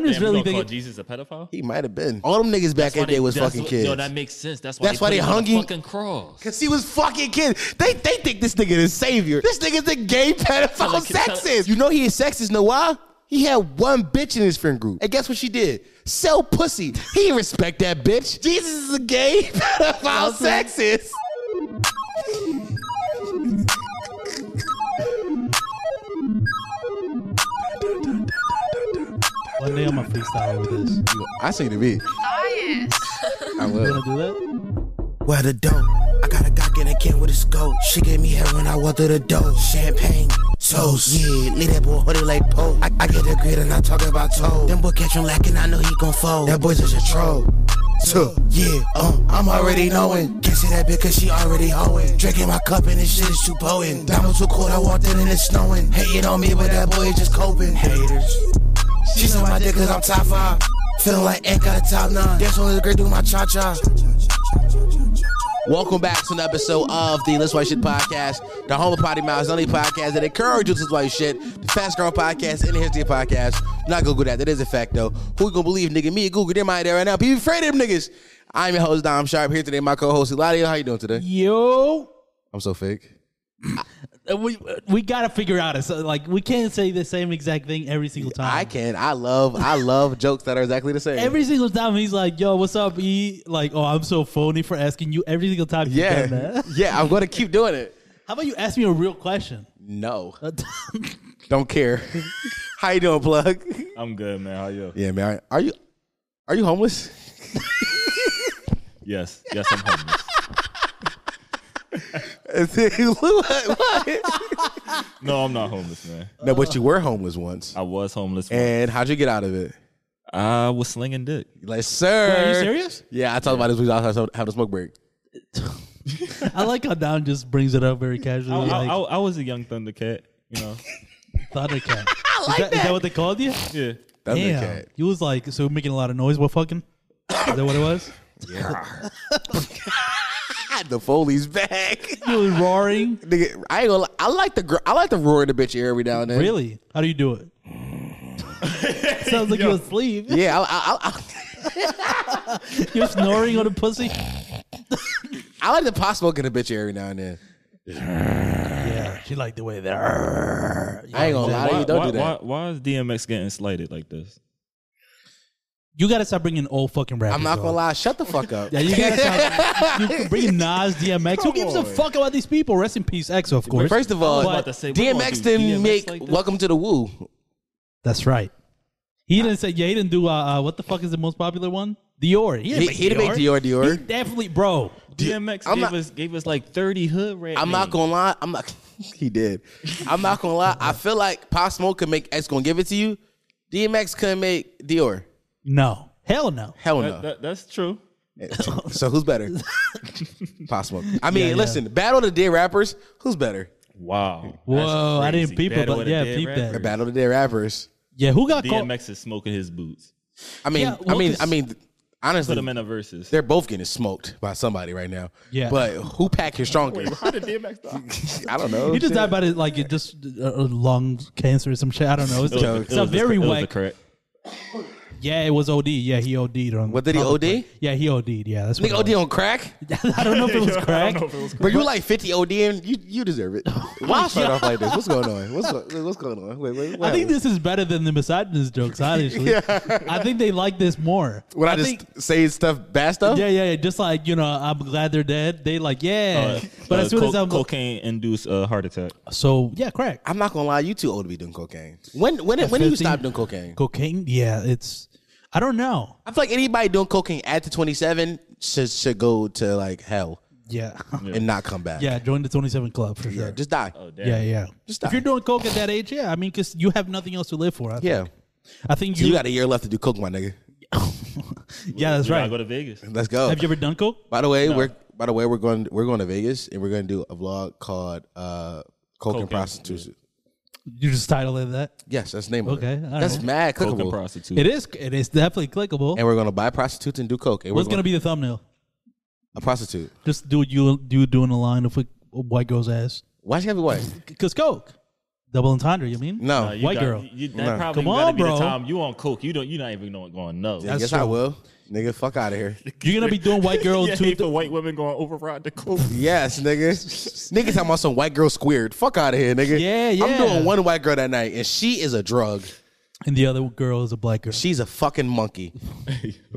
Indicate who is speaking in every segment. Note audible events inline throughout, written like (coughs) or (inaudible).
Speaker 1: was
Speaker 2: Damn, you
Speaker 1: really
Speaker 2: gonna call
Speaker 1: thinking.
Speaker 2: Jesus a pedophile.
Speaker 3: He might have been.
Speaker 4: All them niggas back
Speaker 1: That's why
Speaker 4: in the day
Speaker 1: they-
Speaker 4: was
Speaker 1: that's
Speaker 4: fucking
Speaker 1: what-
Speaker 4: kids.
Speaker 1: No, that makes sense. That's why
Speaker 4: That's why
Speaker 1: they,
Speaker 4: they
Speaker 1: put him on
Speaker 4: hung
Speaker 1: the
Speaker 4: him-
Speaker 1: fucking cross.
Speaker 4: Cause he was fucking kid. They they think this nigga is savior. This nigga's a gay pedophile
Speaker 1: Like, tell-
Speaker 4: sexist. You know he is sexist. Know why? He had one bitch in his friend group, and guess what she did? Sell pussy. He didn't respect that bitch. Jesus is a gay (laughs) pedophile sexist.
Speaker 5: One day I'm gonna freestyle with this.
Speaker 3: I sing to me. I will.
Speaker 5: You wanna do that?
Speaker 6: Where the dope? I got a cock in a can with a scope. She gave me head when I walked through the door. Champagne, toast. Yeah, leave that boy hoodie like Pope. I, I get the grid and I talk about toe. Them boy catch him lacking, I know he gon' fold. That boy's just a troll. So, yeah, um, I'm already knowing. Can't see that bitch cause she already hoeing. Drinking my cup and this shit is too potent. Diamond too cold, I walked in and it's snowing. Hating on me, but that boy is just coping. Haters. She said my dick cause I'm top five. Feeling like Ant got a top nine. That's what the great do my cha cha.
Speaker 4: Welcome back to an episode of the Let's White Shit podcast, the home of potty mouths, the only podcast that encourages this white shit, the fast girl podcast, and the history podcast. Not Google that. That is a fact though. Who you gonna believe, nigga? Me or Google? They're out there right now. Be afraid of them niggas. I'm your host Dom Sharp here today. with My co-host Eladio. How you doing today?
Speaker 1: Yo,
Speaker 4: I'm so fake.
Speaker 5: Uh, We we gotta figure out it. So, like we can't say the same exact thing every single time.
Speaker 4: I can. I love. I love (laughs) jokes that are exactly the same.
Speaker 5: Every single time he's like, "Yo, what's up, E?" Like, "Oh, I'm so phony for asking you." Every single time, You've done
Speaker 4: (laughs) yeah,
Speaker 5: that.
Speaker 4: yeah. I'm gonna keep doing it.
Speaker 5: (laughs) How about you ask me a real question? (laughs)
Speaker 4: No,
Speaker 5: Uh,
Speaker 4: don't (laughs) care. How you doing, plug?
Speaker 2: I'm good, man. How you?
Speaker 4: Yeah, man. Are you are you (laughs) homeless?
Speaker 2: Yes, yes, I'm homeless. no, I'm not homeless, man.
Speaker 4: no, but you were homeless once.
Speaker 2: I was homeless. once.
Speaker 4: And how'd you get out of it?
Speaker 2: I was slinging dick.
Speaker 4: Like, sir.
Speaker 5: Are you serious?
Speaker 4: Yeah, I talked about this. We also had a smoke break.
Speaker 5: I like how Don just brings it up very casually.
Speaker 2: I, I-
Speaker 5: like,
Speaker 2: I- I was a young Thundercat, you
Speaker 5: (laughs)
Speaker 2: know.
Speaker 5: Thundercat. (laughs) I like is, that, is that what they called you?
Speaker 2: yeah,
Speaker 5: Damn.
Speaker 4: Thundercat.
Speaker 5: You was like, so making a lot of noise while fucking? Is that what it (laughs) was?
Speaker 4: God, the Foley's back. (laughs)
Speaker 5: You was roaring?
Speaker 4: Nigga, I ain't gonna. Lie. I like the. gr- I like the roar in the bitch ear every now and then.
Speaker 5: Really? How do you do it? Sounds like you were asleep.
Speaker 4: (laughs) Yeah. I, I, I,
Speaker 5: You're snoring on a pussy?
Speaker 4: I like the pot smoke in the bitch ear every now and then.
Speaker 5: Yeah, she liked the way that.
Speaker 4: I ain't gonna lie to
Speaker 2: why,
Speaker 4: you. Don't
Speaker 2: why-
Speaker 4: do that.
Speaker 2: why- why is DMX getting slighted like this?
Speaker 5: You gotta stop bringing old fucking rappers.
Speaker 4: I'm not gonna
Speaker 5: though.
Speaker 4: lie. Shut the fuck up.
Speaker 5: Yeah, you
Speaker 4: (laughs)
Speaker 5: gotta stop. you can (laughs) bring Nas, DMX. Who gives a fuck about these people? Rest in peace, EXO, of course.
Speaker 4: First of all,
Speaker 5: about
Speaker 2: to say, we don't
Speaker 4: DMX
Speaker 2: do
Speaker 4: didn't
Speaker 2: DMX
Speaker 4: make
Speaker 2: like this.
Speaker 4: "Welcome to the Woo."
Speaker 5: That's right. He didn't say. Yeah, he didn't do. Uh, uh, what the fuck is the most popular one? Dior. He didn't, make,
Speaker 4: He- he
Speaker 5: Dior.
Speaker 4: didn't make Dior, Dior.
Speaker 5: He definitely, bro.
Speaker 2: DMX
Speaker 4: I'm
Speaker 2: gave
Speaker 4: not-
Speaker 2: us gave us like 30 hood rat.
Speaker 4: I'm not
Speaker 5: Mm-hmm.
Speaker 2: names.
Speaker 4: gonna lie. I'm not. (laughs) He did. I'm not gonna lie. I feel like Pop Smoke could make X gonna give it to you. DMX couldn't make Dior.
Speaker 5: No, hell no.
Speaker 4: Hell no.
Speaker 2: That, that, that's true.
Speaker 5: (laughs)
Speaker 4: (laughs) so who's better? Pop Smoke. I mean,
Speaker 5: yeah.
Speaker 4: listen, battle of the dead rappers. Who's better?
Speaker 2: Wow.
Speaker 5: Whoa, I didn't peep it,
Speaker 2: people,
Speaker 5: but yeah, peep that.
Speaker 4: The battle of the dead rappers.
Speaker 5: Yeah, who got caught?
Speaker 2: DMX is smoking his boots.
Speaker 4: I mean,
Speaker 5: Yeah, well,
Speaker 4: I mean,
Speaker 5: 'cause-
Speaker 4: I mean.
Speaker 2: Put him
Speaker 4: Honestly,
Speaker 2: in a versus.
Speaker 4: they're both getting smoked by somebody right now.
Speaker 5: Yeah.
Speaker 4: But who packed his strongest?
Speaker 2: How
Speaker 5: (laughs)
Speaker 2: did DMX die?
Speaker 4: I don't know.
Speaker 5: He just died by the, like it just uh, uh, lung cancer or some shit. I don't know. It's,
Speaker 2: It was
Speaker 5: a,
Speaker 2: a-
Speaker 5: it's
Speaker 2: it
Speaker 5: a
Speaker 2: was a-
Speaker 5: very
Speaker 2: it was a
Speaker 5: whack. (laughs)
Speaker 2: crack.
Speaker 5: Yeah, it was OD. Yeah, he OD'd on.
Speaker 4: What, did he
Speaker 5: on the
Speaker 4: OD?
Speaker 5: crack. Yeah, he OD'd. Yeah, that's
Speaker 4: Nigga
Speaker 5: what
Speaker 4: OD on crack?
Speaker 5: OD. I don't know if it was (laughs) crack.
Speaker 4: But you like 50 OD and you, you
Speaker 5: (laughs)
Speaker 4: deserve it. Why start off like this? What's going on? What's, go- what's going on? Wait, wait,
Speaker 5: I think
Speaker 4: this,
Speaker 5: this is better than the misogynist jokes.
Speaker 4: (laughs)
Speaker 5: Honestly, I think they like this more.
Speaker 4: when I, just
Speaker 5: think-
Speaker 4: say stuff bad stuff?
Speaker 5: Yeah, yeah, yeah. Just like you know, I'm glad they're dead. They like, Oh, yeah. but
Speaker 2: Uh,
Speaker 5: as soon
Speaker 2: co-
Speaker 5: as I'm
Speaker 2: cocaine induced uh, heart attack.
Speaker 5: so yeah, crack
Speaker 4: I'm not gonna lie, you too old to be doing cocaine. When when when do you
Speaker 5: 15?
Speaker 4: stop doing cocaine?
Speaker 5: cocaine. Yeah, it's. I don't know.
Speaker 4: I feel like anybody doing cocaine after 27 should should go to like hell
Speaker 5: Yeah, (laughs)
Speaker 4: and not come back.
Speaker 5: yeah. Join the 27 Club for sure.
Speaker 4: Yeah, just die.
Speaker 5: yeah, yeah.
Speaker 4: Just
Speaker 5: if
Speaker 4: die.
Speaker 5: you're doing coke at that age, yeah, I mean, because you have nothing else to live for. I think.
Speaker 4: yeah.
Speaker 5: I think
Speaker 4: So you
Speaker 5: you.
Speaker 4: got a year left to do coke, my nigga.
Speaker 5: yeah, that's
Speaker 2: You gotta
Speaker 5: right.
Speaker 2: Go to Vegas.
Speaker 4: Let's go.
Speaker 5: Have you ever done coke?
Speaker 4: by the way, we're by the way, we're going we're going to Vegas and we're gonna do a vlog called uh Coke,
Speaker 2: Coke
Speaker 4: and
Speaker 2: and-
Speaker 4: Prostitution.
Speaker 5: You just title it that.
Speaker 4: Yes, that's the name of
Speaker 5: Okay,
Speaker 4: it.
Speaker 5: all right.
Speaker 4: That's mad
Speaker 2: Coke and
Speaker 4: clickable. And,
Speaker 2: prostitute.
Speaker 5: It is. It is definitely clickable.
Speaker 4: we're gonna buy prostitutes and do coke. And
Speaker 5: What's
Speaker 4: we're
Speaker 5: gonna be the thumbnail?
Speaker 4: a prostitute?
Speaker 5: Just do you you doing a line of a white girl's ass?
Speaker 4: Why she gotta be white?
Speaker 5: Cause coke. Double entendre, you mean?
Speaker 4: No.
Speaker 2: you
Speaker 5: White
Speaker 2: got-
Speaker 5: girl.
Speaker 2: You, that
Speaker 4: No.
Speaker 2: probably
Speaker 5: Come
Speaker 2: gotta
Speaker 5: on,
Speaker 2: be
Speaker 5: bro.
Speaker 2: The time you on coke. You don't. You not even know it going no.
Speaker 4: I
Speaker 5: That's
Speaker 4: guess I
Speaker 5: true.
Speaker 4: will. Nigga, fuck out of here.
Speaker 5: You're gonna be doing
Speaker 2: (laughs)
Speaker 5: white girl
Speaker 2: yeah,
Speaker 5: two.
Speaker 2: hate for white women going override the coke.
Speaker 4: Yes, nigga. nigga talking about some white girl squared. Fuck out of here, nigga.
Speaker 5: Yeah,
Speaker 4: I'm
Speaker 5: yeah.
Speaker 4: doing one white girl that night, and she is a drug.
Speaker 5: and the other girl is a black girl.
Speaker 4: She's a
Speaker 5: (laughs)
Speaker 4: fucking monkey.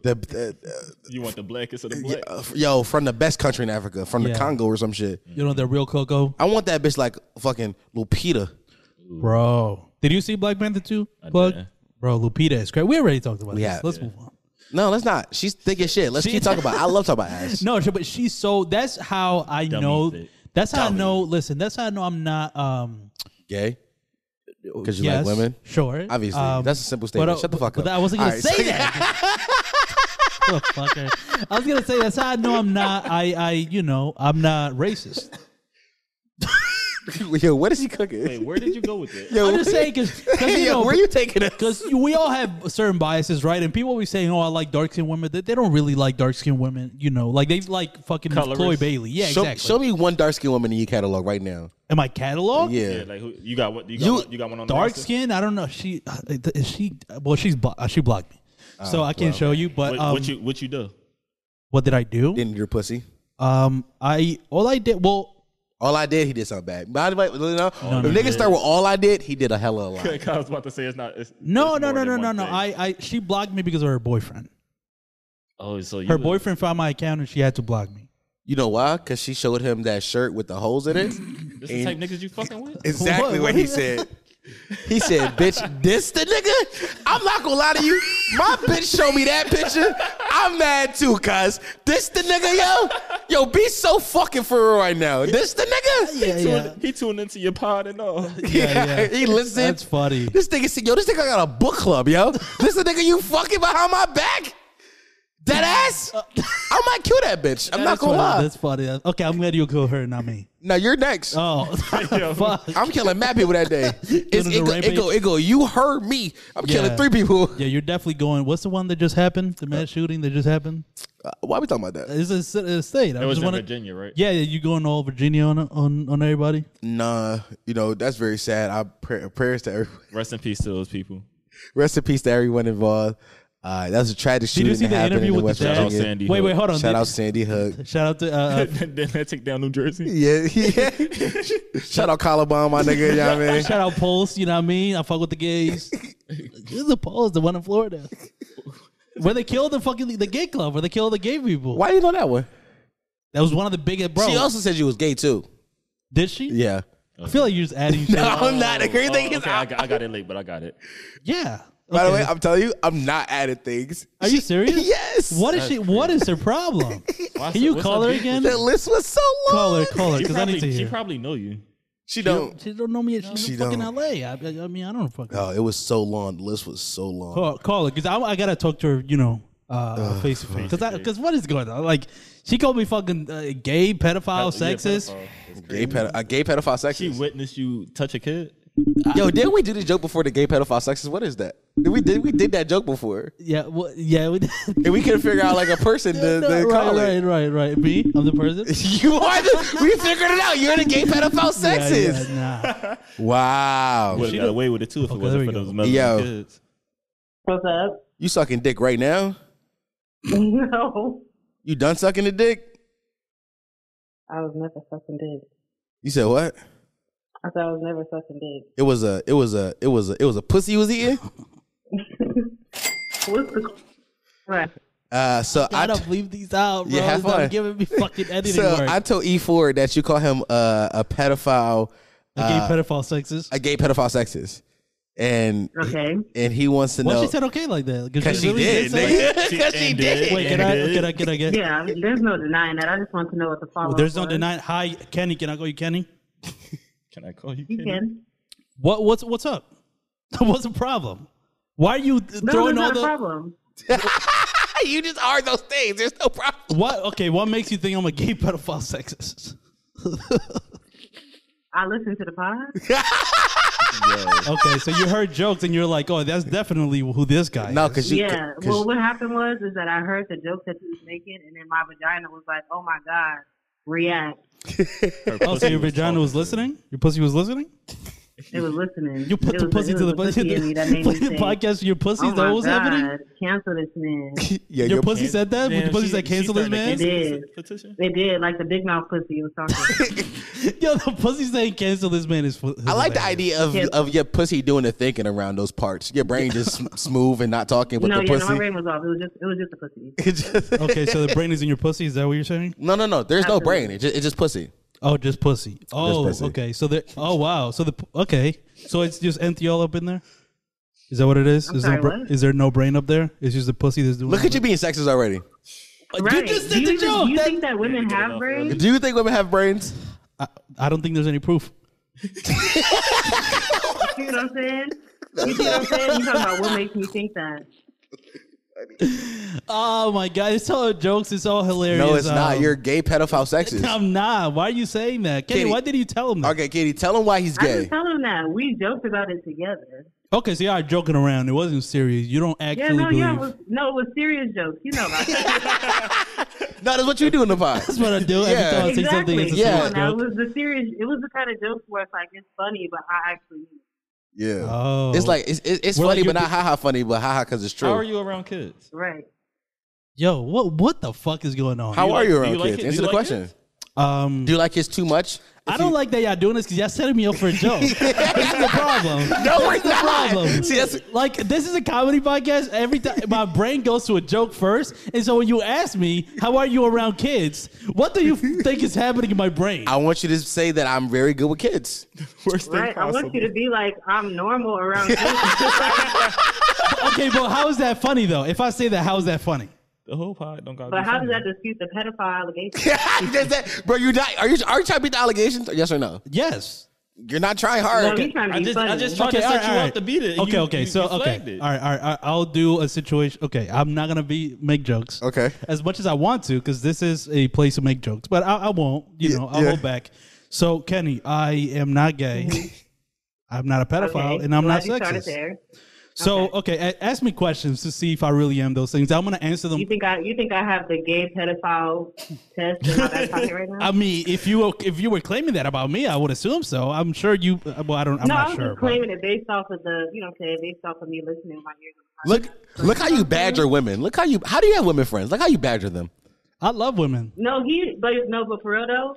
Speaker 4: The- the- uh,
Speaker 2: You want the blackest (laughs) of the black.
Speaker 4: uh, yo, from the best country in Africa, from the
Speaker 5: Yeah.
Speaker 4: Congo or some shit.
Speaker 5: You know that real Coco,
Speaker 4: I want that bitch like fucking Lupita.
Speaker 5: bro. Did you see Black Panther two? Plug,
Speaker 2: did.
Speaker 5: bro. Lupita is great. We already talked about
Speaker 4: We
Speaker 5: this.
Speaker 4: have,
Speaker 5: Let's move on.
Speaker 4: No, let's not. She's thick as shit. Let's keep talking about. It. I love talking
Speaker 5: (laughs)
Speaker 4: about ass.
Speaker 5: No, she- but she's so. That's how I
Speaker 2: Dummy
Speaker 5: know.
Speaker 2: thick.
Speaker 5: That's how I know. Listen, that's how I know I'm not. Um,
Speaker 4: Gay. Because you
Speaker 5: yes,
Speaker 4: like women. (laughs)
Speaker 5: Sure,
Speaker 4: Obviously,
Speaker 5: Um,
Speaker 4: that's a simple
Speaker 5: but, uh,
Speaker 4: statement. Shut the fuck
Speaker 5: but
Speaker 4: up.
Speaker 5: I wasn't gonna
Speaker 4: All right,
Speaker 5: say that.
Speaker 4: (laughs)
Speaker 5: (laughs) Motherfucker. I was gonna say that's how I know I'm not. I, I, you know, I'm not racist.
Speaker 4: Yo, what is he cooking?
Speaker 2: Wait, where did you go with
Speaker 5: (laughs)
Speaker 2: it?
Speaker 4: Yo,
Speaker 5: I'm just saying because you
Speaker 4: (laughs) yo,
Speaker 5: know,
Speaker 4: where you taking it?
Speaker 5: because we all have certain biases, right? And people always saying, "Oh, I like dark skinned women." They, they don't really like dark skinned women, you know. Like they like fucking
Speaker 2: Colorist.
Speaker 5: Chloe Bailey. Yeah,
Speaker 4: show,
Speaker 5: exactly.
Speaker 4: show me one dark skinned woman in your catalog right now.
Speaker 5: Am I catalog?
Speaker 4: Yeah.
Speaker 2: Yeah, like who, you got what you got,
Speaker 4: You-
Speaker 2: one, you got one on the
Speaker 5: dark
Speaker 2: roster?
Speaker 5: skin. I don't know. She uh, is she? Well, she's blo- uh, she blocked me,
Speaker 4: Oh,
Speaker 5: so I can't show you. But
Speaker 2: What,
Speaker 5: um,
Speaker 2: what you what you (laughs) do?
Speaker 5: what did I do?
Speaker 4: In your pussy.
Speaker 5: Um, I all I did. Well,
Speaker 4: All I did, he did something bad. But I, you know,
Speaker 5: no,
Speaker 4: if
Speaker 5: no.
Speaker 4: niggas start with all I did, he did a hell of a lot.
Speaker 2: I was about to say it's not. It's,
Speaker 5: no,
Speaker 2: it's
Speaker 5: no,
Speaker 2: more
Speaker 5: no,
Speaker 2: than
Speaker 5: no,
Speaker 2: one
Speaker 5: no, no.
Speaker 2: thing.
Speaker 5: I, I she blocked me because of her boyfriend.
Speaker 2: oh, so you
Speaker 5: Her boyfriend found my account and she had to block me.
Speaker 4: You know why? Because she showed him that shirt with the holes in it.
Speaker 2: This the type niggas you fucking with.
Speaker 4: Exactly what, he said. (laughs) He said, "Bitch, this the nigga." I'm not gonna lie to you. My bitch showed me that picture. I'm mad too, cuz this the nigga, yo, yo, be so fucking for real right now. This the nigga.
Speaker 5: Yeah, yeah,
Speaker 2: (laughs) He tuned into your pod and (laughs) all.
Speaker 5: yeah, yeah.
Speaker 4: (laughs) he listened.
Speaker 5: That's funny.
Speaker 4: This nigga said, yo, this nigga got a book club, yo. this the nigga you fucking behind my back. That ass. I might kill that bitch. I'm not
Speaker 5: That's funny.
Speaker 4: gonna lie.
Speaker 5: That's funny. Okay, I'm glad you killed her, not
Speaker 2: (laughs)
Speaker 5: me.
Speaker 4: Now you're next.
Speaker 5: Oh, (laughs) fuck.
Speaker 4: I'm killing mad people
Speaker 5: (laughs)
Speaker 4: that day. It's,
Speaker 5: Doing
Speaker 4: it,
Speaker 5: the
Speaker 4: go, it,
Speaker 5: rampage.
Speaker 4: go, it go, you heard me. I'm killing
Speaker 5: Yeah.
Speaker 4: three people.
Speaker 5: Yeah, you're definitely going. What's the one that just happened? The mass shooting that just happened?
Speaker 4: Uh, Why we talking about that?
Speaker 5: It's a, s- a state. I
Speaker 2: That was
Speaker 5: just
Speaker 2: in
Speaker 5: want to.
Speaker 2: Virginia, right?
Speaker 5: Yeah, yeah, you going all Virginia on on on everybody?
Speaker 4: Nah, you know that's very sad. I pray, prayers to every, (laughs)
Speaker 2: Rest in peace to those people.
Speaker 4: rest in peace to everyone involved. Uh, that was a tragic
Speaker 5: Did
Speaker 4: shooting
Speaker 5: you see
Speaker 4: that
Speaker 5: the
Speaker 4: happened
Speaker 5: interview
Speaker 4: in
Speaker 5: with
Speaker 4: West
Speaker 5: the dad?
Speaker 2: Shout out
Speaker 4: Virginia.
Speaker 2: Sandy.
Speaker 5: Wait,
Speaker 2: Hook.
Speaker 5: wait, hold on.
Speaker 4: Shout
Speaker 5: Did-
Speaker 4: out
Speaker 5: (laughs)
Speaker 4: Sandy Hook.
Speaker 5: Shout out to
Speaker 2: (laughs)
Speaker 5: uh,
Speaker 2: (laughs) then that take down New Jersey.
Speaker 4: Yeah, yeah. (laughs) Shout out Columbine, my nigga. You know what I mean?
Speaker 5: shout out Pulse. You know what I mean? I fuck with the gays. this is the Pulse, the one in Florida, where they killed the fucking the gay club, where they killed the gay people.
Speaker 4: Why do you know that one?
Speaker 5: That was one of the biggest. Bro,
Speaker 4: She also said you was gay too.
Speaker 5: did she?
Speaker 4: Yeah.
Speaker 5: I feel like you're just adding. shit.
Speaker 4: (laughs) No, I'm not. The crazy thing is,
Speaker 2: Oh, okay, I got, I got it late, but I got it.
Speaker 5: Yeah.
Speaker 4: by the
Speaker 5: Okay.
Speaker 4: way, I'm telling you, I'm not adding things.
Speaker 5: are you serious?
Speaker 4: (laughs) Yes.
Speaker 5: What is she? What is her problem? Can you
Speaker 2: what's
Speaker 5: call her
Speaker 2: her beef
Speaker 5: again?
Speaker 4: The list was so long.
Speaker 5: Call her, call her,
Speaker 2: You
Speaker 5: because I need to
Speaker 2: probably, she
Speaker 5: hear.
Speaker 2: probably know you.
Speaker 4: She don't.
Speaker 5: She don't know me. She's
Speaker 4: She
Speaker 5: in fucking
Speaker 4: don't.
Speaker 5: LA. I, I mean, I don't fucking
Speaker 4: Oh, it was so long. The list was so long.
Speaker 5: call, call her because I, I gotta talk to her. You know, uh, face to face. Because because what is going on? Like she called me fucking uh, gay, pedophile,
Speaker 2: Yeah,
Speaker 5: sexist.
Speaker 2: pedophile. It's crazy.
Speaker 4: Gay pedo- a gay pedophile
Speaker 2: She
Speaker 4: sexist.
Speaker 2: witnessed you touch a kid.
Speaker 4: Yo, did we do this joke before the gay pedophile sexist? What is that? Did we did we did that joke before?
Speaker 5: Yeah, well, yeah. we- (laughs)
Speaker 4: And we couldn't figure out like a (laughs) person
Speaker 5: No,
Speaker 4: to, to
Speaker 5: right,
Speaker 4: call
Speaker 5: right,
Speaker 4: it.
Speaker 5: right, right. Me, I'm the person.
Speaker 4: (laughs) You are the, we figured it out. You're the gay pedophile
Speaker 5: Yeah,
Speaker 4: sexist.
Speaker 5: yeah, nah.
Speaker 4: Wow.
Speaker 2: Would have got away with it too if it
Speaker 5: there
Speaker 2: wasn't
Speaker 5: you
Speaker 2: for
Speaker 5: go.
Speaker 2: those meddling
Speaker 4: Yo.
Speaker 2: kids.
Speaker 7: What's up? (laughs)
Speaker 4: You sucking dick right now?
Speaker 7: no,
Speaker 4: You done sucking the dick?
Speaker 7: I was never sucking dick.
Speaker 4: You said what?
Speaker 7: I said I was never sucking dick.
Speaker 4: It was a it was a it was a it was a pussy you was eating?
Speaker 7: What's the right?
Speaker 4: Uh so I
Speaker 5: I don't leave these out, bro.
Speaker 4: Yeah, have
Speaker 5: It's not
Speaker 4: fun.
Speaker 5: giving me fucking editing
Speaker 4: (laughs) so
Speaker 5: work.
Speaker 4: I told E4 that you call him uh, a pedophile,
Speaker 5: a gay
Speaker 4: uh,
Speaker 5: pedophile sexist.
Speaker 4: a gay pedophile sexist, and
Speaker 7: Okay.
Speaker 4: and he wants to
Speaker 5: Why
Speaker 4: know
Speaker 5: she said okay like that?
Speaker 4: because she
Speaker 5: really
Speaker 4: did,
Speaker 5: say it?
Speaker 4: (laughs) nigga, because she
Speaker 2: and
Speaker 4: did.
Speaker 2: did.
Speaker 5: Wait, can I? Can I? Can I get?
Speaker 7: Yeah, there's no denying that. I just want to know what the follow.
Speaker 5: Well, there's no denying. Hi, Kenny. Can I call you Kenny?
Speaker 2: Can I call you?
Speaker 7: You
Speaker 2: Kenny?
Speaker 7: can.
Speaker 5: What? What's? What's up? (laughs) What's the problem? Why are you th-
Speaker 7: No,
Speaker 5: throwing
Speaker 7: there's
Speaker 5: all
Speaker 7: not a
Speaker 5: the?
Speaker 7: problem.
Speaker 4: You just are those things. There's no problem.
Speaker 5: What? Okay. What makes you think I'm a gay (laughs) pedophile sexist?
Speaker 7: I listen to
Speaker 5: (laughs)
Speaker 7: the pod.
Speaker 5: Okay, so you heard jokes and you're like, oh, that's definitely who this guy.
Speaker 4: No,
Speaker 5: is.
Speaker 4: because you.
Speaker 7: Yeah. Well, what happened was is that I heard the joke that you was making, and then my vagina was like, "Oh my god, react."
Speaker 2: Her
Speaker 5: Oh, so
Speaker 2: pussy
Speaker 5: your
Speaker 2: was
Speaker 5: vagina
Speaker 2: talking
Speaker 5: was
Speaker 2: to you.
Speaker 5: listening? Your pussy was listening?
Speaker 7: They was listening.
Speaker 5: You put
Speaker 7: It
Speaker 5: the
Speaker 7: was-
Speaker 5: pussy
Speaker 7: it was
Speaker 5: to the
Speaker 7: a
Speaker 5: (laughs)
Speaker 7: pussy. in me that made me
Speaker 5: pussy.
Speaker 7: think,
Speaker 5: podcast. Your pussy.
Speaker 7: oh
Speaker 5: Is that
Speaker 7: my
Speaker 5: what was
Speaker 7: God,
Speaker 5: happening?
Speaker 7: Cancel this
Speaker 5: (laughs)
Speaker 7: man.
Speaker 4: Yeah,
Speaker 5: Your
Speaker 4: your-
Speaker 5: pussy said that.
Speaker 2: Damn,
Speaker 5: your pussy
Speaker 2: she-
Speaker 5: said
Speaker 2: she
Speaker 5: cancel this
Speaker 2: started
Speaker 5: man.
Speaker 7: It did.
Speaker 2: Petition?
Speaker 7: It did. Like the big mouth pussy was talking.
Speaker 5: (laughs) Yo, the pussy saying cancel this man is.
Speaker 4: I
Speaker 5: (laughs)
Speaker 4: like the idea of
Speaker 7: Yeah.
Speaker 4: of your pussy doing the thinking around those parts. Your brain just sm- smooth and not talking, but
Speaker 7: no,
Speaker 4: the
Speaker 7: yeah, no, my
Speaker 4: pussy.
Speaker 7: brain was off. It was just, it was just a pussy.
Speaker 4: (laughs) It just-
Speaker 5: Okay, so the brain is in your pussy. Is that what you're saying?
Speaker 4: no, no, no. There's no brain. It's just, it's just pussy.
Speaker 5: Oh, just pussy. Oh,
Speaker 4: pussy.
Speaker 5: okay. So the oh wow. So the okay. So it's just empty all up in there. Is that what it is?
Speaker 7: I'm
Speaker 5: is,
Speaker 7: sorry,
Speaker 5: no bra-
Speaker 7: what?
Speaker 5: is there no brain up there? It's just the pussy that's doing.
Speaker 4: Look
Speaker 5: all
Speaker 4: at you being sexist already.
Speaker 7: Right.
Speaker 5: just did
Speaker 7: do you,
Speaker 5: the
Speaker 7: even-
Speaker 5: joke.
Speaker 7: Do you
Speaker 5: That-
Speaker 7: think that women have brains?
Speaker 4: Do you think women have brains?
Speaker 5: that. I, I don't think there's any proof.
Speaker 7: You know what I'm
Speaker 5: (laughs)
Speaker 7: saying? You see what I'm saying? You talking about what makes me think that?
Speaker 5: Oh my god, it's all jokes. It's all hilarious.
Speaker 4: No, it's not.
Speaker 5: Um,
Speaker 4: You're gay pedophile
Speaker 5: (laughs)
Speaker 4: sexist.
Speaker 5: I'm not. Why are you saying that, Kenny?
Speaker 4: Kenny.
Speaker 5: Why did you tell him that?
Speaker 4: Okay, Kitty, tell him why he's
Speaker 7: I
Speaker 4: gay.
Speaker 7: just tell him that we joked about it together.
Speaker 5: Okay, so y'all are joking around. It wasn't serious. You don't actually
Speaker 7: Yeah, no,
Speaker 5: believe.
Speaker 7: yeah, it was, no, it was serious jokes. You
Speaker 5: (laughs)
Speaker 7: know about that.
Speaker 4: No, that's what you do in the pod.
Speaker 5: That's what I do. Every
Speaker 4: Yeah.
Speaker 5: time I say something,
Speaker 7: exactly.
Speaker 5: it's a
Speaker 4: Yeah.
Speaker 5: serious
Speaker 7: Come on now,
Speaker 5: joke.
Speaker 7: it was the serious. It was the kind of jokes where it's like it's funny, but I actually.
Speaker 4: Yeah.
Speaker 5: Oh.
Speaker 4: It's like it's, it's, it's
Speaker 5: We're
Speaker 4: funny,
Speaker 5: like
Speaker 4: but
Speaker 5: your-
Speaker 4: not haha funny, but haha because it's true.
Speaker 2: How are you around kids?
Speaker 7: Right.
Speaker 5: Yo, what what the fuck is going on?
Speaker 4: How are you
Speaker 2: like- do
Speaker 4: around
Speaker 2: you like
Speaker 4: kids?
Speaker 2: it? Do
Speaker 4: Answer
Speaker 2: you
Speaker 4: the
Speaker 2: like
Speaker 4: question.
Speaker 2: it?
Speaker 5: um,
Speaker 4: Do you like kids too
Speaker 2: (laughs)
Speaker 4: much?
Speaker 5: I don't like that y'all doing this because y'all setting me up for a
Speaker 4: (laughs)
Speaker 5: joke. this is the problem.
Speaker 4: No, we're
Speaker 5: That's the
Speaker 4: not.
Speaker 5: problem.
Speaker 4: See, that's-
Speaker 5: like this is a comedy podcast. Every time my brain goes to a joke first, and so when you ask me, "How are you around kids?" What do you think is happening in my brain?
Speaker 4: I want you to say that I'm very good with kids. (laughs)
Speaker 2: Worst thing
Speaker 7: Right. I
Speaker 2: possible.
Speaker 7: want you to be like I'm
Speaker 5: (laughs)
Speaker 7: normal around. kids.
Speaker 5: okay, but how is that funny though? If I say that, how is that funny?
Speaker 2: The whole pod don't got.
Speaker 7: but how does that dispute the pedophile allegation?
Speaker 4: Does that, bro, you not, are you are you trying to beat the allegations? Yes or no?
Speaker 5: Yes.
Speaker 4: You're not trying
Speaker 7: No,
Speaker 4: hard.
Speaker 7: he's trying to
Speaker 2: I
Speaker 7: be
Speaker 2: just,
Speaker 7: funny.
Speaker 2: I just tried to
Speaker 5: all
Speaker 2: set
Speaker 5: right,
Speaker 2: you
Speaker 5: all
Speaker 2: up
Speaker 5: right.
Speaker 2: to beat it.
Speaker 5: Okay,
Speaker 2: You-
Speaker 5: okay.
Speaker 2: you-
Speaker 5: so
Speaker 2: you
Speaker 5: okay,
Speaker 2: flagged it.
Speaker 5: all right, all right, all right. I'll do a situation. Okay, I'm not gonna be make jokes.
Speaker 4: Okay.
Speaker 5: as much as I want to, because this is a place to make jokes, but I, I won't. You know, I'll
Speaker 4: yeah.
Speaker 5: hold back. So Kenny, I am not gay. I'm not a pedophile,
Speaker 7: Mm-hmm. Okay,
Speaker 5: and I'm
Speaker 7: glad
Speaker 5: not
Speaker 7: you started
Speaker 5: sexist.
Speaker 7: there.
Speaker 5: So okay, a- ask me questions to see if I really am those things. I'm gonna answer them.
Speaker 7: You think I? You think I have the gay pedophile test in my back pocket right now?
Speaker 5: I mean, if you if you were claiming that about me, I would assume so. I'm sure you. uh, Well, I don't. I'm
Speaker 7: no,
Speaker 5: not
Speaker 7: I was
Speaker 5: sure.
Speaker 7: just
Speaker 5: but-
Speaker 7: claiming it based off of the, you know, what I'm saying, based off of me listening to my ears.
Speaker 4: Look look how you badger women. Look how you how do you have women friends? Look how you badger them.
Speaker 5: I love
Speaker 7: (laughs)
Speaker 5: women.
Speaker 7: No, he, but no, but for real though,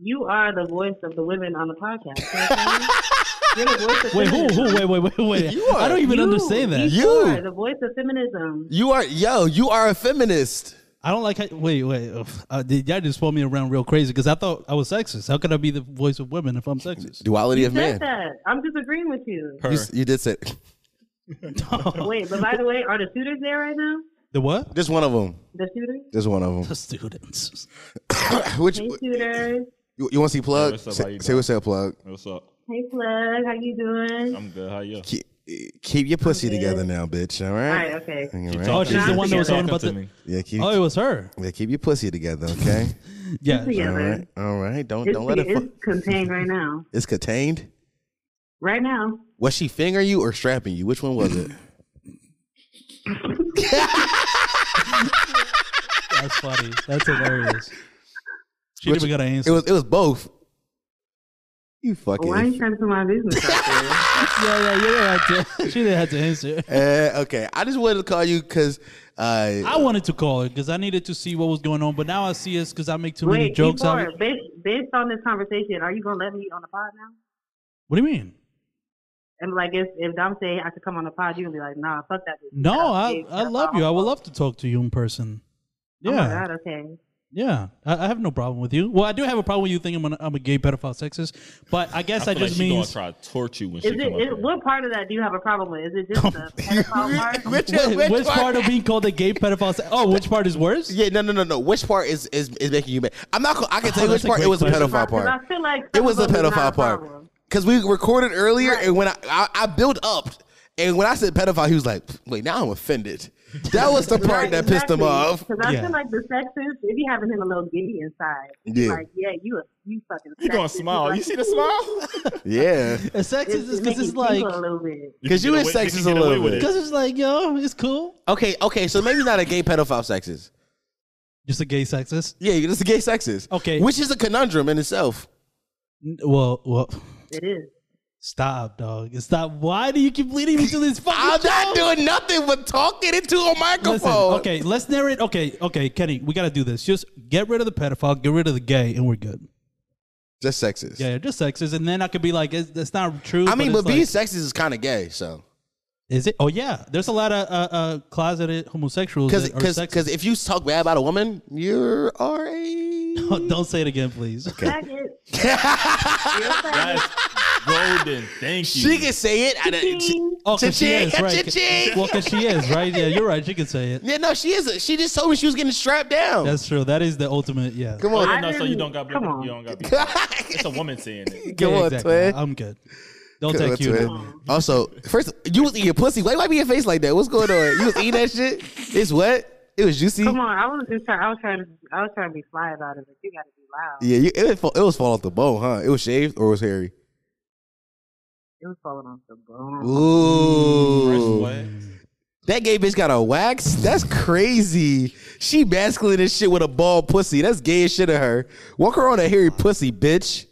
Speaker 7: you are the voice of the women on the podcast. You know what I'm saying? You're the voice of
Speaker 5: Wait, who?
Speaker 7: feminism.
Speaker 5: Who? Wait, wait, wait, wait.
Speaker 4: You are-
Speaker 5: I don't even
Speaker 7: You,
Speaker 5: understand that.
Speaker 7: You,
Speaker 4: You.
Speaker 7: are the voice of feminism.
Speaker 4: You are yo, you are a feminist.
Speaker 5: I don't like. How, wait, wait. ugh. Uh, did y'all just pull me around real crazy? Because I thought I was sexist. How could I be the voice of women if I'm sexist?
Speaker 4: Duality of man.
Speaker 7: Said that. I'm just agreeing with you.
Speaker 4: You, s- you did say
Speaker 7: Wait, but by the way, are the shooters there right now?
Speaker 5: The what?
Speaker 4: just one of them.
Speaker 7: The shooters?
Speaker 4: Just one of
Speaker 5: The students.
Speaker 4: them. (laughs) Which
Speaker 7: Hey,
Speaker 4: you,
Speaker 7: shooters.
Speaker 4: you want to see plug?
Speaker 2: what's up? How
Speaker 4: say,
Speaker 2: you
Speaker 4: say
Speaker 2: doing?
Speaker 4: what's up, plug.
Speaker 2: What's up?
Speaker 7: Hey, Plug. How you doing?
Speaker 2: I'm good. How you?
Speaker 4: Keep, keep your pussy together now, bitch. All
Speaker 7: All
Speaker 4: right.
Speaker 7: right, okay.
Speaker 4: All right?
Speaker 5: Oh, she's the one that was
Speaker 2: talking
Speaker 5: talking about
Speaker 2: to
Speaker 5: the.
Speaker 2: me.
Speaker 4: Yeah, keep
Speaker 5: (laughs) Oh, it was her.
Speaker 4: yeah, keep your pussy together, okay?
Speaker 5: Yeah.
Speaker 7: (laughs)
Speaker 4: all
Speaker 7: Together.
Speaker 4: right, all right. Don't
Speaker 7: It's,
Speaker 4: don't let it.
Speaker 7: it's
Speaker 4: Fu-
Speaker 7: contained right now.
Speaker 4: it's contained.
Speaker 7: Right now.
Speaker 4: Was she fingering you or strapping you? Which one was it?
Speaker 5: That's funny. That's hilarious. She didn't even got an
Speaker 4: it
Speaker 5: answer.
Speaker 4: was it was both. You fucking.
Speaker 7: Why are you trying to put my business out there?
Speaker 5: (laughs) yeah, yeah, you didn't have to. (laughs) She didn't have to answer.
Speaker 4: Uh, okay, I just wanted to call you because uh,
Speaker 5: I wanted to call her because I needed to see what was going on, but now I see us because I make (laughs) too many
Speaker 7: Wait,
Speaker 5: jokes.
Speaker 7: before,
Speaker 5: out-
Speaker 7: based, based on this conversation, are you gonna let me on the pod now?
Speaker 5: What do you mean?
Speaker 7: And like, if if Dom say I could come on the pod, you gonna be like, nah, fuck that. Dude.
Speaker 5: No,
Speaker 7: That's
Speaker 5: I
Speaker 7: big,
Speaker 5: I
Speaker 7: that's
Speaker 5: love you. I
Speaker 7: awful.
Speaker 5: would love to talk to you in person.
Speaker 7: Oh
Speaker 5: Yeah.
Speaker 7: my god. Okay.
Speaker 5: Yeah, I, I have no problem with you. Well, I do have a problem with you thinking I'm, a- I'm a gay pedophile sexist, but I guess
Speaker 2: I
Speaker 5: that
Speaker 2: feel like
Speaker 5: just
Speaker 2: she gonna
Speaker 5: means
Speaker 2: try to torture you when
Speaker 7: Is
Speaker 2: she
Speaker 7: it,
Speaker 2: come up
Speaker 7: is,
Speaker 2: here.
Speaker 7: what part of that do you have a problem with? Is it
Speaker 5: (laughs)
Speaker 7: just the pedophile part?
Speaker 4: which,
Speaker 5: Wait, Oh, (laughs) which,
Speaker 4: which
Speaker 5: part of being called a gay pedophile? se- Oh, which part is worse?
Speaker 4: Yeah, no, no, no, no. Which part is is, is making you mad? I'm not. gonna- I can tell you
Speaker 5: Oh,
Speaker 4: which
Speaker 5: that's a
Speaker 4: part. It
Speaker 5: great
Speaker 4: was the
Speaker 5: question.
Speaker 4: pedophile
Speaker 7: Because
Speaker 4: part.
Speaker 7: I feel like
Speaker 4: It was the
Speaker 7: some of us not
Speaker 4: pedophile
Speaker 7: a
Speaker 4: part
Speaker 7: problem.
Speaker 4: because we recorded earlier,
Speaker 7: Right.
Speaker 4: and when I, I I built up, and when I said pedophile, he was like, "Wait, now I'm offended." That was the part
Speaker 7: Right,
Speaker 4: that pissed him
Speaker 7: (laughs)
Speaker 4: off.
Speaker 7: Because I
Speaker 5: Yeah.
Speaker 7: feel like the sexist, if you having him a little giddy inside,
Speaker 4: Yeah.
Speaker 7: yeah. like, yeah, you a, you fucking.
Speaker 2: You gonna
Speaker 7: sexist. He's
Speaker 2: smile?
Speaker 7: like,
Speaker 2: You see the smile?
Speaker 4: Yeah,
Speaker 5: It's sexist because
Speaker 7: It's making
Speaker 5: it's
Speaker 7: people
Speaker 5: like
Speaker 7: a little bit.
Speaker 4: because you
Speaker 2: Get
Speaker 4: was
Speaker 2: away-
Speaker 4: sexist
Speaker 2: get
Speaker 4: a
Speaker 2: away
Speaker 4: little
Speaker 2: with
Speaker 4: bit.
Speaker 5: because it's like yo, it's cool.
Speaker 4: Okay, okay, so maybe not a gay pedophile sexist.
Speaker 5: Just a gay sexist.
Speaker 4: Yeah, you're just a gay sexist.
Speaker 5: Okay.
Speaker 4: which is a conundrum in itself.
Speaker 5: N- Well, well,
Speaker 7: It is.
Speaker 5: Stop, dog. Stop. Why do you keep leading me to this fucking
Speaker 4: I'm
Speaker 5: joke?
Speaker 4: not doing nothing but talking into a microphone.
Speaker 5: Listen, okay, let's narrate. Okay, okay, Kenny, we got to do this. Just get rid of the pedophile, get rid of the gay, and we're good.
Speaker 4: Just sexist.
Speaker 5: Yeah, yeah, just sexist, and then I could be like, it's, that's not true.
Speaker 4: I mean,
Speaker 5: it's
Speaker 4: but being
Speaker 5: like-
Speaker 4: sexist is kind of gay, so.
Speaker 5: is it? Oh yeah, there's a lot of uh, uh, closeted homosexuals.
Speaker 4: Because
Speaker 5: That are sexist. Oh,
Speaker 4: because if you talk bad about a woman, you are a.
Speaker 5: (laughs) (laughs) Don't say it again, please.
Speaker 7: Faggot. You're a faggot.
Speaker 2: Golden. Thank you.
Speaker 4: She can say it. I don't,
Speaker 7: Ching.
Speaker 5: (laughs) Oh, 'cause she
Speaker 4: Cha-ching,
Speaker 5: is right.
Speaker 4: cha-ching.
Speaker 5: Well, 'cause she is right. Yeah, you're right. She could say it.
Speaker 4: yeah, no, she is. A, she just told me she was getting strapped down.
Speaker 5: That's true. That is the ultimate. Yeah.
Speaker 4: Come (laughs)
Speaker 2: Oh,
Speaker 4: on,
Speaker 2: yeah, no, so you don't got
Speaker 7: Come on.
Speaker 2: You don't
Speaker 7: (laughs)
Speaker 2: got It's a woman saying it.
Speaker 4: come
Speaker 5: yeah,
Speaker 4: on,
Speaker 5: exactly.
Speaker 4: twin.
Speaker 5: I'm good. Don't
Speaker 4: Come on,
Speaker 5: take you.
Speaker 4: twin.
Speaker 5: down.
Speaker 4: Also, first you was eating pussy. Why wipe your face like that? What's going on? You was eating that shit. It's what? It was juicy. (laughs)
Speaker 7: Come on, I was just trying. I was trying. to- I was trying to be fly about it, but you got to be
Speaker 4: Yeah,
Speaker 7: loud.
Speaker 4: you, it was fall- it was fall off the bone, huh? It was shaved or it was hairy.
Speaker 7: It was falling off the bone.
Speaker 4: Ooh,
Speaker 2: What?
Speaker 4: that gay bitch got a wax. That's crazy. She masculine as shit with a bald pussy. That's gay as shit of her. Walk her on a hairy pussy, bitch.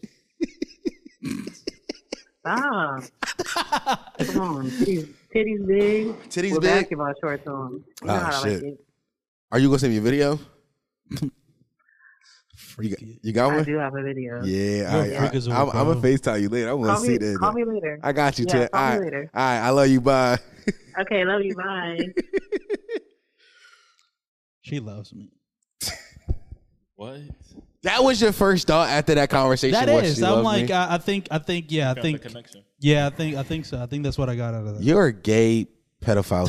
Speaker 7: Stop.
Speaker 4: (laughs)
Speaker 7: Come on, Jeez. titties big.
Speaker 4: Titties
Speaker 7: with
Speaker 4: big?
Speaker 7: Basketball shorts on. You know
Speaker 4: Ah,
Speaker 7: how I
Speaker 4: shit.
Speaker 7: Like it.
Speaker 4: Are you gonna send me a video? you, got, you got
Speaker 7: I
Speaker 4: one?
Speaker 7: do have a video.
Speaker 4: Yeah,
Speaker 5: You're
Speaker 4: all
Speaker 5: a
Speaker 4: right.
Speaker 5: freak as well,
Speaker 4: I'm, I'm gonna
Speaker 5: bro.
Speaker 4: FaceTime you later. I want
Speaker 7: Call
Speaker 4: to see
Speaker 7: me,
Speaker 4: that.
Speaker 7: call me later.
Speaker 4: I got you,
Speaker 7: Yeah,
Speaker 4: Ted.
Speaker 7: call me
Speaker 4: all, right.
Speaker 7: later.
Speaker 4: all right, I love you. Bye. (laughs)
Speaker 7: Okay, love you. Bye.
Speaker 5: She loves me.
Speaker 2: What?
Speaker 4: That was your first thought after that conversation.
Speaker 5: That
Speaker 4: what,
Speaker 5: is.
Speaker 4: she
Speaker 5: I'm
Speaker 4: loves
Speaker 5: like. uh,
Speaker 4: me?
Speaker 5: I, I think. I think. Yeah. I
Speaker 2: Got
Speaker 5: think.
Speaker 2: the connection.
Speaker 5: Yeah. I think. I think so. I think that's what I got out of that.
Speaker 4: you're a gay pedophile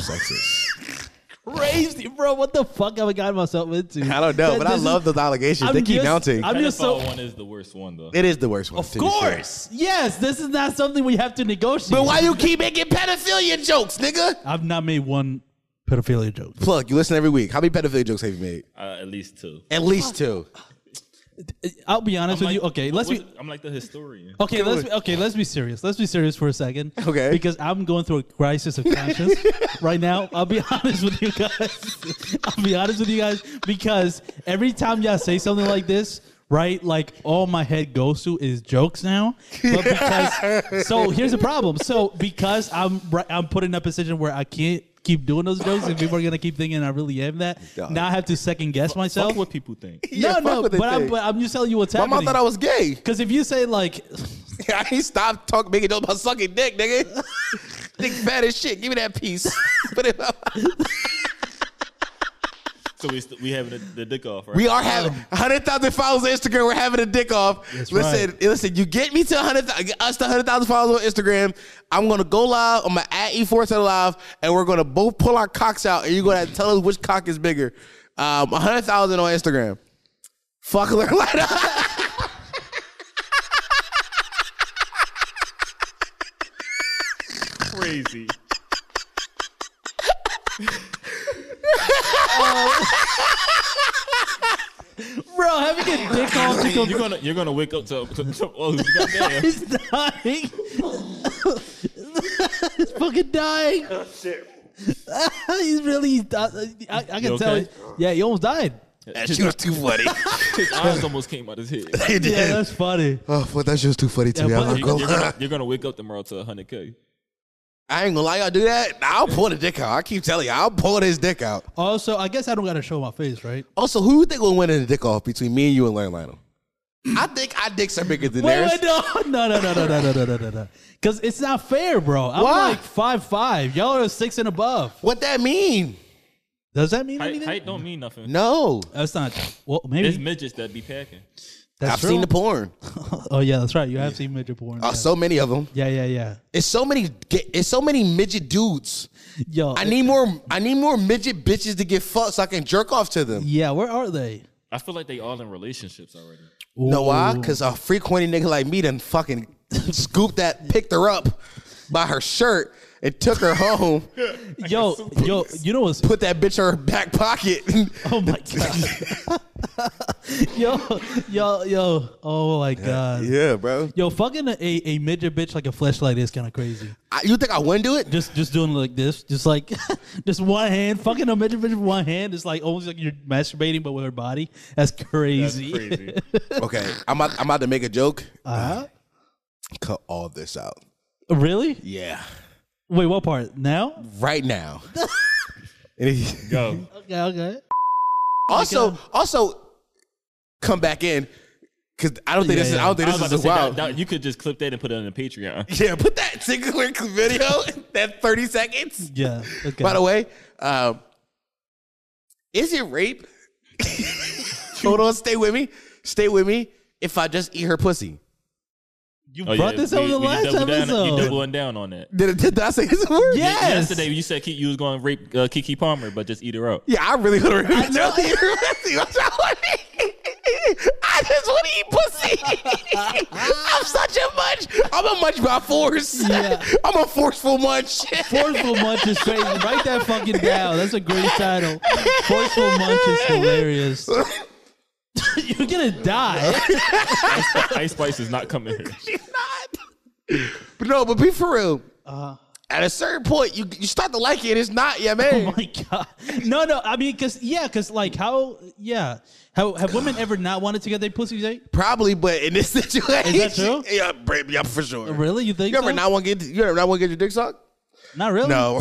Speaker 5: (laughs)
Speaker 4: sexist.
Speaker 5: crazy, bro. What the fuck have I gotten myself into?
Speaker 4: I don't know,
Speaker 5: That-
Speaker 4: but I
Speaker 5: this is-
Speaker 4: love those allegations. They
Speaker 5: I'm
Speaker 4: keep
Speaker 5: just-
Speaker 4: mounting.
Speaker 5: I'm just so.
Speaker 2: Pedophile one is the worst one though.
Speaker 4: It is the worst one.
Speaker 5: Of
Speaker 4: to be fair.
Speaker 5: course, yes. This is not something we have to negotiate.
Speaker 4: But why you keep making pedophilia jokes, nigga?
Speaker 5: I've not made one pedophilia joke.
Speaker 4: Plug, you listen every week. How many pedophilia jokes have you made?
Speaker 2: Uh, at least two.
Speaker 4: At least two.
Speaker 5: Uh, I'll be honest
Speaker 2: I'm
Speaker 5: with
Speaker 2: like-
Speaker 5: you. Okay, let's
Speaker 2: what-
Speaker 5: be. Oh,
Speaker 2: I'm like the historian.
Speaker 5: Okay, let's be, okay, let's be serious. Let's be serious for a second.
Speaker 4: Okay.
Speaker 5: Because I'm going through a crisis of conscience right now. I'll be (laughs) honest with you guys. (laughs) I'll be honest with you guys because every time y'all say something like this, right? Like all my head goes to is jokes now. But because so here's the problem. So because I'm ri- I'm put in a position where I can't keep doing those jokes and people are gonna keep thinking I really am that.
Speaker 4: God.
Speaker 5: Now I have to second guess myself.
Speaker 2: Fuck what people think.
Speaker 4: (laughs) Yeah,
Speaker 5: no,
Speaker 4: fuck
Speaker 5: no,
Speaker 4: what they
Speaker 5: but I'm,
Speaker 4: think.
Speaker 5: but I'm just telling you what's
Speaker 4: My mom
Speaker 5: happening.
Speaker 4: thought I was gay. (laughs)
Speaker 5: Because if you say like, (laughs)
Speaker 4: I ain't stop talking, making jokes about sucking dick, nigga. (laughs) dick fat as shit. Give me that piece. (laughs) Put it up.
Speaker 2: So we st- we having the, the dick off, right?
Speaker 4: We
Speaker 5: Um,
Speaker 4: are having 100,000 followers on Instagram. We're having a dick off. listen, listen, you get me to 100, get us to 100,000 followers on Instagram. I'm going to go live. I'm going to at E4 live, and we're going to both pull our cocks out, and you're going to tell us which cock is bigger. Um, 100,000 on Instagram. Fuck Learn Light Up.
Speaker 2: crazy.
Speaker 5: bro, having a dick
Speaker 4: (laughs)
Speaker 5: off to
Speaker 2: You're gonna you're gonna wake up to, to, to oh
Speaker 5: (laughs)
Speaker 2: goddamn.
Speaker 5: He's dying. (laughs) He's fucking dying. (laughs) He's really. di- I, I can
Speaker 2: You
Speaker 5: tell.
Speaker 2: okay?
Speaker 5: Yeah, he almost died.
Speaker 4: that shit was too funny.
Speaker 2: His eyes almost came out his head.
Speaker 4: It
Speaker 5: Yeah,
Speaker 4: did.
Speaker 5: that's
Speaker 4: (laughs)
Speaker 5: funny.
Speaker 4: Oh, fuck, that shit was too funny to
Speaker 5: Yeah,
Speaker 4: me. I'm
Speaker 5: but-
Speaker 4: not
Speaker 2: You-
Speaker 4: gonna
Speaker 2: You're
Speaker 4: lie.
Speaker 2: gonna, you're gonna wake up tomorrow to 100k.
Speaker 4: I ain't gonna lie, y'all do that. Nah, I'll pull the dick out. I keep telling you, I'll pull his dick out.
Speaker 5: Also, I guess I don't gotta show my face,
Speaker 4: (laughs)
Speaker 5: right?
Speaker 4: Also, who you think will win in the dick off between me and you and Larry Lionel? I think our dicks are bigger than
Speaker 5: Wait,
Speaker 4: theirs.
Speaker 5: wait, no, (laughs) no, no, no, no, no, no, no, no, no. Because it's not fair, bro. I'm
Speaker 4: Why?
Speaker 5: like five five. Y'all are six and above.
Speaker 4: What that mean?
Speaker 5: Does that mean
Speaker 2: Height,
Speaker 5: anything?
Speaker 2: height don't mean nothing.
Speaker 4: No,
Speaker 5: That's not. Well,
Speaker 2: It's
Speaker 5: maybe
Speaker 2: midgets that be packing.
Speaker 5: that's
Speaker 4: I've
Speaker 5: true.
Speaker 4: seen the porn.
Speaker 5: Oh yeah, that's right. You have seen midget porn.
Speaker 4: Uh, so many of them.
Speaker 5: yeah, yeah, yeah.
Speaker 4: It's so many. ga- It's so many midget dudes.
Speaker 5: Yo,
Speaker 4: I need more. I need more midget bitches to get fucked so I can jerk off to them.
Speaker 5: Yeah, where are they?
Speaker 2: I feel like they all in relationships already.
Speaker 4: Know why?
Speaker 5: Ooh.
Speaker 4: Because a freak horny nigga like me done fucking (laughs) scooped that, picked her up by her shirt and took her home.
Speaker 5: yo, yo, you know what's
Speaker 4: Put that bitch in her back pocket.
Speaker 5: Oh my god. yo, yo, yo. Oh my god.
Speaker 4: (laughs) yeah, bro.
Speaker 5: Yo, fucking a, a midget bitch like a flashlight is kind of crazy.
Speaker 4: I, you think I wouldn't do it?
Speaker 5: Just just doing like this, just like (laughs) just one hand, fucking a midget bitch with one hand. It's like almost like you're masturbating, but with her body. That's crazy.
Speaker 2: Crazy.
Speaker 4: Okay, I'm about, I'm about to make a joke.
Speaker 5: Uh-huh.
Speaker 4: Cut all this out.
Speaker 5: Really?
Speaker 4: Yeah.
Speaker 5: Wait, what part? Now?
Speaker 4: Right now. (laughs) And he-
Speaker 2: Go.
Speaker 5: Okay, okay.
Speaker 4: (laughs) also, also, come back in because I don't think
Speaker 5: Yeah,
Speaker 4: this is.
Speaker 5: yeah.
Speaker 4: I don't think
Speaker 2: I was
Speaker 4: this
Speaker 2: about
Speaker 4: is
Speaker 2: to
Speaker 4: a
Speaker 2: say,
Speaker 4: wild.
Speaker 2: that, that- you could just clip that and put it on the Patreon.
Speaker 4: yeah, put that single quick (laughs) video. that thirty seconds.
Speaker 5: Yeah. Okay.
Speaker 4: By the way, um, is it rape? (laughs) Hold on, stay with me. Stay with me. If I just eat her pussy,
Speaker 5: you
Speaker 2: Oh,
Speaker 5: brought
Speaker 2: yeah,
Speaker 5: this
Speaker 2: we-
Speaker 5: up in the
Speaker 2: we
Speaker 5: last
Speaker 2: double down-
Speaker 5: episode.
Speaker 2: you doubling down on that.
Speaker 4: did, it, did I say his word?
Speaker 5: Yeah. Yes.
Speaker 2: Yesterday you said Ki- you was going to rape uh, Kiki Palmer, but just eat her up.
Speaker 4: Yeah, I really want to remember. I, just
Speaker 5: (laughs)
Speaker 4: want to I just want to eat pussy. (laughs) I'm such a munch. I'm a munch by force.
Speaker 5: Yeah.
Speaker 4: I'm a
Speaker 5: (laughs)
Speaker 4: forceful munch.
Speaker 5: Forceful Munch is crazy. Write that fucking down. That's a great title. Forceful Munch is hilarious. (laughs) You're gonna
Speaker 4: (laughs)
Speaker 5: die.
Speaker 2: (laughs) Ice Spice is not coming here.
Speaker 5: (laughs)
Speaker 4: She's not. But no, but be for real. At a certain point, you you start to like it. It's not, yeah, man.
Speaker 5: Uh-huh. Oh my god. No, no. I mean, cause yeah, cause like how yeah. How have women ever not wanted to get their pussies ate?
Speaker 4: Probably, but in this (laughs) situation,
Speaker 5: true?
Speaker 4: Yeah, baby, yeah, for sure.
Speaker 5: Really? You think
Speaker 4: You ever
Speaker 5: so?
Speaker 4: not want to get you ever not want to get your dick sucked?
Speaker 5: Not (laughs) really.
Speaker 4: No,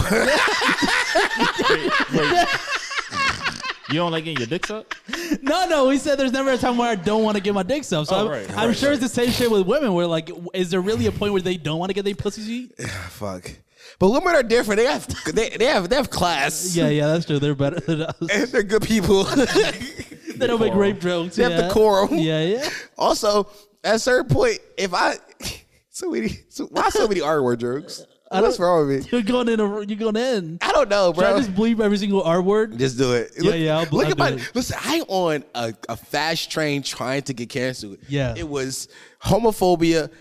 Speaker 2: You don't like getting your dicks up?
Speaker 5: No, no. We said there's never a time where I don't want to get my dick sucked. So
Speaker 2: Oh,
Speaker 5: I'm,
Speaker 2: right,
Speaker 5: I'm sure it's the same shit with women. Where like, is there really a point where they don't want to get their pussies eat?
Speaker 4: (laughs) fuck. But women are different. They have they, they have they have class.
Speaker 5: Yeah, yeah, that's true. They're better than us.
Speaker 4: and (laughs) they're
Speaker 5: (laughs)
Speaker 4: good people.
Speaker 5: They don't make rape jokes.
Speaker 4: They have
Speaker 5: yeah.
Speaker 4: decorum.
Speaker 5: Yeah, yeah.
Speaker 4: also, at a certain point, if I (laughs) so many, so, why so many R word jokes?
Speaker 5: (laughs) I
Speaker 4: What's
Speaker 5: don't-
Speaker 4: wrong with me?
Speaker 5: You're going in. A, you're going in.
Speaker 4: I don't know,
Speaker 5: Should I
Speaker 4: bro.
Speaker 5: just bleep every single R word?
Speaker 4: Just do it.
Speaker 5: Yeah, yeah, I'll-
Speaker 4: look
Speaker 5: I'll
Speaker 4: at my
Speaker 5: do it.
Speaker 4: listen. I'm on a, a fast train trying to get canceled.
Speaker 5: Yeah.
Speaker 4: it was homophobia,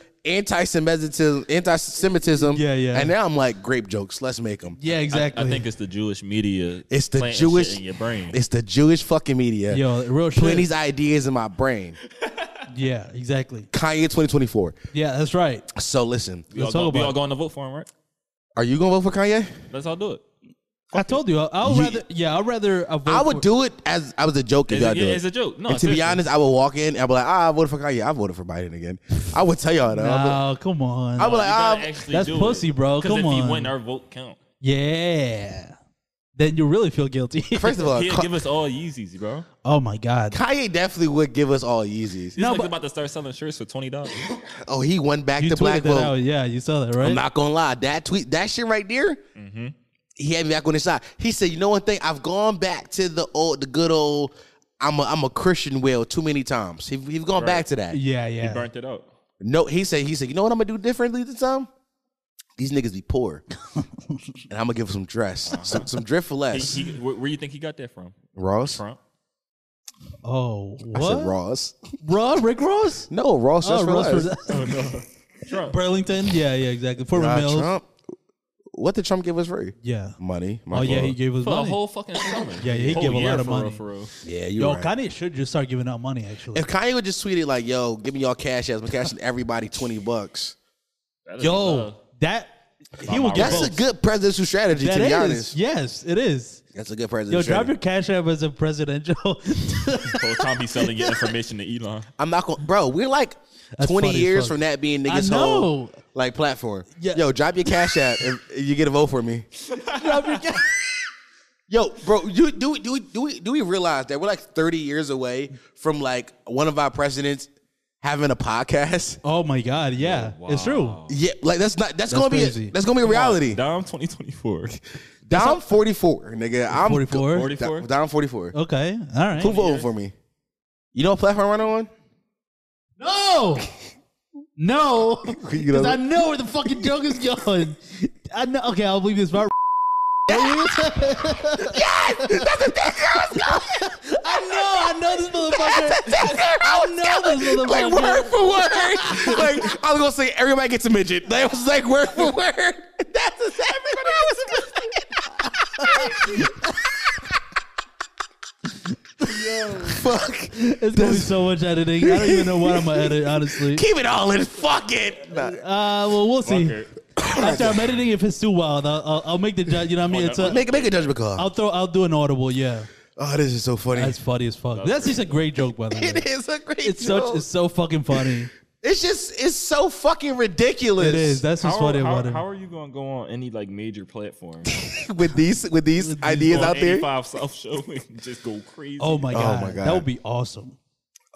Speaker 4: anti-Semitism, anti-Semitism.
Speaker 5: Yeah, yeah.
Speaker 4: And now I'm like grape jokes. Let's make them.
Speaker 5: Yeah, exactly.
Speaker 2: I think it's the Jewish media.
Speaker 4: It's the
Speaker 2: planting
Speaker 4: Jewish
Speaker 2: shit in your brain.
Speaker 4: It's the Jewish fucking media.
Speaker 5: Yo, real shit.
Speaker 4: putting these ideas in my brain.
Speaker 5: Yeah, exactly.
Speaker 4: Kanye 2024.
Speaker 5: Yeah, that's right.
Speaker 4: So listen,
Speaker 2: we all,
Speaker 5: Let's talk
Speaker 2: go, we
Speaker 5: about
Speaker 2: all
Speaker 5: it.
Speaker 2: going to vote for him, right?
Speaker 4: are you gonna vote for Kanye?
Speaker 2: Let's all do it.
Speaker 5: I told you. I- I'll
Speaker 4: You-
Speaker 5: rather. Yeah, I'd rather. I, vote
Speaker 4: I
Speaker 5: for-
Speaker 4: would do it as I was a joke if
Speaker 2: It's,
Speaker 4: y'all
Speaker 2: yeah,
Speaker 4: do
Speaker 2: it's
Speaker 4: it.
Speaker 2: a joke. No,
Speaker 4: And to be
Speaker 2: seriously.
Speaker 4: honest, I would walk in. I'd be like, ah, I voted for Kanye. I voted for Biden again. I would tell y'all that. I'd be-
Speaker 5: No, come on.
Speaker 4: I'd be like,
Speaker 2: You gotta (laughs)
Speaker 4: ah,
Speaker 2: actually
Speaker 5: that's
Speaker 2: do it.
Speaker 5: pussy, bro.
Speaker 2: 'Cause
Speaker 5: Come
Speaker 2: if
Speaker 5: on.
Speaker 2: he win, our vote count.
Speaker 5: yeah. Then you really feel guilty. (laughs)
Speaker 4: first
Speaker 5: Uh,
Speaker 4: of all,
Speaker 2: He'll
Speaker 4: Ka-
Speaker 2: give us all Yeezys, bro.
Speaker 5: oh my god.
Speaker 4: Kanye definitely would give us all Yeezys.
Speaker 2: This
Speaker 5: No,
Speaker 2: nigga's
Speaker 5: but-
Speaker 2: about to start selling shirts for twenty dollars.
Speaker 4: Oh, he won back
Speaker 5: You
Speaker 4: the black
Speaker 5: tweeted that out.
Speaker 4: vote.
Speaker 5: Yeah, you saw that, right?
Speaker 4: I'm not gonna lie, that tweet, that shit right there, he had me back on his side. He said, "You know one thing? I've gone back to the old, the good old. I'm a, I'm a Christian well too many times. He, he's gone back to that.
Speaker 5: yeah, yeah.
Speaker 2: Burnt it out.
Speaker 4: No, he said, he said, you know what I'm gonna do differently this time? These niggas be (laughs) poor, and I'm gonna give them some dress,
Speaker 5: Uh-huh.
Speaker 4: some, some drift for
Speaker 5: (laughs)
Speaker 2: He,
Speaker 4: less.
Speaker 2: he, where, where you think he got that from?
Speaker 4: Ross,
Speaker 2: Trump.
Speaker 5: Oh,
Speaker 4: I said
Speaker 5: what?
Speaker 4: Ross.
Speaker 5: Raw Rick Ross.
Speaker 4: No, Ross dress
Speaker 5: Oh,
Speaker 4: for
Speaker 5: Ross
Speaker 4: less.
Speaker 5: for-
Speaker 2: Trump.
Speaker 5: Burlington. Yeah, yeah, exactly. Former
Speaker 4: God,
Speaker 5: Mills.
Speaker 4: Trump. What did Trump give us free?
Speaker 5: Yeah.
Speaker 4: Money. my
Speaker 5: Oh yeah,
Speaker 4: fault.
Speaker 5: he gave us
Speaker 2: For a
Speaker 5: money.
Speaker 2: whole fucking summer.
Speaker 5: Yeah, he
Speaker 2: Whole
Speaker 5: gave a
Speaker 2: year
Speaker 5: lot of
Speaker 2: Oh, for real,
Speaker 5: money.
Speaker 2: for real.
Speaker 4: yeah, you
Speaker 5: Yo,
Speaker 4: right.
Speaker 5: Kanye should just start giving out money. Actually.
Speaker 4: If Kanye would just tweet it like, "Yo, give me y'all cash as I'm cashing everybody twenty bucks,"
Speaker 2: That'd be
Speaker 5: Yo,
Speaker 2: love.
Speaker 5: that he will get
Speaker 4: that's
Speaker 5: votes.
Speaker 4: a good presidential strategy.
Speaker 5: That
Speaker 4: to be
Speaker 5: is.
Speaker 4: honest,
Speaker 5: Yes, it is.
Speaker 4: that's a good presidential.
Speaker 5: Yo, drop
Speaker 4: strategy.
Speaker 5: your cash app as a
Speaker 4: (laughs)
Speaker 5: presidential.
Speaker 2: whole time he's selling your information to Elon.
Speaker 4: I'm not going, to bro. We're like
Speaker 5: That's
Speaker 4: twenty
Speaker 5: funny as
Speaker 4: years
Speaker 5: fuck.
Speaker 4: from that being niggas'
Speaker 5: I know.
Speaker 4: whole like platform.
Speaker 5: Yeah.
Speaker 4: Yo, drop your cash app and you get a vote for me.
Speaker 5: drop your cash.
Speaker 4: (laughs) Yo, bro, do do do do we do we realize that we're like thirty years away from like one of our presidents having a podcast?
Speaker 5: Oh my God! Yeah, it's true.
Speaker 4: Yeah, like that's not that's, gonna be
Speaker 5: crazy.
Speaker 4: a, that's gonna be a reality.
Speaker 2: Dom 2024.
Speaker 4: Down forty four, nigga. I'm
Speaker 5: 44?
Speaker 2: 44?
Speaker 4: Down forty four.
Speaker 5: Okay, all right.
Speaker 4: Who voted for me? You know what platform I'm on?
Speaker 5: No, no,
Speaker 4: (laughs) You know-
Speaker 5: because I know where the fucking joke is going. I know. Okay, I'll leave this part. (laughs) I know, I know this
Speaker 4: (laughs)
Speaker 5: motherfucker.
Speaker 4: I
Speaker 5: know this motherfucker.
Speaker 4: Like word for word. like I was gonna say everybody gets a midget. That was like word for word. That's exactly what I was supposed to Fuck.
Speaker 5: It's gonna be so much editing. I don't even know what I'm gonna edit,
Speaker 4: (laughs)
Speaker 5: honestly.
Speaker 4: Keep it all in. Fuck it. Nah.
Speaker 5: Uh, well, we'll see.
Speaker 2: Okay.
Speaker 5: After I'm editing, if it's too wild, I'll, I'll, I'll make the judge. You know what I mean? It's a,
Speaker 4: Make make a judgment call.
Speaker 5: I'll throw. I'll do an audible. Yeah,
Speaker 4: oh, this is so funny.
Speaker 2: (laughs)
Speaker 5: that's funny as fuck. That's just a great joke, by the way.
Speaker 4: It is a great
Speaker 5: It's
Speaker 4: joke.
Speaker 5: such. It's so fucking funny.
Speaker 4: It's just it's so fucking ridiculous.
Speaker 5: It is. That's just
Speaker 2: How,
Speaker 5: what it
Speaker 2: how,
Speaker 5: wanted.
Speaker 2: how are you gonna go on any like major platform?
Speaker 4: with these with these ideas
Speaker 2: Go on
Speaker 4: out there.
Speaker 2: 85 South Show (laughs) and just go crazy.
Speaker 5: Oh my,
Speaker 4: Oh
Speaker 5: god.
Speaker 4: my God.
Speaker 5: That would be awesome.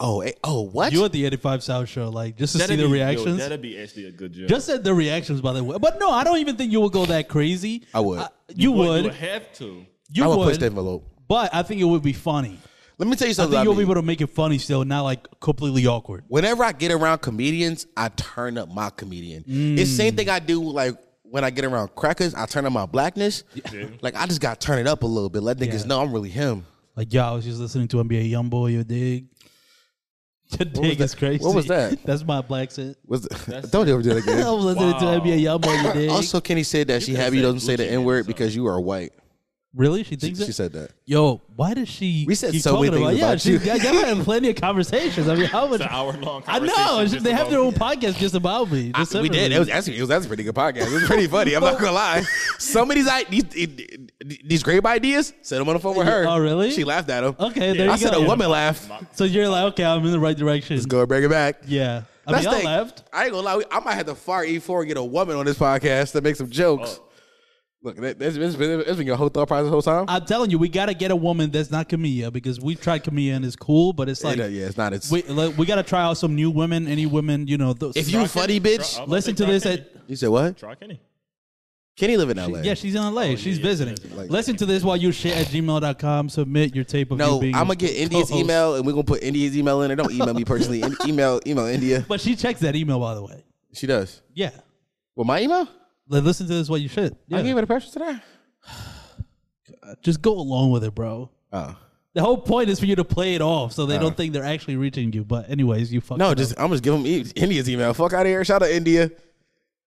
Speaker 4: Oh, eh, oh, what?
Speaker 5: You at the 85 South show, like just to
Speaker 2: That'd
Speaker 5: see the
Speaker 2: be- yo,
Speaker 5: reactions.
Speaker 2: that'd be actually a good joke.
Speaker 5: just at the reactions, by the way. But no, I don't even think you would go that crazy.
Speaker 4: I would.
Speaker 5: you, would.
Speaker 2: You would have to.
Speaker 5: You
Speaker 4: I would
Speaker 5: would.
Speaker 4: push the envelope.
Speaker 5: but I think it would be funny.
Speaker 4: Let me tell you
Speaker 5: I
Speaker 4: something.
Speaker 5: think you'll
Speaker 4: about
Speaker 5: be
Speaker 4: me.
Speaker 5: able to make it funny still, not like completely awkward.
Speaker 4: whenever I get around comedians, I turn up my comedian. It's same thing I do like when I get around crackers, I turn up my blackness. Like I just got to turn it up a little bit. Let niggas
Speaker 5: Yeah.
Speaker 4: know I'm really him.
Speaker 5: Like, yo, I was just listening to NBA Youngboy, your dig. Your dig
Speaker 4: that?
Speaker 5: is crazy.
Speaker 4: What was that?
Speaker 5: (laughs) That's my black set.
Speaker 4: Was (laughs) don't ever do that
Speaker 5: (laughs) I
Speaker 4: again.
Speaker 5: was listening
Speaker 2: Wow.
Speaker 5: to NBA Youngboy,
Speaker 4: (laughs)
Speaker 5: your dig.
Speaker 4: also, Kenny said that she
Speaker 2: could've
Speaker 4: happy
Speaker 2: said
Speaker 4: doesn't say the
Speaker 2: Gucci
Speaker 4: N word
Speaker 2: Mane or
Speaker 4: because you are white.
Speaker 5: really? She
Speaker 4: She,
Speaker 5: thinks that?
Speaker 4: she said that.
Speaker 5: Yo, why does she?
Speaker 4: We said
Speaker 5: keep
Speaker 4: so many
Speaker 5: talking
Speaker 4: things
Speaker 5: yeah,
Speaker 4: about
Speaker 5: she, (laughs)
Speaker 4: you.
Speaker 5: y'all had plenty of conversations. I mean, how much?
Speaker 2: It's an hour long
Speaker 5: I
Speaker 2: conversation.
Speaker 5: know
Speaker 2: just
Speaker 5: they have
Speaker 2: about-
Speaker 5: their own podcast just about me. just
Speaker 4: we did.
Speaker 5: separately.
Speaker 4: It was actually it was that's a pretty good podcast.
Speaker 5: (laughs)
Speaker 4: It was pretty funny. I'm not gonna lie. Some of these i- these these great ideas. Said them on the phone with her.
Speaker 5: Oh, really?
Speaker 4: She laughed at them.
Speaker 5: okay. There you
Speaker 4: I said
Speaker 5: go.
Speaker 4: a woman laugh.
Speaker 5: So you're like, okay, I'm in the right direction.
Speaker 4: Let's go bring it back.
Speaker 5: Yeah, I
Speaker 4: That's
Speaker 5: mean,
Speaker 4: the-
Speaker 5: I left.
Speaker 4: I ain't gonna lie. we- I might have to fire E4 and get a woman on this podcast to make some jokes.
Speaker 5: Oh.
Speaker 4: Look, that, that's, that's been, that's been your whole thought process the whole time.
Speaker 5: I'm telling you, we gotta get a woman that's not Camilla because we tried Camilla and it's cool, but it's like
Speaker 4: yeah, yeah, it's not. It's
Speaker 5: we like, we gotta try out some new women, any women, you know. Those,
Speaker 4: if you funny bitch.
Speaker 2: I'm about
Speaker 5: listen
Speaker 2: say
Speaker 5: to this,
Speaker 2: Try
Speaker 5: at,
Speaker 2: Kenny.
Speaker 4: you said what?
Speaker 2: Try Kenny.
Speaker 4: Kenny live in LA.
Speaker 5: Oh, yeah, she's in LA, she's visiting.
Speaker 4: Like-
Speaker 5: listen to this while you shit at gmail.com. Submit your tape of
Speaker 4: no,
Speaker 5: you being.
Speaker 4: I'm gonna get India's
Speaker 5: co-host.
Speaker 4: email and we're gonna put India's email in there. Don't email me personally. In- email email India.
Speaker 5: (laughs) But she checks that email, by the way.
Speaker 4: She does.
Speaker 5: Yeah.
Speaker 4: Well, my email.
Speaker 5: Like, listen to this while you shit.
Speaker 4: I
Speaker 5: Yeah.
Speaker 4: gave it a preference today.
Speaker 5: Just go along with it, bro.
Speaker 4: Oh
Speaker 5: The whole point is for you to play it off so they don't think they're actually reaching you. But anyways, you fuck.
Speaker 4: no, just I'm just giving him E, India's email. Fuck out of here. Shout out India.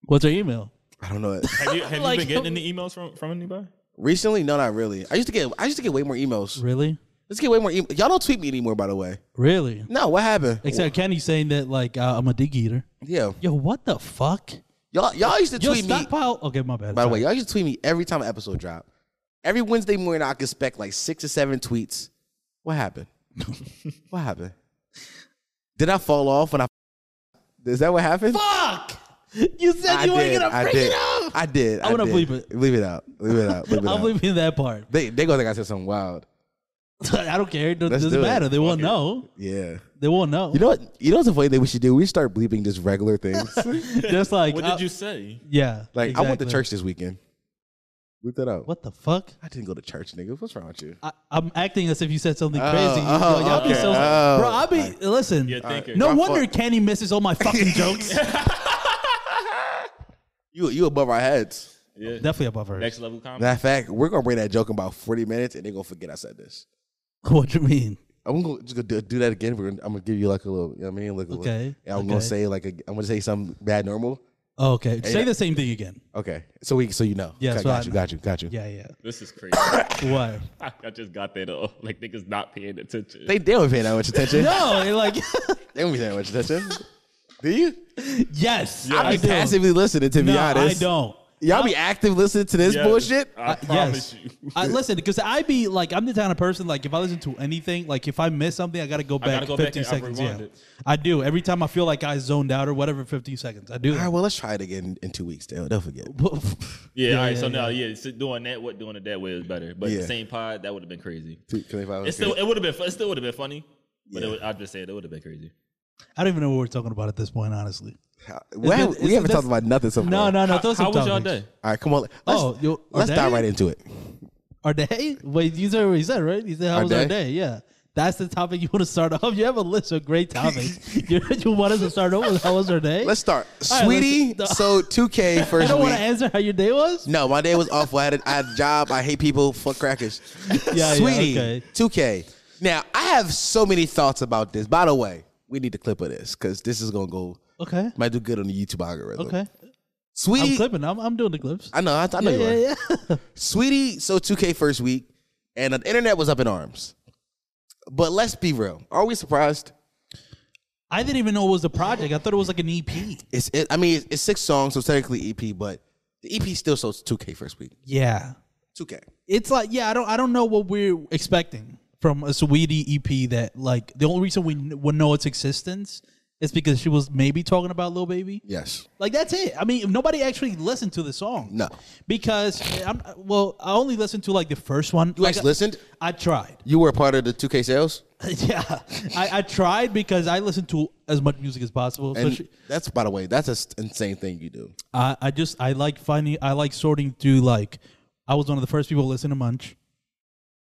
Speaker 5: what's her email?
Speaker 4: I don't know it.
Speaker 5: (laughs)
Speaker 2: Have you, have
Speaker 5: Like- uh,
Speaker 2: you been getting any emails from, from anybody?
Speaker 4: Recently, no, not really. I used to get I used to get way more emails.
Speaker 5: Really,
Speaker 4: Let's get way more. Email. Y'all don't tweet me anymore, by the way.
Speaker 5: really.
Speaker 4: No, what happened?
Speaker 5: Except Kenny saying that like uh, I'm a dig eater.
Speaker 4: Yeah,
Speaker 5: Yo, what the fuck?
Speaker 4: y'all y'all used to
Speaker 5: Yo,
Speaker 4: tweet me.
Speaker 5: stockpile. Okay, my bad.
Speaker 4: By the
Speaker 5: Sorry.
Speaker 4: way, y'all used to tweet me every time an episode dropped. Every Wednesday morning, I could expect like six or seven tweets. What (laughs) happened? what happened? Did I fall off when I? Is that what happened?
Speaker 5: fuck. You said
Speaker 4: I
Speaker 5: you weren't
Speaker 4: did,
Speaker 5: gonna
Speaker 4: I
Speaker 5: bring
Speaker 4: did,
Speaker 5: it up.
Speaker 4: I did. I
Speaker 5: wanna
Speaker 4: did.
Speaker 5: bleep it.
Speaker 4: Leave it out. Leave it out. Leave (laughs) it
Speaker 5: I'm
Speaker 4: out.
Speaker 5: leaving that part. (laughs)
Speaker 4: They they gonna think I said something wild.
Speaker 5: I don't care. It
Speaker 4: Let's
Speaker 5: doesn't
Speaker 4: do it.
Speaker 5: matter. They won't know.
Speaker 4: Yeah.
Speaker 5: They won't know.
Speaker 4: You know what? You know what's a funny thing we should do? We start bleeping just regular (laughs) things.
Speaker 5: (laughs) just like
Speaker 2: What
Speaker 5: uh,
Speaker 2: did you say?
Speaker 5: Yeah.
Speaker 4: like I went to
Speaker 5: exactly.
Speaker 4: church this weekend. Bleep that out.
Speaker 5: What the fuck?
Speaker 4: I didn't go to church, nigga. What's wrong with you?
Speaker 5: I, I'm acting as if you said something
Speaker 4: Oh,
Speaker 5: crazy. Yo,
Speaker 4: oh,
Speaker 5: y'all be
Speaker 4: okay.
Speaker 5: so,
Speaker 4: Oh.
Speaker 5: bro. I'll be listen.
Speaker 2: Yeah, thinker.
Speaker 5: No
Speaker 4: My
Speaker 5: wonder
Speaker 4: fault.
Speaker 5: Kenny misses
Speaker 4: (laughs)
Speaker 5: all my fucking jokes.
Speaker 4: You you above our heads.
Speaker 2: Yeah.
Speaker 5: Definitely above her.
Speaker 2: Next level comedy.
Speaker 4: Matter of fact, we're gonna bring that joke in about forty minutes, and they're gonna forget I said this.
Speaker 5: (laughs) What you mean?
Speaker 4: I'm gonna just gonna do, do that again. We're gonna, I'm gonna give you like a little. You know what I mean, like a little,
Speaker 5: Okay,
Speaker 4: and I'm gonna
Speaker 5: okay.
Speaker 4: say like a, I'm gonna say something bad normal.
Speaker 5: Oh, okay. Say
Speaker 4: yeah.
Speaker 5: the same thing again.
Speaker 4: Okay, so we so you know.
Speaker 5: Yeah,
Speaker 4: okay,
Speaker 5: so I
Speaker 4: got you,
Speaker 5: know.
Speaker 4: got you, got you.
Speaker 5: Yeah, yeah.
Speaker 2: This is crazy. (laughs)
Speaker 5: Why?
Speaker 2: I just got that off. Like niggas not paying attention.
Speaker 4: They they don't pay that much
Speaker 5: (laughs)
Speaker 4: attention.
Speaker 5: No, it like
Speaker 4: They don't pay that much attention. do you?
Speaker 5: yes.
Speaker 4: I
Speaker 5: I
Speaker 4: be
Speaker 5: do.
Speaker 4: passively listening to be
Speaker 5: no,
Speaker 4: honest.
Speaker 5: I don't.
Speaker 4: Y'all be active listening to this
Speaker 2: Yes,
Speaker 4: bullshit.
Speaker 2: I
Speaker 5: Yes.
Speaker 2: promise you.
Speaker 5: I listen because I be like I'm the kind of person like if I listen to anything like if I miss something I gotta go back
Speaker 2: gotta go back
Speaker 5: 15
Speaker 2: and I
Speaker 5: seconds.
Speaker 2: rewind
Speaker 5: yeah,
Speaker 2: it.
Speaker 5: I do every time I feel like I zoned out or whatever 15 seconds. I do.
Speaker 4: All
Speaker 5: (laughs)
Speaker 4: right,
Speaker 5: That.
Speaker 4: well let's try it again in two weeks. They'll they'll forget.
Speaker 2: Yeah, all right. so
Speaker 5: yeah,
Speaker 2: now, yeah, so doing that, what doing it that way is better. But
Speaker 4: Yeah.
Speaker 2: the same pod, that would have been crazy.
Speaker 4: Two- 25,
Speaker 2: It still,
Speaker 4: okay.
Speaker 2: it would have been, fu- it still would have been funny. But
Speaker 4: Yeah.
Speaker 2: it would, I'd just say it would have been crazy.
Speaker 5: I don't even know what we're talking about at this point, honestly.
Speaker 4: we haven't, we
Speaker 5: it's-
Speaker 4: haven't
Speaker 5: that's-
Speaker 4: talked about nothing so far.
Speaker 5: No, no, no.
Speaker 2: How,
Speaker 5: throw some
Speaker 2: how was y'all
Speaker 5: topics.
Speaker 2: day?
Speaker 4: All right, come on. Let's,
Speaker 5: Oh, you- are
Speaker 4: let's
Speaker 5: they-
Speaker 4: dive right into it.
Speaker 5: Our day? Wait, you said what you said, right? You said how
Speaker 4: Our
Speaker 5: was our
Speaker 4: day?
Speaker 5: day? Yeah. That's the topic you want to start off. You have a list of great
Speaker 4: (laughs)
Speaker 5: topics. you, you want us to start off with how was our day?
Speaker 4: Let's start,
Speaker 5: All right,
Speaker 4: sweetie.
Speaker 5: let's-
Speaker 4: so
Speaker 5: (laughs)
Speaker 4: 2K
Speaker 5: I
Speaker 4: first
Speaker 5: don't
Speaker 4: week.
Speaker 5: want to answer how your day was.
Speaker 4: no, my day was awful. I had, a, I had a job. I hate people. Fuck crackers.
Speaker 5: (laughs) yeah,
Speaker 4: sweetie,
Speaker 5: okay.
Speaker 4: 2K. Now I have so many thoughts about this. By the way, we need a clip of this because this is gonna go
Speaker 5: Okay.
Speaker 4: might do good on the YouTube algorithm.
Speaker 5: Okay. I'm
Speaker 4: sweetie.
Speaker 5: clipping. I'm, I'm doing the clips.
Speaker 4: I know. I, I know you
Speaker 5: yeah,
Speaker 4: are.
Speaker 5: yeah, yeah.
Speaker 4: Sweetie, so 2K first week, and the internet was up in arms. But let's be real. Are we surprised?
Speaker 5: I didn't even know it was a project. I thought it was like an E EP.
Speaker 4: It's it, I mean, it's, it's six songs, so it's technically EP, but the EP still sold 2K first week.
Speaker 5: Yeah.
Speaker 4: 2K.
Speaker 5: It's like yeah, I don't I don't know what we're E expecting from a Sweetie EP that like the only reason we kn- would know its existence it's because she was maybe talking about Lil Baby.
Speaker 4: Yes.
Speaker 5: Like that's it. I mean, nobody actually listened to the song.
Speaker 4: No.
Speaker 5: because I'm well, I only listened to like the first one.
Speaker 4: You
Speaker 5: Like,
Speaker 4: guys
Speaker 5: I-
Speaker 4: listened?
Speaker 5: I tried. (laughs)
Speaker 4: You were a part of the 2K sales,
Speaker 5: yeah, I, I tried because I listened to as much music as possible.
Speaker 4: and
Speaker 5: especially-
Speaker 4: that's by the way, that's an insane thing you do.
Speaker 5: I, I just I like finding I like sorting through like I was one of the first people to listen to Munch.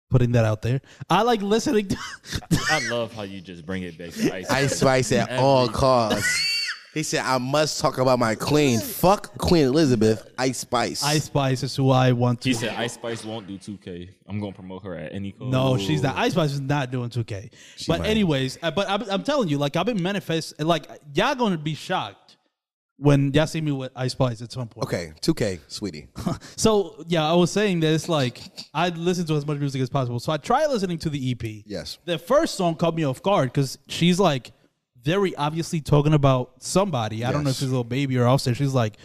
Speaker 5: Putting that out there, I like listening. To,
Speaker 2: I love how you just bring it back to ice.
Speaker 4: Ice Spice at all costs. He said, "I must talk about my queen. Fuck Queen Elizabeth. Ice Spice.
Speaker 5: Ice Spice is who I want to.
Speaker 2: He said Ice Spice won't do 2K. I'm gonna promote her at any cost.
Speaker 5: No, she's not. Ice Spice is not doing 2K. but
Speaker 4: might.
Speaker 5: anyways, uh, but I'm, I'm telling you, like I've been manifest. Like y'all gonna be shocked when y'all see me with Ice Spice at some point.
Speaker 4: Okay, 2K, sweetie.
Speaker 5: So yeah, I was saying that it's like I listen to as much music as possible. So I try listening to the EP.
Speaker 4: Yes.
Speaker 5: The first song caught me off guard because she's like very obviously talking about somebody. I don't know if
Speaker 4: Yes.
Speaker 5: she's a little baby or offset. She's like,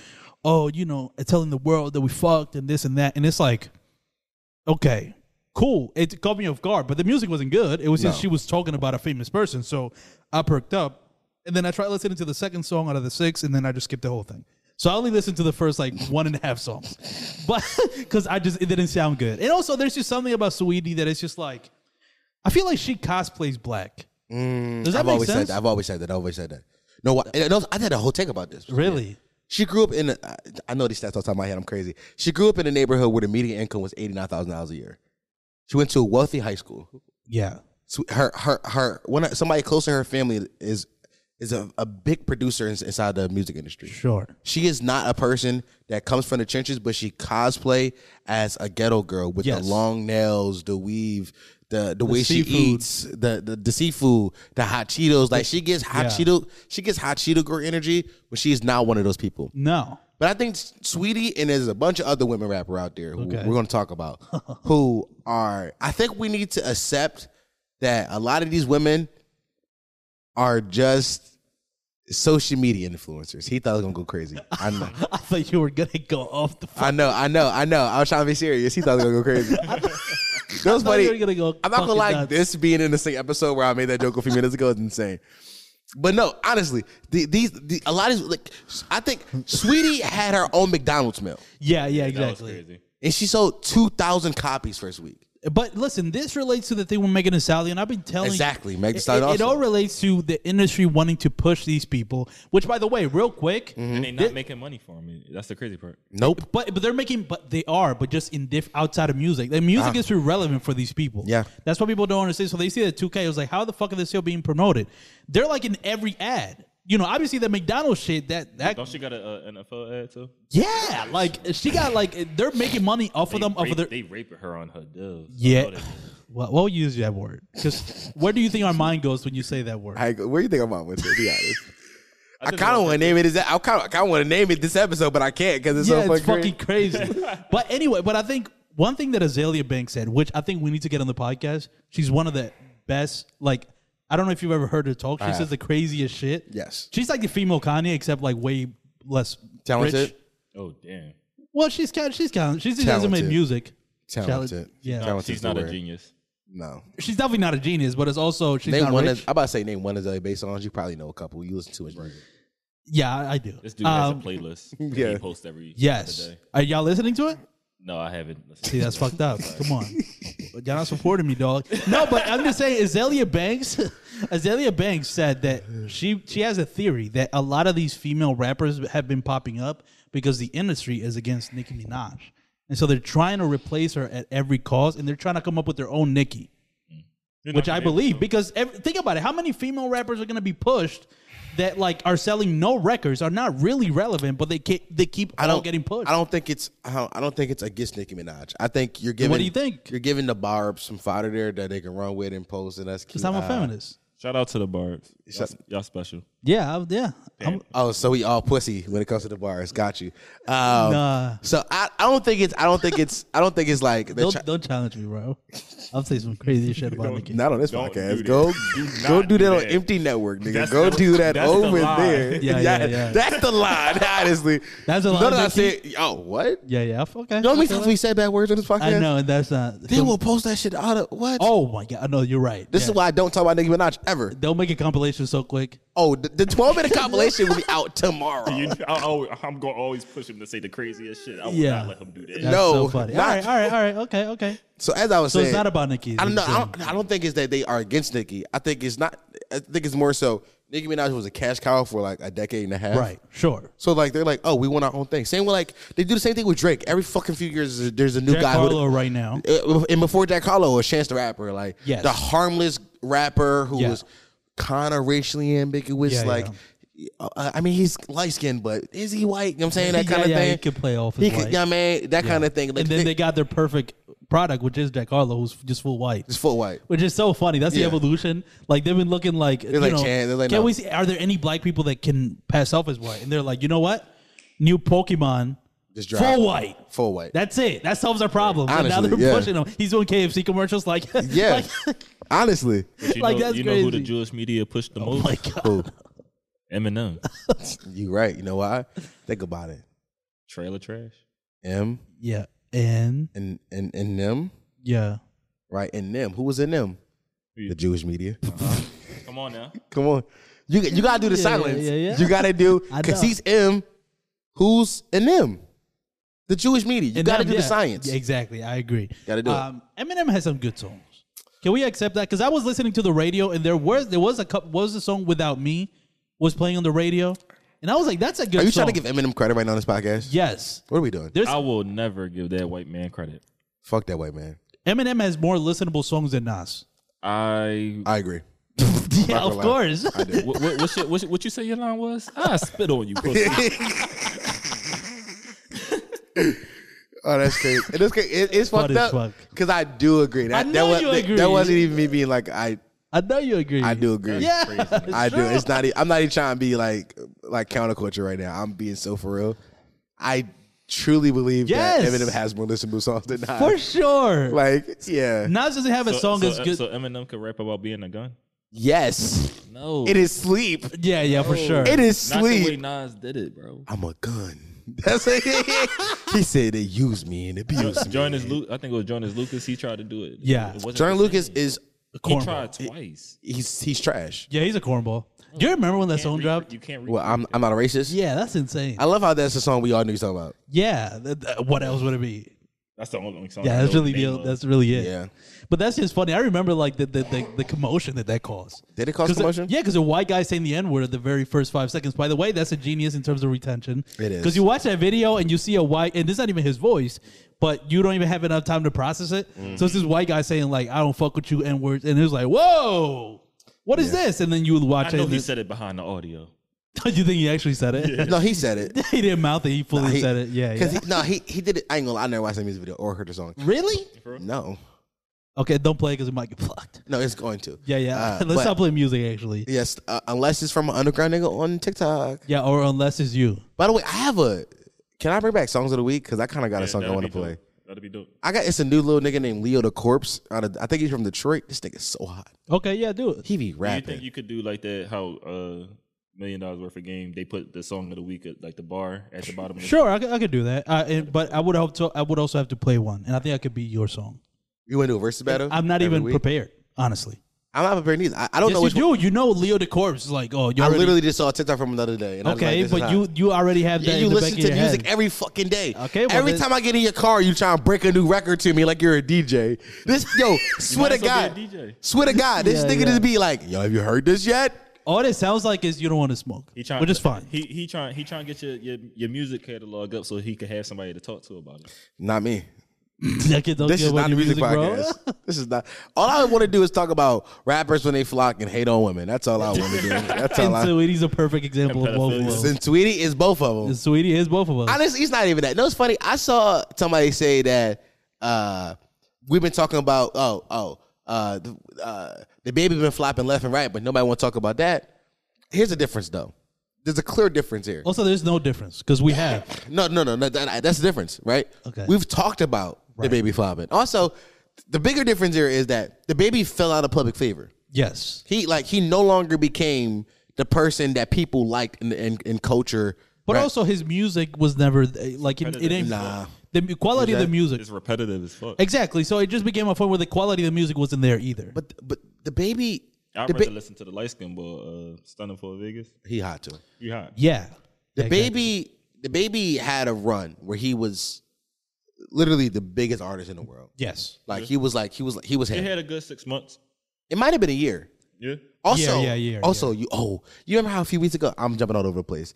Speaker 5: oh, you know, telling the world that we fucked and this and that. And it's like, okay, cool. It caught me off guard, but the music wasn't good. It was just
Speaker 4: No.
Speaker 5: she was talking about a famous person. So I perked up. And then I tried listening to the second song out of the six, and then I just skipped the whole thing. So I only listened to the first like one and a half songs, (laughs) but because I just it didn't sound good. And also, there's just something about Sweetie that it's just like I feel like she cosplays black. Does that
Speaker 4: Mm, I've
Speaker 5: make
Speaker 4: always
Speaker 5: sense?
Speaker 4: said that. I've always said that. I've always said that. No, what? and those- I had a whole take about this.
Speaker 5: really?
Speaker 4: She grew up in. A, I- I know these stats off the top of my head. I'm crazy. She grew up in a neighborhood where the median income was eighty nine thousand dollars a year. She went to a wealthy high school.
Speaker 5: Yeah.
Speaker 4: So her her her one somebody close to her family is is a, a big producer ins- inside the music industry.
Speaker 5: Sure.
Speaker 4: She is not a person that comes from the trenches, but she cosplay as a ghetto girl with
Speaker 5: Yes.
Speaker 4: the long nails, the weave, the the, way
Speaker 5: seafood.
Speaker 4: she eats, the, the the seafood, the hot Cheetos. Like she gets hot
Speaker 5: Yeah.
Speaker 4: Cheeto, she gets hot Cheeto girl energy, but she's not one of those people.
Speaker 5: No. (laughs)
Speaker 4: But I think Sweetie and there's a bunch of other women rapper out there who
Speaker 5: Okay.
Speaker 4: we're going to
Speaker 5: (laughs)
Speaker 4: talk about who are. I think we need to accept that a lot of these women are just social media influencers. He thought I was going to go crazy. I know.
Speaker 5: (laughs) I thought you were gonna go off the. F-
Speaker 4: I know, I know, I know. I was trying to be serious. He thought I was gonna
Speaker 5: (laughs)
Speaker 4: go crazy. that
Speaker 5: thought
Speaker 4: was funny.
Speaker 5: you were gonna go
Speaker 4: I'm not gonna
Speaker 5: fucking
Speaker 4: lie.
Speaker 5: nuts.
Speaker 4: This being in the same episode where I made that joke a few minutes ago is insane. But no, honestly, the, these the, a lot of these, like I think Sweetie had her own McDonald's meal,
Speaker 5: yeah. Yeah.
Speaker 2: That was
Speaker 5: Exactly.
Speaker 2: crazy.
Speaker 4: and she sold two thousand copies first week.
Speaker 5: But listen, this relates to the thing with Megan Thee Stallion. I've been telling
Speaker 4: Exactly, Megan Thee
Speaker 5: It-
Speaker 4: Stallion
Speaker 5: It, it
Speaker 4: also.
Speaker 5: all relates to the industry wanting to push these people. Which, by the way, real quick,
Speaker 4: Mm-hmm.
Speaker 2: And they not making money for me. That's the crazy part.
Speaker 4: Nope.
Speaker 5: but but they're making, but they are, but just in diff outside of music. The music is irrelevant for these people.
Speaker 4: Uh-huh. Yeah.
Speaker 5: that's what people don't understand. So they see that 2K was like, how the fuck are they still being promoted? They're like in every ad. You know, obviously the McDonald's shit that that
Speaker 2: Don't she got a, uh NFL ad too?
Speaker 5: yeah, like she got like they're making money off of them
Speaker 2: they,
Speaker 5: off of
Speaker 2: raped,
Speaker 5: their
Speaker 2: they raped her on her doves.
Speaker 5: yeah. Well, we'll use that word because where do you think our mind goes when you say that word?
Speaker 4: I go, where you think I'm on with it?
Speaker 5: (laughs)
Speaker 4: Be honest. I kind of want to name it. Is that I kind of I want to name it this episode, but I can't because it's
Speaker 5: yeah,
Speaker 4: so
Speaker 5: it's
Speaker 4: fucking.
Speaker 5: fucking
Speaker 2: (laughs)
Speaker 5: crazy. but anyway, but I think one thing that Azalea Banks said, which I think we need to get on the podcast, she's one of the best. Like, I don't know if you've ever heard her talk. She says the craziest shit.
Speaker 4: Yes.
Speaker 5: she's like the female Kanye, except like way less
Speaker 4: Talented.
Speaker 5: rich.
Speaker 2: Oh damn.
Speaker 5: Well, she's kind. She's kind. She just doesn't make
Speaker 4: Talented.
Speaker 5: music.
Speaker 4: Talented.
Speaker 5: Yeah.
Speaker 4: Talented's
Speaker 2: She's
Speaker 4: the
Speaker 2: not a
Speaker 4: word.
Speaker 2: genius.
Speaker 4: No.
Speaker 5: She's definitely not a genius, but it's also she's
Speaker 4: Name
Speaker 5: not
Speaker 4: one.
Speaker 5: rich.
Speaker 4: Of, I'm about to say name one of the bass songs. You probably know a couple. You listen to his music.
Speaker 5: yeah, I I do.
Speaker 2: This dude
Speaker 5: Um,
Speaker 2: has a playlist.
Speaker 5: (laughs)
Speaker 2: Yeah.
Speaker 4: yeah.
Speaker 2: He posts every
Speaker 5: Yes.
Speaker 2: other day.
Speaker 5: Are y'all listening to it?
Speaker 2: No, I haven't. listened
Speaker 5: See,
Speaker 2: to
Speaker 5: that's
Speaker 2: it.
Speaker 5: fucked up. Come on. Y'all not supporting me, dog. No, but I'm just saying Azalea Banks (laughs) Azalea Banks said that she she has a theory that a lot of these female rappers have been popping up because the industry is against Nicki Minaj. And so they're trying to replace her at every cost and they're trying to come up with their own Nicki. Which I believe because ev- think about it, how many female rappers are going to be pushed that like are selling no records are not really relevant, but they ke- they keep
Speaker 4: I
Speaker 5: all
Speaker 4: don't
Speaker 5: getting pushed.
Speaker 4: I don't think it's. I don't, I don't think it's against Nicki Minaj. I think you're giving.
Speaker 5: what do you think?
Speaker 4: You're giving the barb some fodder there that they can run with and post, and that's cute.
Speaker 5: because I'm a
Speaker 4: Uh,
Speaker 5: feminist.
Speaker 2: Shout out to the barbs. Y'all,
Speaker 4: Shut-
Speaker 2: y'all special.
Speaker 5: Yeah, I, yeah. I'm,
Speaker 4: Oh, so we all pussy when it comes to the bars. Got you. Um,
Speaker 5: Nah.
Speaker 4: So I, I don't think it's. I don't think it's. I don't think it's like. they're
Speaker 5: uh, Don't,
Speaker 4: try-
Speaker 5: don't challenge me, bro. I'll say some crazy shit about Nikki.
Speaker 4: not on this
Speaker 2: Don't
Speaker 4: podcast.
Speaker 2: do that.
Speaker 4: go,
Speaker 2: Do
Speaker 4: go
Speaker 2: not
Speaker 4: do
Speaker 2: do
Speaker 4: that on
Speaker 2: that.
Speaker 4: Empty Network, nigga.
Speaker 2: That's
Speaker 4: go
Speaker 2: the-
Speaker 4: do that
Speaker 2: that's the
Speaker 4: over
Speaker 2: line.
Speaker 4: there.
Speaker 5: Yeah, yeah, yeah.
Speaker 4: That's the line. (laughs) Honestly,
Speaker 5: That's the
Speaker 4: No,
Speaker 5: line,
Speaker 4: no, I said.
Speaker 5: Nikki?
Speaker 4: Oh, what?
Speaker 5: Yeah, yeah. f- Okay.
Speaker 4: You know how many
Speaker 5: Okay.
Speaker 4: times we said bad words on this podcast?
Speaker 5: I know, and that's not.
Speaker 4: They will post that shit out of what?
Speaker 5: Oh my god! No, you're right.
Speaker 4: This
Speaker 5: Yeah.
Speaker 4: is why I don't talk about Nicki Minaj ever.
Speaker 5: They'll make a compilation so quick.
Speaker 4: Oh, the, the 12 minute compilation will be out tomorrow.
Speaker 2: You, I, am gonna always push him to say the craziest shit. I will
Speaker 5: Yeah.
Speaker 2: not let him do that.
Speaker 5: That's
Speaker 4: No,
Speaker 5: so funny.
Speaker 4: not-
Speaker 5: all right, all right, all right. Okay, okay.
Speaker 4: So as I was
Speaker 5: So
Speaker 4: saying,
Speaker 5: it's not about Nicki.
Speaker 4: I don't know.
Speaker 5: It's, uh,
Speaker 4: I don't, I don't think it's that they are against Nicki. I think it's not. I think it's more so Nicki Minaj was a cash cow for like a decade and a half.
Speaker 5: Right, sure.
Speaker 4: So like they're like, oh, we want our own thing. Same with like they do the same thing with Drake. Every fucking few years, there's- there's a new
Speaker 5: Jack
Speaker 4: guy. with-
Speaker 5: Harlow right now.
Speaker 4: Uh, and before Jack Harlow was Chance the Rapper, like
Speaker 5: Yes.
Speaker 4: the harmless rapper who
Speaker 5: Yeah.
Speaker 4: was kind of racially ambiguous.
Speaker 5: Yeah,
Speaker 4: like, uh, I mean, he's light skinned, but is he white? You know what I'm saying that
Speaker 5: Yeah,
Speaker 4: kind of
Speaker 5: yeah,
Speaker 4: thing.
Speaker 5: he could play off as
Speaker 4: He could-
Speaker 5: white.
Speaker 4: yeah, man, that kind of thing. Like,
Speaker 5: and then they got their perfect product, which is Jack Harlow, who's just full white.
Speaker 4: it's full white.
Speaker 5: Which is so funny. That's
Speaker 4: Yeah.
Speaker 5: the evolution. Like they've been looking like you
Speaker 4: like,
Speaker 5: know,
Speaker 4: "Chan," they're like,
Speaker 5: can
Speaker 4: "No."
Speaker 5: we see? Are there any black people that can pass off as white? And they're like, you know what? New Pokemon,
Speaker 4: Just drop.
Speaker 5: full white.
Speaker 4: Full white.
Speaker 5: That's it. That solves our problem. and now
Speaker 4: Honestly,
Speaker 5: they're
Speaker 4: yeah.
Speaker 5: pushing him. He's doing KFC commercials. Like,
Speaker 4: (laughs)
Speaker 5: (laughs)
Speaker 4: yeah.
Speaker 5: like-
Speaker 4: Honestly.
Speaker 2: You,
Speaker 5: Like,
Speaker 2: know,
Speaker 5: that's
Speaker 2: you know who the
Speaker 5: crazy.
Speaker 2: Jewish media pushed the most?
Speaker 5: oh my
Speaker 2: (laughs)
Speaker 5: god.
Speaker 4: Cool.
Speaker 2: Eminem.
Speaker 4: You right. You know why? Think about it.
Speaker 2: Trailer trash.
Speaker 4: M
Speaker 5: Yeah, and
Speaker 4: and and and them,
Speaker 5: yeah,
Speaker 4: right? And them. Who was in them? The Jewish media. (laughs)
Speaker 2: Come on now.
Speaker 4: Come on. You you gotta do the
Speaker 5: Yeah,
Speaker 4: silence.
Speaker 5: yeah, yeah.
Speaker 4: You gotta do
Speaker 5: (laughs) I
Speaker 4: because
Speaker 5: know.
Speaker 4: he's M. Who's in them? The Jewish media. You
Speaker 5: And
Speaker 4: gotta
Speaker 5: them,
Speaker 4: do
Speaker 5: yeah.
Speaker 4: the science.
Speaker 5: Yeah, exactly, I agree. Um,
Speaker 4: Gotta do it.
Speaker 5: Eminem has some good songs. Can we accept that? Because I was listening to the radio, and there was there was a couple, was a song without me was playing on the radio, and I was like, that's a good.
Speaker 4: Are you
Speaker 5: song.
Speaker 4: trying to give Eminem credit right now on this podcast?
Speaker 5: Yes,
Speaker 4: What are we doing?
Speaker 5: there's
Speaker 2: I will never give that white man credit.
Speaker 4: Fuck that white man.
Speaker 5: Eminem has more listenable songs than
Speaker 2: (laughs)
Speaker 5: Nas.
Speaker 2: I.
Speaker 4: I agree.
Speaker 5: yeah,
Speaker 4: gonna
Speaker 5: of
Speaker 4: lie.
Speaker 5: course.
Speaker 4: I do.
Speaker 2: What, what, what, what, what you say your line was? I spit on
Speaker 5: (laughs)
Speaker 2: you, pussy.
Speaker 4: Oh, that's crazy. It is crazy. It, it's fucked
Speaker 5: Funny as
Speaker 4: up
Speaker 5: fuck.
Speaker 4: because I do agree. That,
Speaker 5: I
Speaker 4: that
Speaker 5: know
Speaker 4: was
Speaker 5: you
Speaker 4: that-
Speaker 5: agree.
Speaker 4: that wasn't even me being like I.
Speaker 5: (laughs) I know you agree.
Speaker 4: I do agree.
Speaker 5: Yeah,
Speaker 4: I do. It's not. e- I'm not even trying to be like like counterculture right now. I'm being so for real. I truly believe
Speaker 5: Yes.
Speaker 4: that Eminem has more listenable songs than I.
Speaker 5: for sure.
Speaker 4: Like, yeah.
Speaker 5: Nas doesn't have a song
Speaker 2: so,
Speaker 5: as good.
Speaker 2: so Eminem could rap about being a gun?
Speaker 4: Yes,
Speaker 2: No.
Speaker 4: it is sleep.
Speaker 5: yeah, yeah, for sure.
Speaker 4: It is
Speaker 2: Not the way
Speaker 4: sleep.
Speaker 2: Nas did it, bro.
Speaker 4: I'm a gun. (laughs) That's it.
Speaker 5: (laughs)
Speaker 4: he said they use me and abuse me.
Speaker 2: Jonas Lucas, I think it was Jonas Lucas. He tried to do it.
Speaker 5: Yeah.
Speaker 2: It wasn't
Speaker 4: Jordan
Speaker 2: the
Speaker 4: Lucas is
Speaker 5: A cornball.
Speaker 2: same. He tried twice.
Speaker 4: he's he's trash.
Speaker 5: Yeah, he's a cornball. Do you remember when that song
Speaker 2: Can't
Speaker 5: dropped?
Speaker 2: re- Mm. You can't. Re-
Speaker 4: Well, I'm I'm not a racist.
Speaker 5: Yeah, that's insane.
Speaker 4: I love how that's the song we all knew something about.
Speaker 5: Yeah, th- th- what else would it be?
Speaker 2: that's the only song. I
Speaker 5: Yeah, that's
Speaker 2: know
Speaker 5: really
Speaker 2: name
Speaker 5: the,
Speaker 2: of.
Speaker 5: that's really it.
Speaker 4: Yeah.
Speaker 5: but that's just funny. I remember like the the, the, the commotion that that caused.
Speaker 4: Did it cause
Speaker 5: 'Cause the-
Speaker 4: commotion?
Speaker 5: yeah, because a white guy saying the N word at the very first five seconds. By the way, that's a genius in terms of retention.
Speaker 4: It is.
Speaker 5: Because you watch that video and you see a white, and it's not even his voice, but you don't even have enough time to process it.
Speaker 4: Mm.
Speaker 5: So it's this white guy saying, like, I don't fuck with you N words. And it was like, whoa, what is this? And then you would watch
Speaker 2: I
Speaker 5: it.
Speaker 2: know
Speaker 5: and
Speaker 2: he
Speaker 5: it-
Speaker 2: said it behind the audio.
Speaker 5: (laughs) you think he actually said it?
Speaker 4: No, he said it.
Speaker 5: (laughs) he didn't mouth it. He fully
Speaker 4: Nah, he-
Speaker 5: said it. Yeah. yeah.
Speaker 4: Cause he, no, he he did it. I ain't gonna. lie, I never watched that music video or heard the song.
Speaker 5: really?
Speaker 4: No,
Speaker 5: Okay, don't play because it might get blocked.
Speaker 4: no, it's going to.
Speaker 5: Yeah, yeah.
Speaker 4: Uh,
Speaker 5: (laughs) Let's
Speaker 4: but-
Speaker 5: stop playing music, actually.
Speaker 4: Yes, uh, unless it's from an underground nigga on TikTok.
Speaker 5: Yeah, or unless it's you.
Speaker 4: By the way, I have a. Can I bring back songs of the week? Because I kind of got a song I
Speaker 2: That'd
Speaker 4: want to
Speaker 2: be
Speaker 4: play.
Speaker 2: dope. That'd be dope.
Speaker 4: I got it's a new little nigga named Leo the Corpse. Out of, I think he's from Detroit. This nigga's so hot.
Speaker 5: Okay, yeah, do it.
Speaker 4: He be
Speaker 2: Do you
Speaker 4: rapping.
Speaker 2: think you could do like that? How uh, million dollars worth of game? They put the song of the week at like the bar at the bottom. Of the
Speaker 5: Sure, I could, I could do that. Uh, and, but I would hope to, I would also have to play one, and I think I could be your song.
Speaker 4: you want to do a versus battle?
Speaker 5: I'm not
Speaker 4: every
Speaker 5: even
Speaker 4: week?
Speaker 5: prepared, honestly.
Speaker 4: I'm not prepared either. I, I don't
Speaker 5: Yes,
Speaker 4: know
Speaker 5: you
Speaker 4: which.
Speaker 5: do. You know, Leo the Corpse is like, oh, you
Speaker 4: I
Speaker 5: already
Speaker 4: literally just saw a TikTok from another day.
Speaker 5: okay,
Speaker 4: And I was like, this is
Speaker 5: but
Speaker 4: hot.
Speaker 5: you you already have
Speaker 4: Yeah,
Speaker 5: that.
Speaker 4: you
Speaker 5: in the
Speaker 4: listen
Speaker 5: back
Speaker 4: to
Speaker 5: of your
Speaker 4: music
Speaker 5: head.
Speaker 4: every fucking day.
Speaker 5: Okay, well,
Speaker 4: every
Speaker 5: then-
Speaker 4: time I get in your car, you try to break a new record to me like you're a DJ. This
Speaker 5: (laughs)
Speaker 4: yo, swear to
Speaker 2: might as well
Speaker 4: God,
Speaker 2: be a DJ.
Speaker 4: swear to God, this
Speaker 5: Yeah,
Speaker 4: nigga
Speaker 5: yeah.
Speaker 4: just be like, yo, have you heard this yet?
Speaker 5: All it sounds like is you don't want to smoke,
Speaker 2: He trying,
Speaker 5: which is fine. (laughs)
Speaker 2: He he trying he trying to get your, your your music catalog up so he could have somebody to talk to about it.
Speaker 4: Not me.
Speaker 5: That kid don't
Speaker 4: This
Speaker 5: care
Speaker 4: is
Speaker 5: about
Speaker 4: not a
Speaker 5: your
Speaker 4: music,
Speaker 5: bro.
Speaker 4: podcast. This is not. All I want to do is talk about rappers when they flock and hate on women. That's all I want to
Speaker 5: (laughs)
Speaker 4: do. That's
Speaker 5: (laughs)
Speaker 4: all
Speaker 5: And
Speaker 4: I.
Speaker 5: Sweetie's a perfect example of both
Speaker 2: pedophilia.
Speaker 5: of us.
Speaker 4: And Sweetie is both of them.
Speaker 5: And Sweetie is both of us.
Speaker 4: Honestly, it's not even that. No, it's funny. I saw somebody say that uh, we've been talking about oh oh uh, the, uh, the baby been flopping left and right, but nobody want to talk about that. Here's the difference, though. There's a clear difference here.
Speaker 5: also, there's no difference because we have.
Speaker 4: No, no, no, no that, that's the difference, right?
Speaker 5: Okay.
Speaker 4: We've talked about the baby flopping. Also, the bigger difference here is that the baby fell out of public favor.
Speaker 5: Yes.
Speaker 4: He like he no longer became the person that people liked in in, in culture.
Speaker 5: But
Speaker 4: right?
Speaker 5: also, his music was never eh, like it, it ain't
Speaker 4: Nah.
Speaker 5: the quality of the music.
Speaker 2: It's repetitive as fuck.
Speaker 5: Exactly. So it just became a point where the quality of the music wasn't there either.
Speaker 4: but but the baby
Speaker 2: I'd
Speaker 4: The
Speaker 2: rather
Speaker 4: ba-
Speaker 2: listen to the light skin boy, uh, Stunner for Vegas.
Speaker 4: He hot too.
Speaker 2: You hot.
Speaker 5: Yeah.
Speaker 4: The
Speaker 5: Yeah, exactly.
Speaker 4: baby, the baby had a run where he was literally the biggest artist in the world.
Speaker 5: Yes.
Speaker 4: Like he was like he was he was
Speaker 2: They
Speaker 4: him.
Speaker 2: had a good six months.
Speaker 4: It might have been a year.
Speaker 2: Yeah.
Speaker 4: Also,
Speaker 5: Yeah, yeah, yeah,
Speaker 4: also you oh you remember how a few weeks ago I'm jumping all over the place.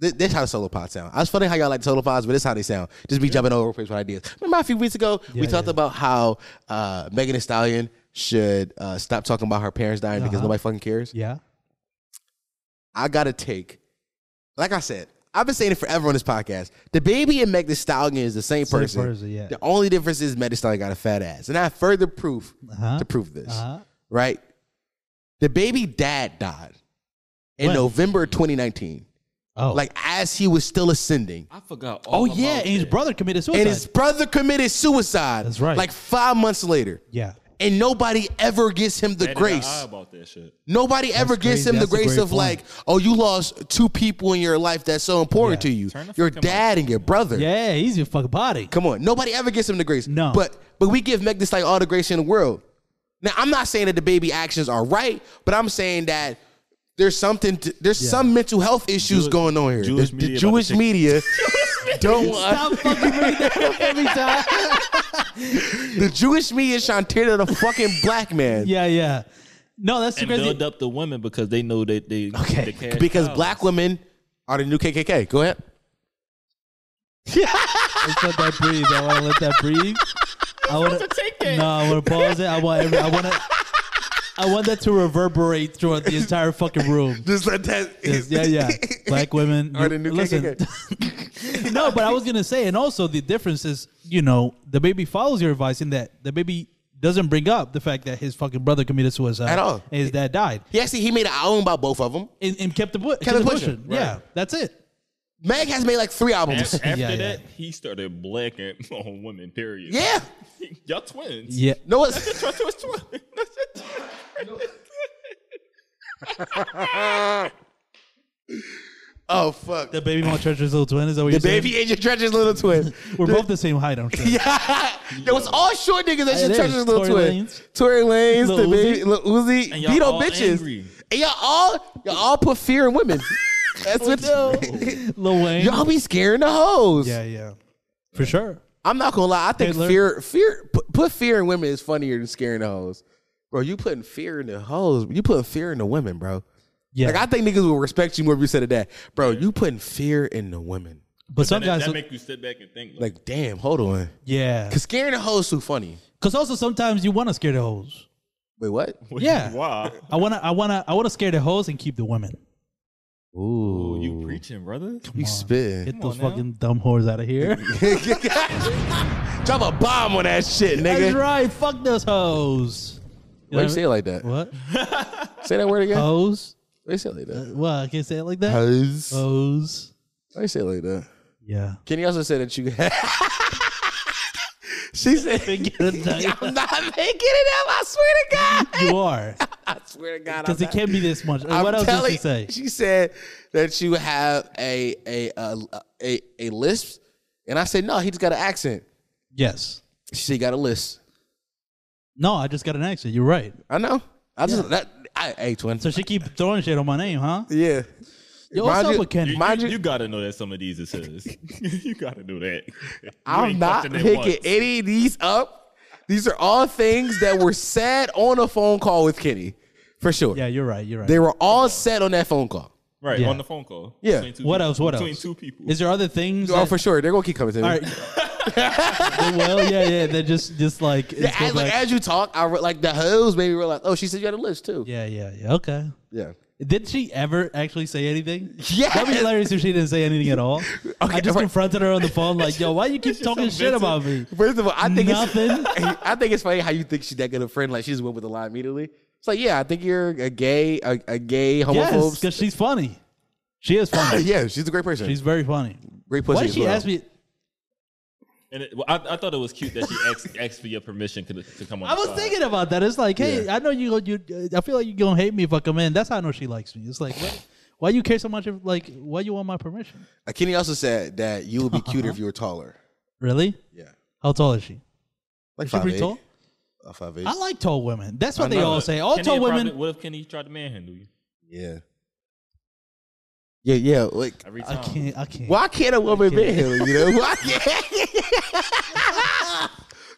Speaker 4: Th- This how the solo pods sound. I was funny how y'all like solo pods, but this how they sound. Just be jumping all over the place with ideas. Remember a few weeks ago we
Speaker 5: Yeah,
Speaker 4: talked
Speaker 5: yeah.
Speaker 4: about how uh, Megan Thee Stallion should uh, stop talking about her parents dying because
Speaker 5: Uh-huh.
Speaker 4: nobody fucking cares.
Speaker 5: Yeah.
Speaker 4: I gotta take. Like I said, I've been saying it forever on this podcast. The baby and Meg Thee Stallion is the same,
Speaker 5: Same
Speaker 4: person.
Speaker 5: person, yeah.
Speaker 4: The only difference is Meg Thee Stallion got a fat ass, and I have further proof
Speaker 5: Uh-huh.
Speaker 4: to prove this.
Speaker 5: Uh-huh.
Speaker 4: Right? The baby dad died in
Speaker 5: When?
Speaker 4: November 2019,
Speaker 5: Oh.
Speaker 4: like as he was still ascending.
Speaker 1: I forgot. All
Speaker 5: Oh yeah,
Speaker 1: about
Speaker 5: and his
Speaker 1: that.
Speaker 5: brother committed suicide.
Speaker 4: And his brother committed suicide.
Speaker 5: That's right.
Speaker 4: Like five months later,
Speaker 5: yeah.
Speaker 4: and nobody ever gives him the
Speaker 2: They had an
Speaker 4: grace.
Speaker 2: eye about that shit.
Speaker 4: Nobody ever gives
Speaker 5: crazy.
Speaker 4: him the
Speaker 5: That's a
Speaker 4: grace
Speaker 5: great
Speaker 4: of
Speaker 5: point.
Speaker 4: like, oh, you lost two people in your life that's so important
Speaker 5: Yeah.
Speaker 4: to you.
Speaker 2: Turn the
Speaker 4: Your
Speaker 2: fucking
Speaker 4: dad and your brother.
Speaker 5: Yeah, he's your fucking body.
Speaker 4: Come on. Nobody ever gives him the grace.
Speaker 5: No.
Speaker 4: But but we give Meg this like all the grace in the world. Now I'm not saying that the baby actions are right, but I'm saying that there's something to, there's some mental health issues
Speaker 2: Jew-
Speaker 4: going on here.
Speaker 2: Jewish
Speaker 4: the, the
Speaker 2: media about to
Speaker 4: Jewish
Speaker 2: take- (laughs)
Speaker 4: media don't
Speaker 5: Stop fucking bringing that
Speaker 4: (laughs)
Speaker 5: up every time.
Speaker 4: the Jewish media is trying to tear down a fucking black man.
Speaker 5: Yeah, yeah. No, that's too
Speaker 2: And
Speaker 5: crazy.
Speaker 2: build up the women because they know that they
Speaker 5: Okay,
Speaker 2: the cash
Speaker 4: Because
Speaker 2: cows.
Speaker 4: black women are the new KKK. Go ahead.
Speaker 5: Let's let that breathe. I want to let that (laughs) breathe. I want to take that. No, I want to pause it. I want. Every, I want to. I want that to reverberate throughout the entire fucking room.
Speaker 4: Just let (laughs) that.
Speaker 5: Yes, yeah, yeah.
Speaker 4: (laughs)
Speaker 5: Black women
Speaker 4: Are the new
Speaker 5: listen. (laughs) no, but I was gonna say, and also the difference is, you know, the baby follows your advice in that the baby doesn't bring up the fact that his fucking brother committed suicide
Speaker 4: At all.
Speaker 5: and his dad died,
Speaker 4: He actually he made an album about both of them.
Speaker 5: and, and kept the bu- kept,
Speaker 4: it
Speaker 5: it
Speaker 4: pushing,
Speaker 5: pushing. Yeah, that's it.
Speaker 4: Meg has made like three albums.
Speaker 5: (laughs)
Speaker 2: After
Speaker 5: Yeah, yeah.
Speaker 2: that, he started blacking (laughs) on women. Period.
Speaker 4: (laughs) yeah.
Speaker 2: (laughs) y'all twins.
Speaker 5: Yeah,
Speaker 4: No, it's
Speaker 2: Trust us, twins.
Speaker 4: oh fuck.
Speaker 5: the baby Montresor's little twin is that what
Speaker 4: The
Speaker 5: you're saying?
Speaker 4: baby Agent Treacher's little twin. (laughs)
Speaker 5: We're both the same height, I'm sure.
Speaker 4: yeah. It was all short niggas that
Speaker 5: It
Speaker 4: shit
Speaker 5: is.
Speaker 4: Treacher's little
Speaker 5: Tory
Speaker 4: twin.
Speaker 5: Lanez.
Speaker 4: Tory Lanez, the
Speaker 5: Lil
Speaker 4: baby,
Speaker 5: Uzi.
Speaker 4: Lil Uzi,
Speaker 2: And y'all
Speaker 4: beat on
Speaker 2: all
Speaker 4: bitches.
Speaker 2: angry.
Speaker 4: And y'all all y'all all put fear
Speaker 5: (laughs)
Speaker 4: in women.
Speaker 5: Oh,
Speaker 4: That's what
Speaker 5: Lil Wayne.
Speaker 4: (laughs) y'all be scaring the hoes.
Speaker 5: Yeah, yeah. For sure.
Speaker 4: I'm not gonna lie. I think
Speaker 5: Taylor.
Speaker 4: fear, fear, put, put fear in women is funnier than scaring the hoes. Bro, you putting fear in the hoes. You putting fear in the women, bro.
Speaker 5: Yeah.
Speaker 4: Like I think niggas will respect you more if you said it that, bro. You putting fear in the women.
Speaker 5: but some
Speaker 2: That,
Speaker 5: guys,
Speaker 2: that make you sit back and think. Like,
Speaker 4: Like, damn, hold on.
Speaker 5: yeah.
Speaker 4: Cause scaring the hoes too funny.
Speaker 5: Because also sometimes you want to scare the hoes.
Speaker 4: Wait, what?
Speaker 5: yeah.
Speaker 2: Wow.
Speaker 5: I wanna, I wanna, I wanna scare the hoes and keep the women.
Speaker 4: Ooh,
Speaker 2: You preaching, (laughs) brother?
Speaker 4: you spitting.
Speaker 5: Get those fucking dumb whores out of
Speaker 4: (laughs)
Speaker 5: here.
Speaker 4: Drop a bomb on that shit, nigga.
Speaker 5: That's right. Fuck those hoes.
Speaker 4: Why you say it like that?
Speaker 5: What?
Speaker 4: Say that word again.
Speaker 5: Hoes?
Speaker 4: Why you say it like that?
Speaker 5: What? I can't say it like that.
Speaker 4: Hoes.
Speaker 5: Hoes.
Speaker 4: Why you say it like that? (laughs)
Speaker 5: Yeah.
Speaker 4: Kenny also said that you. she said. (laughs)
Speaker 5: (laughs)
Speaker 4: I'm
Speaker 5: you
Speaker 4: not making it up. I swear to God.
Speaker 5: are.
Speaker 4: I swear to God.
Speaker 5: Because
Speaker 4: I'm
Speaker 5: it can't be this much.
Speaker 4: not-
Speaker 5: what else
Speaker 4: I'm
Speaker 5: did
Speaker 4: telling-
Speaker 5: she say?
Speaker 4: She said that you have a a a a, a lisp, and I said no. He just got an accent.
Speaker 5: Yes.
Speaker 4: She said, "You got a lisp.
Speaker 5: No, I just got an accent. You're right.
Speaker 4: I know. I just that. I hey twin.
Speaker 5: So she keep throwing shit on my name, huh?
Speaker 4: yeah.
Speaker 5: Yo, what's
Speaker 4: Mind
Speaker 5: up
Speaker 4: you-
Speaker 5: with Kenny?
Speaker 2: You,
Speaker 4: Mind
Speaker 2: you,
Speaker 4: you-
Speaker 2: you gotta know that some of these is his. (laughs) you gotta
Speaker 5: (laughs)
Speaker 2: know that. You
Speaker 4: I'm
Speaker 2: ain't
Speaker 4: not
Speaker 2: fucked in it
Speaker 4: picking
Speaker 2: once.
Speaker 4: any of these up. These are all things that were said on a phone call with Kenny, for sure.
Speaker 5: Yeah, you're right. You're right.
Speaker 4: They were all said on that phone call.
Speaker 2: Right
Speaker 5: Yeah.
Speaker 2: on the phone call.
Speaker 4: Yeah.
Speaker 2: Between two
Speaker 5: What
Speaker 2: people.
Speaker 5: else? What
Speaker 2: Between
Speaker 5: else?
Speaker 2: two people.
Speaker 5: Is there other things?
Speaker 4: Oh,
Speaker 5: that- (laughs)
Speaker 4: for sure. They're gonna keep coming to me.
Speaker 5: All right. well, yeah, yeah. They're just, just like,
Speaker 4: Yeah,
Speaker 5: it's
Speaker 4: as,
Speaker 5: go
Speaker 4: like,
Speaker 5: back-
Speaker 4: as you talk, I re- like the hoes made me realize. Oh, she said you had a list too.
Speaker 5: yeah, yeah, yeah. Okay.
Speaker 4: Yeah.
Speaker 5: Did she ever actually say anything?
Speaker 4: Yes.
Speaker 5: That'd be hilarious if she didn't say anything at all. I just
Speaker 4: right.
Speaker 5: confronted her on the phone, like, "Yo,
Speaker 4: (laughs)
Speaker 5: why you keep talking shit about me?"
Speaker 4: First of all, I think (laughs)
Speaker 5: Nothing.
Speaker 4: It's, I think it's funny how you think she's that good a friend. Like she just went with the lie immediately. It's like, yeah, I think you're a gay, a, a gay
Speaker 5: Yes,
Speaker 4: homophobe.
Speaker 5: because she's funny. She is funny.
Speaker 4: (laughs) (clears throat) yeah, she's a great person.
Speaker 5: She's very funny.
Speaker 4: great pussy.
Speaker 5: Why did
Speaker 4: as
Speaker 5: she
Speaker 4: well.
Speaker 5: ask me?
Speaker 2: And it, well, I, I thought it was cute that she asked, (laughs) asked for your permission to, to come on.
Speaker 5: I
Speaker 2: the
Speaker 5: was
Speaker 2: pod.
Speaker 5: thinking about that. It's like, hey, I know you. You, I feel like you're gonna hate me if I come in. That's how I know she likes me. It's like, what, why you care so much? If, like, why you want my permission?
Speaker 4: Uh, Kenny also said that you would (laughs) be cuter if you were taller.
Speaker 5: Really?
Speaker 4: Yeah.
Speaker 5: How tall is she?
Speaker 4: Like Uh,
Speaker 5: Is she pretty
Speaker 4: 5'8".
Speaker 5: tall?
Speaker 4: Off of it.
Speaker 5: I like tall women. That's what
Speaker 4: I
Speaker 5: they
Speaker 4: know.
Speaker 5: all say. All
Speaker 2: Kenny
Speaker 5: tall
Speaker 2: probably-
Speaker 5: women.
Speaker 2: What if Kenny tried to manhandle you
Speaker 4: Yeah. Yeah, yeah. Like,
Speaker 2: every
Speaker 5: I
Speaker 2: time?
Speaker 5: can't. I can't.
Speaker 4: why can't a woman
Speaker 5: Okay.
Speaker 4: be here? You know, why can't? (laughs)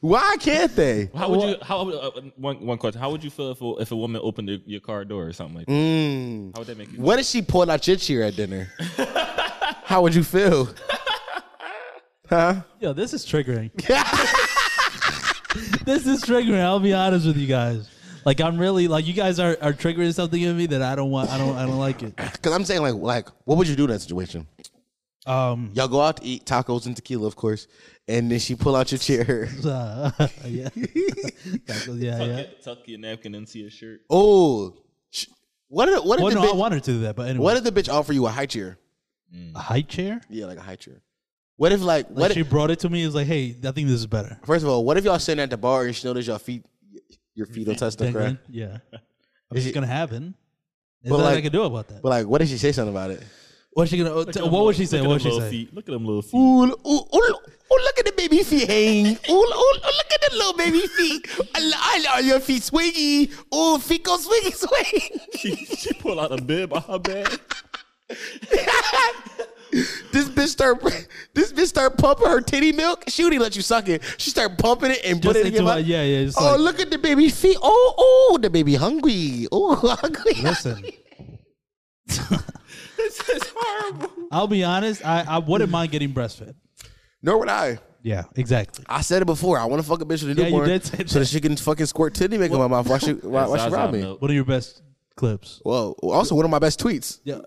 Speaker 4: why can't they?
Speaker 2: How would you? How would- uh, uh, one one question? How would you feel if a, if a woman opened your- your car door or something like that?
Speaker 4: Mm.
Speaker 2: How would that make you?
Speaker 4: What if she pulled out your cheer
Speaker 5: (laughs)
Speaker 4: at dinner? How would you feel? Huh?
Speaker 5: Yo, this is triggering. this is triggering. I'll be honest with you guys. Like I'm really like you guys are, are triggering something in me that I don't want. I don't. I don't like it.
Speaker 4: Because I'm saying, like, like, what would you do in that situation?
Speaker 5: Um.
Speaker 4: Y'all go out to eat tacos and tequila, of course, and then she pull out your chair.
Speaker 5: uh, (laughs) yeah. yeah.
Speaker 2: Tuck,
Speaker 5: Yeah.
Speaker 2: it- tuck your napkin into your shirt.
Speaker 4: (laughs) Oh, sh- what did what did
Speaker 5: Well,
Speaker 4: the
Speaker 5: no, I
Speaker 4: bitch,
Speaker 5: want her to do that, but anyway.
Speaker 4: what did the bitch offer you a high chair?
Speaker 5: a high chair?
Speaker 4: Yeah, like a high chair. What if like
Speaker 5: Like
Speaker 4: what?
Speaker 5: she
Speaker 4: if,
Speaker 5: brought it to me. It was like, hey, I think this is better.
Speaker 4: first of all, what if y'all sitting at the bar and she notice your feet, your feet don't touch the
Speaker 5: Then-
Speaker 4: ground?
Speaker 5: then-
Speaker 4: (laughs)
Speaker 5: Yeah. I mean, it's
Speaker 4: Is it-
Speaker 5: gonna happen. There's
Speaker 4: But
Speaker 5: nothing I
Speaker 4: like-
Speaker 5: can do about that.
Speaker 4: But like, what if she say something about it?
Speaker 5: What's she gonna?
Speaker 2: Look at
Speaker 5: What
Speaker 2: them
Speaker 5: would
Speaker 2: little-
Speaker 5: she say?
Speaker 2: look at
Speaker 5: What would
Speaker 2: them
Speaker 5: she
Speaker 2: little
Speaker 5: say?
Speaker 2: Feet. Look at them little feet.
Speaker 4: Ooh, ooh, ooh, ooh, look at the baby feet hang. Ooh, ooh, ooh, look at the little baby feet. I love your feet swingy. Ooh, feet go swingy, (laughs) swing.
Speaker 2: she, she pull out a bib out her bag.
Speaker 4: This bitch start, this bitch start pumping her titty milk. She wouldn't even let you suck it. She start pumping it and
Speaker 5: Just
Speaker 4: putting it in your
Speaker 5: into a,
Speaker 4: mouth.
Speaker 5: yeah, yeah. Just
Speaker 4: Oh,
Speaker 5: like,
Speaker 4: look at the baby feet. Oh, oh, the baby hungry. Oh, (laughs) hungry.
Speaker 5: listen.
Speaker 2: this is horrible.
Speaker 5: I'll be honest. I, I wouldn't mind getting breastfed.
Speaker 4: Nor would I.
Speaker 5: Yeah, exactly.
Speaker 4: I said it before. I want to fuck a bitch with a
Speaker 5: Yeah, you
Speaker 4: newborn
Speaker 5: did say
Speaker 4: so that
Speaker 5: that.
Speaker 4: she can fucking squirt titty milk in my mouth while she, while, while she rob me.
Speaker 5: What are your best clips?
Speaker 4: Whoa. Also, one of my best tweets.
Speaker 5: Yeah,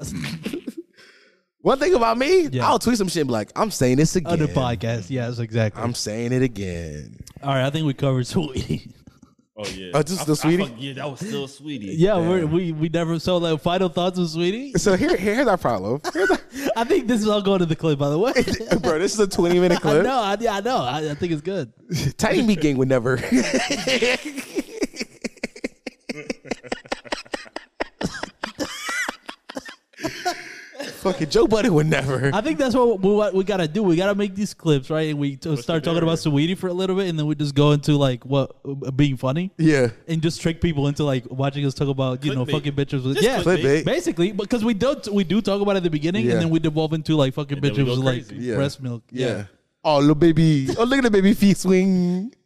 Speaker 4: One thing about me,
Speaker 5: Yeah.
Speaker 4: I'll tweet some shit and be like, I'm saying this again.
Speaker 5: (laughs) other podcast. Yes, exactly.
Speaker 4: I'm saying it again.
Speaker 5: All right, I think we covered sweetie.
Speaker 2: Oh yeah.
Speaker 4: Oh, just
Speaker 2: I-
Speaker 4: the
Speaker 2: I
Speaker 4: sweetie?
Speaker 2: fuck- yeah, that was still sweetie.
Speaker 5: Yeah, we're, we we never so like final thoughts of sweetie.
Speaker 4: So here, here's our (laughs) problem. Here's our-
Speaker 5: I think this is all going to the clip. By the way,
Speaker 4: bro, this is a 20
Speaker 5: (laughs)
Speaker 4: minute
Speaker 5: I
Speaker 4: clip.
Speaker 5: know. I, yeah, I know. I, I think it's good.
Speaker 4: Tiny Meat Gang would never. Fucking Joe Budden would never.
Speaker 5: I think that's what we, what we gotta do. We gotta make these clips, right? And we t- start talking about Sweetie for a little bit, and then we just go into like what uh, being funny,
Speaker 4: yeah.
Speaker 5: and just trick people into like watching us talk about you know
Speaker 2: Clickbait.
Speaker 5: fucking bitches with
Speaker 2: Just
Speaker 5: yeah,
Speaker 2: clickbait.
Speaker 4: Clickbait.
Speaker 5: basically because we do we do talk about it at the beginning,
Speaker 4: Yeah.
Speaker 5: and then we devolve into like fucking
Speaker 2: And then we
Speaker 5: bitches
Speaker 2: go
Speaker 5: with like
Speaker 2: crazy.
Speaker 4: Yeah.
Speaker 5: breast milk. Yeah.
Speaker 4: Yeah. Oh, little baby. Oh, look at the baby feet swing. (laughs)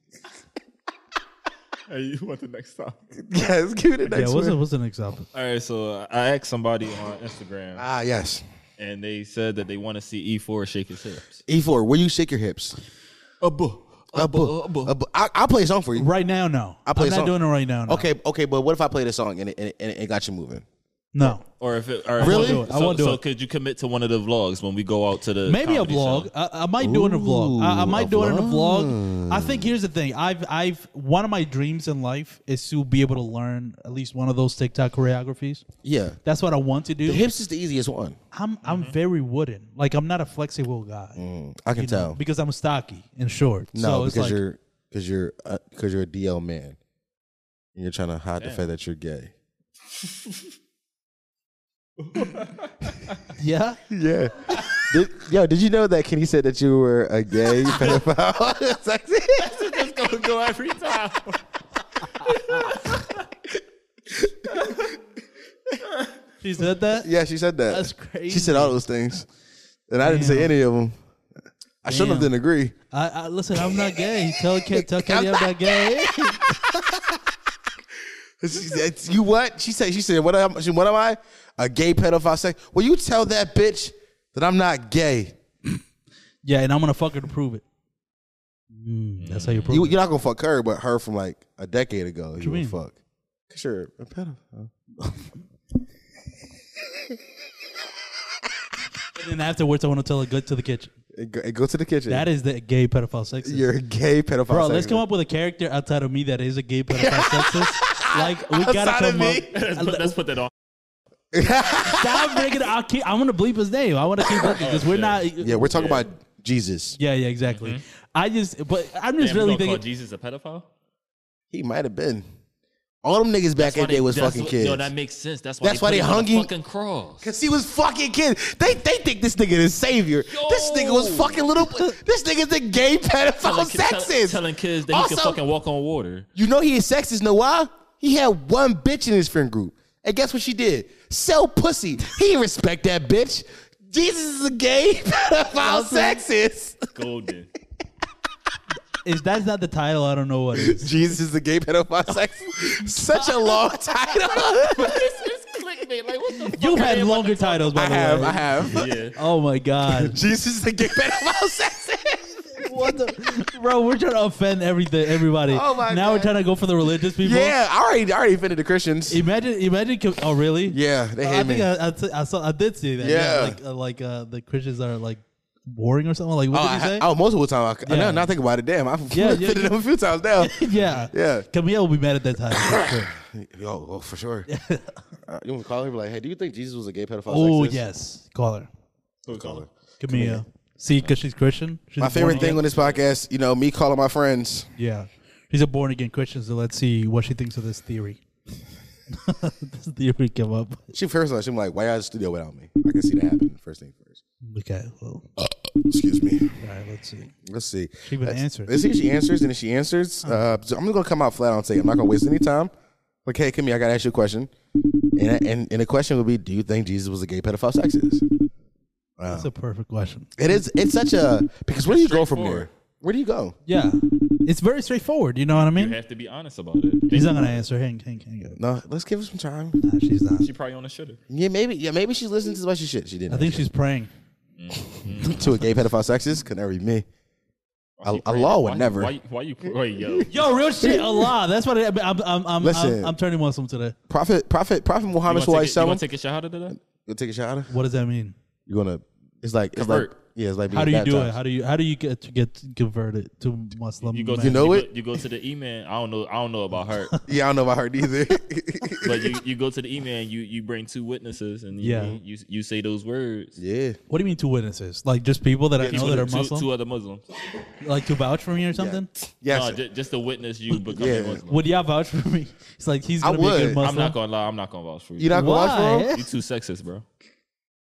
Speaker 2: Hey, you want the next song?
Speaker 4: Yes, give it the
Speaker 5: Yeah,
Speaker 4: next
Speaker 5: what's,
Speaker 4: one.
Speaker 5: the, what's the next example?
Speaker 2: All right, so uh, I asked somebody on Instagram,
Speaker 4: Ah, yes.
Speaker 2: and they said that they want to see E4 shake his hips.
Speaker 4: E4, will E you shake your hips?
Speaker 2: A boo.
Speaker 4: A bu- a bu- I, I'll play a song for you.
Speaker 5: Right now, no.
Speaker 4: I play
Speaker 5: I'm
Speaker 4: a
Speaker 5: not
Speaker 4: song.
Speaker 5: doing it right now. No.
Speaker 4: Okay, okay, but what if I played a song and it, and it, and it got you moving?
Speaker 5: no.
Speaker 2: Or if it, or if-
Speaker 4: Really?
Speaker 2: So,
Speaker 5: I won't do
Speaker 2: so
Speaker 5: it.
Speaker 2: could you commit to one of the vlogs when we go out to the
Speaker 5: Maybe a
Speaker 2: comedy
Speaker 5: vlog.
Speaker 2: show?
Speaker 5: I, I might do it in a vlog. I, I might do it in a vlog. I think here's the thing. I've I've one of my dreams in life is to be able to learn at least one of those TikTok choreographies.
Speaker 4: Yeah.
Speaker 5: That's what I want to do.
Speaker 4: The hips is the easiest one.
Speaker 5: I'm
Speaker 2: Mm-hmm.
Speaker 5: I'm very wooden. Like I'm not a flexible guy
Speaker 4: I can tell.
Speaker 5: because I'm stocky and short.
Speaker 4: No,
Speaker 5: so it's
Speaker 4: because
Speaker 5: like,
Speaker 4: you're because you're because you're a DL man, and you're trying to hide the fact that you're gay.
Speaker 5: (laughs) yeah.
Speaker 4: Yeah. (laughs) did, yo, did you know that Kenny said that you were a (laughs) gay pedophile? It's like- (laughs)
Speaker 2: It's gonna go every time.
Speaker 5: She said that.
Speaker 4: yeah, she said that.
Speaker 5: That's
Speaker 4: She said all those things, and I didn't say any of them. I shouldn't have
Speaker 5: Damn.
Speaker 4: didn't agree.
Speaker 5: I, I listen. I'm not gay. Tell
Speaker 4: (laughs)
Speaker 5: Ken, tell Kenny I'm not gay. (laughs)
Speaker 4: 'Cause she said, you what? She said. She said. What am? She, what am I? A gay pedophile? Sex? Well, you tell that bitch that I'm not gay.
Speaker 5: yeah, and I'm gonna fuck her to prove it. Mm, that's how you prove
Speaker 4: You,
Speaker 5: it.
Speaker 4: you're not gonna fuck her, but her from like a decade ago. you
Speaker 5: you
Speaker 4: would
Speaker 5: mean?
Speaker 4: fuck. Cause you're a pedophile.
Speaker 5: And then afterwards, I want to tell her good to the kitchen.
Speaker 4: And go, and go to the kitchen.
Speaker 5: That is the gay pedophile sexist.
Speaker 4: You're a gay pedophile.
Speaker 5: Bro, let's
Speaker 4: sexist.
Speaker 5: come up with a character outside of me that is a gay pedophile
Speaker 4: (laughs)
Speaker 5: sexist. Like we gotta
Speaker 4: Outside of
Speaker 5: come
Speaker 4: me?
Speaker 5: up.
Speaker 2: let's, put, let's put that on.
Speaker 5: Stop bringing. I'll keep. I want to bleep his name. I want to keep looking because we're not.
Speaker 4: (laughs) Oh, Yeah, we're talking about Jesus.
Speaker 5: Yeah, yeah, exactly. I just, but I'm just
Speaker 2: Mm-hmm. Damn, we
Speaker 5: really
Speaker 2: gonna call
Speaker 5: thinking.
Speaker 2: Jesus a pedophile?
Speaker 4: He might have been. All them niggas back in
Speaker 1: why
Speaker 4: the day was
Speaker 1: that's
Speaker 4: fucking
Speaker 1: what-
Speaker 4: kids.
Speaker 1: No, that makes sense. That's why
Speaker 4: That's
Speaker 1: they,
Speaker 4: why
Speaker 1: put
Speaker 4: they
Speaker 1: him on the
Speaker 4: hung you-
Speaker 1: fucking cross.
Speaker 4: Cause he was fucking kid. They they think this nigga the savior. This nigga was
Speaker 1: (laughs)
Speaker 4: fucking little. This nigga's the gay pedophile
Speaker 1: Telling ki- tell-
Speaker 4: sexist.
Speaker 1: telling kids that he
Speaker 4: Also-
Speaker 1: can fucking walk on water.
Speaker 4: You know he is sexist. Know why? He had one bitch in his friend group, and guess what she did? Sell pussy. He didn't respect that bitch. Jesus is a gay (laughs) pedophile sexist.
Speaker 2: Golden.
Speaker 5: If that's not the title, I don't know what
Speaker 4: (laughs)
Speaker 5: is.
Speaker 4: Jesus is a gay pedophile sexist. Such a (laughs) long title.
Speaker 5: You've had longer titles, by
Speaker 4: I
Speaker 5: the
Speaker 4: have.
Speaker 5: way.
Speaker 4: I have.
Speaker 2: Yeah.
Speaker 5: Oh my
Speaker 4: (laughs)
Speaker 5: god,
Speaker 4: Jesus is a gay pedophile sexist.
Speaker 5: what the, bro? We're trying to offend everything, everybody.
Speaker 4: Oh my
Speaker 5: now we're
Speaker 4: God.
Speaker 5: trying to go for the religious people.
Speaker 4: Yeah, I already I already offended the Christians.
Speaker 5: Imagine, imagine. co- Oh, really?
Speaker 4: Yeah, they hate
Speaker 5: I
Speaker 4: me.
Speaker 5: think I, I, t- I saw. I did see that.
Speaker 4: Yeah.
Speaker 5: like uh, like uh, the Christians are like boring or something. Like what
Speaker 4: oh,
Speaker 5: did you
Speaker 4: I-
Speaker 5: say?
Speaker 4: oh, multiple times. I,
Speaker 5: Yeah.
Speaker 4: Now, now I think about it. Damn, I've
Speaker 5: Yeah, yeah,
Speaker 4: offended
Speaker 5: yeah.
Speaker 4: them a few
Speaker 5: (laughs)
Speaker 4: times now.
Speaker 5: yeah.
Speaker 4: Yeah.
Speaker 5: Camille will be mad at that time. for
Speaker 4: (laughs)
Speaker 5: sure.
Speaker 4: Yo, oh,
Speaker 5: (laughs)
Speaker 4: for sure. Uh, you want to call her? Be like, hey, do you think Jesus was a gay pedophile?
Speaker 5: oh
Speaker 4: sexist?
Speaker 5: yes, call her
Speaker 2: Who call it?
Speaker 5: Camille. See, because she's Christian. She's
Speaker 4: My
Speaker 5: a
Speaker 4: favorite
Speaker 5: born
Speaker 4: thing
Speaker 5: again-
Speaker 4: on this podcast, you know, me calling my friends.
Speaker 5: Yeah, she's a born again Christian. So let's see what she thinks of this theory. (laughs) this theory came up.
Speaker 4: She first of all, she was like, why y'all in the studio without me? I can see that happen. First thing first.
Speaker 5: Okay, well, all
Speaker 4: Excuse me.
Speaker 5: right, let's see.
Speaker 4: Let's see.
Speaker 5: She would answer.
Speaker 4: Let's see if she answers. And if she answers, uh, so I'm going to come out flat out and say, I'm not going to waste any time. Like, hey, come here. I got to ask you a question. And, and, and the question would be, do you think Jesus was a gay pedophile sexist?
Speaker 2: Oh.
Speaker 5: That's a perfect question.
Speaker 4: It is. It's such a because where do you go from there? Where do you go?
Speaker 5: Yeah, it's very straightforward. You know what I
Speaker 2: You
Speaker 5: mean?
Speaker 2: have to be honest about it.
Speaker 5: He's not gonna answer. Hang, hang, hang.
Speaker 4: No, let's give her some time.
Speaker 5: Nah, she's not.
Speaker 2: She probably on a shitter.
Speaker 4: Yeah, maybe. Yeah, maybe she's listening to a bunch of shit. She didn't.
Speaker 5: I think she's praying.
Speaker 4: actually. to a gay pedophile sexist could never be me.
Speaker 2: Why
Speaker 4: A-
Speaker 2: you
Speaker 4: a
Speaker 2: praying?
Speaker 4: law would
Speaker 2: Why-
Speaker 4: never.
Speaker 2: Why, why you?
Speaker 4: (laughs)
Speaker 2: Wait, yo.
Speaker 5: Yo, real shit, Allah. That's what I, I'm, I'm, I'm, I'm,
Speaker 4: Listen.
Speaker 5: I'm, turning Muslim today.
Speaker 4: Prophet, prophet, prophet
Speaker 2: You
Speaker 4: Muhammad
Speaker 2: wanna
Speaker 4: sallallahu
Speaker 2: take, a, you
Speaker 4: alaihi
Speaker 2: wanna
Speaker 4: wasallam.
Speaker 2: take a shot out of that?
Speaker 4: You take a shot. at her?
Speaker 5: What does that mean?
Speaker 4: You're gonna. It's like it's like
Speaker 2: Convert.
Speaker 4: yeah. It's like being
Speaker 5: How do you do it?
Speaker 4: baptized.
Speaker 5: How do you how do you get to get converted to Muslim?
Speaker 2: You go. To,
Speaker 5: man?
Speaker 4: You know
Speaker 2: you
Speaker 4: it?
Speaker 2: Go, you go to the email. I don't know. I don't know
Speaker 4: (laughs)
Speaker 2: about her,
Speaker 4: Yeah, I don't know about her
Speaker 2: (laughs)
Speaker 4: either.
Speaker 2: but you, you go to the email. And you you bring two witnesses, and you,
Speaker 5: Yeah.
Speaker 2: you you say those
Speaker 4: (laughs)
Speaker 2: words.
Speaker 4: yeah,
Speaker 5: What do you mean two witnesses? Like just people that I know
Speaker 2: Two,
Speaker 5: that are
Speaker 2: two-
Speaker 5: Muslim,
Speaker 2: two other Muslims.
Speaker 5: like to vouch for me or something?
Speaker 4: yes.
Speaker 2: No, ju- just to witness you becoming
Speaker 4: Yeah.
Speaker 2: Muslim.
Speaker 5: Would y'all vouch for me? (laughs) It's like he's
Speaker 4: I
Speaker 5: gonna be a
Speaker 4: would.
Speaker 5: good Muslim.
Speaker 2: I'm not gonna lie. I'm not gonna vouch for you.
Speaker 4: you not gonna watch for
Speaker 5: Why?
Speaker 4: him?
Speaker 2: You too sexist, bro.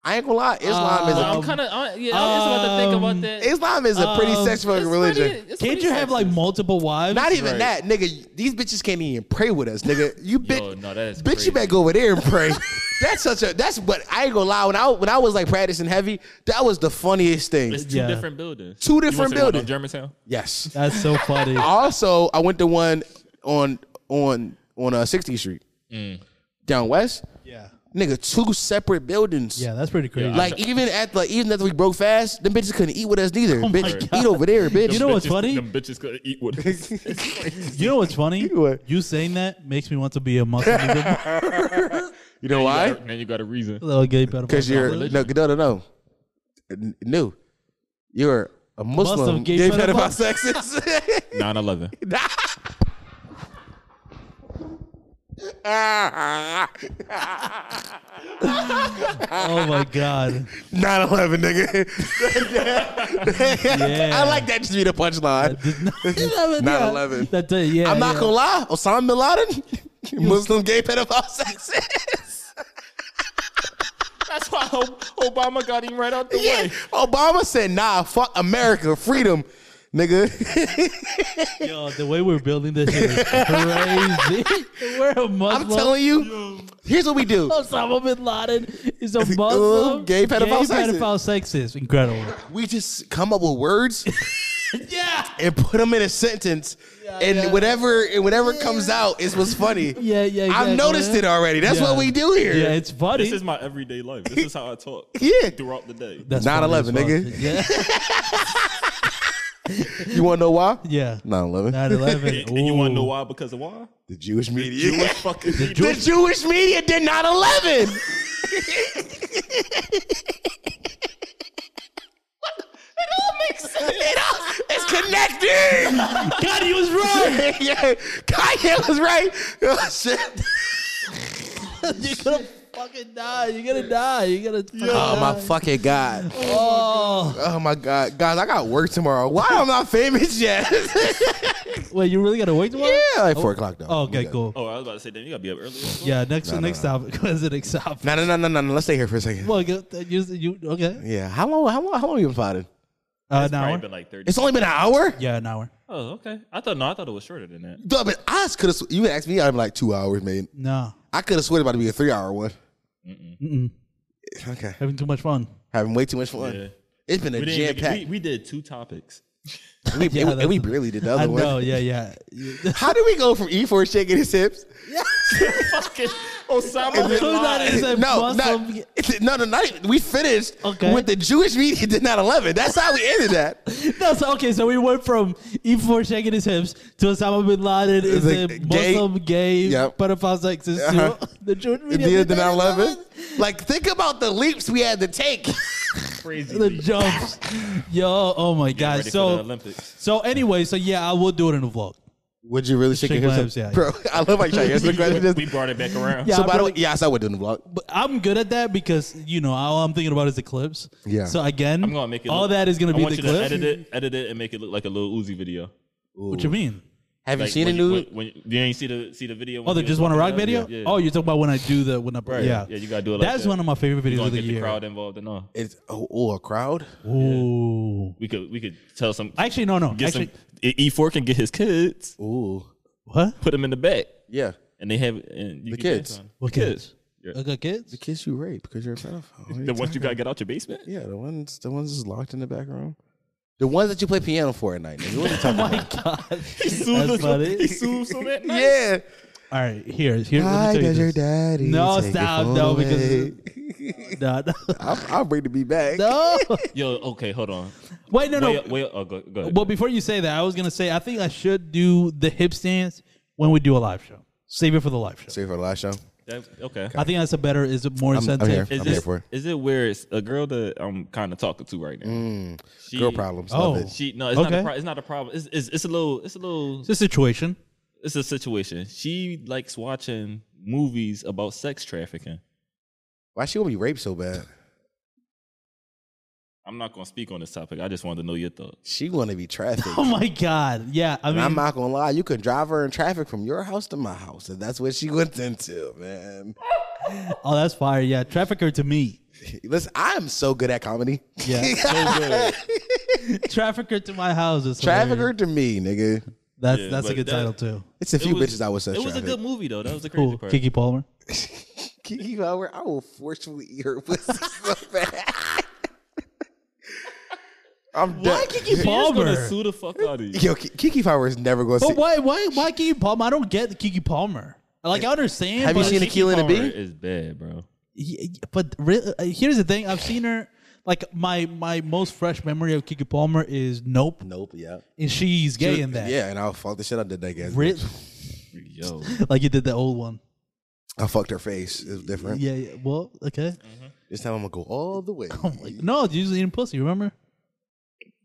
Speaker 4: I ain't gonna lie. Islam is
Speaker 5: Uh,
Speaker 4: a,
Speaker 5: Um,
Speaker 2: I'm kind of yeah. I was just
Speaker 4: um,
Speaker 2: about to think about that.
Speaker 4: Islam is a pretty
Speaker 5: um,
Speaker 4: sexual religion.
Speaker 5: Can't you have like multiple wives?
Speaker 4: Not e- even that, nigga. These bitches can't even pray with us, nigga. You bitch,
Speaker 2: Oh, no, that is
Speaker 4: bitch. You better go over there and pray. (laughs) that's such a. That's what I ain't gonna lie. When I when I was like practicing heavy, that was the funniest thing.
Speaker 2: It's two
Speaker 5: Yeah.
Speaker 2: different buildings.
Speaker 4: Two
Speaker 2: You went
Speaker 4: different
Speaker 2: to the one
Speaker 4: buildings.
Speaker 2: in Germantown.
Speaker 4: Yes.
Speaker 5: That's so
Speaker 4: (laughs)
Speaker 5: funny.
Speaker 4: Also, I went to one on on on uh, 60th Street down west.
Speaker 5: yeah,
Speaker 4: Nigga, two separate buildings.
Speaker 5: yeah, that's pretty crazy.
Speaker 4: Like even at like even after we broke fast, them bitches couldn't eat with us neither. bitch, eat over there, bitch.
Speaker 5: Oh You know what's
Speaker 2: Bitches-
Speaker 5: funny?
Speaker 2: Them bitches could eat
Speaker 4: (laughs)
Speaker 2: with (laughs) us.
Speaker 5: You know what's funny?
Speaker 4: What?
Speaker 5: You saying that makes me want to be a Muslim. even
Speaker 4: (laughs)
Speaker 5: more.
Speaker 4: You know
Speaker 2: You
Speaker 4: why?
Speaker 2: got- Now you got
Speaker 4: (laughs)
Speaker 2: a reason.
Speaker 5: Little gay pedophile.
Speaker 4: Because you're
Speaker 5: Muslim.
Speaker 4: no, no, no, no. N- No, you're a Muslim,
Speaker 5: Muslim
Speaker 4: gay,
Speaker 5: gay
Speaker 4: pedophile
Speaker 5: pedophile. (laughs)
Speaker 4: (laughs) sexist.
Speaker 2: 9/11.
Speaker 5: Oh
Speaker 4: (laughs)
Speaker 5: my god.
Speaker 4: 9-11, nigga.
Speaker 5: (laughs) Yeah.
Speaker 4: (laughs) I like that just be the punchline.
Speaker 5: (laughs)
Speaker 4: (laughs)
Speaker 5: yeah.
Speaker 4: 9/11.
Speaker 5: That day, yeah.
Speaker 4: I'm not
Speaker 5: yeah.
Speaker 4: gonna lie, Osama
Speaker 5: (laughs)
Speaker 4: bin Laden, Muslim gay pedophile sexist.
Speaker 2: That's why Obama got him right out the
Speaker 4: Yeah. Obama said, nah, fuck America, freedom, nigga. (laughs)
Speaker 5: Yo, the way we're building this shit is
Speaker 4: (laughs)
Speaker 5: crazy. (laughs) we're a
Speaker 4: I'm
Speaker 5: Muslim.
Speaker 4: telling you, here's what we do.
Speaker 5: (laughs) Osama bin Laden
Speaker 4: (laughs)
Speaker 5: is a Muslim.
Speaker 4: gay pedophile
Speaker 5: Gay
Speaker 4: sexist.
Speaker 5: pedophile sexist. Incredible.
Speaker 4: We just come up with words
Speaker 5: (laughs) Yeah.
Speaker 4: and put them in a sentence, and
Speaker 5: yeah.
Speaker 4: whatever and whatever comes out is what's funny.
Speaker 5: (laughs) Yeah, yeah. exactly.
Speaker 4: I've noticed it already. That's
Speaker 5: Yeah.
Speaker 4: what we do here.
Speaker 5: Yeah, it's funny.
Speaker 2: This is my everyday life. This is how I
Speaker 5: (laughs)
Speaker 2: talk.
Speaker 4: Yeah.
Speaker 2: Throughout the day.
Speaker 5: That's
Speaker 4: 9/11,
Speaker 5: funny as
Speaker 4: nigga.
Speaker 5: fuck.
Speaker 4: You want to know why?
Speaker 5: (laughs) Yeah. yeah.
Speaker 4: 9/11.
Speaker 5: 9/11.
Speaker 2: And you want to know
Speaker 5: Ooh.
Speaker 2: why? Because of why?
Speaker 4: the Jewish media.
Speaker 2: Jewish
Speaker 5: (laughs)
Speaker 2: fucking
Speaker 4: the
Speaker 2: people.
Speaker 4: Jewish media did (laughs) 9/11. It all, it's connected. (laughs)
Speaker 5: God, he was right.
Speaker 4: yeah, Kanye was right. (laughs) Oh, shit.
Speaker 5: (laughs) You're gonna fucking die. You're gonna die. You're gonna. fucking
Speaker 4: Oh my
Speaker 5: die.
Speaker 4: fucking god.
Speaker 5: Oh.
Speaker 4: Oh my god, guys, I got work tomorrow. Why am I not famous yet?
Speaker 5: Wait, you really gotta wait tomorrow?
Speaker 4: (laughs) Yeah, like four o'clock though.
Speaker 5: Oh,
Speaker 4: We
Speaker 5: okay,
Speaker 4: good.
Speaker 5: cool.
Speaker 2: Oh, I was about to say, damn, you gotta be up early.
Speaker 5: Yeah, next
Speaker 4: No, no,
Speaker 5: next topic. (laughs) What's the next topic?
Speaker 4: No, no, no, no, no, no. Let's stay here for a second.
Speaker 5: Well, you, you okay?
Speaker 4: Yeah. How long? How long? How long you been potting?
Speaker 5: Uh,
Speaker 2: It's
Speaker 5: an
Speaker 2: probably
Speaker 5: hour.
Speaker 2: been like thirty.
Speaker 4: It's only been an hour.
Speaker 5: Yeah, an hour.
Speaker 2: oh, okay. I thought no, I thought it was shorter than that.
Speaker 4: Duh, but I could have. You asked me. I'm like two hours, man.
Speaker 5: No,
Speaker 4: I could have sworn about to be a three hour one. Eh,
Speaker 5: Mm-mm.
Speaker 4: Okay.
Speaker 5: having too much fun.
Speaker 4: Having way too much fun.
Speaker 2: Yeah.
Speaker 4: It's been a
Speaker 2: We,
Speaker 4: jam
Speaker 2: didn't even- we,
Speaker 4: packed.
Speaker 2: we did two
Speaker 5: (laughs)
Speaker 2: topics.
Speaker 4: We,
Speaker 5: Yeah,
Speaker 4: and we- and we
Speaker 5: that's-
Speaker 4: barely did the
Speaker 5: I
Speaker 4: other
Speaker 5: know.
Speaker 4: one.
Speaker 5: Yeah, yeah. (laughs)
Speaker 4: How did we go from E4 shaking his hips?
Speaker 2: Osama
Speaker 5: Who that is a
Speaker 4: no, not,
Speaker 5: Muslim-
Speaker 4: no, no, not even, we finished
Speaker 5: Okay.
Speaker 4: with the Jewish media did not 11. That's how we
Speaker 5: (laughs)
Speaker 4: ended that.
Speaker 5: No, so okay, so we went from E4 shaking his hips to Osama bin Laden is
Speaker 4: The
Speaker 5: a
Speaker 4: gay-
Speaker 5: Muslim gay
Speaker 4: Yep.
Speaker 5: pedophile sexist
Speaker 4: Uh-huh.
Speaker 5: to (laughs) the Jewish media.
Speaker 4: Did the
Speaker 5: did
Speaker 4: 9
Speaker 5: 9/11.
Speaker 4: 11? Like, think about the leaps we had to take.
Speaker 2: crazy.
Speaker 5: The
Speaker 2: (laughs)
Speaker 5: jumps. Yo, oh my
Speaker 2: Getting
Speaker 5: god.
Speaker 2: ready for the
Speaker 5: So
Speaker 2: Olympics.
Speaker 5: so anyway, so yeah, I will do it in the vlog.
Speaker 4: Would you really shake,
Speaker 5: Shake
Speaker 4: your
Speaker 5: my
Speaker 4: hips?
Speaker 5: hips, yeah,
Speaker 4: Bro, (laughs) I love how you try to answer the question. Just-
Speaker 2: (laughs) We brought it back around.
Speaker 5: Yeah,
Speaker 4: so,
Speaker 5: I
Speaker 4: by the way,
Speaker 5: really-
Speaker 4: yes, I would do the vlog.
Speaker 5: But I'm good at that because you know all I'm thinking about is the clips.
Speaker 4: Yeah.
Speaker 5: So again,
Speaker 2: I'm gonna make it.
Speaker 5: all
Speaker 2: look-
Speaker 5: that is gonna
Speaker 2: I
Speaker 5: be
Speaker 2: want
Speaker 5: the
Speaker 2: you to
Speaker 5: clips.
Speaker 2: edit it, edit it, and make it look like a little Uzi video.
Speaker 5: What you mean?
Speaker 4: Have
Speaker 2: Like
Speaker 4: you seen a
Speaker 2: when you-
Speaker 4: new?
Speaker 2: When, when you, you ain't see the see the video.
Speaker 5: Oh,
Speaker 2: when
Speaker 5: they
Speaker 2: you
Speaker 5: just
Speaker 2: was
Speaker 5: want a rock
Speaker 2: walking
Speaker 5: video.
Speaker 2: up? Yeah.
Speaker 5: Oh, you're talking about when I do the when I
Speaker 2: Right.
Speaker 5: yeah
Speaker 2: Yeah, you gotta do it like
Speaker 5: That's
Speaker 2: that.
Speaker 5: one of my favorite
Speaker 2: You
Speaker 5: videos
Speaker 2: gonna
Speaker 5: of the
Speaker 2: get the
Speaker 5: year.
Speaker 2: crowd involved and all.
Speaker 4: It's oh, oh, a crowd.
Speaker 5: Ooh.
Speaker 2: We could we could tell some.
Speaker 5: Actually, no, no.
Speaker 2: get
Speaker 5: Actually,
Speaker 2: some. E four can get his kids,
Speaker 4: Ooh,
Speaker 5: what?
Speaker 2: put them in the back,
Speaker 4: yeah.
Speaker 2: and they have and you
Speaker 4: The
Speaker 2: can dance
Speaker 4: kids.
Speaker 2: on it.
Speaker 5: What
Speaker 2: The
Speaker 5: kids?
Speaker 2: Yeah.
Speaker 5: I got kids.
Speaker 4: Kiss you rape because you're a pedophile. What are
Speaker 2: (laughs) The
Speaker 4: you
Speaker 2: ones you
Speaker 4: talking
Speaker 2: gotta get out your basement.
Speaker 4: Yeah, the ones the ones that's locked in the back room. The ones that you play piano for at night. Nigga. What are you
Speaker 2: (laughs)
Speaker 4: talking
Speaker 2: Oh
Speaker 5: (laughs)
Speaker 4: about?
Speaker 5: That's about
Speaker 2: He
Speaker 5: it.
Speaker 2: sued so that night.
Speaker 4: Yeah.
Speaker 5: (laughs) All right, here, here.
Speaker 4: Why
Speaker 5: Let me tell you
Speaker 4: does your
Speaker 5: this.
Speaker 4: daddy?
Speaker 5: No,
Speaker 4: take your
Speaker 5: stop,
Speaker 4: phone
Speaker 5: no, because-
Speaker 4: away?
Speaker 5: (laughs) No, no,
Speaker 4: (laughs) I'll, I'll bring the beat back.
Speaker 5: no.
Speaker 2: Yo, okay, hold on.
Speaker 5: Wait, no, no.
Speaker 2: Wait, wait. Oh, go, go ahead.
Speaker 5: Well, before you say that, I was gonna say I think I should do the hip stance when we do a live show. Save it for the live show.
Speaker 4: Save for the last show.
Speaker 2: That- okay.
Speaker 5: I think that's a better, is it more
Speaker 4: I'm- I'm here.
Speaker 5: incentive.
Speaker 4: I'm
Speaker 2: Is
Speaker 4: here
Speaker 2: this-
Speaker 4: for it.
Speaker 2: is it where it's a girl that I'm kind of talking to right now? She-
Speaker 4: Mm, Girl problems. Oh.
Speaker 5: Oh.
Speaker 4: Love it.
Speaker 2: She no, it's not
Speaker 5: Okay.
Speaker 2: a pro- it's not a problem. It's, it's it's a little it's a little
Speaker 5: It's a situation. (laughs)
Speaker 2: it's a situation. She likes watching movies about sex trafficking.
Speaker 4: Why she want to be raped so bad?
Speaker 2: I'm not gonna speak on this topic. I just wanted to know your thoughts.
Speaker 4: She want to be
Speaker 2: (laughs)
Speaker 4: trafficked.
Speaker 5: Oh my god. Yeah. I
Speaker 4: And I'm
Speaker 5: mean,
Speaker 4: not gonna lie, you could drive her in traffic from your house to my house, and that's what she went (laughs) into, man.
Speaker 5: oh, that's fire. Yeah, trafficker to me.
Speaker 4: Listen, I am so good at comedy.
Speaker 5: Yeah.
Speaker 4: (laughs)
Speaker 5: (laughs) Trafficker to my house is
Speaker 4: Trafficker
Speaker 5: hilarious.
Speaker 4: to me, nigga.
Speaker 5: That's
Speaker 2: Yeah,
Speaker 5: that's a
Speaker 2: but
Speaker 5: good
Speaker 2: that-
Speaker 5: title
Speaker 2: (laughs)
Speaker 5: too.
Speaker 4: It's a
Speaker 2: It
Speaker 4: few
Speaker 2: was-
Speaker 4: bitches I would say.
Speaker 2: It was a
Speaker 4: traffic.
Speaker 2: good movie though. That was the crazy
Speaker 5: Cool.
Speaker 2: part.
Speaker 5: Kiki Palmer.
Speaker 4: Kiki Palmer, I will forcefully eat her pussy (laughs) so bad. I'm done.
Speaker 5: Why Kiki
Speaker 2: She's gonna
Speaker 5: Palmer?
Speaker 2: sue the fuck out of you.
Speaker 4: (laughs) Yo, Ki- Kiki Palmer is never going to see.
Speaker 5: But why why why Kiki Palmer? I don't get Kiki Palmer. Like I understand.
Speaker 4: Have you
Speaker 5: but-
Speaker 4: seen
Speaker 2: Keke
Speaker 4: Akilah and the
Speaker 2: Palmer
Speaker 4: Bee?
Speaker 2: is bad, bro.
Speaker 5: Yeah, but re- uh, here's the thing: I've seen her. Like my my most fresh memory of Kiki Palmer is Nope,
Speaker 4: Nope, yeah.
Speaker 5: and she's gay in that.
Speaker 4: Yeah, and I'll fuck the shit out of that guy.
Speaker 5: Re-
Speaker 2: Yo,
Speaker 5: like you did the old one.
Speaker 4: I fucked her face. It's different.
Speaker 5: Yeah. yeah. Well, okay.
Speaker 4: This time I'm going to go all the way.
Speaker 5: Oh my- no, you was eating pussy. Remember?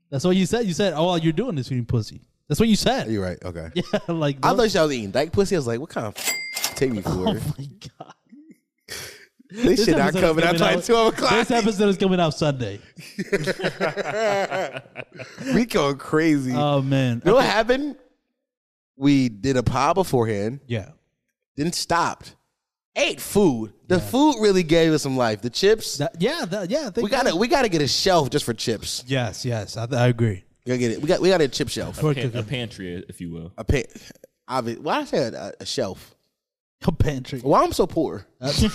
Speaker 5: That's what you said. You said, "Oh, you're doing this eating pussy." That's what you said.
Speaker 4: You're right. Okay.
Speaker 5: (laughs) Yeah. Like
Speaker 4: I
Speaker 5: what-
Speaker 4: thought y'all was eating dyke pussy. I was like, what kind of f- take me
Speaker 5: (laughs)
Speaker 4: for?
Speaker 5: Oh my god.
Speaker 4: (laughs) this shit not
Speaker 5: episode's
Speaker 4: coming out till like 12 o'clock.
Speaker 5: This episode is coming out Sunday.
Speaker 4: we going crazy.
Speaker 5: Oh man.
Speaker 4: you know what happened? We did a pod beforehand.
Speaker 5: Yeah.
Speaker 4: then stopped, ate food. The food really gave us some life. The chips,
Speaker 5: That, yeah. That, yeah. I think
Speaker 4: we gotta we gotta get a shelf just for chips.
Speaker 5: Yes. Yes. I, I agree.
Speaker 4: We gotta get it. We got we got a chip shelf.
Speaker 5: For (laughs)
Speaker 2: Pan- a
Speaker 5: cooking.
Speaker 2: pantry, if you (laughs) will.
Speaker 4: A pan. Obvi- why I said a, a shelf?
Speaker 5: A pantry.
Speaker 4: Why I'm so poor? (laughs)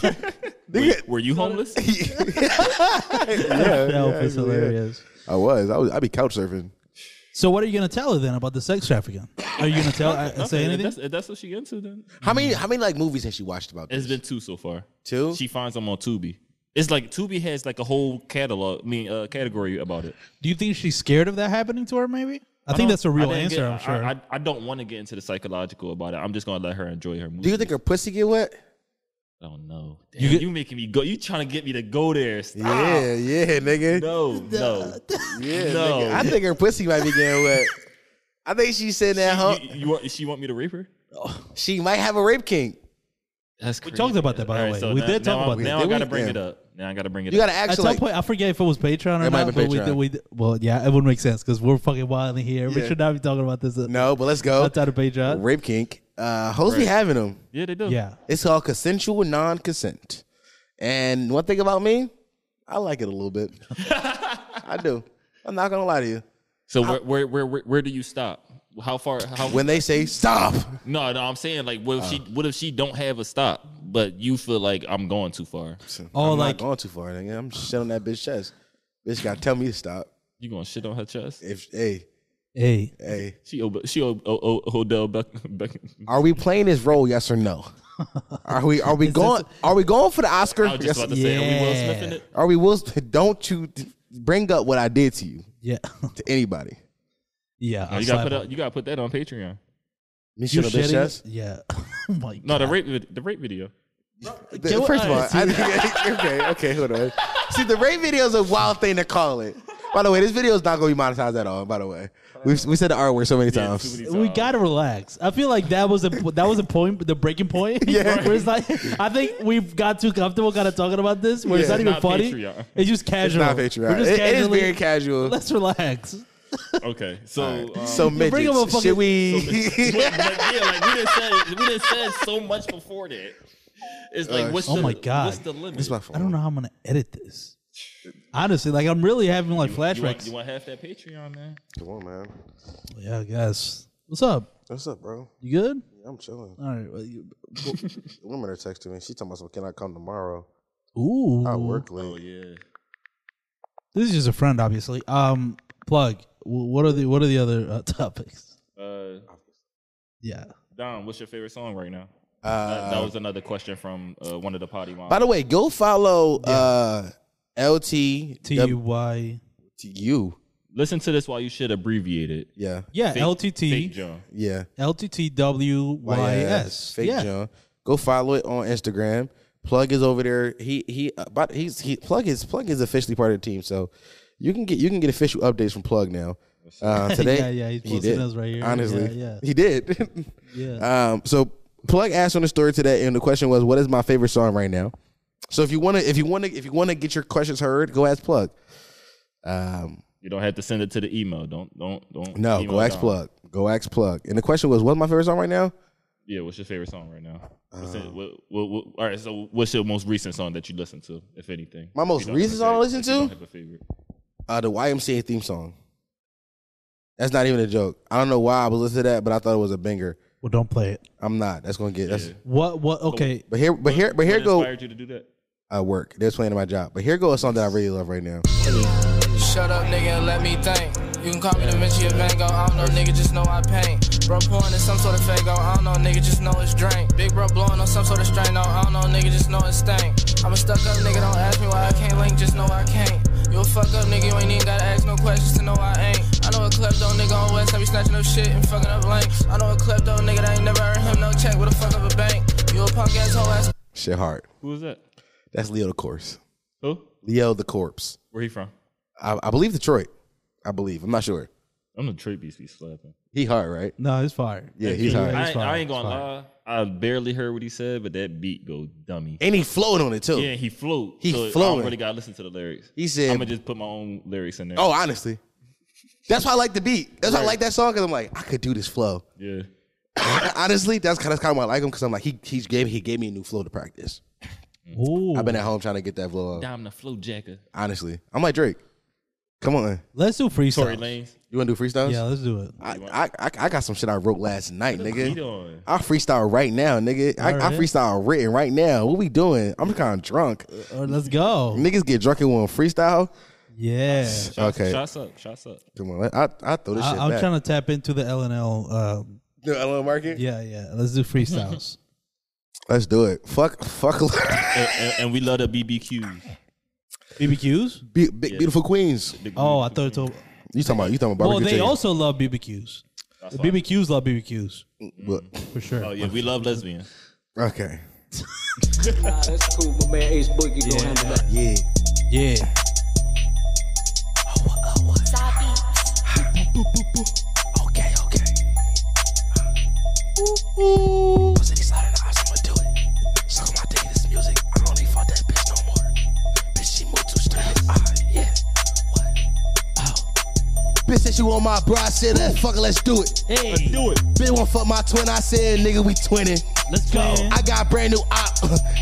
Speaker 2: Were, were you (laughs) homeless?
Speaker 4: (laughs)
Speaker 5: That was hilarious.
Speaker 4: I was. I was. I be couch surfing.
Speaker 5: So what are you gonna tell her then about the sex trafficking? Are you gonna tell uh, say
Speaker 2: If
Speaker 5: anything?
Speaker 2: That's, if that's what she into then.
Speaker 4: How many how many like movies has she watched about this?
Speaker 2: It's been two so far.
Speaker 4: Two?
Speaker 2: She finds them on Tubi. It's like Tubi has like a whole catalog, I mean, uh, category about it.
Speaker 5: Do you think she's scared of that happening to her? Maybe. I, think
Speaker 2: don't-
Speaker 5: that's a real
Speaker 2: I didn't
Speaker 5: answer.
Speaker 2: get-
Speaker 5: I'm sure.
Speaker 2: I, I, I don't want to get into the psychological about it. I'm just gonna let her enjoy her movie.
Speaker 4: Do you think her pussy get wet?
Speaker 2: I don't know.
Speaker 5: You
Speaker 2: you,
Speaker 5: get-
Speaker 2: you making me go. You trying to get me to go there? Stop.
Speaker 4: Yeah, yeah, nigga.
Speaker 2: Ah. No, (laughs) no.
Speaker 4: yeah,
Speaker 2: no.
Speaker 4: nigga. I think her pussy might be getting wet. I think she's sitting at home.
Speaker 2: You, you want? She want me to rape her?
Speaker 4: She might have a rape kink.
Speaker 1: That's
Speaker 5: We
Speaker 1: crazy.
Speaker 5: talked about that, by the
Speaker 2: All right,
Speaker 5: way.
Speaker 2: so
Speaker 5: we
Speaker 2: now-
Speaker 5: did talk
Speaker 2: now
Speaker 5: about that.
Speaker 2: I- Now
Speaker 4: Did
Speaker 2: I
Speaker 4: we?
Speaker 2: gotta bring
Speaker 4: Yeah.
Speaker 2: it up. Now I gotta bring it
Speaker 4: You
Speaker 2: up.
Speaker 4: gotta
Speaker 5: At
Speaker 4: ask
Speaker 5: some
Speaker 4: like,
Speaker 5: point, I forget if it was Patreon or
Speaker 4: It might
Speaker 5: not,
Speaker 4: have
Speaker 5: but
Speaker 4: been
Speaker 5: we
Speaker 4: Patreon.
Speaker 5: did. We did- well, yeah, it wouldn't make sense because we're fucking wild in here. We
Speaker 4: Yeah.
Speaker 5: should not be talking about this. uh,
Speaker 4: no, but let's go.
Speaker 5: outside of Patreon.
Speaker 4: Rape kink. Uh, hoes be having them.
Speaker 1: Yeah, they do.
Speaker 5: Yeah,
Speaker 4: It's called consensual non-consent. And one thing about me, I like it a
Speaker 1: (laughs)
Speaker 4: little bit. I do. I'm not gonna lie to you.
Speaker 1: So where, where where where where do you stop? How far? How?
Speaker 4: When they say stop,
Speaker 1: no, no. I'm saying like, what if
Speaker 2: Uh.
Speaker 1: she? What if she don't have a stop? But you feel like I'm going too far.
Speaker 5: Oh,
Speaker 4: I'm
Speaker 5: like-
Speaker 4: not going too far. Nigga. I'm shit on that bitch chest. Bitch gotta tell me to stop.
Speaker 1: You gonna shit on her chest?
Speaker 4: If hey
Speaker 5: hey,
Speaker 4: hey,
Speaker 1: She Ob- she Ob- O- O- Odell Beck- Beck-
Speaker 4: are we playing this role? Yes
Speaker 1: (laughs)
Speaker 4: or no? Are we are we going are we going for the Oscar?
Speaker 1: I was just
Speaker 4: Yes-
Speaker 1: about to say, are we Will Smith in
Speaker 5: Yeah.
Speaker 1: it?
Speaker 4: Are we will? Don't you bring up what I did to you
Speaker 5: yeah, (laughs)
Speaker 4: to anybody?
Speaker 5: yeah.
Speaker 1: No,
Speaker 5: I'll
Speaker 1: you gotta
Speaker 5: slap
Speaker 1: put
Speaker 5: him.
Speaker 1: out, you gotta put that on Patreon.
Speaker 5: You
Speaker 4: Me shit on bitch
Speaker 5: shitting?
Speaker 4: chest.
Speaker 5: Yeah. (laughs) oh my
Speaker 1: No,
Speaker 5: god.
Speaker 1: the rape vid- the rape video.
Speaker 4: The-
Speaker 5: Get
Speaker 4: first of all,
Speaker 5: what-
Speaker 4: I think, (laughs) okay, okay, hold on. See, the rape video is a wild thing to call it. By the way, this video is not going to be monetized at all. By the way, we've we said the R word so many
Speaker 2: Yeah,
Speaker 4: times.
Speaker 2: too many
Speaker 5: we
Speaker 2: times.
Speaker 5: gotta relax. I feel like that was a that was a point, the breaking point.
Speaker 4: Yeah.
Speaker 5: where it's like I think we've got too comfortable, kind of talking about this. Where it's
Speaker 4: Yeah.
Speaker 5: not even
Speaker 2: Not
Speaker 5: funny.
Speaker 2: Patreon.
Speaker 5: It's just
Speaker 4: it's
Speaker 5: casual.
Speaker 4: not
Speaker 5: We're
Speaker 4: Patreon.
Speaker 5: just
Speaker 4: It- it is
Speaker 5: casually-
Speaker 4: very casual.
Speaker 5: Let's relax. Oh
Speaker 2: Okay, so um,
Speaker 4: so midgets.
Speaker 5: bring up a
Speaker 4: Should
Speaker 5: fucking- (laughs)
Speaker 4: we? (laughs)
Speaker 2: but- but yeah, like we didn't say.
Speaker 1: we didn't said so much before that. It's
Speaker 2: Uh,
Speaker 1: like, what's
Speaker 5: oh
Speaker 1: the,
Speaker 5: my God.
Speaker 1: What's the limit?
Speaker 4: It's my
Speaker 5: I don't
Speaker 4: phone.
Speaker 5: know how I'm gonna edit this. Honestly, like I'm really having like
Speaker 1: You want,
Speaker 5: flashbacks.
Speaker 1: you want half that Patreon, man?
Speaker 4: Come on, man.
Speaker 5: yeah, I guess. What's up?
Speaker 4: What's up, bro?
Speaker 5: You good?
Speaker 4: I'm chilling.
Speaker 5: All right. Well, you,
Speaker 4: Woman are texting me. She talking about some. Can I come tomorrow?
Speaker 5: ooh.
Speaker 4: I work late.
Speaker 1: Oh yeah.
Speaker 5: This is just a friend, obviously. Um, plug. wh- What are the What are the other uh, (laughs) topics?
Speaker 2: Uh,
Speaker 5: Yeah.
Speaker 2: Don, what's your favorite song right now?
Speaker 4: Uh,
Speaker 2: That, that was another question from uh, one of the potty moms.
Speaker 4: By the way, go follow uh, LT
Speaker 5: T Y.
Speaker 4: you.
Speaker 2: Listen to this while you should abbreviate it.
Speaker 4: Yeah,
Speaker 5: Yeah.
Speaker 2: Fake-
Speaker 5: L T T.
Speaker 2: Fake John.
Speaker 4: yeah.
Speaker 5: LTTWYS. (laughs)
Speaker 4: Fake
Speaker 5: yeah.
Speaker 4: John. Go follow it on Instagram. Plug is over there. He he, uh, but he's he. Plug is plug is officially part of the team, so you can get you can get official updates from Plug now. Uh,
Speaker 5: (laughs)
Speaker 4: today,
Speaker 5: Yeah, yeah, he's
Speaker 4: he
Speaker 5: posting
Speaker 4: did.
Speaker 5: us right here.
Speaker 4: Honestly,
Speaker 5: Yeah, yeah.
Speaker 4: he did. (laughs)
Speaker 5: Yeah.
Speaker 4: um, so Plug asked on the story today, and the question was, "What is my favorite song right now?" So if you wanna, if you wanna, if you wanna get your questions heard, go ask Plug. Um,
Speaker 2: You don't have to send it to the email. Don't don't don't.
Speaker 4: no,
Speaker 2: email
Speaker 4: go ask
Speaker 2: Don.
Speaker 4: Plug. Go ask Plug. And the question was, "What's my favorite song right now?"
Speaker 2: Yeah, what's your favorite song right now? What's
Speaker 4: Uh,
Speaker 2: it- what- what- what- all right, so what's your most recent song that you listen to, if anything?
Speaker 4: My most
Speaker 2: If you don't have
Speaker 4: recent
Speaker 2: a
Speaker 4: song I
Speaker 2: favorite-
Speaker 4: listen
Speaker 2: if you don't
Speaker 4: to?
Speaker 2: have a favorite.
Speaker 4: uh, the YMCA theme song. That's not even a joke. I don't know why I was listening to that, but I thought it was a banger.
Speaker 5: Well, don't play it.
Speaker 4: I'm not. That's gonna get. That's,
Speaker 5: What? What? Okay.
Speaker 4: But here, but here, but here
Speaker 2: What
Speaker 4: go
Speaker 2: inspired you to do that?
Speaker 4: uh, work. They're playing at my job. But here goes a song that I really love right now.
Speaker 8: Shut up, nigga, and let me think. You can call me Da Vinci or Van Gogh. I don't know, nigga, just know I paint. Bro, pouring in some sort of fago. I don't know, nigga, just know it's drink. Big bro blowing on some sort of strain. No, I don't know, nigga, just know it stink. I'm a stuck up nigga, don't ask me why I can't link, just know I can't. You a fuck up nigga, you ain't even gotta ask no questions to know I ain't. I know a klepto nigga on West, I be snatching up shit and fucking up links. I know a klepto nigga that ain't never earned him no check with a fuck up a bank. You a punk ass hoe ass
Speaker 4: Shit hard.
Speaker 2: Who was that?
Speaker 4: That's Leo the Corpse.
Speaker 2: Who?
Speaker 4: Leo the Corpse.
Speaker 2: Where he from?
Speaker 4: I, I believe Detroit. I believe. I'm not sure.
Speaker 2: I'm the Detroit beast be slapping.
Speaker 4: He hard, right?
Speaker 5: No, it's fire.
Speaker 4: Yeah, he's hard.
Speaker 2: I,
Speaker 5: it's
Speaker 2: ain't-
Speaker 5: fine,
Speaker 2: I ain't gonna
Speaker 5: it's
Speaker 2: lie. I barely heard what he said, but that beat go dummy.
Speaker 4: And he floating on it too.
Speaker 2: Yeah, he float.
Speaker 4: Oh. He
Speaker 2: so I
Speaker 4: flowing.
Speaker 2: don't really gotta listen to the lyrics.
Speaker 4: He said-
Speaker 2: I'm gonna just put my own lyrics in there.
Speaker 4: Oh, honestly, that's why I like the beat. That's why I like that song because I'm like, I could do this flow.
Speaker 2: yeah.
Speaker 4: honestly, that's kind of kind of why I like him because I'm like, he he's gave he gave me a new flow to practice.
Speaker 5: Ooh.
Speaker 4: I've been at home trying to get that flow. up.
Speaker 1: Dom the flow jacker.
Speaker 4: Honestly, I'm like Drake. Come on,
Speaker 5: Let's do freestyle.
Speaker 2: Tory Lanez.
Speaker 4: you want to do freestyles?
Speaker 5: Yeah, let's do it.
Speaker 4: I, I I I got some shit I wrote last night,
Speaker 2: He
Speaker 4: nigga.
Speaker 2: doing.
Speaker 4: I freestyle right now, nigga. I, I
Speaker 5: Alright.
Speaker 4: freestyle written right now. What we doing? I'm kind of drunk.
Speaker 5: All right, let's go.
Speaker 4: Niggas get drunk and want freestyle.
Speaker 5: Yeah.
Speaker 2: Shots,
Speaker 4: Okay.
Speaker 2: Shots up. Shots up.
Speaker 4: Come on, I I, I throw this shit
Speaker 5: I, am
Speaker 4: back.
Speaker 5: trying to tap into the L and L. Um,
Speaker 4: do LL Market.
Speaker 5: yeah, yeah. Let's do
Speaker 2: (laughs)
Speaker 5: freestyles.
Speaker 4: Let's do it. Fuck fuck. (laughs)
Speaker 2: and, and- and we love the BBQs.
Speaker 5: BBQs.
Speaker 4: Be, big, Beautiful queens.
Speaker 2: The-
Speaker 5: Oh, I thought it was.
Speaker 4: You talking about you talking about
Speaker 5: Well,
Speaker 4: barbecue?
Speaker 5: they
Speaker 4: chicken.
Speaker 5: also love BBQs. The
Speaker 2: fine.
Speaker 5: BBQs love BBQs
Speaker 4: But-
Speaker 5: for sure.
Speaker 2: Oh yeah, we love lesbians.
Speaker 4: okay.
Speaker 9: That's cool, but man, Ace Boogie gon' handle that.
Speaker 4: Yeah.
Speaker 5: Yeah.
Speaker 9: Okay, okay. Ooh, ooh. Pussy slide in the ice, I'ma do it. So Ah,
Speaker 6: said she want my bra. I said, uh, fuck it, let's do it.
Speaker 5: Hey,
Speaker 2: Let's do it.
Speaker 6: Bitch want fuck my twin. I said, nigga, we twinning.
Speaker 5: let's go.
Speaker 6: I got brand new op, (laughs)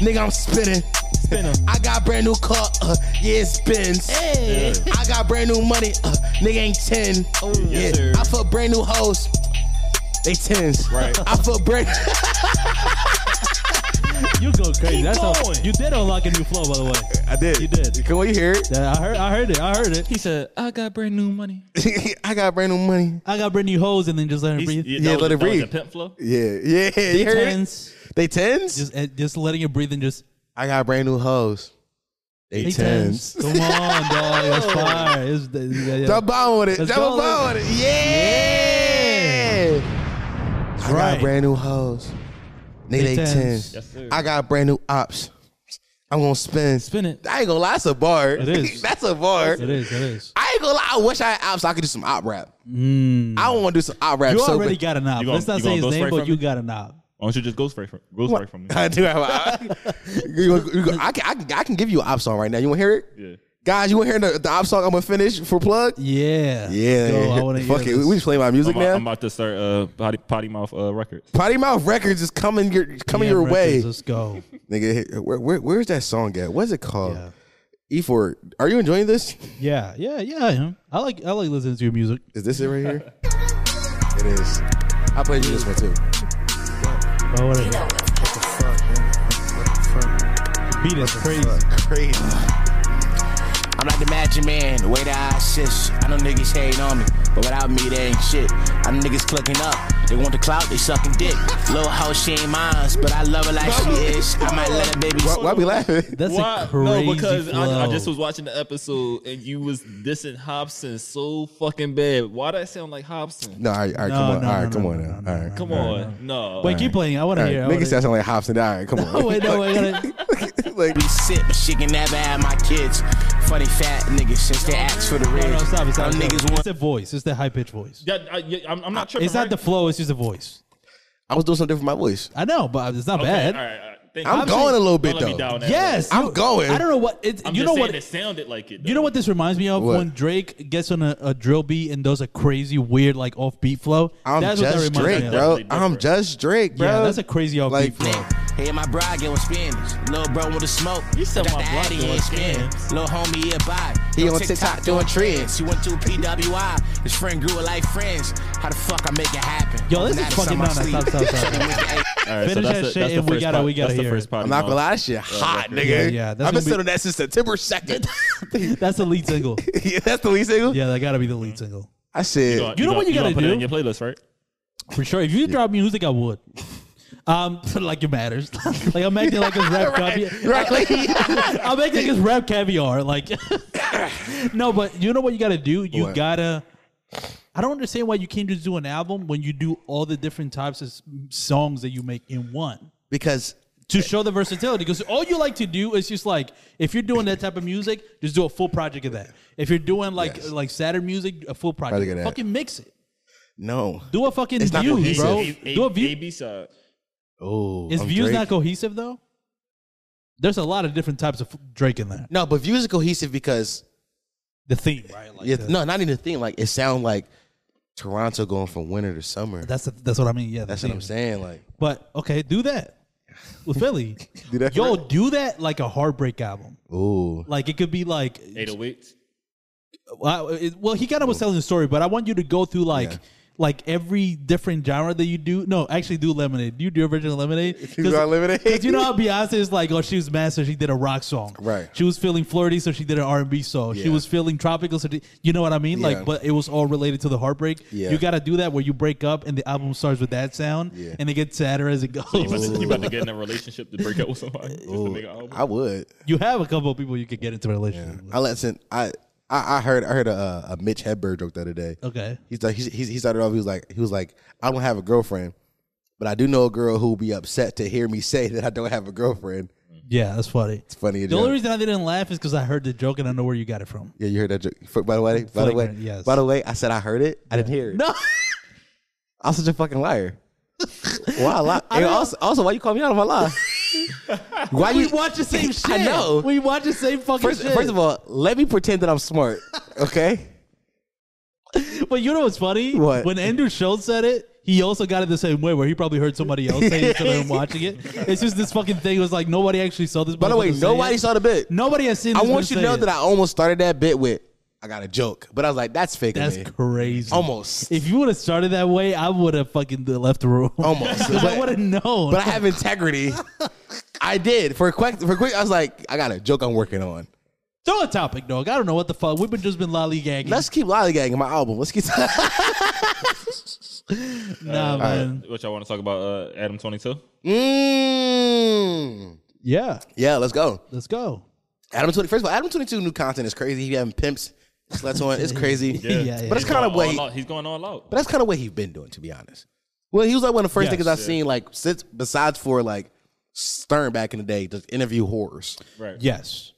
Speaker 6: nigga, I'm spinning.
Speaker 5: Spinner.
Speaker 4: (laughs)
Speaker 6: I got brand new car, (laughs) uh, yeah, it spins.
Speaker 5: Hey.
Speaker 6: I got brand new money, (laughs) uh, nigga ain't 10. yeah.
Speaker 2: sir.
Speaker 6: I fuck brand new hoes, they 10s.
Speaker 2: Right.
Speaker 6: I fuck brand
Speaker 5: You go crazy. That's all.
Speaker 2: going.
Speaker 5: You did unlock a new flow, by the way.
Speaker 4: I did.
Speaker 5: You did.
Speaker 4: Can we hear it?
Speaker 5: Yeah, I heard. I heard it. I heard it.
Speaker 1: He said, "I got brand new money."
Speaker 6: (laughs) I got brand new money.
Speaker 5: I got brand new hoes and then just let her breathe.
Speaker 2: yeah,
Speaker 4: Yeah,
Speaker 2: that
Speaker 4: let
Speaker 2: was a-
Speaker 4: it
Speaker 2: that was a
Speaker 4: breathe.
Speaker 2: Pimp flow.
Speaker 4: Yeah, yeah.
Speaker 5: Big
Speaker 4: you heard it?
Speaker 5: tens.
Speaker 4: They tens?
Speaker 5: Just eh, just letting it breathe and just
Speaker 4: I got brand new hoes. They
Speaker 5: big
Speaker 4: tens.
Speaker 5: tens. Come on, dog. That's fire. It's, yeah, yeah.
Speaker 4: Double bomb with it.
Speaker 5: Let's
Speaker 4: Double
Speaker 5: go,
Speaker 4: bomb with it. Yeah. I got
Speaker 5: right.
Speaker 4: brand new hoes. Nigga, they
Speaker 5: They tens.
Speaker 4: tens.
Speaker 2: Yes, sir.
Speaker 4: I got brand new ops. I'm gonna spin.
Speaker 5: Spin it.
Speaker 4: I ain't gonna lie, that's a bar.
Speaker 5: It is.
Speaker 4: (laughs) that's a bar.
Speaker 5: It is. It is.
Speaker 4: I ain't gonna lie. I wish I had ops. So I could do some op rap. I want to do some op rap.
Speaker 5: Mm. You
Speaker 4: so
Speaker 5: already
Speaker 4: bad.
Speaker 5: got a knob.
Speaker 2: You gonna-
Speaker 5: Let's not
Speaker 2: you
Speaker 5: say
Speaker 2: gonna
Speaker 5: his
Speaker 2: go
Speaker 5: name,
Speaker 2: straight
Speaker 5: but
Speaker 2: from
Speaker 5: you
Speaker 2: it?
Speaker 5: got a knob.
Speaker 2: Why don't you just go straight from go straight from me?
Speaker 4: (laughs) I do have a
Speaker 5: (laughs)
Speaker 4: op. You gonna- you gonna- I, can, I, can, I can give you an op song right now. You want to hear it?
Speaker 2: Yeah.
Speaker 4: Guys, you want to hear the, the op song I'm gonna finish for plug?
Speaker 5: Yeah.
Speaker 4: Yeah.
Speaker 5: Go, I wanna
Speaker 4: Fuck
Speaker 5: hear
Speaker 4: it. We
Speaker 5: this.
Speaker 4: we just play my music
Speaker 2: I'm,
Speaker 4: now.
Speaker 2: about, I'm about to start uh potty, potty mouth uh records.
Speaker 4: Potty Mouth Records is coming your coming
Speaker 5: Yeah,
Speaker 4: your
Speaker 5: records,
Speaker 4: way,
Speaker 5: Let's go.
Speaker 4: nigga. Where, where, where's that song at? What's it called?
Speaker 5: Yeah.
Speaker 4: E4. Are you enjoying this?
Speaker 5: Yeah. Yeah. Yeah. I am. I like. I like listening to your music.
Speaker 4: Is this it
Speaker 5: (laughs)
Speaker 4: right here? it is. I played you this one too.
Speaker 5: Oh, whatever. Beat is crazy.
Speaker 4: Crazy.
Speaker 6: I'm like the magic man, the way that I assist. I know niggas hate on me, but without me, they ain't shit. I know niggas clucking up, they want the clout, they sucking dick. Little hoe, she ain't mine, but I love her like she is. I might let a baby.
Speaker 4: Why, why we
Speaker 5: (laughs)
Speaker 4: laughing?
Speaker 5: That's a crazy
Speaker 1: no, because I, I
Speaker 5: flow.
Speaker 1: just was watching the episode and you was dissing Hobson so fucking bad. Why that sound like Hobson?
Speaker 4: No, all right, all right,
Speaker 5: No,
Speaker 4: come on,
Speaker 5: no,
Speaker 4: all right,
Speaker 5: no, no,
Speaker 4: come on
Speaker 5: no,
Speaker 4: now,
Speaker 5: no,
Speaker 4: all right,
Speaker 1: Come
Speaker 4: all right.
Speaker 1: on, no.
Speaker 5: Wait, keep playing. I want to hear.
Speaker 4: All
Speaker 5: I
Speaker 4: right,
Speaker 5: wanna
Speaker 4: niggas
Speaker 5: hear.
Speaker 4: that sound like Hobson. All right, come
Speaker 5: (laughs)
Speaker 4: on.
Speaker 5: Oh wait, no, wait. I gotta-
Speaker 4: (laughs) like,
Speaker 6: be sick, but she can never have my kids. Funny fat niggas since they asked for the
Speaker 5: No,
Speaker 6: ring.
Speaker 5: no, stop it, stop it,
Speaker 6: Them
Speaker 5: stop it.
Speaker 6: niggas want
Speaker 5: It's the voice. It's the high pitched voice.
Speaker 1: Yeah, I, yeah, I'm, I'm not tripping.
Speaker 5: It's not
Speaker 1: right?
Speaker 5: the flow. It's just the voice.
Speaker 4: I was doing something different with my voice.
Speaker 5: I know, but it's not
Speaker 1: Okay,
Speaker 5: bad.
Speaker 1: all right, all right. Thank
Speaker 4: I'm
Speaker 1: you.
Speaker 4: going a little
Speaker 1: Don't
Speaker 4: bit
Speaker 1: let me
Speaker 4: though.
Speaker 1: down that
Speaker 5: Yes,
Speaker 1: road.
Speaker 4: I'm
Speaker 5: you-
Speaker 4: going.
Speaker 5: I don't know what it's.
Speaker 1: I'm
Speaker 5: you
Speaker 1: just
Speaker 5: know
Speaker 1: saying
Speaker 5: what?
Speaker 1: It sounded like it.
Speaker 5: You know what this reminds me of
Speaker 4: What?
Speaker 5: when Drake gets on a, a drill beat and does a crazy, weird, like off beat flow.
Speaker 4: I'm
Speaker 5: that's what that
Speaker 4: just
Speaker 5: reminds me
Speaker 4: Drake,
Speaker 5: of.
Speaker 4: bro.
Speaker 1: Definitely
Speaker 4: I'm
Speaker 1: different.
Speaker 4: just Drake, bro.
Speaker 5: Yeah, that's a crazy off
Speaker 4: Like-
Speaker 5: beat flow.
Speaker 6: Hey, my bride get with spins. Little bro with the smoke.
Speaker 1: You said
Speaker 6: Got
Speaker 1: my
Speaker 6: the
Speaker 1: block
Speaker 6: Addy
Speaker 1: doing
Speaker 6: and spin.
Speaker 1: spins.
Speaker 6: Little homie here by.
Speaker 4: He on TikTok doing trends.
Speaker 6: He went through PWI. His friend grew it like friends. How the fuck I make it happen?
Speaker 5: Yo, this is
Speaker 6: Open Addy's
Speaker 5: fucking
Speaker 6: on my
Speaker 5: no, no,
Speaker 6: sleeve.
Speaker 5: stop, stop, stop.
Speaker 2: All right,
Speaker 5: Finish that
Speaker 2: the-
Speaker 5: shit
Speaker 2: the
Speaker 5: and we
Speaker 2: first
Speaker 5: gotta-
Speaker 2: pot-
Speaker 5: we gotta
Speaker 2: that's the
Speaker 5: hear
Speaker 2: first
Speaker 5: it.
Speaker 2: potty
Speaker 4: I'm not
Speaker 2: mouth.
Speaker 4: gonna lie, that shit hot, nigga.
Speaker 5: Yeah, yeah, that's
Speaker 4: I've been
Speaker 5: gonna be-
Speaker 4: sitting on that since September
Speaker 5: (laughs)
Speaker 4: 2nd.
Speaker 5: That's the lead single.
Speaker 4: (laughs) yeah, that's the lead single?
Speaker 5: Yeah, that gotta be the lead single
Speaker 4: I said,
Speaker 5: You know
Speaker 2: gonna-
Speaker 5: what you
Speaker 2: gonna
Speaker 5: gotta
Speaker 2: put it
Speaker 5: do?
Speaker 2: in your playlist, right?
Speaker 5: for sure. If you drop music, I would. Um, (laughs) like it matters. like I'm acting like it's rap copy.
Speaker 4: (laughs) right, like,
Speaker 5: I'm acting like (laughs) it's rap caviar. Like, (laughs) no, but you know what you gotta do? You
Speaker 4: What?
Speaker 5: gotta. I don't understand why you can't just do an album when you do all the different types of s- songs that you make in one.
Speaker 4: because
Speaker 5: to show the versatility because all you like to do is just like if you're doing that type of music just do a full project of that if you're doing like
Speaker 4: Yes.
Speaker 5: like saturn music a full project,
Speaker 4: Project of that.
Speaker 5: fucking mix it
Speaker 4: no.
Speaker 5: do a fucking
Speaker 4: It's not
Speaker 5: views
Speaker 4: cohesive.
Speaker 5: bro
Speaker 4: A-
Speaker 5: do a
Speaker 1: A-
Speaker 5: view
Speaker 1: A- B side.
Speaker 4: Oh,
Speaker 5: is
Speaker 4: I'm
Speaker 5: views
Speaker 4: Drake.
Speaker 5: not cohesive though there's a lot of different types of f- drake in there
Speaker 4: No, but views are cohesive because
Speaker 5: the theme right like
Speaker 4: yeah,
Speaker 5: the-
Speaker 4: no, not even the thing. Like it sound like Toronto going from winter to summer.
Speaker 5: that's the, that's what i mean yeah the
Speaker 4: That's what I'm
Speaker 5: theme.
Speaker 4: saying. Like
Speaker 5: but okay do that with philly
Speaker 4: (laughs) Do that
Speaker 5: yo
Speaker 4: for-
Speaker 5: do that like a heartbreak album
Speaker 4: ooh,
Speaker 5: like it could be like
Speaker 1: 808s.
Speaker 5: Well, I- it- well, he kind of was telling the story, but I want you to go through like like every different genre that you do. No, actually, do lemonade. Do you do original
Speaker 4: (laughs)
Speaker 5: lemonade?
Speaker 4: do Lemonade.
Speaker 5: Because you know how Beyonce is like, oh, she was mad, so she did a rock song.
Speaker 4: Right.
Speaker 5: She was feeling flirty, so she did an R and B song. She
Speaker 4: Yeah.
Speaker 5: was feeling tropical, so she- you know what I mean.
Speaker 4: Yeah.
Speaker 5: Like, but it was all related to the heartbreak.
Speaker 4: Yeah.
Speaker 5: You got to do that where you break up and the album starts with that sound,
Speaker 4: Yeah.
Speaker 5: and it gets sadder as it goes.
Speaker 2: You about, to, you about to get in a relationship to break up with somebody? Just to make an album?
Speaker 4: I would.
Speaker 5: (laughs) you have a couple of people you could get into a relationship. with.
Speaker 4: I listen. I I, I heard I heard a, uh, a Mitch Hedberg joke the other day.
Speaker 5: Okay.
Speaker 4: He's like he's, he's, he started off. He was like he was like I don't have a girlfriend, but I do know a girl who will be upset to hear me say that I don't have a girlfriend.
Speaker 5: Yeah, that's funny.
Speaker 4: It's funny.
Speaker 5: The only reason I didn't laugh is because I heard the joke and I know where you got it from.
Speaker 4: Yeah, you heard that joke. For- By the way, by the way,
Speaker 5: Flagrant, yes.
Speaker 4: by the way, I said I heard it. I didn't hear it.
Speaker 5: No. (laughs)
Speaker 4: I'm such a fucking liar. why
Speaker 5: (laughs)
Speaker 4: I lie? And
Speaker 5: don't-
Speaker 4: also, also, why you call me out on
Speaker 5: (laughs)
Speaker 4: my lie? why
Speaker 5: we
Speaker 4: you?
Speaker 5: watch the same shit.
Speaker 4: (laughs) I know.
Speaker 5: We watch the same fucking
Speaker 4: First,
Speaker 5: shit. (laughs)
Speaker 4: first of all, let me pretend that I'm smart, okay?
Speaker 5: But you know what's funny?
Speaker 4: What?
Speaker 5: When Andrew Schultz said it, he also got it the same way, where he probably heard somebody else say it instead
Speaker 4: (laughs)
Speaker 5: of him watching it. It's just this fucking thing. It was like nobody actually saw this.
Speaker 4: By the way,
Speaker 5: motherfucker say
Speaker 4: nobody
Speaker 5: it.
Speaker 4: saw the bit.
Speaker 5: Nobody has seen.
Speaker 4: I
Speaker 5: this man
Speaker 4: want you to know
Speaker 5: say it.
Speaker 4: that I almost started that bit with I got a joke, but I was like, that's fake. of
Speaker 5: That's
Speaker 4: me.
Speaker 5: crazy.
Speaker 4: Almost.
Speaker 5: If you would have started that way, I would have fucking left the room.
Speaker 4: Almost.
Speaker 5: (laughs) 'Cause I
Speaker 4: But-
Speaker 5: would have known.
Speaker 4: but I
Speaker 5: (laughs)
Speaker 4: have integrity. I did for a quick. For a quick, I was like, I got a joke I'm working on.
Speaker 5: Throw a topic, dog. I don't know what the fuck. We've been just been lollygagging.
Speaker 4: Let's keep lollygagging my album. Let's (laughs) get.
Speaker 5: nah, man.
Speaker 2: Which I want to talk about uh, Adam 22.
Speaker 4: Mmm.
Speaker 5: Yeah,
Speaker 4: Yeah, let's go.
Speaker 5: let's go.
Speaker 4: Adam twenty. First of all, Adam twenty two new content is crazy. He having pimps, sluts
Speaker 5: (laughs)
Speaker 4: on. It's crazy.
Speaker 5: Yeah, yeah.
Speaker 4: But it's kind of
Speaker 2: All
Speaker 4: what he,
Speaker 2: out. He's going all out.
Speaker 4: but that's kind of what he's been doing, to be honest. Well, he was like one of the first
Speaker 5: Yes,
Speaker 4: niggas I've seen like since besides for like Stern back in the day to interview horrors.
Speaker 5: Yes.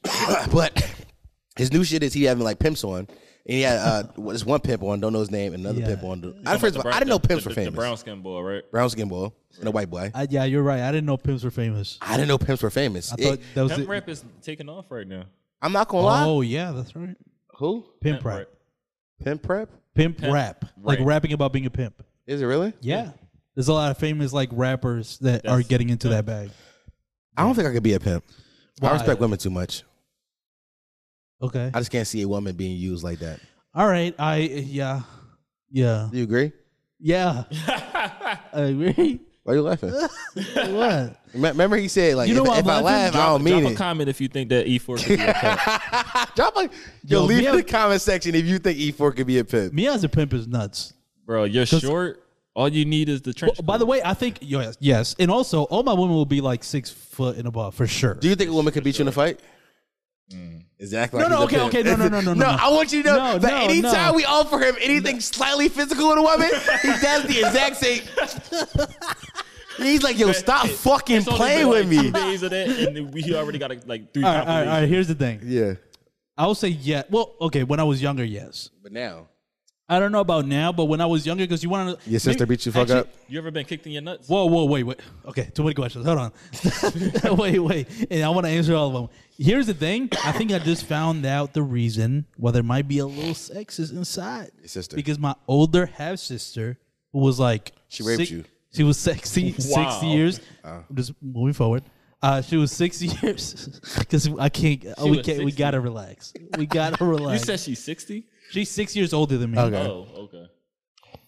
Speaker 4: But (laughs) his new shit is he having like pimps on, and he had uh well, this one pimp on, don't know his name, and another
Speaker 5: Yeah.
Speaker 4: pimp on. I, first of all, I didn't know pimps
Speaker 2: the,
Speaker 4: were
Speaker 2: the-
Speaker 4: famous.
Speaker 2: The brown skin boy, right?
Speaker 4: brown skin boy and a white boy. I,
Speaker 5: I, yeah, you're right. I didn't know pimps were famous.
Speaker 4: didn't know pimps were famous.
Speaker 5: I
Speaker 4: It-
Speaker 5: thought that was
Speaker 2: Pimp
Speaker 5: it.
Speaker 2: rap is taking off right now.
Speaker 4: I'm not gonna lie.
Speaker 5: Oh yeah, that's right.
Speaker 4: Who
Speaker 5: Pimp, rap.
Speaker 4: pimp prep?
Speaker 5: Pimp, rap. Like rapping about being a pimp.
Speaker 4: Is it really?
Speaker 5: Yeah. There's a lot of famous like rappers that are getting into that bag.
Speaker 4: I don't think I could be a pimp. I
Speaker 5: Why?
Speaker 4: respect women too much.
Speaker 5: Okay.
Speaker 4: I just can't see a woman being used like that.
Speaker 5: All right. I yeah. Yeah.
Speaker 4: Do you agree?
Speaker 5: (laughs) Yeah. I (laughs) agree.
Speaker 4: Why are you (laughs) laughing?
Speaker 5: What?
Speaker 4: Me- Remember he said like
Speaker 5: You know
Speaker 4: if,
Speaker 5: what
Speaker 4: if
Speaker 5: I'm
Speaker 4: I
Speaker 5: laughing?
Speaker 4: laugh, I don't mean
Speaker 1: Drop a
Speaker 4: it.
Speaker 1: comment if you think that E4 could be a pimp.
Speaker 4: Drop a yo,
Speaker 5: Yo,
Speaker 4: leave
Speaker 5: me
Speaker 4: in the
Speaker 5: and-
Speaker 4: comment section if you think E4 could be a pimp.
Speaker 5: Me as a pimp is nuts.
Speaker 1: Bro, you're short. All you need is the trench.
Speaker 5: By the way, I think yes, yes, and also all my women will be like six foot and above for sure.
Speaker 4: Do you think a woman could beat you in a fight? Mm. Exactly.
Speaker 5: No,
Speaker 4: like
Speaker 5: no,
Speaker 4: he's a
Speaker 5: okay,
Speaker 4: (laughs) pimp.
Speaker 5: okay, no, no, no, no,
Speaker 4: no.
Speaker 5: no.
Speaker 4: I want you to know
Speaker 5: No,
Speaker 4: that
Speaker 5: no,
Speaker 4: anytime
Speaker 5: no.
Speaker 4: we offer him anything slightly physical in a woman, he does the exact same. (laughs) He's like, yo, stop fucking
Speaker 2: It's only
Speaker 4: playing
Speaker 2: been,
Speaker 4: with
Speaker 2: like,
Speaker 4: me.
Speaker 2: Two days of that, and then we already got like, like three
Speaker 5: all right, all right, all right.
Speaker 2: compilations.
Speaker 5: Here's the thing.
Speaker 4: Yeah,
Speaker 5: I will say yeah. Well, okay. When I was younger, yes.
Speaker 4: but now
Speaker 5: I don't know about now, but when I was younger, because you want to
Speaker 4: your sister beat you fuck
Speaker 2: Actually,
Speaker 4: up.
Speaker 2: You ever been kicked in your nuts?
Speaker 5: Whoa, whoa, wait, wait. Okay, too many questions. Hold on. (laughs) wait, wait. And I want to answer all of them. Here's the thing. I think I just found out the reason why there might be a little sexist inside.
Speaker 4: sister.
Speaker 5: Because my older half sister who was like
Speaker 4: She raped you. Uh.
Speaker 5: She was (laughs) sexy
Speaker 2: Wow.
Speaker 5: six years. I'm just moving forward. Uh, she was six (laughs) years because I can't. oh, we
Speaker 2: was
Speaker 5: can't. We
Speaker 2: 60.
Speaker 5: gotta relax. We (laughs) gotta
Speaker 2: You
Speaker 5: relax.
Speaker 2: said she's 60?
Speaker 5: She's six years older than me.
Speaker 2: Oh, okay.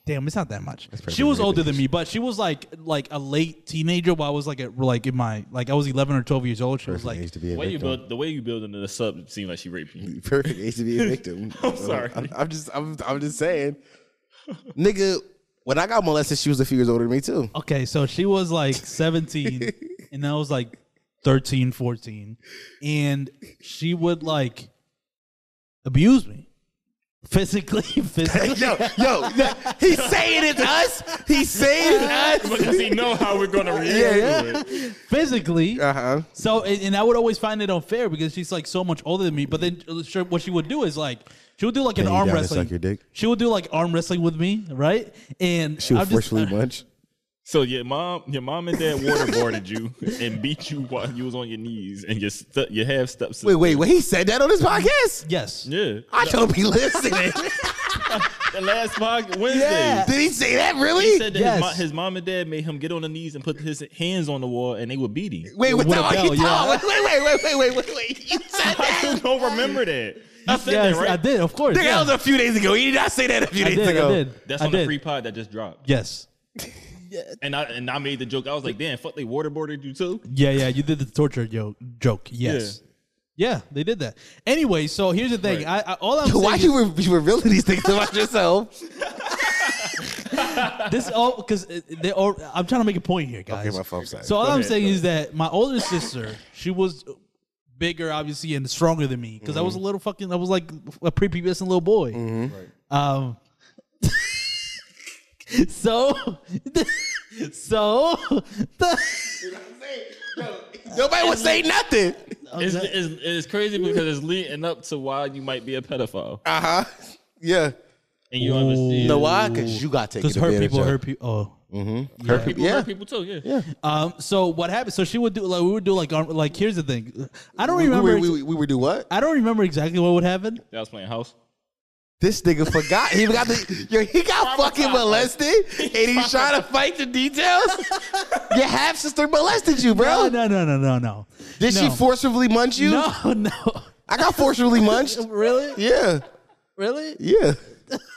Speaker 5: Damn, it's not that much. She was older than me, but she was like like a late teenager. While I was like at, like in my like I was eleven or twelve years old. She was like,
Speaker 4: be
Speaker 2: The way you build the way you building this up it seemed like she
Speaker 4: (laughs)
Speaker 2: raped you.
Speaker 4: perfect age to be a
Speaker 5: (laughs)
Speaker 4: victim. Uh,
Speaker 2: I'm sorry.
Speaker 4: I'm, I'm just I'm, I'm just saying. Nigga, when I got molested, she was a few years older than me too.
Speaker 5: okay, so she was like seventeen, and I was like 13, 14. and she would like abuse me physically, (laughs)
Speaker 4: (laughs)
Speaker 5: physically.
Speaker 4: Yo, yo, yo, he's saying it's us. He's saying it's us.
Speaker 2: Because he know how we're gonna react.
Speaker 4: Yeah, yeah.
Speaker 5: physically.
Speaker 4: Uh-huh.
Speaker 5: So, and, and I would always find it unfair because she's like so much older than me. But then, uh, sure, what she would do is like she would do like an
Speaker 4: Bend you
Speaker 5: arm
Speaker 4: down and
Speaker 5: wrestling.
Speaker 4: suck your dick.
Speaker 5: She would do like arm wrestling with me, right? And
Speaker 4: She
Speaker 5: I'm
Speaker 4: was
Speaker 5: just- (laughs)
Speaker 4: forcefully much.
Speaker 2: So your mom, your mom and dad waterboarded you (laughs) and beat you while you was on your knees and your stu- your half steps.
Speaker 4: Wait, wait, wait. He said that on his podcast.
Speaker 5: Yes.
Speaker 2: (laughs) Yeah,
Speaker 4: I don't
Speaker 5: (laughs)
Speaker 4: be listening.
Speaker 2: the last podcast Wednesday.
Speaker 5: Yeah.
Speaker 4: Did he say that
Speaker 2: He
Speaker 4: really?
Speaker 2: said that
Speaker 5: Yes.
Speaker 2: his, mo- his mom and dad made him get on the knees and put his hands on the wall and they would beat him.
Speaker 4: Wait, what
Speaker 5: With a
Speaker 4: the fuck you
Speaker 5: bell, yeah.
Speaker 4: talking? Wait, wait, wait, wait, wait, wait, wait. You
Speaker 5: (laughs)
Speaker 4: said that?
Speaker 2: I (laughs) don't remember that. You said
Speaker 5: Yes,
Speaker 2: that, right?
Speaker 5: I did. Of course.
Speaker 4: Nigga,
Speaker 5: yeah.
Speaker 4: that was a few days ago. He did not say that a few
Speaker 5: I
Speaker 4: days
Speaker 5: did.
Speaker 4: ago.
Speaker 5: I did.
Speaker 2: That's
Speaker 5: I
Speaker 2: on
Speaker 5: did.
Speaker 2: the free pod that just dropped.
Speaker 5: Yes.
Speaker 2: And I and I made the joke. I was like, damn, fuck, they waterboarded you too.
Speaker 5: Yeah, yeah. You did the torture joke. Joke. Yes. Yeah. they did that. Anyway, so here's the thing. I, I all I'm
Speaker 4: (laughs) Why
Speaker 5: saying
Speaker 4: you, re- you revealing these things about yourself?
Speaker 5: this all because they all, I'm trying to make a point here, guys.
Speaker 4: my phone, sorry.
Speaker 5: So all I'm saying is that my older sister, she was bigger, obviously, and stronger than me because I was
Speaker 4: Mm-hmm.
Speaker 5: a little fucking, I was like a prepubescent little boy. Um, (laughs) so, (laughs) so (laughs)
Speaker 4: Nobody would say nothing.
Speaker 2: It's, it's, it's crazy because it's leading up to why you might be a pedophile
Speaker 4: Uh huh. Yeah.
Speaker 2: and you don't even see it.
Speaker 4: You know why? Because you got taken
Speaker 5: because her
Speaker 4: advantage
Speaker 5: people,
Speaker 4: of.
Speaker 5: her people, oh.
Speaker 4: Her people. Yeah.
Speaker 2: People too, yeah.
Speaker 5: Um, so what happened? So she would do like we would do like arm- like here's the thing, I don't remember.
Speaker 4: We, we, we, we would do what?
Speaker 5: I don't remember exactly what would happen.
Speaker 2: I was playing house.
Speaker 4: (laughs) This nigga forgot. He got the yo, he got fucking molested, and he's trying to fight
Speaker 5: (laughs)
Speaker 4: the details. Your half sister molested you, bro.
Speaker 5: No, no, no, no, no, no.
Speaker 4: Did she
Speaker 5: No.
Speaker 4: forcibly munch you?
Speaker 5: No, (laughs) no.
Speaker 4: I got forcibly
Speaker 5: (laughs)
Speaker 4: munched.
Speaker 5: Really?
Speaker 4: Yeah,
Speaker 5: Really? (laughs)
Speaker 4: yeah.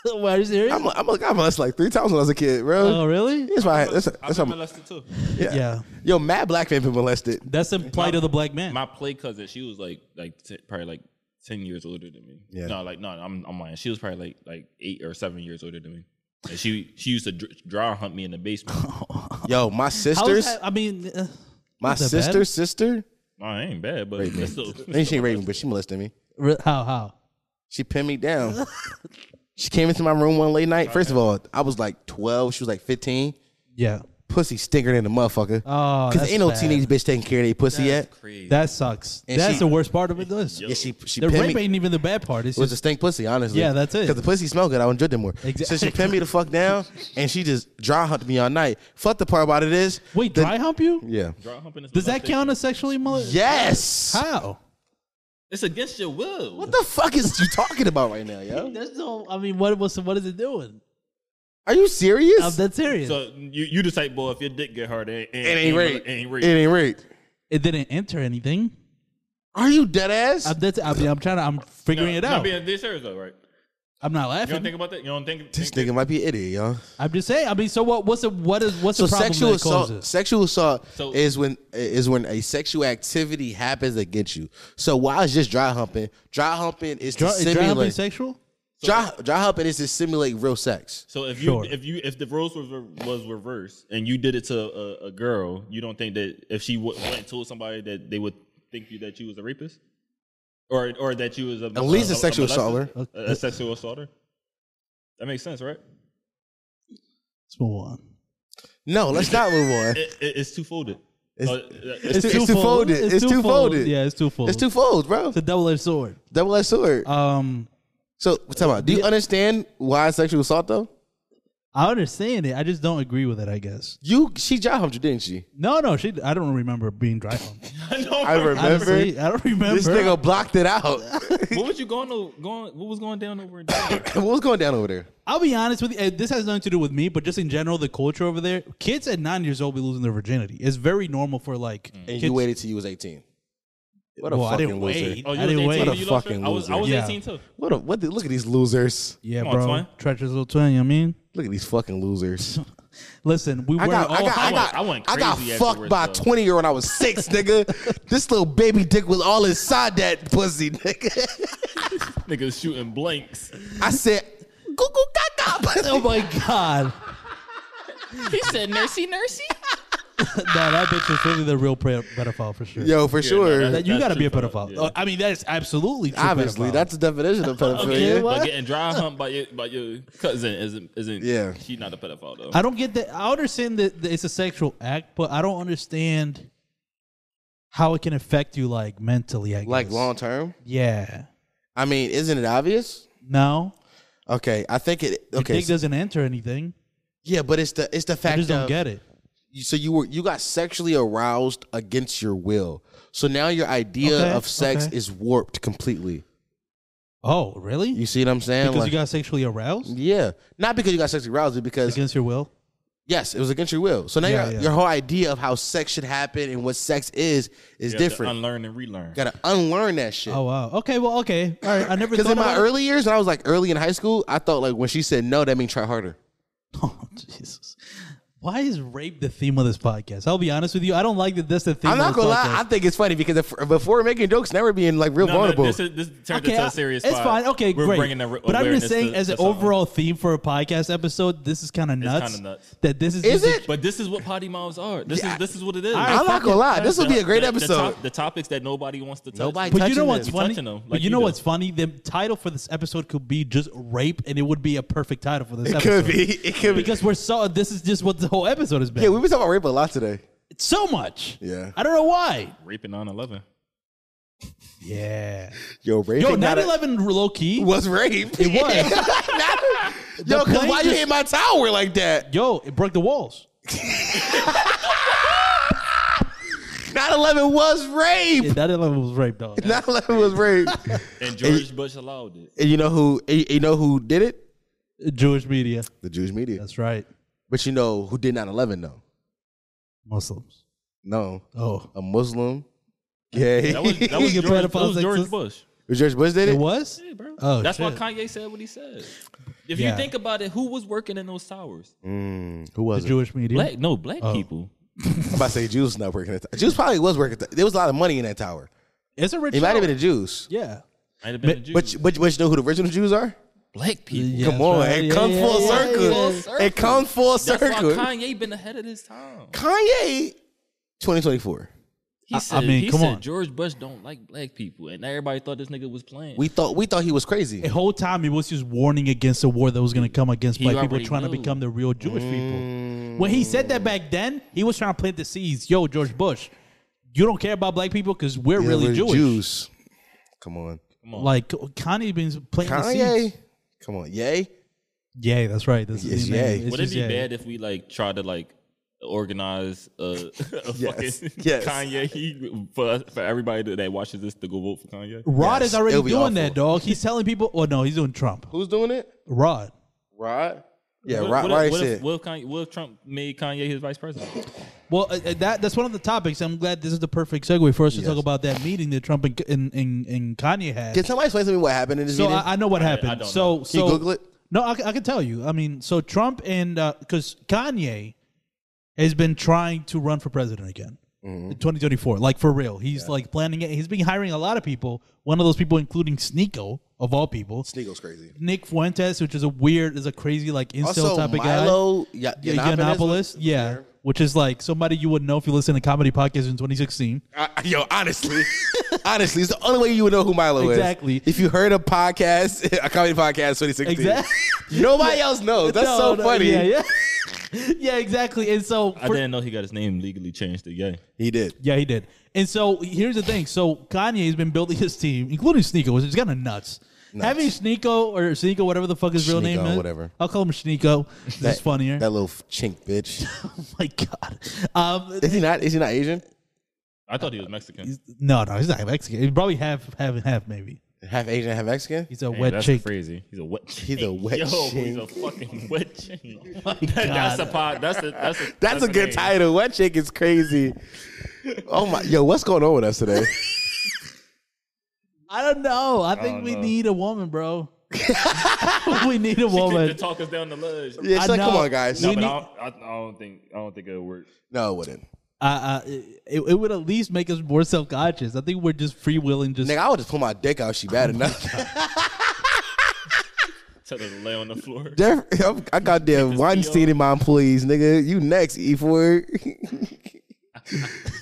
Speaker 5: Why are you serious?
Speaker 4: I'm I'm I molested like three times when I was a kid, bro.
Speaker 5: oh, really?
Speaker 4: That's my that's, that's
Speaker 2: (laughs)
Speaker 4: how,
Speaker 2: molested too.
Speaker 4: yeah.
Speaker 5: Yeah.
Speaker 4: Yo, Matt Black fan been molested.
Speaker 5: That's the plight of the black man.
Speaker 2: My play cousin, she was like like t- probably like ten years older than me.
Speaker 4: Yeah.
Speaker 2: No, like no, I'm I'm lying. She was probably like like eight or seven years older than me. And she she used to dr- draw hunt me in the basement.
Speaker 4: Yo, my
Speaker 5: How is
Speaker 4: sisters,
Speaker 5: that- I mean, uh,
Speaker 4: my
Speaker 5: is that
Speaker 4: sister's
Speaker 5: bad?
Speaker 4: sister.
Speaker 2: No, I ain't bad, but that's still, (laughs)
Speaker 4: And she ain't raping, but she molested me.
Speaker 5: re- how how?
Speaker 4: She pinned me down. she came into my room one late night. First of all, I was like 12. She was like 15.
Speaker 5: Yeah.
Speaker 4: Pussy stinker than the motherfucker.
Speaker 5: Oh,
Speaker 4: Because
Speaker 5: that's
Speaker 4: ain't no
Speaker 5: bad.
Speaker 4: teenage bitch taking care of their pussy yet.
Speaker 5: That sucks.
Speaker 4: And
Speaker 5: that's
Speaker 4: she-
Speaker 5: the worst part of it. Does
Speaker 4: Yeah, she she
Speaker 5: the
Speaker 4: pinned
Speaker 5: rape
Speaker 4: me.
Speaker 5: ain't even the bad part. It's
Speaker 4: It was
Speaker 5: just
Speaker 4: a stink pussy, honestly.
Speaker 5: Yeah, that's it.
Speaker 4: Because the pussy smelled good, I enjoyed it more. So she
Speaker 5: Exactly.
Speaker 4: pinned me the fuck down, and she just dry humped me all night. Fuck the part about it is,
Speaker 5: wait,
Speaker 4: the-
Speaker 5: dry hump you?
Speaker 4: yeah,
Speaker 2: draw humping is
Speaker 5: Does that count as sexually molested?
Speaker 4: yes.
Speaker 5: How?
Speaker 2: It's against your will.
Speaker 4: What the fuck is you talking about right now, yo?
Speaker 5: That's no. I mean, what was what is it doing?
Speaker 4: Are you serious?
Speaker 5: I'm dead serious.
Speaker 2: So you you the type boy if your dick get hard, it ain't
Speaker 4: it ain't rape.
Speaker 2: It ain't
Speaker 4: It
Speaker 2: rape.
Speaker 4: ain't rape.
Speaker 5: it didn't enter anything.
Speaker 4: Are you dead ass?
Speaker 5: I'm dead. I mean, I'm trying to. I'm figuring it
Speaker 2: No,
Speaker 5: out.
Speaker 2: Not being this serious though, right?
Speaker 5: I'm not
Speaker 2: You don't
Speaker 5: laughing.
Speaker 2: think about that. You don't think.
Speaker 4: this
Speaker 2: think
Speaker 4: nigga might be an idiot, yo.
Speaker 5: I'm just saying. I mean, so what? What's the what is what's
Speaker 4: So
Speaker 5: the problem
Speaker 4: sexual
Speaker 5: that
Speaker 4: assault,
Speaker 5: causes?
Speaker 4: sexual assault
Speaker 2: So-
Speaker 4: is when is when a sexual activity happens against you. So why is just dry humping? Dry humping is
Speaker 5: Dry,
Speaker 4: to
Speaker 5: is dry humping
Speaker 4: simulate dry,
Speaker 5: sexual?
Speaker 4: dry, humping is to simulate real sex.
Speaker 2: So if you
Speaker 5: Sure.
Speaker 2: if you if the roles was re- was reversed and you did it to a, a girl, you don't think that if she w- went and told somebody that they would think you that you was a rapist, or or that you was a,
Speaker 4: At least a sexual
Speaker 2: molester?
Speaker 5: assaulter.
Speaker 2: a, a sexual assaulter. That makes sense, right?
Speaker 5: Let's move on.
Speaker 4: No, let's not
Speaker 5: (laughs)
Speaker 4: move on.
Speaker 2: It, it, it's twofolded.
Speaker 4: It's-
Speaker 2: Uh, (laughs)
Speaker 4: It's too- it's too folded. It's too folded.
Speaker 5: Yeah, it's two folded.
Speaker 4: It's two folds, bro.
Speaker 5: It's a double edged sword.
Speaker 4: Double edged sword.
Speaker 5: Um,
Speaker 4: So what talking about? Do you understand why sexual assault though?
Speaker 5: I understand it. I just don't agree with it. I guess.
Speaker 4: You she dry humped you, didn't she?
Speaker 5: No, no. She. I don't remember being
Speaker 4: (laughs)
Speaker 5: dry humped.
Speaker 4: I remember.
Speaker 5: (laughs) Honestly, I don't remember.
Speaker 4: This nigga blocked
Speaker 5: (laughs)
Speaker 4: it out. (laughs)
Speaker 2: what was you going to going? What was going down over? in-
Speaker 4: what was going down over there?
Speaker 5: I'll be honest with you. uh, This has nothing to do with me, but just in general, the culture over there. Kids at nine years old be losing their virginity. It's very normal for like.
Speaker 4: And
Speaker 5: kids-
Speaker 4: you waited till you was eighteen. What a
Speaker 5: Well, I
Speaker 4: fucking
Speaker 5: didn't
Speaker 4: loser.
Speaker 5: wait.
Speaker 2: Oh, you
Speaker 5: I didn't
Speaker 2: was
Speaker 5: wait.
Speaker 2: 18 when
Speaker 4: What a
Speaker 2: you lost
Speaker 4: fucking
Speaker 2: your- I was I was
Speaker 5: loser.
Speaker 2: 18 too.
Speaker 4: What a what the, look at these losers.
Speaker 5: Yeah,
Speaker 2: Come on,
Speaker 5: bro.
Speaker 2: twin.
Speaker 5: Treacherous little twin. You know what I mean,
Speaker 4: Look at these fucking
Speaker 5: (laughs)
Speaker 4: losers.
Speaker 5: listen. We were
Speaker 4: I got,
Speaker 5: all.
Speaker 4: I got, I
Speaker 2: I
Speaker 4: got,
Speaker 2: went- I went
Speaker 4: I got
Speaker 2: crazy
Speaker 4: fucked by a
Speaker 2: afterwards, though.
Speaker 4: twenty year old. I was six,
Speaker 5: (laughs)
Speaker 4: nigga. this little baby dick was all inside that pussy, nigga.
Speaker 2: Niggas shooting blanks.
Speaker 4: I said, "Goo goo
Speaker 5: (laughs)
Speaker 4: gaga."
Speaker 5: Oh my god!
Speaker 3: He said, "Nursey,
Speaker 5: (laughs)
Speaker 3: nursey."
Speaker 5: no, that bitch is really the real pre- pedophile for sure.
Speaker 4: Yo, for sure.
Speaker 5: That- you
Speaker 2: That's
Speaker 5: got to be a
Speaker 2: true,
Speaker 5: pedophile.
Speaker 2: yeah.
Speaker 5: Oh, I mean, that is absolutely true
Speaker 4: Obviously,
Speaker 5: pedophile.
Speaker 4: that's the definition of
Speaker 5: (laughs)
Speaker 4: pedophilia.
Speaker 5: Okay, what?
Speaker 2: But
Speaker 5: (laughs)
Speaker 2: getting dry humped by your by your cousin isn't isn't
Speaker 4: Yeah.
Speaker 2: She's not a pedophile though.
Speaker 5: I don't get that. I understand that that it's a sexual act, but I don't understand how it can affect you like mentally. I guess.
Speaker 4: Like long term.
Speaker 5: Yeah.
Speaker 4: I mean, isn't it obvious?
Speaker 5: No.
Speaker 4: Okay, I think it.
Speaker 5: Your
Speaker 4: Okay,
Speaker 5: dick doesn't enter anything.
Speaker 4: yeah, but it's the it's the fact
Speaker 5: I just
Speaker 4: of-
Speaker 5: don't get it.
Speaker 4: so you were you got sexually aroused against your will. So now your idea
Speaker 5: Okay,
Speaker 4: of sex
Speaker 5: okay.
Speaker 4: is warped completely.
Speaker 5: Oh, really?
Speaker 4: You see what I'm saying?
Speaker 5: because
Speaker 4: Like-
Speaker 5: you got sexually aroused
Speaker 4: yeah, not because you got sexually aroused, but because
Speaker 5: against your will.
Speaker 4: yes, it was against your will. So now
Speaker 5: Yeah,
Speaker 4: your,
Speaker 5: yeah.
Speaker 4: your whole idea of how sex should happen and what sex is is
Speaker 2: You have to
Speaker 4: different.
Speaker 2: Unlearn and relearn.
Speaker 4: Got to unlearn that shit.
Speaker 5: Oh wow. Okay. Well. Okay. All right. I
Speaker 4: (laughs)
Speaker 5: never.
Speaker 4: Because
Speaker 5: thought
Speaker 4: in my
Speaker 5: about it.
Speaker 4: early years, when I was like early in high school, I thought like when she said no, that means try harder.
Speaker 5: (laughs) Oh Jesus. Why is rape the theme of this podcast? I'll be honest with you. I don't like that. That's the theme. of
Speaker 4: I'm not
Speaker 5: this
Speaker 4: gonna
Speaker 5: podcast.
Speaker 4: lie, I think it's funny because if, before making jokes, now we're being like real
Speaker 2: No, no,
Speaker 4: vulnerable.
Speaker 2: this is this turned into
Speaker 5: I-
Speaker 2: a serious.
Speaker 5: It's
Speaker 2: pod.
Speaker 5: fine. Okay,
Speaker 2: We're
Speaker 5: great.
Speaker 2: Bringing the
Speaker 5: but I'm just saying, as an overall theme for a podcast episode, this is kind of nuts.
Speaker 2: kinda nuts.
Speaker 5: That this is
Speaker 4: Is
Speaker 5: just a-
Speaker 4: it?
Speaker 2: But this is what potty moms are. This
Speaker 4: Yeah.
Speaker 2: is this is what it is.
Speaker 4: I'm not gonna lie, this will be a great
Speaker 2: The- the
Speaker 4: episode.
Speaker 2: top- The topics that nobody wants to touch.
Speaker 4: Nobody
Speaker 5: But you know
Speaker 4: touching
Speaker 5: what's
Speaker 4: this.
Speaker 5: funny?
Speaker 2: touching them,
Speaker 5: but
Speaker 2: like
Speaker 5: you
Speaker 2: you
Speaker 5: know
Speaker 2: do.
Speaker 5: what's funny? The title for this episode could be just rape, and it would be a perfect title for this.
Speaker 4: (laughs) It
Speaker 5: episode.
Speaker 4: could be. It could be.
Speaker 5: because we're so. This is just what the whole episode has been.
Speaker 4: Yeah, we've been talking about rape a lot today.
Speaker 5: It's so much.
Speaker 4: Yeah.
Speaker 5: I don't know why.
Speaker 2: raping on eleven.
Speaker 5: Yeah.
Speaker 4: Yo, rape.
Speaker 5: Yo,
Speaker 4: ain't not
Speaker 5: 9
Speaker 4: a-
Speaker 5: 11 low key.
Speaker 4: was rape.
Speaker 5: It
Speaker 4: (laughs)
Speaker 5: was.
Speaker 4: Yo, cause
Speaker 5: plane
Speaker 4: why you
Speaker 5: just-
Speaker 4: hit my tower like that?
Speaker 5: Yo, it broke the walls.
Speaker 4: 9/11 was rape.
Speaker 5: Yeah, that level was rape, dog.
Speaker 4: 9/11 was rape.
Speaker 5: (laughs)
Speaker 2: And George Bush allowed it.
Speaker 4: and you know who? and you- you know who did it?
Speaker 5: Jewish media.
Speaker 4: The Jewish media.
Speaker 5: That's right.
Speaker 4: But you know who did 9/11 though?
Speaker 5: Muslims.
Speaker 4: No,
Speaker 5: Oh,
Speaker 4: a Muslim. Gay.
Speaker 2: That
Speaker 5: (laughs)
Speaker 2: was, that was
Speaker 5: Nigga
Speaker 2: George, that
Speaker 5: pedophiles
Speaker 2: was
Speaker 5: like
Speaker 2: George
Speaker 5: this.
Speaker 2: Bush.
Speaker 4: (laughs) George Bush did
Speaker 5: it
Speaker 4: it.
Speaker 5: was.
Speaker 2: Yeah, bro.
Speaker 5: Oh,
Speaker 1: That's
Speaker 5: shit.
Speaker 1: why Kanye said what he said. If
Speaker 5: Yeah.
Speaker 1: you think about it, who was working in those towers?
Speaker 4: Mm, who
Speaker 5: the
Speaker 4: was it?
Speaker 5: Jewish media.
Speaker 1: Black, no, black
Speaker 4: Oh.
Speaker 1: people.
Speaker 4: I'm about to say Jews not working. At the, Jews probably was working. At the, there was a lot of money in that tower.
Speaker 5: It's a rich.
Speaker 4: It might have
Speaker 5: tower.
Speaker 4: been the Jews.
Speaker 5: Yeah.
Speaker 1: Might have been the
Speaker 4: But,
Speaker 1: Jews.
Speaker 4: you- but you- but you know who the original Jews are?
Speaker 1: black people.
Speaker 5: Yeah,
Speaker 4: Come
Speaker 5: that's
Speaker 4: on,
Speaker 5: right.
Speaker 4: it
Speaker 5: Yeah,
Speaker 4: comes
Speaker 5: yeah,
Speaker 4: full
Speaker 5: yeah,
Speaker 4: circle.
Speaker 5: yeah.
Speaker 4: It comes full
Speaker 1: That's
Speaker 4: circle.
Speaker 1: why Kanye been ahead of his time.
Speaker 4: Kanye, 2024.
Speaker 1: He
Speaker 5: I- I
Speaker 1: said,
Speaker 5: mean,
Speaker 1: he
Speaker 5: come
Speaker 1: said
Speaker 5: on.
Speaker 1: George Bush don't like black people, and everybody thought this nigga was playing.
Speaker 4: We thought we thought he was crazy.
Speaker 5: The whole time he was just warning against the war that was going to come against
Speaker 1: He
Speaker 5: black people
Speaker 1: already
Speaker 5: trying to
Speaker 1: knew.
Speaker 5: become the real Jewish
Speaker 4: Mm.
Speaker 5: people. When he said that back then, he was trying to plant the seeds. Yo, George Bush, you don't care about black people because we're
Speaker 4: Yeah,
Speaker 5: really
Speaker 4: we're
Speaker 5: Jewish.
Speaker 4: Jews. Come on,
Speaker 5: Like Kanye been planting the
Speaker 4: Kanye.
Speaker 5: seeds.
Speaker 4: Come on, yay.
Speaker 5: Yay, that's right. That's
Speaker 4: Yes,
Speaker 5: his name.
Speaker 4: yay.
Speaker 5: It's
Speaker 1: Would it
Speaker 5: just
Speaker 1: be
Speaker 5: yay.
Speaker 1: bad if we like try to like organize a, (laughs) a
Speaker 4: Yes.
Speaker 1: fucking
Speaker 4: Yes.
Speaker 1: Kanye for us, for everybody that- that watches this to go vote for Kanye?
Speaker 5: Rod
Speaker 4: Yes,
Speaker 5: is already
Speaker 4: it'll be
Speaker 5: doing
Speaker 4: awful.
Speaker 5: that, dog. He's telling people. Oh no, he's doing Trump.
Speaker 4: Who's doing it?
Speaker 5: Rod.
Speaker 4: Rod. Yeah,
Speaker 1: What- what,
Speaker 4: Rod.
Speaker 1: if-
Speaker 4: Rod
Speaker 1: what if,
Speaker 4: said.
Speaker 1: what if Kanye, what if Trump made Kanye his vice president?
Speaker 5: Well, uh, uh, that that's one of the topics. I'm glad this is the perfect segue for us to
Speaker 4: Yes.
Speaker 5: talk about that meeting that Trump and and, and, and Kanye had.
Speaker 4: Can somebody explain to me what happened in this
Speaker 5: so
Speaker 4: meeting?
Speaker 5: I, I know what happened.
Speaker 1: don't
Speaker 5: so
Speaker 4: Can
Speaker 5: so
Speaker 4: you Google it?
Speaker 5: No, I, c- I can tell you. I mean, so Trump and because Kanye has been trying to run for president again.
Speaker 4: Mm-hmm.
Speaker 5: in 2024, like for real. He's like planning it. He's been hiring a lot of people. One of those people, including Sneeko, of all people.
Speaker 4: Sneakel's crazy.
Speaker 5: Nick Fuentes, which is a weird, is a crazy, like, incel
Speaker 4: Also,
Speaker 5: type of guy.
Speaker 4: Milo Ya-
Speaker 5: Yeah,
Speaker 4: Yiannopoulos
Speaker 5: Yiannopoulos,
Speaker 4: was
Speaker 5: yeah,
Speaker 4: there.
Speaker 5: which is like somebody you would know if you listen to comedy podcasts in 2016.
Speaker 4: I- yo, honestly, (laughs) honestly, it's the only way you would know who Milo is.
Speaker 5: Exactly.
Speaker 4: If you heard a podcast, (laughs) a comedy podcast, 2016.
Speaker 5: Exactly.
Speaker 4: (laughs) Nobody else knows. That's
Speaker 5: (laughs) No,
Speaker 4: so
Speaker 5: no,
Speaker 4: funny.
Speaker 5: Yeah, yeah, yeah, exactly. And so,
Speaker 1: I
Speaker 5: for-
Speaker 1: didn't know he got his name legally changed to Ye.
Speaker 4: He did.
Speaker 5: yeah, he did. And so here's the thing: so Kanye has been building his team, including Sneeko, which is kind of nuts. Having Sneeko or Sneeko, whatever the fuck his real name
Speaker 4: Sneeko,
Speaker 5: is,
Speaker 4: whatever.
Speaker 5: I'll call him Sneeko. This is funnier.
Speaker 4: That little chink bitch. (laughs)
Speaker 5: oh (laughs) my god. Um,
Speaker 4: Is he not? Is he not Asian?
Speaker 1: I thought he was Mexican.
Speaker 5: no, no, he's not Mexican. He's probably half, half and half, maybe.
Speaker 4: Half Asian, half Mexican.
Speaker 5: He's a
Speaker 1: Hey,
Speaker 5: wet (laughs)
Speaker 1: that's
Speaker 5: chick.
Speaker 1: crazy. He's a wet.
Speaker 4: He's a wet
Speaker 1: (laughs) Yo, he's
Speaker 4: chink.
Speaker 1: a fucking wet chick. (laughs) that's a pod. That's a that's a
Speaker 4: (laughs) That's, a good
Speaker 1: name.
Speaker 4: title. Wet chick is crazy. Oh my, yo, what's going on with
Speaker 5: (laughs)
Speaker 4: us today?
Speaker 5: I don't know. I think we need a woman,
Speaker 4: (laughs)
Speaker 5: bro. (laughs) we need a
Speaker 1: She
Speaker 5: woman.
Speaker 1: to talk us down the ledge.
Speaker 4: Yeah,
Speaker 5: I
Speaker 4: she's like, come
Speaker 5: know.
Speaker 4: on, guys.
Speaker 5: No,
Speaker 1: No,
Speaker 5: We
Speaker 1: but
Speaker 5: need-
Speaker 1: I, don't, I, I don't think I don't think it'll work.
Speaker 4: No, it wouldn't.
Speaker 5: Uh, uh, it, it would at least make us more self conscious. I think we're just free willing. Just (laughs)
Speaker 4: Nigga, I would just pull my dick out. if She (laughs) bad enough.
Speaker 1: Tell her to lay on the
Speaker 4: (laughs)
Speaker 1: floor.
Speaker 4: Jeff, I'm, I got that Weinstein in my employees, nigga. You next, E four. you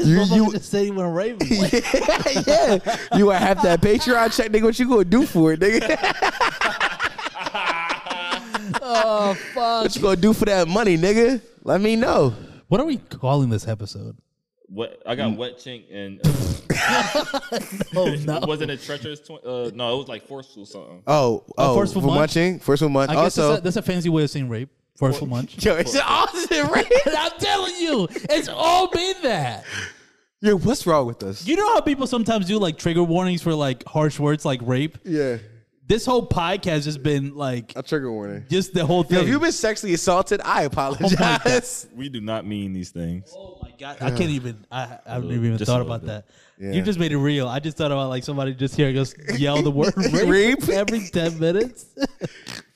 Speaker 5: you
Speaker 4: you
Speaker 5: just say when Raven.
Speaker 4: (laughs) (laughs) yeah, you want half that Patreon check, nigga? What you gonna do for it, nigga? (laughs)
Speaker 5: oh fuck!
Speaker 4: What you gonna do for that money, nigga? Let me know.
Speaker 5: What are we calling this episode?
Speaker 1: What I
Speaker 4: Mm.
Speaker 1: got wet chink
Speaker 4: (laughs)
Speaker 1: and
Speaker 5: (laughs)
Speaker 1: uh,
Speaker 5: Oh
Speaker 1: it wasn't a treacherous. Tw- uh, no, it was like forceful something.
Speaker 4: Oh, oh,
Speaker 5: first
Speaker 4: for
Speaker 5: for munch?
Speaker 4: munching, first for munch.
Speaker 5: I guess
Speaker 4: Also,
Speaker 5: that's, a, that's a fancy way of saying rape. Forceful munch. (laughs)
Speaker 4: (laughs) yo, it's (laughs) awesome, right?
Speaker 5: I'm telling you, it's all been that.
Speaker 4: yo, what's wrong with us?
Speaker 5: You know how people sometimes do like trigger warnings for like harsh words like rape.
Speaker 4: Yeah,
Speaker 5: This whole podcast has been like
Speaker 4: a trigger warning.
Speaker 5: just the whole thing.
Speaker 4: Yo, if you've been sexually assaulted, I apologize.
Speaker 1: We do not mean these things.
Speaker 5: Oh my god! I can't even. I I haven't even
Speaker 1: Just
Speaker 5: thought
Speaker 1: a little
Speaker 5: about that.
Speaker 4: Yeah.
Speaker 5: You just made it real. I just thought about like somebody just here goes yell the
Speaker 4: (laughs)
Speaker 5: word rape,
Speaker 4: Rape?
Speaker 5: every ten minutes. no,
Speaker 4: (laughs)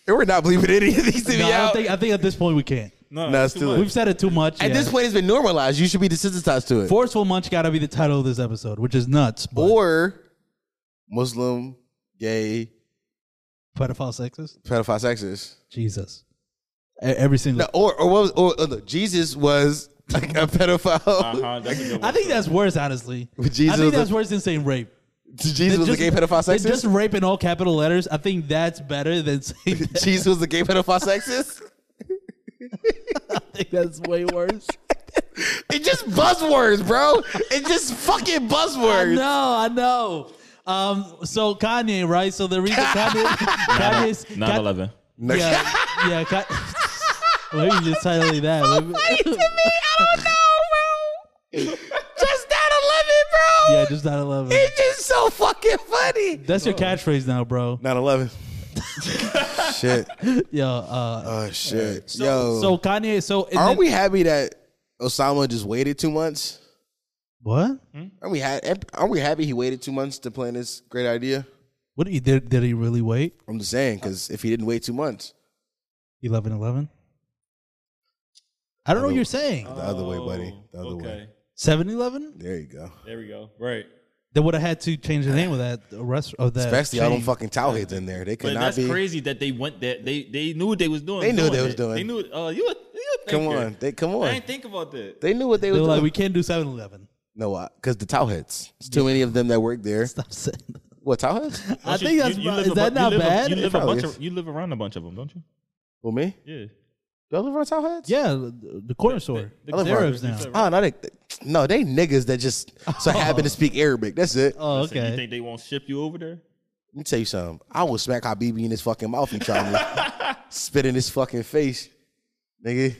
Speaker 4: and we're not believing any of these to be
Speaker 5: I don't
Speaker 4: out.
Speaker 5: think. I think at this point we can't.
Speaker 1: No,
Speaker 4: No,
Speaker 1: it's
Speaker 4: it's
Speaker 1: too
Speaker 4: too
Speaker 1: much.
Speaker 4: late.
Speaker 5: We've said it too much.
Speaker 4: At
Speaker 5: yeah.
Speaker 4: this point, it's been normalized. You should be desensitized to it.
Speaker 5: forceful munch got to be the title of this episode, which is nuts. But
Speaker 4: or Muslim, gay,
Speaker 5: pedophile sexist.
Speaker 4: pedophile sexist.
Speaker 5: Jesus. E- Every single.
Speaker 4: No, or or what was or, or look, Jesus was like a pedophile. (laughs)
Speaker 1: Uh-huh, that's a good
Speaker 5: I
Speaker 1: one.
Speaker 5: think that's worse, honestly.
Speaker 4: But Jesus
Speaker 5: I think
Speaker 4: was a-
Speaker 5: that's worse than saying rape.
Speaker 4: Jesus was a
Speaker 5: Just-
Speaker 4: gay pedophile
Speaker 5: than
Speaker 4: sexist.
Speaker 5: Just rape in all capital letters. I think that's better than (laughs) saying.
Speaker 4: (laughs) Jesus was a gay pedophile sexist.
Speaker 5: I
Speaker 4: (laughs)
Speaker 5: think that's way worse.
Speaker 4: It's just buzzwords, bro. It's just fucking buzzwords.
Speaker 5: No, I know. Um, so Kanye, right? So the
Speaker 4: (laughs)
Speaker 5: reason Kanye, Kanye's,
Speaker 1: Nine
Speaker 5: Kan-
Speaker 1: eleven.
Speaker 5: yeah, yeah. Ka- (laughs) Maybe
Speaker 4: (laughs)
Speaker 5: just title it that. Maybe-
Speaker 4: (laughs) Funny to me, I don't know, bro. Just that
Speaker 5: Just 9 11.
Speaker 4: It's just so fucking funny.
Speaker 5: That's your catchphrase now, bro. (laughs)
Speaker 4: 9 11. shit.
Speaker 5: Yo, uh,
Speaker 4: Oh, shit.
Speaker 5: so,
Speaker 4: Yo.
Speaker 5: so Kanye, so and
Speaker 4: aren't
Speaker 5: then-
Speaker 4: we happy that Osama just waited two months?
Speaker 5: What?
Speaker 4: Aren't we, ha- aren't we happy he waited two months to plan this great idea?
Speaker 5: What did he did? Did he really wait?
Speaker 4: I'm just saying, because if he didn't wait two months,
Speaker 5: 11 11? I don't know what you're saying.
Speaker 4: the other way, buddy. The other way.
Speaker 2: Oh, Okay.
Speaker 5: 7 11?
Speaker 4: There you go.
Speaker 2: There we go. Right.
Speaker 5: They would have had to change the name of that rest of that.
Speaker 4: Especially all them
Speaker 5: chain.
Speaker 4: fucking towheads in there. They could
Speaker 2: But
Speaker 4: not
Speaker 2: that's
Speaker 4: be.
Speaker 2: crazy that they went that they they knew what they was doing.
Speaker 4: They knew what they
Speaker 2: doing
Speaker 4: was
Speaker 2: that.
Speaker 4: doing.
Speaker 2: They knew. it. Oh, you. a- you a
Speaker 4: Come
Speaker 2: thinker.
Speaker 4: on, they come
Speaker 2: I
Speaker 4: on.
Speaker 2: didn't think about that.
Speaker 4: They knew what they
Speaker 5: They
Speaker 4: were
Speaker 5: were like,
Speaker 4: doing.
Speaker 5: we can't do 7 11.
Speaker 4: no, why? Because the towheads. It's too many of them that work
Speaker 5: (laughs)
Speaker 4: there.
Speaker 5: Stop saying that.
Speaker 4: What towheads?
Speaker 5: I
Speaker 2: Don't you-
Speaker 5: think that's
Speaker 2: you- you
Speaker 5: about-
Speaker 2: live
Speaker 5: is
Speaker 2: a
Speaker 5: that
Speaker 2: bu-
Speaker 5: not
Speaker 2: you live a-
Speaker 5: bad?
Speaker 2: you live a
Speaker 4: probably
Speaker 2: bunch
Speaker 4: is.
Speaker 2: of you live around a bunch of them, don't you?
Speaker 4: Well, me?
Speaker 2: Yeah.
Speaker 4: Do I live around towheads?
Speaker 5: yeah, the the corner store.
Speaker 2: the-
Speaker 5: It's
Speaker 4: the-
Speaker 5: Arabs now.
Speaker 4: Oh no, they no, they niggas that just (laughs) so happen to speak Arabic. That's it.
Speaker 5: Oh,
Speaker 2: So you
Speaker 5: okay.
Speaker 2: think they won't ship you over there?
Speaker 4: Let me tell you something. I will smack Habibi in his fucking mouth and try to
Speaker 2: (laughs)
Speaker 4: spit in his fucking face, nigga.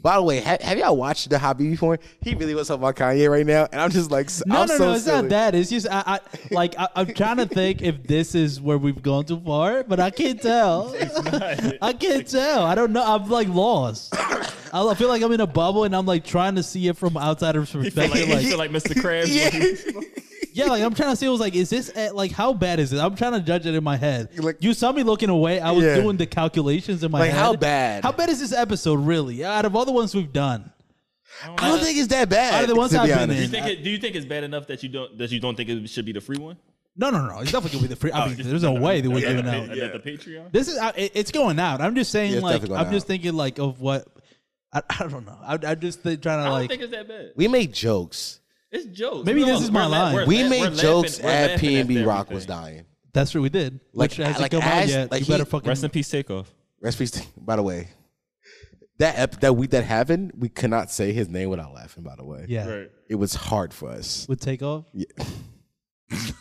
Speaker 4: By the way, ha- have y'all watched the Habibi porn? He really was talking about Kanye right now, and I'm just like, s-
Speaker 5: No,
Speaker 4: I'm
Speaker 5: no,
Speaker 4: so
Speaker 5: no. It's
Speaker 4: silly.
Speaker 5: not that. It's just I, I like I, I'm trying to think if this is where we've gone too far, but I can't (laughs) tell. I can't tell. I don't know. I'm like lost. I feel like I'm in a bubble and I'm like trying to see it from outsider's
Speaker 4: (laughs)
Speaker 2: Feel
Speaker 5: perspective.
Speaker 2: like,
Speaker 5: Like,
Speaker 2: feel like Mr. Krabs.
Speaker 4: (laughs) Yeah.
Speaker 2: (laughs) when he-
Speaker 5: yeah, like I'm trying to see. It was like, is this eh, like how bad is it? I'm trying to judge it in my head.
Speaker 4: Like-
Speaker 5: you saw me looking away. I was
Speaker 4: Yeah.
Speaker 5: doing the calculations in my
Speaker 4: Like,
Speaker 5: head.
Speaker 4: how bad?
Speaker 5: How bad is this episode really? Out of all the ones we've done,
Speaker 4: I don't think it's that bad.
Speaker 5: Out of the ones
Speaker 4: to be
Speaker 5: I've been
Speaker 4: honest.
Speaker 5: in.
Speaker 2: You think it- do you think it's bad enough that you don't that you don't think it should be the free one?
Speaker 5: no, no, no. It's definitely gonna be the free. I mean, there's Oh, no way they would
Speaker 2: At
Speaker 5: give it
Speaker 2: the,
Speaker 5: out.
Speaker 2: at the Patreon.
Speaker 5: This is I- it- it's going out. I'm just saying,
Speaker 4: Yeah, it's
Speaker 5: like,
Speaker 4: definitely going
Speaker 5: I'm just
Speaker 4: out.
Speaker 5: thinking, like, of what I, I don't know. I, I'm just th- trying
Speaker 2: I
Speaker 5: to
Speaker 2: don't
Speaker 5: like.
Speaker 2: think it's that bad.
Speaker 4: We made jokes.
Speaker 2: It's jokes.
Speaker 5: Maybe
Speaker 2: No,
Speaker 5: this is my
Speaker 2: we're la-
Speaker 5: line.
Speaker 2: we're
Speaker 4: We
Speaker 2: la-
Speaker 4: made
Speaker 2: we're
Speaker 4: jokes
Speaker 2: laughing- we're
Speaker 4: at
Speaker 2: laughing
Speaker 4: PNB Rock
Speaker 2: everything.
Speaker 4: was dying.
Speaker 5: that's what we did.
Speaker 4: Like,
Speaker 5: which hasn't
Speaker 4: like,
Speaker 5: come out
Speaker 4: as-
Speaker 5: yet.
Speaker 4: like,
Speaker 5: you better
Speaker 4: he-
Speaker 5: fucking.
Speaker 2: Rest in peace, takeoff.
Speaker 4: Rest in peace. (laughs) By the way, that ep- that week that happened, we could not say his name without laughing. By the way,
Speaker 5: yeah,
Speaker 4: it was hard for us.
Speaker 5: would take off.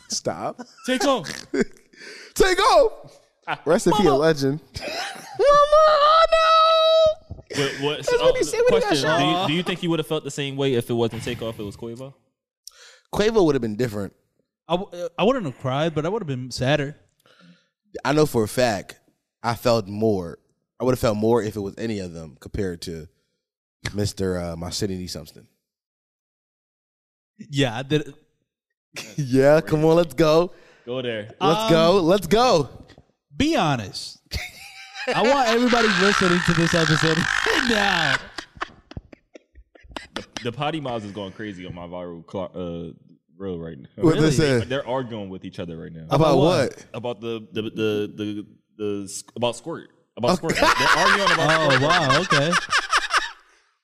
Speaker 4: Stop. (laughs)
Speaker 2: (laughs) Takeoff.
Speaker 4: Take
Speaker 2: (laughs)
Speaker 4: off. Rest in peace, legend.
Speaker 2: What, what,
Speaker 4: That's what he said when he got
Speaker 2: question,
Speaker 4: shot.
Speaker 2: Do you, do you think you would have felt the same way if it wasn't takeoff? It was Quavo.
Speaker 4: Quavo would have been different.
Speaker 5: I, w- I wouldn't have cried, but I would have been sadder.
Speaker 4: I know for a fact I felt more. I would have felt more if it was any of them compared to Mr. Uh, My City Needs Something.
Speaker 5: Yeah, I did.
Speaker 4: yeah, come on, let's go.
Speaker 2: Go there.
Speaker 4: Let's
Speaker 5: Um,
Speaker 4: go. Let's go.
Speaker 5: Be honest. (laughs) I want everybody listening to this episode (laughs) now.
Speaker 2: The potty miles is going crazy on my viral clock, uh, reel right now.
Speaker 4: What they said?
Speaker 2: They, are arguing with each other right now
Speaker 4: About
Speaker 5: what?
Speaker 4: what?
Speaker 2: about the the the the, the, squ- about squirt about squirt. They're arguing
Speaker 5: (laughs)
Speaker 2: about
Speaker 5: Oh wow, okay.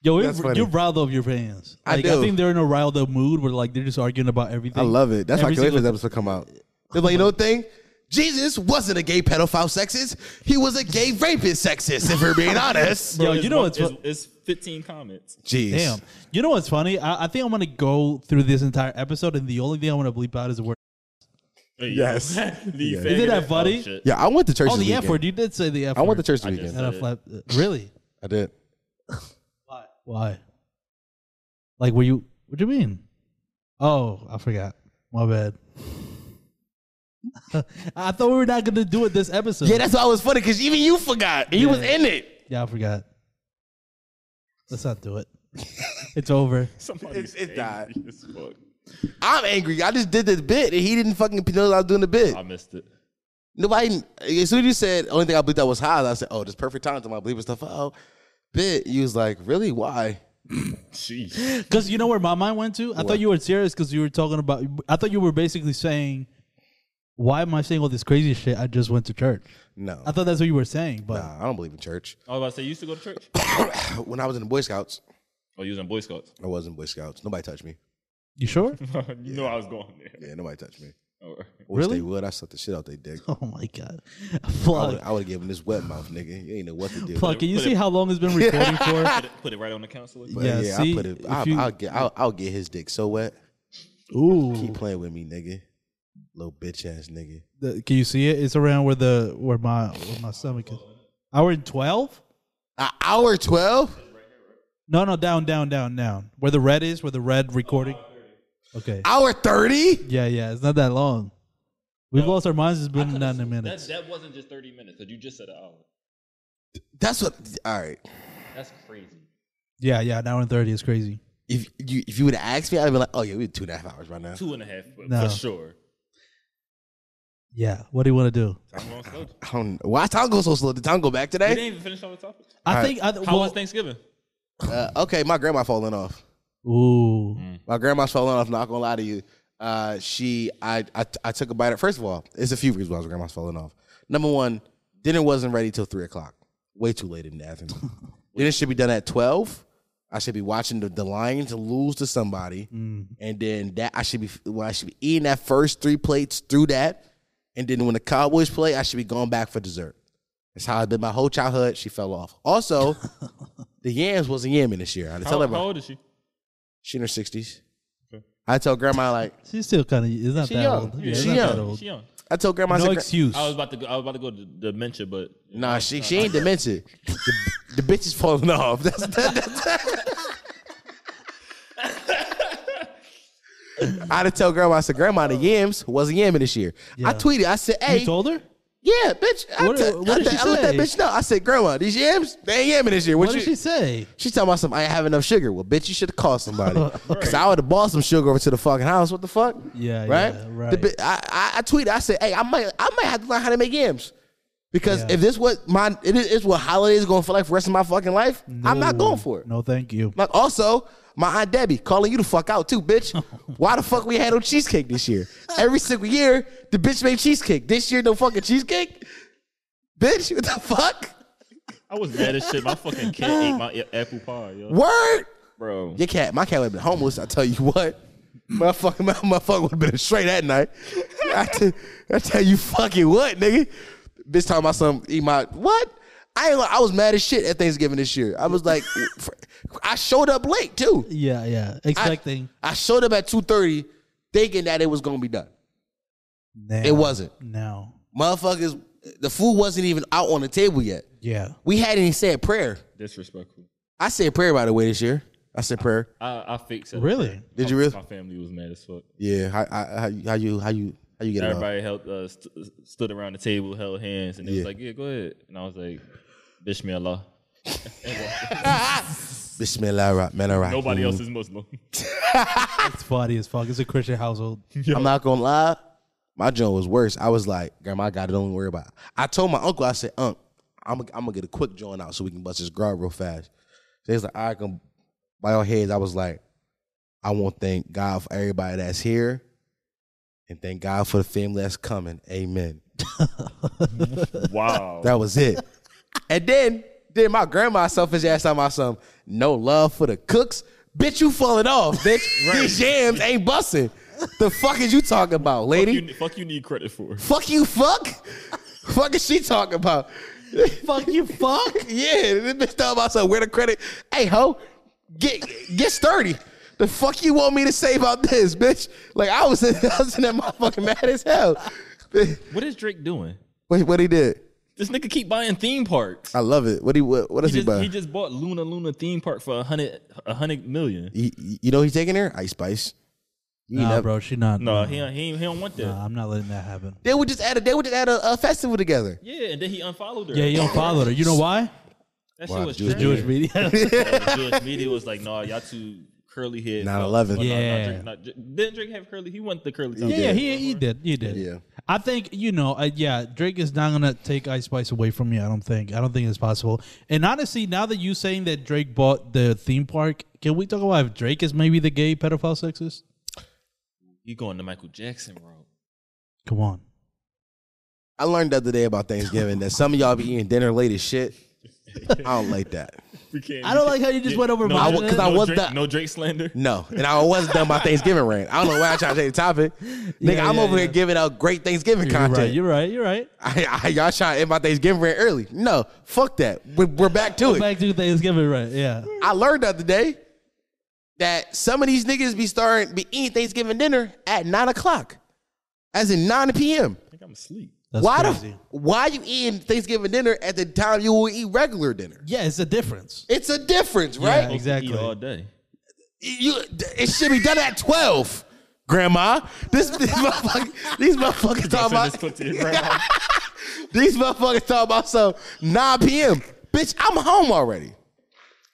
Speaker 5: Yo,
Speaker 4: That's
Speaker 5: it,
Speaker 4: funny.
Speaker 5: you riled up your fans.
Speaker 4: I
Speaker 5: Like,
Speaker 4: do.
Speaker 5: think they're in a riled up mood where like they're just arguing about everything.
Speaker 4: I love it. That's why I
Speaker 5: Every
Speaker 4: can't wait
Speaker 5: single-
Speaker 4: for this episode to
Speaker 5: (laughs)
Speaker 4: come out. They're like, you know what thing? Jesus wasn't a gay pedophile sexist. He was a gay rapist sexist, if we're
Speaker 5: (laughs)
Speaker 4: being honest.
Speaker 5: Yo,
Speaker 2: It's
Speaker 5: you know
Speaker 2: one-
Speaker 5: what's
Speaker 2: it's, it's fifteen comments.
Speaker 4: Jeez.
Speaker 5: Damn. You know what's funny? I, I think I'm gonna go through this entire episode, and the only thing I want to bleep out is the word.
Speaker 4: Yes.
Speaker 2: (laughs) the
Speaker 4: Yeah.
Speaker 2: faggot-
Speaker 5: Isn't that
Speaker 2: oh,
Speaker 5: funny?
Speaker 2: shit.
Speaker 4: Yeah, I went to church
Speaker 5: Oh,
Speaker 4: this
Speaker 5: the
Speaker 4: weekend.
Speaker 5: F word. You did say the F
Speaker 4: I
Speaker 5: word.
Speaker 4: went to church this
Speaker 2: I just
Speaker 4: weekend.
Speaker 5: And I
Speaker 2: said it.
Speaker 5: flapped- uh, really?
Speaker 4: I did.
Speaker 5: Why? Why? Like, were you? What do you mean? Oh, I forgot. My bad. (laughs) I thought we were not gonna do it this episode.
Speaker 4: Yeah, that's why it was funny because even you forgot. And you was in it.
Speaker 5: yeah, I forgot. Let's not do it. it's over.
Speaker 2: Somebody's
Speaker 4: It- it died.
Speaker 2: angry as fuck.
Speaker 4: I'm angry. I just did this bit and he didn't fucking know I was doing the bit.
Speaker 2: I missed it.
Speaker 4: Nobody, as soon as you said, only thing I believed that was high, I said, oh, this perfect time to my believing stuff. Oh, bit. You was like, really? Why?
Speaker 2: Jeez.
Speaker 5: Because you know where my mind went to? I thought you were serious because you were talking about. I thought you were basically saying, "Why am I saying all this crazy shit? I just went to church."
Speaker 4: No.
Speaker 5: I thought that's what you were saying, but
Speaker 4: Nah, I don't believe in church.
Speaker 2: I was about to say you used to go to church.
Speaker 4: (laughs) When I was in the Boy Scouts,
Speaker 2: Oh, you was in Boy
Speaker 5: (laughs)
Speaker 2: Scouts.
Speaker 4: I was in Boy Scouts. Nobody touched me.
Speaker 5: you
Speaker 4: (laughs)
Speaker 5: sure?
Speaker 2: you know I was going there. (laughs)
Speaker 4: Yeah, nobody touched me.
Speaker 2: All right.
Speaker 4: Wish
Speaker 5: Really?
Speaker 4: they would. I sucked the shit out they dick. (laughs)
Speaker 5: oh my god,
Speaker 4: I would,
Speaker 5: plug,
Speaker 4: I would have given this wet mouth, nigga. You ain't know what to do.
Speaker 5: plug. Can you
Speaker 2: Put
Speaker 5: see
Speaker 2: it-
Speaker 5: how long it's been
Speaker 4: (laughs)
Speaker 5: recording for?
Speaker 2: Put it, put it right on the counselor.
Speaker 4: But
Speaker 5: Yeah,
Speaker 4: yeah,
Speaker 5: see,
Speaker 4: I put it.
Speaker 5: if
Speaker 4: I,
Speaker 5: you-
Speaker 4: I'll get. I'll, I'll get his dick so wet.
Speaker 5: Ooh,
Speaker 4: Keep playing with me, nigga. Little bitch ass nigga.
Speaker 5: The- can you see it? It's around where the where my where my stomach is. Hour and twelve?
Speaker 4: An hour twelve.
Speaker 5: No, no, down, down, down, down. Where the red is, where the red recording. Okay.
Speaker 4: Hour 30?
Speaker 5: Yeah, yeah. It's not that long. We've lost our minds. It's been nine minutes.
Speaker 1: That, that wasn't just 30 minutes, because you just said an hour.
Speaker 4: That's what. All right.
Speaker 1: That's crazy.
Speaker 5: Yeah, yeah. An hour and 30 is crazy.
Speaker 4: If you if you would have asked me, I'd be like, oh yeah, we're two and a half hours right now.
Speaker 1: Two and a half, but
Speaker 5: No.
Speaker 1: for sure.
Speaker 5: Yeah. What do you want to do?
Speaker 1: Time going slow. We
Speaker 4: I don't know. Why time go so slow? Did time go back today?
Speaker 1: didn't even finish on the topic.
Speaker 5: I
Speaker 4: All
Speaker 5: think. I,
Speaker 1: How
Speaker 5: well,
Speaker 1: was Thanksgiving?
Speaker 4: Uh, okay, my grandma falling off.
Speaker 5: Ooh.
Speaker 1: Mm.
Speaker 4: My grandma's falling off. Not gonna lie to you. Uh, she, I, I, I took a bite. Of, first of all, it's a few reasons why my grandma's falling off. Number one, dinner wasn't ready till three o'clock. Way too late in the afternoon. dinner should be done at twelve. I should be watching the, the Lions lose to somebody, and then that I should be well, I should be eating that first three plates through that, and then when the Cowboys play, I should be going back for dessert. That's how I did my whole childhood. She fell off. Also, the yams wasn't yamming this year. I had to
Speaker 1: How,
Speaker 4: tell
Speaker 1: how
Speaker 4: everybody.
Speaker 1: old is she?
Speaker 4: She in her sixties. I tell grandma like
Speaker 5: She's still kind of. It's not
Speaker 4: She
Speaker 5: that
Speaker 4: young.
Speaker 5: old. Yeah, it's
Speaker 4: She
Speaker 5: not that
Speaker 4: young.
Speaker 5: old.
Speaker 1: She young.
Speaker 4: I told grandma. I
Speaker 5: No
Speaker 4: said, "Gra-
Speaker 5: excuse.
Speaker 1: I was about to go, I was about to go to dementia, but
Speaker 4: Nah, she she ain't demented. The, the bitch is falling off. That's that, I had to tell grandma. I said, "Grandma, the yams wasn't yamming this year." I
Speaker 5: Yeah.
Speaker 4: tweeted. I said, "Hey,
Speaker 5: You told her?
Speaker 4: yeah, bitch." I,
Speaker 5: What-
Speaker 4: te-
Speaker 5: what
Speaker 4: I,
Speaker 5: did
Speaker 4: te-
Speaker 5: she
Speaker 4: I let that
Speaker 5: say?
Speaker 4: bitch know. I said, "Grandma, these yams, they ain't yamming this year." What,
Speaker 5: What
Speaker 4: you,
Speaker 5: did she say?
Speaker 4: She's talking about some. I ain't have enough sugar. Well, bitch, you should have
Speaker 5: (laughs)
Speaker 4: called somebody. Cause I would have bought some sugar over to the fucking house. What the fuck?
Speaker 5: Yeah,
Speaker 4: right.
Speaker 5: yeah, right.
Speaker 4: The bi- I, I, I tweeted. I said, hey, I might, I might have to learn how to make yams. Because
Speaker 5: Yeah.
Speaker 4: if this what my, it is it's what holidays going for like for the rest of my fucking life. I'm not
Speaker 5: No.
Speaker 4: going for it.
Speaker 5: No, thank you.
Speaker 4: Like also, my aunt Debbie calling you the fuck out
Speaker 5: (laughs)
Speaker 4: too, bitch. Why the fuck we had no cheesecake this year? Every single year, the bitch made cheesecake. This year, no fucking cheesecake. Bitch, what the fuck?
Speaker 1: I was mad as shit. My fucking cat ate my a- apple pie, yo.
Speaker 4: Word.
Speaker 1: Bro.
Speaker 4: Your cat, my cat would have been homeless. I tell you (laughs) what, motherfucker, my motherfucker would have been straight that night. I te- I tell you fucking what, nigga. Bitch talking about some eat my what? I ain't, li- I was mad as shit at Thanksgiving this year. I was like, (laughs) fr- I showed up late too.
Speaker 5: Yeah, yeah.
Speaker 4: I-
Speaker 5: Expecting.
Speaker 4: I, showed up at two thirty, thinking that it was gonna be done.
Speaker 5: Now.
Speaker 4: It wasn't.
Speaker 5: Now.
Speaker 4: Motherfuckers, the food wasn't even out on the table yet.
Speaker 5: Yeah.
Speaker 4: We hadn't even said prayer.
Speaker 1: Disrespectful.
Speaker 4: I said prayer by the way this year. I said prayer.
Speaker 1: I, I fixed it.
Speaker 5: Really?
Speaker 4: Did you really?
Speaker 1: My family was mad as fuck.
Speaker 4: Yeah. How, how, how you how you how you how you get it? off?
Speaker 1: Everybody held, uh, st- stood around the table, held hands, and it
Speaker 4: Yeah.
Speaker 1: was like, yeah, go ahead. And I was like, Bismillah.
Speaker 4: Bismillah, Rahman, Rahim.
Speaker 1: Nobody else is Muslim. (laughs)
Speaker 5: It's funny as fuck. It's a Christian (laughs) household.
Speaker 4: (laughs) I'm not gonna lie. My joint was worse. I was like, Grandma, I got it. Don't worry about. It. I told my uncle, I said, Unc, I'm gonna I'm gonna get a quick joint out so we can bust this grub real fast. They was like, all right, gonna by our heads. I was like, I want to thank God for everybody that's here, and thank God for the family that's coming. Amen.
Speaker 1: wow.
Speaker 4: That was it. and then, then my grandma selfish ass talking about some no love for the cooks. Bitch, you falling off, bitch. These jams ain't busting. The fuck is you talking about,
Speaker 1: fuck,
Speaker 4: lady?
Speaker 1: you, fuck you need credit for.
Speaker 4: Fuck you, fuck. fuck is she talking about?
Speaker 5: fuck you, fuck.
Speaker 4: (laughs) yeah, this bitch talking about some where the credit. Hey, ho, get get sturdy. The fuck you want me to say about this, bitch? Like I was in, (laughs) I was in that motherfucking mad as hell. (laughs) Wait,
Speaker 1: What is Drake doing?
Speaker 4: what he did?
Speaker 1: This nigga keep buying theme parks.
Speaker 4: I love it. What he what, what does
Speaker 1: He
Speaker 4: he,
Speaker 1: just,
Speaker 4: buy?
Speaker 1: he just bought Luna Luna theme park for a hundred a hundred million.
Speaker 4: You, you know what he's taking her? Ice Spice. You
Speaker 5: Nah,
Speaker 4: never-
Speaker 5: bro, she not.
Speaker 1: No, he he, he don't want that.
Speaker 5: Nah, I'm not letting that happen.
Speaker 4: They would just add a they would just add a, a festival together.
Speaker 1: Yeah, and then he unfollowed her.
Speaker 5: Yeah, you don't follow her. You know why?
Speaker 1: that
Speaker 4: Wow,
Speaker 1: shit was
Speaker 4: Jewish
Speaker 1: Jewish,
Speaker 5: Jewish media.
Speaker 2: (laughs)
Speaker 1: Jewish media was like, nah, y'all too curly head.
Speaker 4: 9/11.
Speaker 1: Well, nah, nah,
Speaker 5: (laughs) (laughs) Yeah.
Speaker 1: Drake- nah, J- didn't Drake have curly? He went the curly.
Speaker 5: yeah, yeah, he he did. He did.
Speaker 4: Yeah.
Speaker 5: I think you know. Uh, yeah, Drake is not gonna take Ice Spice away from you. I don't think. I don't think it's possible. And honestly, now that you saying that Drake bought the theme park, can we talk about if Drake is maybe the gay pedophile sexist?
Speaker 1: You going to Michael Jackson road?
Speaker 5: Come on.
Speaker 4: I learned the other day about Thanksgiving that some of y'all be eating dinner late as shit. I don't like that.
Speaker 1: We can't.
Speaker 5: I don't like how you just went over
Speaker 1: no,
Speaker 5: my.
Speaker 4: I- 'cause I
Speaker 1: no
Speaker 4: was
Speaker 1: Drake,
Speaker 4: the-
Speaker 1: no Drake slander.
Speaker 4: No, and I wasn't done my Thanksgiving rant. I don't know why I try to change the topic. Nigga,
Speaker 5: Yeah,
Speaker 4: I'm
Speaker 5: yeah,
Speaker 4: over
Speaker 5: yeah.
Speaker 4: here giving out great Thanksgiving
Speaker 5: you're
Speaker 4: content.
Speaker 5: right. You're right. You're right.
Speaker 4: I, I, y'all trying to end my Thanksgiving rant early. No, fuck that. We're, we're back to it.
Speaker 5: Back to Thanksgiving, right? Yeah.
Speaker 4: I learned the other day that some of these niggas be starting be eating Thanksgiving dinner at nine o'clock, as in nine p.m.
Speaker 1: I think I'm asleep.
Speaker 5: That's
Speaker 4: why
Speaker 5: crazy.
Speaker 4: the why you eating Thanksgiving dinner at the time you will eat regular dinner?
Speaker 5: yeah, it's a difference.
Speaker 4: It's
Speaker 2: E,
Speaker 4: a difference, right?
Speaker 5: Exactly.
Speaker 1: Eat all day.
Speaker 4: You it should be done at twelve. grandma. This, (laughs) this motherfucker, these motherfuckers talking
Speaker 2: Send this
Speaker 4: about
Speaker 5: (laughs)
Speaker 2: clip to your grandma.
Speaker 4: these motherfuckers talking about some 9 p.m. Bitch, I'm home already.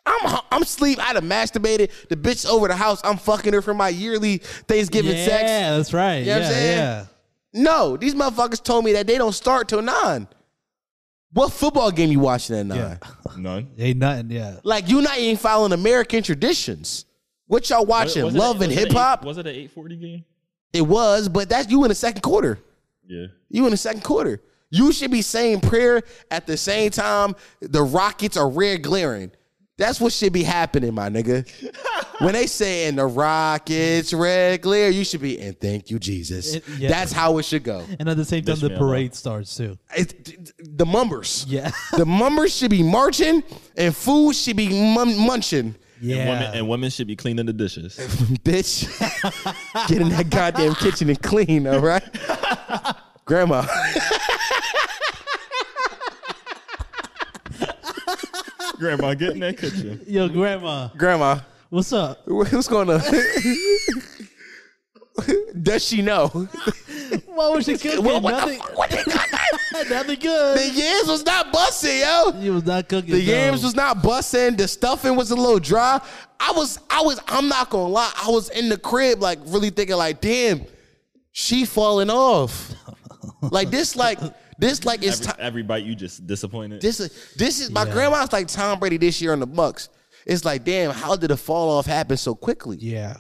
Speaker 4: I'm ho- I'm sleep. I'd have masturbated. The bitch over the house. I'm fucking her for my yearly Thanksgiving
Speaker 5: yeah,
Speaker 4: sex.
Speaker 5: that's right.
Speaker 4: You know what
Speaker 5: yeah,
Speaker 4: I'm saying?
Speaker 5: yeah.
Speaker 4: No, these motherfuckers told me that they don't start till nine. What football game you watching at nine?
Speaker 5: Yeah.
Speaker 2: None.
Speaker 5: Ain't nothing. Yeah.
Speaker 4: Like you not even following American traditions. What y'all watching?
Speaker 2: Was it-
Speaker 4: Love
Speaker 2: was
Speaker 4: and
Speaker 2: it an
Speaker 4: hip hop.
Speaker 2: eight- Was it an 840 game?
Speaker 4: It was, but that's you in the second quarter.
Speaker 2: Yeah.
Speaker 4: You in the second quarter. You should be saying prayer at the same time the rockets are red glaring. That's what should be happening, my
Speaker 5: (laughs)
Speaker 4: nigga. when they saying the rockets red glare, you should be and thank you, Jesus.
Speaker 5: It- yeah.
Speaker 4: That's how it should go.
Speaker 5: And at the same time,
Speaker 2: Bitch,
Speaker 5: the
Speaker 2: man, bro.
Speaker 5: parade starts too. (laughs)
Speaker 4: It's the mumbers.
Speaker 5: Yeah.
Speaker 4: the mumbers should be marching and food should be mun- munching.
Speaker 5: Yeah.
Speaker 2: And women, and women should be cleaning
Speaker 5: (laughs)
Speaker 2: the dishes.
Speaker 4: Bitch, get in that goddamn kitchen and clean,
Speaker 5: (laughs)
Speaker 4: all right? Grandma.
Speaker 2: (laughs)
Speaker 4: (laughs)
Speaker 2: grandma, get in that kitchen.
Speaker 5: Yo, grandma,
Speaker 4: Grandma.
Speaker 5: what's up?
Speaker 4: Who's gonna? (laughs) Does she know?
Speaker 5: Why was she cooking?
Speaker 4: (laughs) Well, what the
Speaker 5: nothing,
Speaker 4: fuck? What the
Speaker 5: (laughs) nothing
Speaker 4: (laughs) the
Speaker 5: good.
Speaker 4: yams was not busting, yo.
Speaker 5: You was not cooking.
Speaker 4: The yams
Speaker 5: no.
Speaker 4: was not busting. The stuffing was a little dry. I was, I was, I'm not gonna lie. I was in the crib, like really thinking, like, damn, she falling off. Like this, like this, like it's
Speaker 2: Every,
Speaker 4: ti-
Speaker 2: every bite, you just disappointed.
Speaker 4: This is this is my
Speaker 5: Yeah.
Speaker 4: grandma's like Tom Brady this year on the Bucks. It's like, damn, how did the fall off happen so quickly?
Speaker 5: Yeah.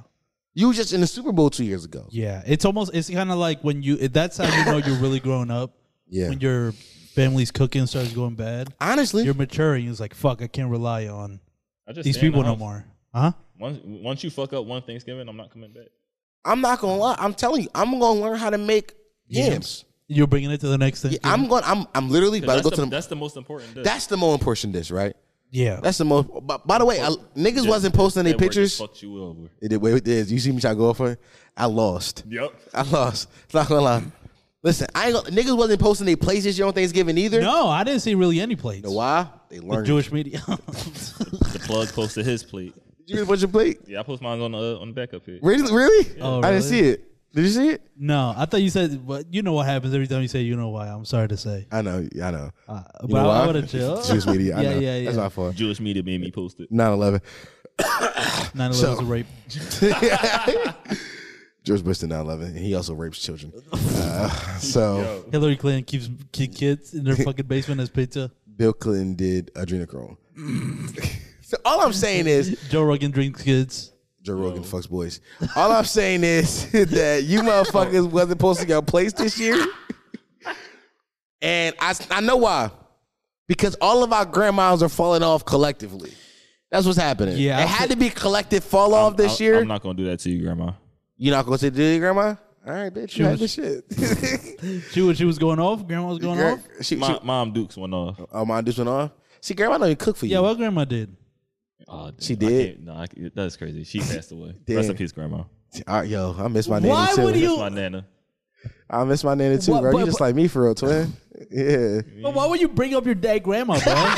Speaker 4: You were just in the Super Bowl two years ago.
Speaker 5: Yeah, it's almost it's kind of like when you that's how you know you're really grown up.
Speaker 4: (laughs) Yeah.
Speaker 5: When your family's cooking starts going bad,
Speaker 4: Honestly,
Speaker 5: you're maturing. It's like fuck, I can't rely on
Speaker 2: I just
Speaker 5: these
Speaker 2: stay in the
Speaker 5: people no
Speaker 2: house.
Speaker 5: more. Huh?
Speaker 2: Once, once you fuck up one Thanksgiving, I'm not coming back.
Speaker 4: I'm not gonna lie. I'm telling you, I'm gonna learn how to make yams.
Speaker 5: You're bringing it to the next thing.
Speaker 4: Yeah, I'm going. I'm I'm literally about to
Speaker 2: That's,
Speaker 4: go
Speaker 2: the,
Speaker 4: to the. That's,
Speaker 2: that's the most important. dish.
Speaker 4: the more important dish, right?
Speaker 5: yeah.
Speaker 4: That's the most. By, by the way, I, niggas
Speaker 2: Just-
Speaker 4: wasn't posting their
Speaker 2: that word just
Speaker 4: pictures.
Speaker 2: Fucked you over.
Speaker 4: It did. Wait, it is. You see me try to go off on it? I lost.
Speaker 2: Yep.
Speaker 4: I lost. (laughs) Not gonna lie. Listen, I ain't gonna, niggas wasn't posting their places this year on Thanksgiving either.
Speaker 5: no, I didn't see really any plates.
Speaker 4: Why? They
Speaker 5: The
Speaker 4: learned.
Speaker 5: Jewish media. (laughs)
Speaker 2: The plug posted his plate.
Speaker 4: Did you get a bunch of plate?
Speaker 2: Yeah, I post mine on the uh, on the backup here.
Speaker 4: Really? really?
Speaker 5: Oh,
Speaker 4: I didn't
Speaker 5: really?
Speaker 4: see it. Did you see it?
Speaker 5: no, I thought you said, but you know what happens every time you say, you know why. I'm sorry to say,
Speaker 4: I know. I know.
Speaker 5: uh,
Speaker 4: You
Speaker 5: but
Speaker 4: know
Speaker 5: I,
Speaker 4: why?
Speaker 5: would
Speaker 4: (laughs)
Speaker 5: have chill.
Speaker 4: Jewish media.
Speaker 5: (laughs)
Speaker 4: I
Speaker 5: yeah,
Speaker 4: know.
Speaker 5: yeah, yeah.
Speaker 4: That's my fault.
Speaker 2: Jewish media made me post it.
Speaker 4: 9 11.
Speaker 5: Nine
Speaker 4: So-
Speaker 5: eleven was a rape.
Speaker 4: (laughs) George Bush did 9 11, and he also rapes children. Uh, so
Speaker 5: Hillary Clinton keeps ki- kids in their fucking basement as pizza.
Speaker 4: Bill Clinton did adrenochrome. (laughs) so all I'm saying is
Speaker 5: Joe Rogan drinks kids.
Speaker 4: Joe Rogan fucks boys. All I'm saying is (laughs) that you motherfuckers wasn't posting your place this year. And I, I know why. Because all of our grandmas are falling off collectively. That's what's happening.
Speaker 5: Yeah,
Speaker 4: It
Speaker 5: I
Speaker 4: had to be collective fall off this
Speaker 2: I-
Speaker 4: year.
Speaker 2: I'm not gonna do that to you, grandma.
Speaker 4: You're not gonna say to your grandma? All right, bitch, you had this
Speaker 5: was-
Speaker 4: shit.
Speaker 5: She was she was going off. Grandma was going
Speaker 4: Gra-
Speaker 5: off.
Speaker 4: She, she,
Speaker 2: My, mom Dukes went off.
Speaker 4: oh, mine just went off. See, grandma don't even cook for you.
Speaker 5: Yeah, what grandma did.
Speaker 2: Oh,
Speaker 4: She
Speaker 2: damn, I
Speaker 4: did?
Speaker 2: can't- No, I can't- that's
Speaker 4: (laughs)
Speaker 2: crazy. She passed away.
Speaker 4: Damn.
Speaker 2: Rest in peace, grandma.
Speaker 4: All right, yo, I miss my nanny
Speaker 5: Why
Speaker 4: too.
Speaker 5: would you-
Speaker 2: That's my nana.
Speaker 4: I miss my nanny too,
Speaker 5: What-
Speaker 4: bro. You
Speaker 5: but-
Speaker 4: just like me for
Speaker 5: (laughs)
Speaker 4: real, twin. yeah.
Speaker 5: But why would you bring up your dead grandma, bro?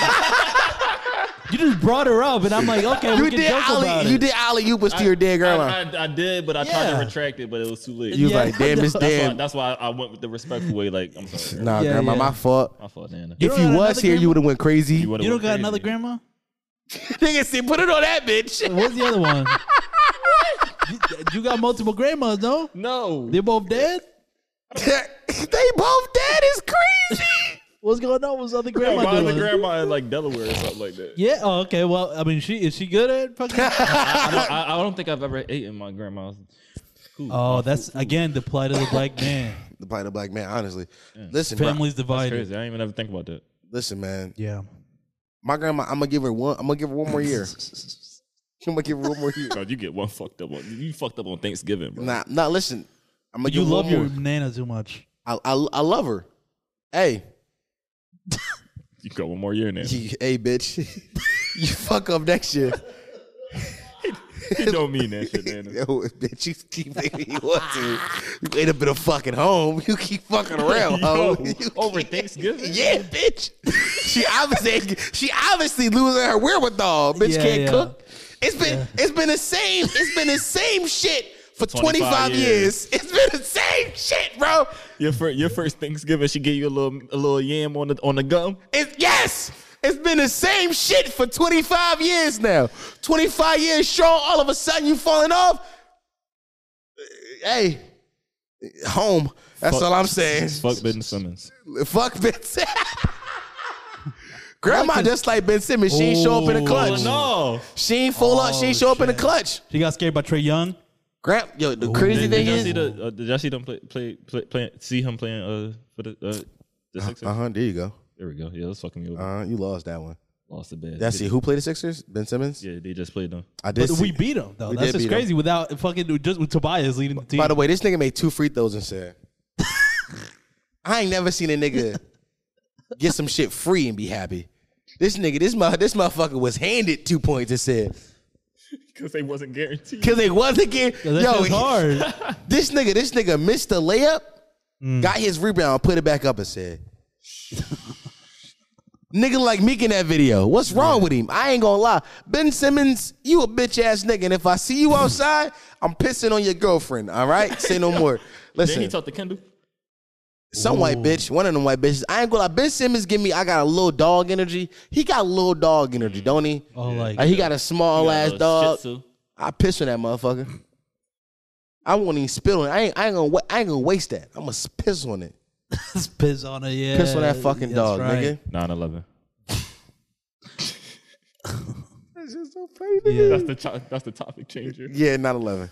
Speaker 5: (laughs) you just brought her up, and I'm like, okay,
Speaker 4: You
Speaker 5: we can
Speaker 4: did
Speaker 5: joke about
Speaker 4: alley. You
Speaker 5: it.
Speaker 4: did alley. You was to your dead grandma.
Speaker 2: I, I, I did, but I tried
Speaker 5: Yeah.
Speaker 2: to retract it, but it was too late.
Speaker 4: you was
Speaker 5: Yeah.
Speaker 4: like, damn, it's
Speaker 2: that's, why,
Speaker 4: dead.
Speaker 2: that's why I went with the respectful way. Like,
Speaker 4: (laughs)
Speaker 2: I'm sorry.
Speaker 4: Nah,
Speaker 5: Yeah,
Speaker 4: grandma,
Speaker 5: yeah.
Speaker 4: my fault.
Speaker 2: My fault, Nana.
Speaker 5: You
Speaker 4: if
Speaker 5: don't
Speaker 4: you
Speaker 5: got
Speaker 4: was
Speaker 5: another
Speaker 4: here, you
Speaker 5: grandma?
Speaker 4: would have went crazy.
Speaker 5: (laughs)
Speaker 2: You would've
Speaker 5: You don't
Speaker 2: went
Speaker 5: got
Speaker 2: crazy.
Speaker 5: another grandma?
Speaker 4: Nigga, see, put it on that (laughs) bitch.
Speaker 5: What's the other one? you, you got multiple grandmas, no?
Speaker 2: No.
Speaker 5: They're both dead.
Speaker 4: they both dead. It's crazy.
Speaker 5: What's going on? What's other
Speaker 2: Yo,
Speaker 5: grandma
Speaker 2: my other
Speaker 5: doing?
Speaker 2: grandma in like Delaware or something like that.
Speaker 5: yeah. Oh, okay. Well, I mean, she is she good at
Speaker 4: (laughs)
Speaker 5: fucking?
Speaker 2: I, don't, I, I don't think I've ever eaten my grandma's. food.
Speaker 5: oh, that's again the plight of the black man.
Speaker 4: the plight of black man, honestly. Listen, bro.
Speaker 5: Families
Speaker 2: (laughs) That's
Speaker 5: divided.
Speaker 2: crazy. I didn't even ever think about that.
Speaker 4: Listen, man.
Speaker 5: Yeah.
Speaker 4: My grandma, I'm gonna give her one. I'm gonna give her one
Speaker 5: (laughs)
Speaker 4: more year. I'm gonna give her one more year.
Speaker 2: Bro, you get one fucked up on you fucked up on Thanksgiving, bro.
Speaker 4: Nah, nah. Listen, I'm gonna
Speaker 5: You
Speaker 4: give her
Speaker 5: love
Speaker 4: one
Speaker 5: your
Speaker 4: more.
Speaker 5: nana too much.
Speaker 4: I, I, I love her. Hey,
Speaker 2: You got one more
Speaker 4: (laughs)
Speaker 2: year now.
Speaker 4: you, (laughs) hey, bitch. you fuck up next year.
Speaker 2: You don't mean that shit, Nana.
Speaker 4: (laughs) Yo, bitch, you keep thinking you want to. You ain't a bit of fucking home. You keep fucking around,
Speaker 2: Yo,
Speaker 4: ho. (laughs) You
Speaker 2: (laughs) over
Speaker 4: keep-
Speaker 2: Thanksgiving?
Speaker 4: oh, Yeah, bitch. She obviously she obviously losing her wherewithal. Bitch
Speaker 5: Yeah,
Speaker 4: can't
Speaker 5: yeah.
Speaker 4: cook. It's been it's been the same. It's been the same shit for 25, years. It's been the same shit, bro.
Speaker 2: Your first, your first Thanksgiving, she gave you a little a little yam on the on the gum.
Speaker 4: It's yes. It's been the same shit for 25 years now. 25 years strong. All of a sudden, you falling off. Hey, home. That's
Speaker 2: Fuck-
Speaker 4: all I'm saying.
Speaker 2: Fuck Ben Simmons.
Speaker 4: Fuck Ben Simmons. (laughs) Grandma just like Ben Simmons. She ain't show up in the clutch.
Speaker 2: No,
Speaker 4: She ain't full up. She ain't show up in the clutch.
Speaker 5: She got scared by Trey Young.
Speaker 4: Grant, yo, the crazy
Speaker 2: did,
Speaker 4: thing
Speaker 2: did y'all
Speaker 4: is,
Speaker 2: see the uh, did y'all see them play play play, play see him playing uh for the uh, the Sixers?
Speaker 4: uh huh. There you go.
Speaker 2: There we go. Yeah, that's fucking me over.
Speaker 4: Uh, you lost that one.
Speaker 2: Lost the bad.
Speaker 4: That's it. Who played the Sixers? Ben Simmons.
Speaker 2: Yeah, they just played them.
Speaker 4: I did.
Speaker 5: But
Speaker 4: See,
Speaker 5: we beat him though.
Speaker 4: We
Speaker 5: That's
Speaker 4: did
Speaker 5: just
Speaker 4: beat 'em.
Speaker 5: crazy. Without fucking just with Tobias leading the team.
Speaker 4: by the way, this nigga made two free throws
Speaker 5: (laughs)
Speaker 4: and said, "I ain't never seen a nigga get some shit free and be happy." This nigga, this mother, this motherfucker was handed two points and said,
Speaker 2: Because they wasn't guaranteed.
Speaker 4: "Cause it was again,
Speaker 5: that
Speaker 4: yo,
Speaker 5: shit's
Speaker 4: (laughs)
Speaker 5: hard.
Speaker 4: this nigga, this nigga missed the layup,
Speaker 5: Mm.
Speaker 4: got his rebound, put it back up, and said." (laughs) Nigga like Meek in that video. What's wrong with him? I ain't gonna lie. Ben Simmons, you a bitch ass nigga. And if I see you outside, I'm pissing on your girlfriend. All right?
Speaker 5: (laughs)
Speaker 4: Say no more.
Speaker 2: Then he
Speaker 4: Listen,
Speaker 2: talked to Kendall.
Speaker 4: some white bitch, one of them white bitches. I ain't gonna lie. Ben Simmons give me, I got a little dog energy. He got little dog energy, don't he?
Speaker 5: oh, like
Speaker 4: Like, he got a small ass
Speaker 1: Uh,
Speaker 4: dog.
Speaker 1: Shih Tzu.
Speaker 4: I piss on that motherfucker. I won't even spill on it. I ain't, I ain't gonna wa- I ain't gonna waste that. I'm gonna piss on it.
Speaker 5: let's piss on it. Yeah,
Speaker 4: Piss on that fucking
Speaker 5: that's
Speaker 4: dog,
Speaker 5: right.
Speaker 4: nigga.
Speaker 2: 9-11.
Speaker 5: Yeah.
Speaker 2: That's the to- that's the topic changer.
Speaker 4: Yeah, not eleven.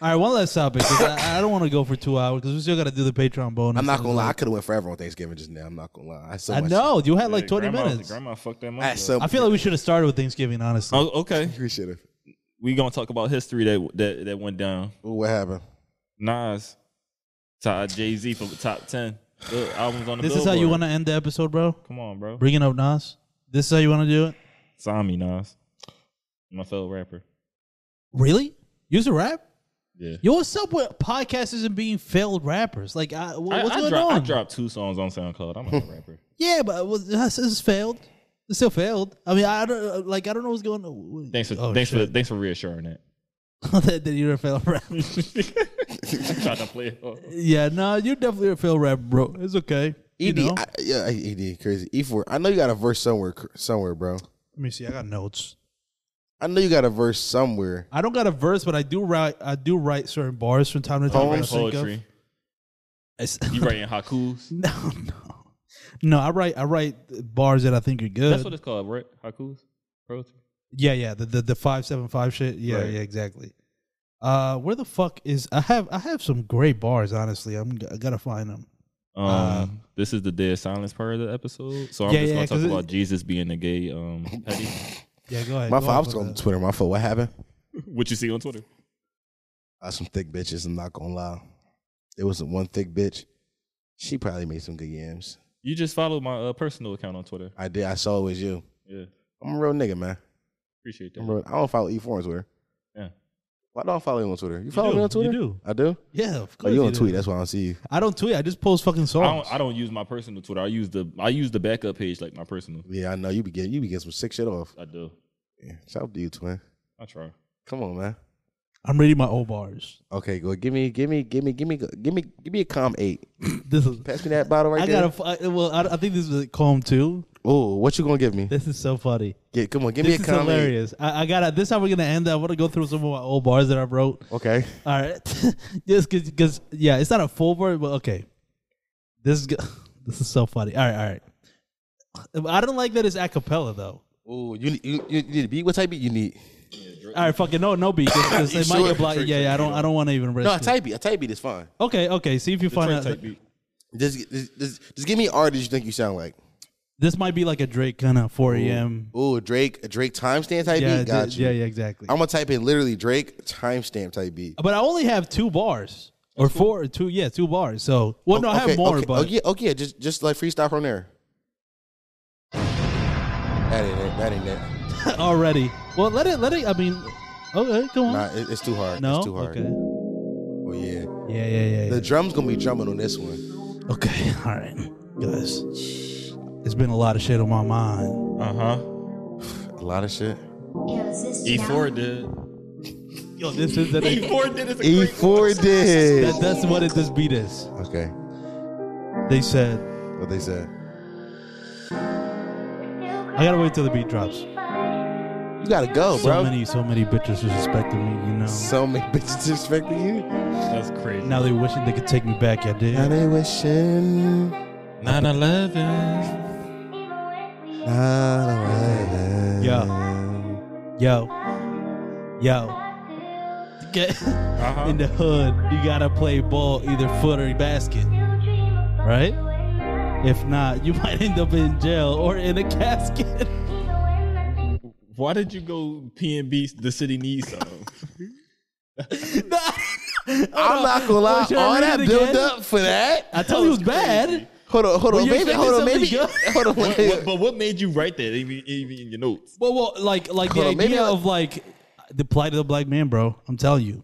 Speaker 5: All right, one last topic. 'cause I, I don't want to go for two hours because we still got to do the Patreon bonus.
Speaker 4: I'm not gonna lie. I could have went forever on Thanksgiving just now. I'm not gonna lie. I, had so
Speaker 5: I
Speaker 4: much-
Speaker 5: know you had like
Speaker 2: Yeah,
Speaker 5: 20
Speaker 2: grandma,
Speaker 5: minutes.
Speaker 2: Grandma fucked that
Speaker 4: I had
Speaker 2: up.
Speaker 4: so.
Speaker 5: I feel like we should have started with Thanksgiving, honestly.
Speaker 2: Oh, okay.
Speaker 4: we should have.
Speaker 2: We gonna talk about history that that that went down.
Speaker 4: What happened?
Speaker 2: Nas, top Jay Z for the top ten Look, albums on the.
Speaker 5: This is how you
Speaker 2: Billboard.
Speaker 5: want to end the episode, bro.
Speaker 2: Come on, bro.
Speaker 5: Bringing up Nas. This is how you want to do it.
Speaker 2: Sign me, Nas. My fellow rapper.
Speaker 5: Really? Use a rap?
Speaker 2: Yeah.
Speaker 5: Yo, what's up with podcasters and being failed rappers? Like, I, wh-
Speaker 2: I,
Speaker 5: what's
Speaker 2: I
Speaker 5: going
Speaker 2: drop-
Speaker 5: on?
Speaker 2: I dropped two songs on SoundCloud. I'm not a
Speaker 5: (laughs)
Speaker 2: rapper.
Speaker 5: Yeah, but well, this is failed. It still failed. I mean, I don't uh, like. I don't know what's going on.
Speaker 2: Thanks for
Speaker 5: Oh,
Speaker 2: thanks for
Speaker 5: shit. (laughs)
Speaker 2: thanks for reassuring that.
Speaker 5: that, that you're a failed
Speaker 2: (laughs)
Speaker 5: rapper.
Speaker 2: Trying to play. it off.
Speaker 5: yeah, no, you're definitely a failed rapper, bro. It's okay. You
Speaker 4: Ed,
Speaker 5: know?
Speaker 4: E I, yeah, Ed, crazy. E for I know you got a verse somewhere, cr- somewhere, bro.
Speaker 5: Let me see. I got notes.
Speaker 4: I know you got a verse somewhere.
Speaker 5: I don't got a verse, but I do write. I do write certain bars from time to time.
Speaker 4: Poems?
Speaker 5: I think of.
Speaker 2: Poetry.
Speaker 5: It's- (laughs)
Speaker 2: You writing hakus?
Speaker 5: no, no, no. I write. I write bars that I think are good.
Speaker 2: That's what it's called, right? Hakus. Poetry.
Speaker 5: yeah, yeah. The the, the five seven five shit. Yeah,
Speaker 2: Right.
Speaker 5: yeah. Exactly. Uh, where the fuck is I have I have some great bars. Honestly, I'm I gotta find them.
Speaker 2: Um,
Speaker 5: Uh,
Speaker 2: this is the day of silence part of the episode, so I'm
Speaker 5: Yeah,
Speaker 2: just
Speaker 5: yeah,
Speaker 2: gonna
Speaker 5: 'cause
Speaker 2: talk
Speaker 5: it-
Speaker 2: about Jesus being a gay. Um, (laughs) petty.
Speaker 5: Yeah, go ahead.
Speaker 4: My
Speaker 5: go
Speaker 4: fault. I
Speaker 5: off
Speaker 4: was
Speaker 5: on
Speaker 4: on
Speaker 5: that.
Speaker 4: Twitter. My fault. What happened?
Speaker 2: what you see on Twitter?
Speaker 4: Uh, some thick bitches. I'm not gonna lie. There was one thick bitch. She probably made some good yams.
Speaker 2: You just followed my uh, personal account on Twitter.
Speaker 4: I did. I saw it was you.
Speaker 2: Yeah,
Speaker 4: I'm a real nigga, man.
Speaker 2: appreciate that.
Speaker 4: I'm real, I don't follow E4 on Twitter.
Speaker 2: Yeah.
Speaker 4: Why don't I follow you on Twitter? You follow
Speaker 5: do,
Speaker 4: me on Twitter?
Speaker 5: you do.
Speaker 4: I do.
Speaker 5: Yeah, of
Speaker 4: Oh,
Speaker 5: course.
Speaker 4: you don't
Speaker 5: do.
Speaker 4: tweet. That's why I don't see you.
Speaker 5: I don't tweet. I just post fucking
Speaker 2: I
Speaker 5: songs.
Speaker 2: don't, I don't use my personal Twitter. I use the I use the backup page like my personal.
Speaker 4: Yeah, I know you be getting you be getting some sick shit off.
Speaker 2: I do.
Speaker 4: Yeah. Shout out to you, twin.
Speaker 2: I try.
Speaker 4: Come on, man.
Speaker 5: I'm reading my old bars.
Speaker 4: Okay, go. Give me, give me, give me, give me, give me, give me a calm eight.
Speaker 5: This is.
Speaker 4: Pass me that bottle right
Speaker 5: I
Speaker 4: there.
Speaker 5: gotta. fi- Well, I, I think this is a calm too.
Speaker 4: oh, what you gonna give me?
Speaker 5: This is so funny.
Speaker 4: Yeah, come on, give
Speaker 5: This
Speaker 4: me a
Speaker 5: is
Speaker 4: calm eight.
Speaker 5: hilarious. I, I gotta. This is how we're gonna end. I want to go through some of my old bars that I wrote.
Speaker 4: Okay.
Speaker 5: All right, (laughs) just because. Yeah, it's not a full bar, but okay. This is go- (laughs) this is so funny. All right, all right. I don't like that it's a cappella though.
Speaker 4: Oh, you, need- you you need a beat. What type of beat you need?
Speaker 5: All right, fucking no, no beat. 'cause- 'cause
Speaker 4: You
Speaker 5: it might
Speaker 4: sure?
Speaker 5: get blocked. Yeah, yeah. I don't. I don't want to even risk.
Speaker 4: No, a
Speaker 5: it.
Speaker 4: type beat. A type beat is fine.
Speaker 5: Okay, okay. See if you find
Speaker 2: Try
Speaker 5: out.
Speaker 2: type beat.
Speaker 4: Just, just, just, just give me an artist you think you sound like.
Speaker 5: This might be like a Drake kind of 4 a.m.
Speaker 4: Oh, Drake, a Drake timestamp type
Speaker 5: Yeah,
Speaker 4: beat. Got
Speaker 5: d-
Speaker 4: you.
Speaker 5: yeah, yeah. Exactly.
Speaker 4: I'm gonna type in literally Drake timestamp type beat.
Speaker 5: But I only have two bars or four, two, yeah, two bars. So, well, no, I have
Speaker 4: Okay,
Speaker 5: more,
Speaker 4: okay,
Speaker 5: but
Speaker 4: oh yeah, oh yeah, just just like freestyle from there. That ain't it. That ain't it.
Speaker 5: (laughs) already. Well, let it, let it. I mean, okay, go on.
Speaker 4: Nah, it, it's too hard.
Speaker 5: no,
Speaker 4: it's too hard.
Speaker 5: okay,
Speaker 4: Oh yeah.
Speaker 5: yeah, yeah, yeah. yeah.
Speaker 4: The drum's gonna be drumming on this one.
Speaker 5: okay, (laughs) all right, guys. It's been a lot of shit on my mind.
Speaker 2: Uh huh. E
Speaker 4: A lot of shit.
Speaker 2: E4 did.
Speaker 5: Yo, this is an
Speaker 2: E4 did is a great
Speaker 4: E4 E did.
Speaker 5: That, that's what it, this beat is.
Speaker 4: Okay.
Speaker 5: They said,
Speaker 4: What they said.
Speaker 5: I gotta wait till the beat drops.
Speaker 4: You gotta go,
Speaker 5: So
Speaker 4: bro.
Speaker 5: many, so many bitches disrespected me, you know.
Speaker 4: So many bitches disrespecting you.
Speaker 2: That's crazy.
Speaker 5: now they wishing they could take me back. I
Speaker 4: Now
Speaker 5: did.
Speaker 4: they wishing.
Speaker 5: 9-11.
Speaker 4: Yeah.
Speaker 5: Yo, yo. Get (laughs) Uh-huh. in the hood. You gotta play ball, either foot or basket, right? If not, you (laughs) might end up in jail or in a casket.
Speaker 2: Why did you go PNB? The city needs (laughs) something.
Speaker 4: I'm not gonna lie.
Speaker 5: Wait, should I
Speaker 4: All
Speaker 5: read
Speaker 4: that
Speaker 5: it
Speaker 4: build
Speaker 5: again?
Speaker 4: up for that.
Speaker 5: I told you it was bad.
Speaker 4: Hold on, hold
Speaker 5: Well,
Speaker 4: on,
Speaker 5: you
Speaker 4: maybe,
Speaker 5: expected
Speaker 4: hold on,
Speaker 5: something
Speaker 4: maybe,
Speaker 5: good?
Speaker 4: hold on.
Speaker 2: What- what- but what made you write that even, even in your notes?
Speaker 5: Well, well, like, like the
Speaker 4: Hold on,
Speaker 5: idea
Speaker 4: maybe I-
Speaker 5: of like the plight of the black man, bro. I'm telling you.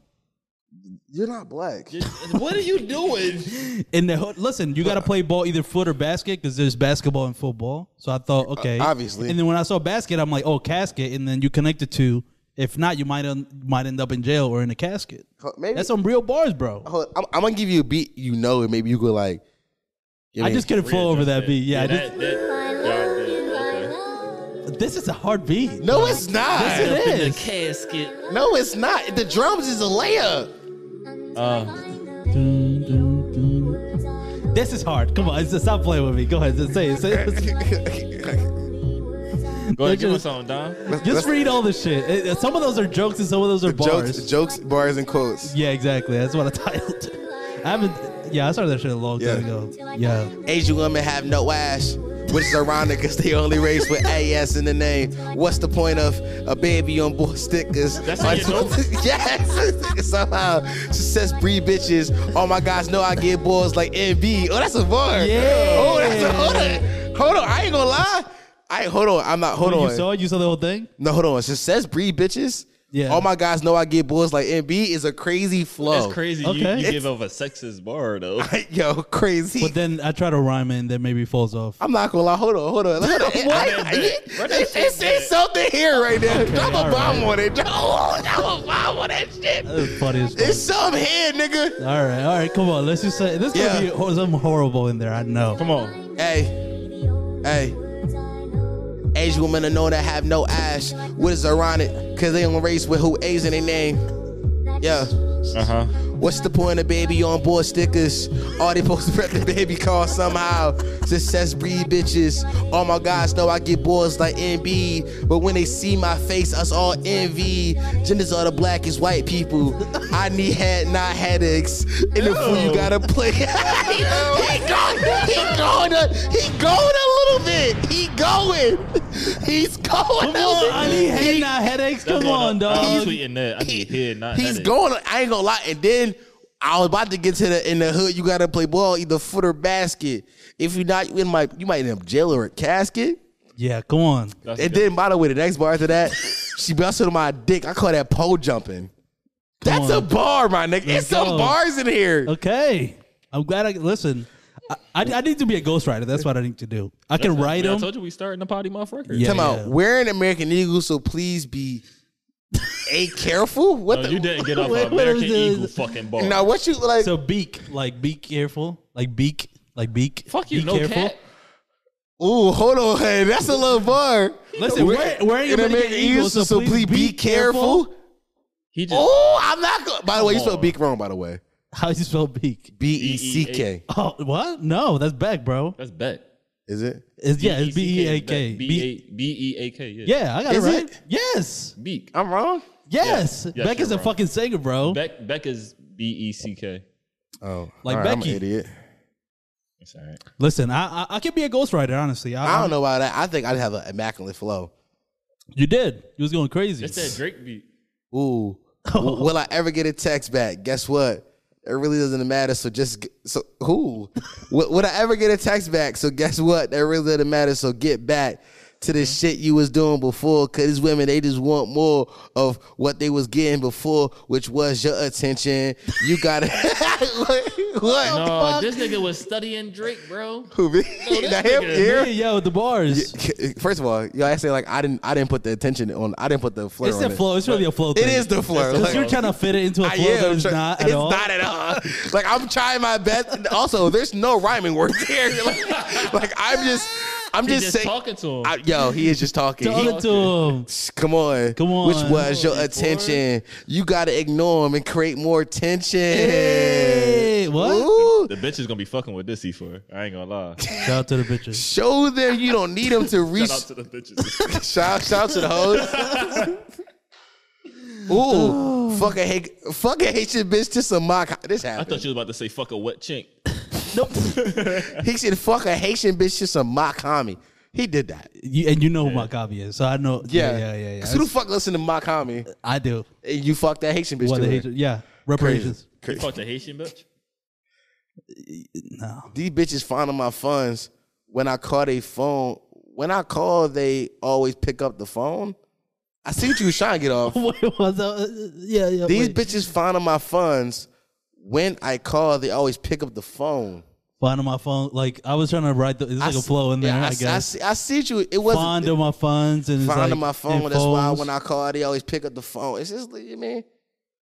Speaker 4: You're not black.
Speaker 2: (laughs) what are you doing?
Speaker 5: In the hood, listen, you got to play ball either foot or basket because there's basketball and football. So I thought, okay,
Speaker 4: Uh, obviously.
Speaker 5: And then when I saw basket, I'm like, oh, casket, and then you connect the two. If not, you might un- might end up in jail or in a casket.
Speaker 4: Maybe
Speaker 5: That's some real bars, bro.
Speaker 4: hold on, I'm, I'm gonna give you a beat. You know, and maybe you could like. you know
Speaker 5: I
Speaker 4: what
Speaker 5: just couldn't flow over that beat. Yeah, I
Speaker 2: that, that, God,
Speaker 5: just- this is a hard beat.
Speaker 4: I mean? No, it's not.
Speaker 5: Yes, it is.
Speaker 4: No, it's not. The drums is a layer.
Speaker 5: This is hard. Come on, it's- stop playing with me. Go ahead, just say it. Say it.
Speaker 2: okay. (laughs) Go ahead, give
Speaker 5: Let's
Speaker 2: us something, Don.
Speaker 5: Just read all the shit. It- it- Some of those are jokes and some of those are bars.
Speaker 4: Jokes, jokes, bars, and quotes.
Speaker 5: Yeah, exactly. That's what I titled. it. I haven't. Yeah, I started that shit a long
Speaker 4: Yeah.
Speaker 5: time ago. Yeah.
Speaker 4: Asian women have no ass, which is ironic because they only race with AS in the name. What's the point of a baby on board stickers?
Speaker 2: That's how you know.
Speaker 4: (laughs) yes. Somehow she says breed bitches. Oh my gosh, no, I get balls like MB. Oh, that's a bar.
Speaker 5: Yeah.
Speaker 4: Oh, that's a hold on. Hold on. I ain't gonna lie. I hold on. I'm not hold
Speaker 5: you
Speaker 4: on.
Speaker 5: saw it? You saw the whole thing?
Speaker 4: No, hold on. She says breed bitches.
Speaker 5: Yeah.
Speaker 4: All my guys know I get boys like MB is a crazy flow.
Speaker 2: That's crazy.
Speaker 5: Oh. Okay.
Speaker 2: You, you
Speaker 5: It's-
Speaker 2: give off a sexist bar though.
Speaker 4: (laughs)
Speaker 2: (laughs)
Speaker 4: Yo, crazy.
Speaker 5: But then I try to rhyme it and then maybe it falls off.
Speaker 4: I'm not gonna lie. Hold on, hold on. Hold on.
Speaker 6: (laughs)
Speaker 2: that
Speaker 4: I, I,
Speaker 2: back. Run that
Speaker 4: it's,
Speaker 2: shit
Speaker 4: it's, it's something here right there. Drop a bomb on it. Drop, oh, drop a bomb on that shit.
Speaker 5: That was funny as fuck.
Speaker 4: It's something here, nigga.
Speaker 5: All right, all right, come on. Let's just say this
Speaker 4: Yeah.
Speaker 5: gonna be oh, something horrible in there. I know. Come on.
Speaker 4: Hey, hey. Asian women are known to have no ass. What is ironic? Cause they don't race with who A's in their name. Yeah.
Speaker 2: Uh
Speaker 5: Uh-huh.
Speaker 2: huh.
Speaker 4: What's the point of baby on board stickers? All they supposed to rep the baby car somehow. Success breed bitches. All my guys know I get boys like NB. But when they see my face, us all envy. Genders are the blackest white people. I need head, not headaches. In the fool you gotta play. (laughs) he, he going, he going, a, he going a little bit. He going. He's going.
Speaker 5: Come on, Oh, I need
Speaker 4: He-
Speaker 5: head, not headaches. Come
Speaker 2: That's what
Speaker 5: on,
Speaker 2: I- I'm
Speaker 5: dog.
Speaker 2: tweeting that. I need head, not
Speaker 4: he's
Speaker 2: headache.
Speaker 4: going. I ain't gonna lie. And then I was about to get to the in the hood. You gotta play ball, either foot or basket. If you're not, you in my you might end up jail or a casket.
Speaker 5: Yeah, come on.
Speaker 2: That's
Speaker 4: And
Speaker 2: good.
Speaker 4: then by the way, the next bar
Speaker 5: (laughs)
Speaker 4: after that, she busted my dick. I call that pole jumping. That's a
Speaker 5: on.
Speaker 4: bar, my nigga. It's
Speaker 5: Let's
Speaker 4: some
Speaker 5: go. Oh,
Speaker 4: bars in here.
Speaker 5: Okay. I'm glad I listen. I, I, I need to be a ghostwriter. That's what I need to do. I can write
Speaker 2: Man, I
Speaker 5: them.
Speaker 2: told you we starting the potty mouth record.
Speaker 5: Yeah,
Speaker 4: Come out.
Speaker 5: yeah.
Speaker 4: We're an American Eagle, so please be a
Speaker 5: (laughs)
Speaker 4: careful. What
Speaker 2: No,
Speaker 4: the?
Speaker 2: you didn't get off
Speaker 5: What-
Speaker 2: an
Speaker 5: what
Speaker 2: American
Speaker 5: is this?
Speaker 2: Eagle fucking bar.
Speaker 4: Now what you like?
Speaker 5: So beak, like be careful, like beak, like beak.
Speaker 2: Fuck you,
Speaker 5: be
Speaker 2: no cat.
Speaker 4: Ooh, hold on. (laughs) Hey, that's a little bar.
Speaker 5: Listen, we're, we're in American Eagles, so, please be careful.
Speaker 2: He just
Speaker 4: Oh, I'm not going. By the way, you
Speaker 2: Come
Speaker 4: spelled
Speaker 2: on.
Speaker 4: beak wrong. By the way,
Speaker 5: (laughs) How you spell beak?
Speaker 4: B E C K.
Speaker 5: Oh, what? No, that's back, bro.
Speaker 2: that's bet.
Speaker 4: Is it?
Speaker 5: It's, yeah, it's B E A K. B-
Speaker 2: B E A K. Yeah.
Speaker 5: Yeah, I got
Speaker 4: Is
Speaker 5: it right.
Speaker 4: it?
Speaker 5: Yes,
Speaker 2: Beak.
Speaker 4: I'm wrong.
Speaker 5: yes.
Speaker 2: yes,
Speaker 5: Beck
Speaker 2: you're
Speaker 5: is a
Speaker 2: wrong.
Speaker 5: fucking singer, bro.
Speaker 2: Beck Beck is B E C K.
Speaker 4: Oh,
Speaker 5: Like
Speaker 4: all I'm an
Speaker 5: Becky.
Speaker 4: idiot.
Speaker 2: That's all right.
Speaker 5: Listen, I, I I could be a ghostwriter, honestly. I,
Speaker 4: I don't know about that. I think I have an immaculate flow.
Speaker 5: You did. You was going crazy.
Speaker 2: That's that Drake beat.
Speaker 4: Ooh, W- will I ever get a text back? Guess what? It really doesn't matter. So just g- so (laughs) who would I ever get a text back? So guess what? That really doesn't matter. So get back. to the shit you was doing before. Cause these women, they just want more of what they was getting before, which was your attention. You gotta (laughs) what? what?
Speaker 1: No, this nigga was studying Drake, bro.
Speaker 5: (laughs)
Speaker 4: Who me? Not him?
Speaker 1: nigga-
Speaker 5: Yeah,
Speaker 4: Here?
Speaker 5: yeah, with the bars.
Speaker 4: First of all, y'all say like I didn't I didn't put the attention on I didn't put the flirt
Speaker 5: It's
Speaker 4: on
Speaker 5: the flow. It's really a flow.
Speaker 4: It is the flirt.
Speaker 5: Because
Speaker 4: Like,
Speaker 5: you're trying to fit it into a
Speaker 4: I
Speaker 5: flow that
Speaker 4: am
Speaker 5: is
Speaker 4: try-
Speaker 5: not at
Speaker 4: it's
Speaker 5: all.
Speaker 4: not at all. (laughs) Like I'm trying my best. And Also, there's no rhyming words here. (laughs) Like, like, I'm just I'm
Speaker 1: He
Speaker 4: just,
Speaker 1: just
Speaker 4: saying
Speaker 1: talking to him.
Speaker 4: I- yo, he is just talking. He-
Speaker 5: Talking to him.
Speaker 4: Come on.
Speaker 5: Come on.
Speaker 4: Which was your attention. You gotta ignore him and create more tension.
Speaker 5: Hey, what?
Speaker 4: Ooh.
Speaker 2: The bitch is gonna be fucking with this E4. I ain't gonna lie. Shout
Speaker 5: Shout out to the bitches.
Speaker 4: Show them you don't need them to reach.
Speaker 2: out to the bitches.
Speaker 5: (laughs)
Speaker 4: Shout, shout out to the hoes. Ooh, fuck a hate, fuck a hate your bitch to some mock. This
Speaker 2: I
Speaker 4: happened.
Speaker 2: thought you was about to say fuck a wet chink.
Speaker 4: He said, "Fuck a Haitian bitch to some mock homie." He did that.
Speaker 5: You, and you know who Maccabi is, so I know.
Speaker 4: Yeah,
Speaker 5: Yeah, yeah, yeah. yeah.
Speaker 4: Cause who the fuck listen to mock homie?
Speaker 5: I do.
Speaker 4: And you fuck that Haitian bitch
Speaker 5: What
Speaker 4: to
Speaker 5: the
Speaker 4: her.
Speaker 5: hate? Yeah, reparations.
Speaker 2: You fucked a Haitian bitch?
Speaker 5: No, (laughs)
Speaker 4: These bitches finding my funds when I call they phone. When I call, they always pick up the phone. I see what you was trying to
Speaker 5: (laughs)
Speaker 4: get off.
Speaker 5: what was that? Yeah, yeah.
Speaker 4: These
Speaker 5: wait.
Speaker 4: bitches finding my funds when I call. They always pick up the phone.
Speaker 5: Fond of my phone. Like I was trying to write. The, it's like
Speaker 4: I
Speaker 5: a
Speaker 4: s-
Speaker 5: flow in there.
Speaker 4: yeah,
Speaker 5: I,
Speaker 4: I, s- I
Speaker 5: guess.
Speaker 4: see, I see you. It wasn't
Speaker 5: fond of my funds and it's
Speaker 4: fond
Speaker 5: like,
Speaker 4: of my phone.
Speaker 5: and
Speaker 4: That's why
Speaker 5: phones.
Speaker 4: when I call, they always pick up the phone. It's just, you mean,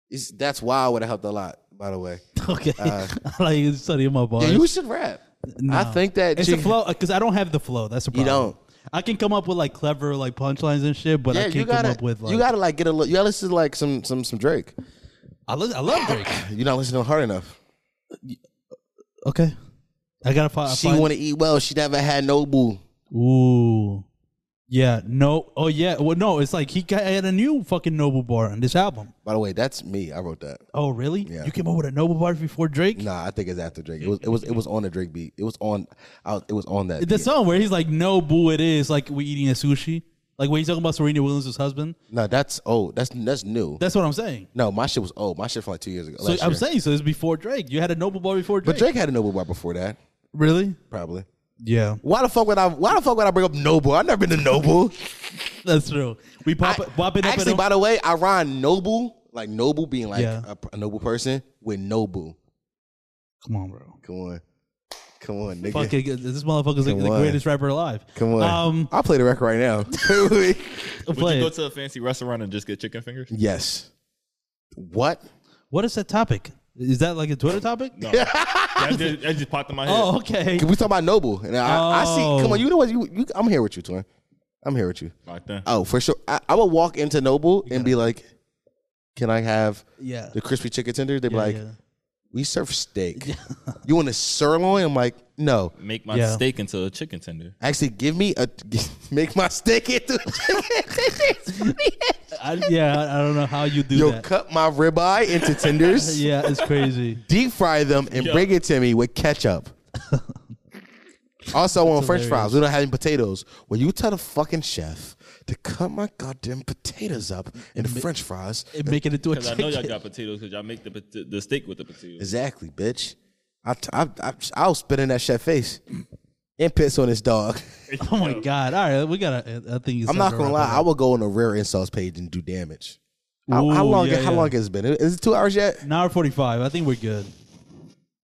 Speaker 4: it's that's why I would have helped a lot. By the way,
Speaker 5: (laughs) okay, I (laughs) like studying my bars.
Speaker 4: Uh, yeah, you should rap. I
Speaker 5: No.
Speaker 4: think that
Speaker 5: it's
Speaker 4: you,
Speaker 5: the flow because I don't have the flow. That's the
Speaker 4: You
Speaker 5: problem. I can come up with like clever like punchlines and shit, but I
Speaker 4: Yeah,
Speaker 5: can't
Speaker 4: you gotta,
Speaker 5: come up with like.
Speaker 4: you gotta like get a little. You gotta listen to like some some some Drake.
Speaker 5: I, li- I love Drake.
Speaker 4: You're not listening hard enough.
Speaker 5: (coughs) okay, I gotta fi-
Speaker 4: She
Speaker 5: find.
Speaker 4: want to eat well. She never had no boo.
Speaker 5: Ooh. Yeah, no. Oh, yeah. Well, no, it's like he got, had a new fucking Noble Bar on this album.
Speaker 4: By the way, that's me. I wrote that.
Speaker 5: Oh, really?
Speaker 4: Yeah.
Speaker 5: You came up with a Noble Bar before Drake?
Speaker 4: Nah, I think it's after Drake. It was it was it was on the Drake beat. It was on. I was, it was on that.
Speaker 5: The
Speaker 4: beat.
Speaker 5: song where he's like, no, boo, it is. Like, we eating a sushi. Like, when he's talking about Serena Williams' husband.
Speaker 4: No, that's old. That's that's new.
Speaker 5: That's what I'm saying.
Speaker 4: no, my shit was old. My shit from like two years ago.
Speaker 5: So
Speaker 4: last
Speaker 5: I'm
Speaker 4: year.
Speaker 5: saying, so it's before Drake. You had a Noble Bar before Drake.
Speaker 4: But Drake had a Noble Bar before that,
Speaker 5: Really?
Speaker 4: probably.
Speaker 5: Yeah,
Speaker 4: Why the fuck would I? Why the fuck would I bring up Noble? I've never been to Noble.
Speaker 5: that's true. We pop,
Speaker 4: I-
Speaker 5: pop it up
Speaker 4: actually,
Speaker 5: and
Speaker 4: by the way, I rhyme Noble, like Noble being like
Speaker 5: Yeah.
Speaker 4: a, a noble person with Noble.
Speaker 5: Come on, bro.
Speaker 4: Come on, come on, nigga.
Speaker 5: Fuck it. This motherfucker's like
Speaker 4: Come
Speaker 5: the
Speaker 4: on.
Speaker 5: greatest rapper alive.
Speaker 4: Come on. (laughs)
Speaker 5: Um,
Speaker 4: I'll play the record
Speaker 5: (laughs)
Speaker 4: right now.
Speaker 2: Would
Speaker 5: play
Speaker 2: you go
Speaker 5: it.
Speaker 2: to a fancy restaurant and just get chicken fingers?
Speaker 5: (laughs)
Speaker 4: yes. What?
Speaker 5: What is that topic? Is that like a Twitter
Speaker 4: (laughs)
Speaker 5: topic? No.
Speaker 2: That just, that just popped in my head.
Speaker 5: Oh, okay.
Speaker 4: We talking about Noble, and I, I see. Come
Speaker 5: Oh.
Speaker 4: on, you know what? You, you, I'm here with you, twin. I'm here with you.
Speaker 2: Locked in.
Speaker 4: Oh, for sure. I, I would walk into Noble and be like, "Can I have
Speaker 5: Yeah.
Speaker 4: the crispy chicken tender?" They'd be
Speaker 5: Yeah,
Speaker 4: like,
Speaker 5: yeah.
Speaker 4: "We serve (laughs) steak. you want a sirloin?" I'm like, "No,
Speaker 1: Make my
Speaker 5: Yeah.
Speaker 1: steak into a chicken tender.
Speaker 4: actually, give me a (laughs) make my steak into chicken.
Speaker 5: I, yeah, I- I don't know how you do
Speaker 4: Yo,
Speaker 5: that.
Speaker 4: cut my ribeye into (laughs) tenders,
Speaker 5: yeah, it's
Speaker 4: (laughs)
Speaker 5: crazy.
Speaker 4: deep fry them, and bring it to me with (laughs) ketchup." Also, on French fries, we don't have any potatoes. Well, you tell the fucking chef to cut my goddamn potatoes up into French fries
Speaker 5: It making it to a
Speaker 2: Because I know y'all
Speaker 5: chicken.
Speaker 2: got potatoes because y'all make the, pot- the steak with the potatoes.
Speaker 4: Exactly, bitch. I, t- I, I, I was spit in that chef face and piss on his dog.
Speaker 5: (laughs) Oh my god! All right, we gotta. I think it's
Speaker 4: I'm
Speaker 5: time
Speaker 4: not
Speaker 5: to
Speaker 4: gonna
Speaker 5: wrap
Speaker 4: lie.
Speaker 5: it
Speaker 4: I
Speaker 5: up.
Speaker 4: will go on a rare insults page and do damage. How, how
Speaker 5: Ooh,
Speaker 4: long?
Speaker 5: yeah, yeah.
Speaker 4: how long has it been? Is it two hours yet?
Speaker 5: An hour forty-five. I think we're good.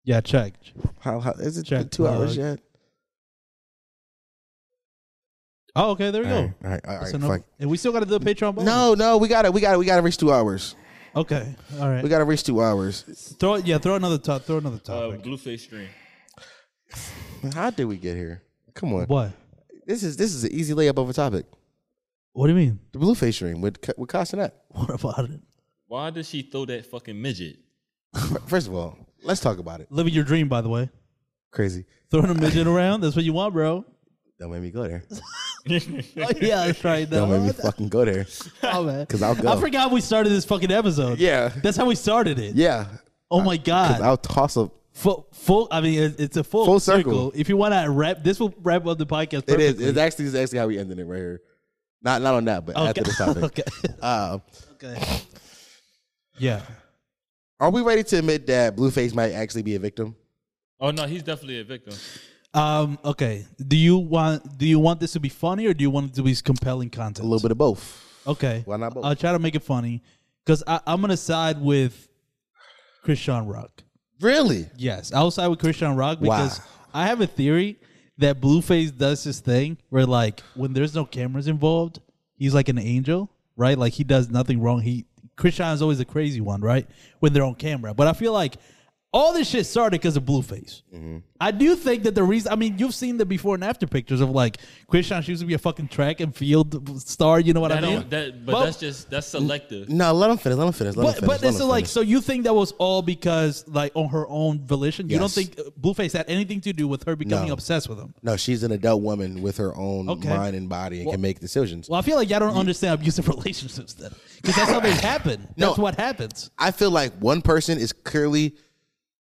Speaker 5: Yeah, check.
Speaker 4: How, how is it
Speaker 5: Check
Speaker 4: two hours
Speaker 5: plug.
Speaker 4: yet?
Speaker 5: Oh, okay. There we
Speaker 4: All
Speaker 5: go.
Speaker 4: right, all right, all right.
Speaker 5: So no-
Speaker 4: fuck.
Speaker 5: and we still got to do the Patreon. bonus.
Speaker 4: No, no, we got it. We got it. We got to reach two hours.
Speaker 5: Okay. All right.
Speaker 4: We got to reach two hours.
Speaker 5: throw it. Yeah. Throw another top. Throw
Speaker 4: Um,
Speaker 5: another
Speaker 2: Uh,
Speaker 5: topic.
Speaker 2: Blueface stream.
Speaker 4: How did we get here? Come on.
Speaker 5: what?
Speaker 4: This is this is an easy layup of a topic.
Speaker 5: What do you mean? (laughs)
Speaker 4: The blueface ring with Ca- with Castanet.
Speaker 5: What about it?
Speaker 2: Why did she throw that fucking midget?
Speaker 4: (laughs) First of all, let's talk about it.
Speaker 5: Living your dream, by the way.
Speaker 4: Crazy.
Speaker 5: Throwing a
Speaker 4: (laughs)
Speaker 5: midget around. That's what you want, bro.
Speaker 4: Don't make me go there.
Speaker 5: Oh, yeah, that's right.
Speaker 4: Don't make me
Speaker 5: No,
Speaker 4: (laughs) fucking go there.
Speaker 5: because
Speaker 4: I'll go.
Speaker 5: I forgot we started this fucking episode.
Speaker 4: Yeah.
Speaker 5: That's how we started it.
Speaker 4: Yeah.
Speaker 5: Oh my god.
Speaker 4: Cause I'll toss a.
Speaker 5: full, full. I mean, it- it's a full,
Speaker 4: Full circle.
Speaker 5: If you want to wrap, this will wrap up the podcast.
Speaker 4: It is.
Speaker 5: perfectly.
Speaker 4: It's actually it's actually how we ended it right here. Not not on that, but
Speaker 5: Okay.
Speaker 4: after this topic.
Speaker 5: (laughs) okay.
Speaker 4: Uh,
Speaker 5: okay. Yeah.
Speaker 4: are we ready to admit that Blueface might actually be a victim?
Speaker 2: Oh no, he's definitely a victim.
Speaker 5: Um, okay. Do you want do you want this to be funny or do you want it to be compelling content?
Speaker 4: A little bit of both.
Speaker 5: Okay.
Speaker 4: Why not both?
Speaker 5: I'll try to make it funny because I'm gonna side with Christian Rock.
Speaker 4: Really?
Speaker 5: Yes, I'll side with Christian Rock
Speaker 4: Why?
Speaker 5: because I have a theory that Blueface does this thing where like when there's no cameras involved, he's like an angel, right? Like he does nothing wrong. He Christian is always the crazy one, right? When they're on camera, but I feel like. All this shit started because of Blueface.
Speaker 4: Mm-hmm.
Speaker 5: I do think that the reason, I mean, you've seen the before and after pictures of like Christian, she used to be a fucking track and field star, you know what
Speaker 1: I
Speaker 5: I mean?
Speaker 1: don't. That, but, that's just that's selective.
Speaker 4: No, let him finish. Let him finish. Let him
Speaker 5: But
Speaker 4: finish.
Speaker 5: but
Speaker 4: let
Speaker 5: this is
Speaker 4: him
Speaker 5: like
Speaker 4: finish.
Speaker 5: so you think that was all because like on her own volition? You don't
Speaker 4: Yes.
Speaker 5: think uh, Blueface had anything to do with her becoming
Speaker 4: No.
Speaker 5: obsessed with him?
Speaker 4: No, she's an adult woman with her own
Speaker 5: Okay.
Speaker 4: mind and body and can make decisions.
Speaker 5: Well, I feel like y'all don't understand abusive (laughs) relationships then, because that's how
Speaker 4: (coughs)
Speaker 5: they happen.
Speaker 4: No.
Speaker 5: That's what happens.
Speaker 4: I feel like one person is clearly.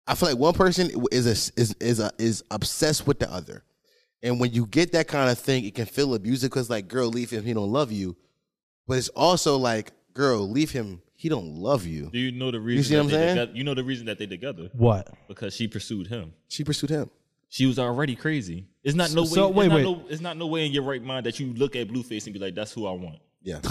Speaker 4: I feel like one person is a, is is a, is obsessed with the other, and when you get that kind of thing, it can feel abusive because like, girl, leave him. He don't love you, but it's also like, girl, leave him. He don't love you.
Speaker 2: Do you know the reason?
Speaker 4: see what
Speaker 2: that
Speaker 4: I'm
Speaker 2: they
Speaker 4: saying?
Speaker 2: together- you know the reason that they together
Speaker 5: What?
Speaker 2: because she pursued him.
Speaker 4: She pursued him.
Speaker 2: She was already crazy. It's not no way.
Speaker 5: So, wait,
Speaker 2: it's, not
Speaker 5: wait.
Speaker 2: No, it's not no way in your right mind that you look at Blueface and be like, "That's who I want."
Speaker 4: Yeah,
Speaker 5: (laughs)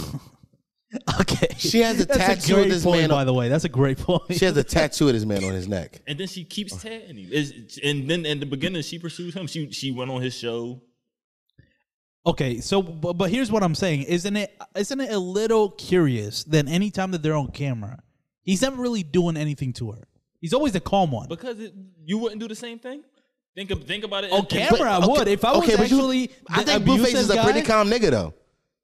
Speaker 5: Okay.
Speaker 4: She has a tattoo of
Speaker 5: great
Speaker 4: this
Speaker 5: point,
Speaker 4: man on-
Speaker 5: by the way. That's a great point.
Speaker 4: she has a tattoo of this man on his neck.
Speaker 2: And then she keeps
Speaker 5: Uh.
Speaker 2: tagging him. It's- and then in the beginning, she pursued him. She she went on his show.
Speaker 5: (laughs) Okay, so but, but here's what I'm saying. Isn't it isn't it a little curious that any time that they're on camera, he's not really doing anything to her. He's always the calm one.
Speaker 2: Because it, you wouldn't do the same thing. Think of, think about it.
Speaker 5: On
Speaker 2: and- and-
Speaker 5: camera, I would. If I was
Speaker 4: but you-
Speaker 5: actually,
Speaker 4: I
Speaker 5: the
Speaker 4: think Blueface
Speaker 5: abusive
Speaker 4: is a pretty
Speaker 5: guy-
Speaker 4: calm nigga though.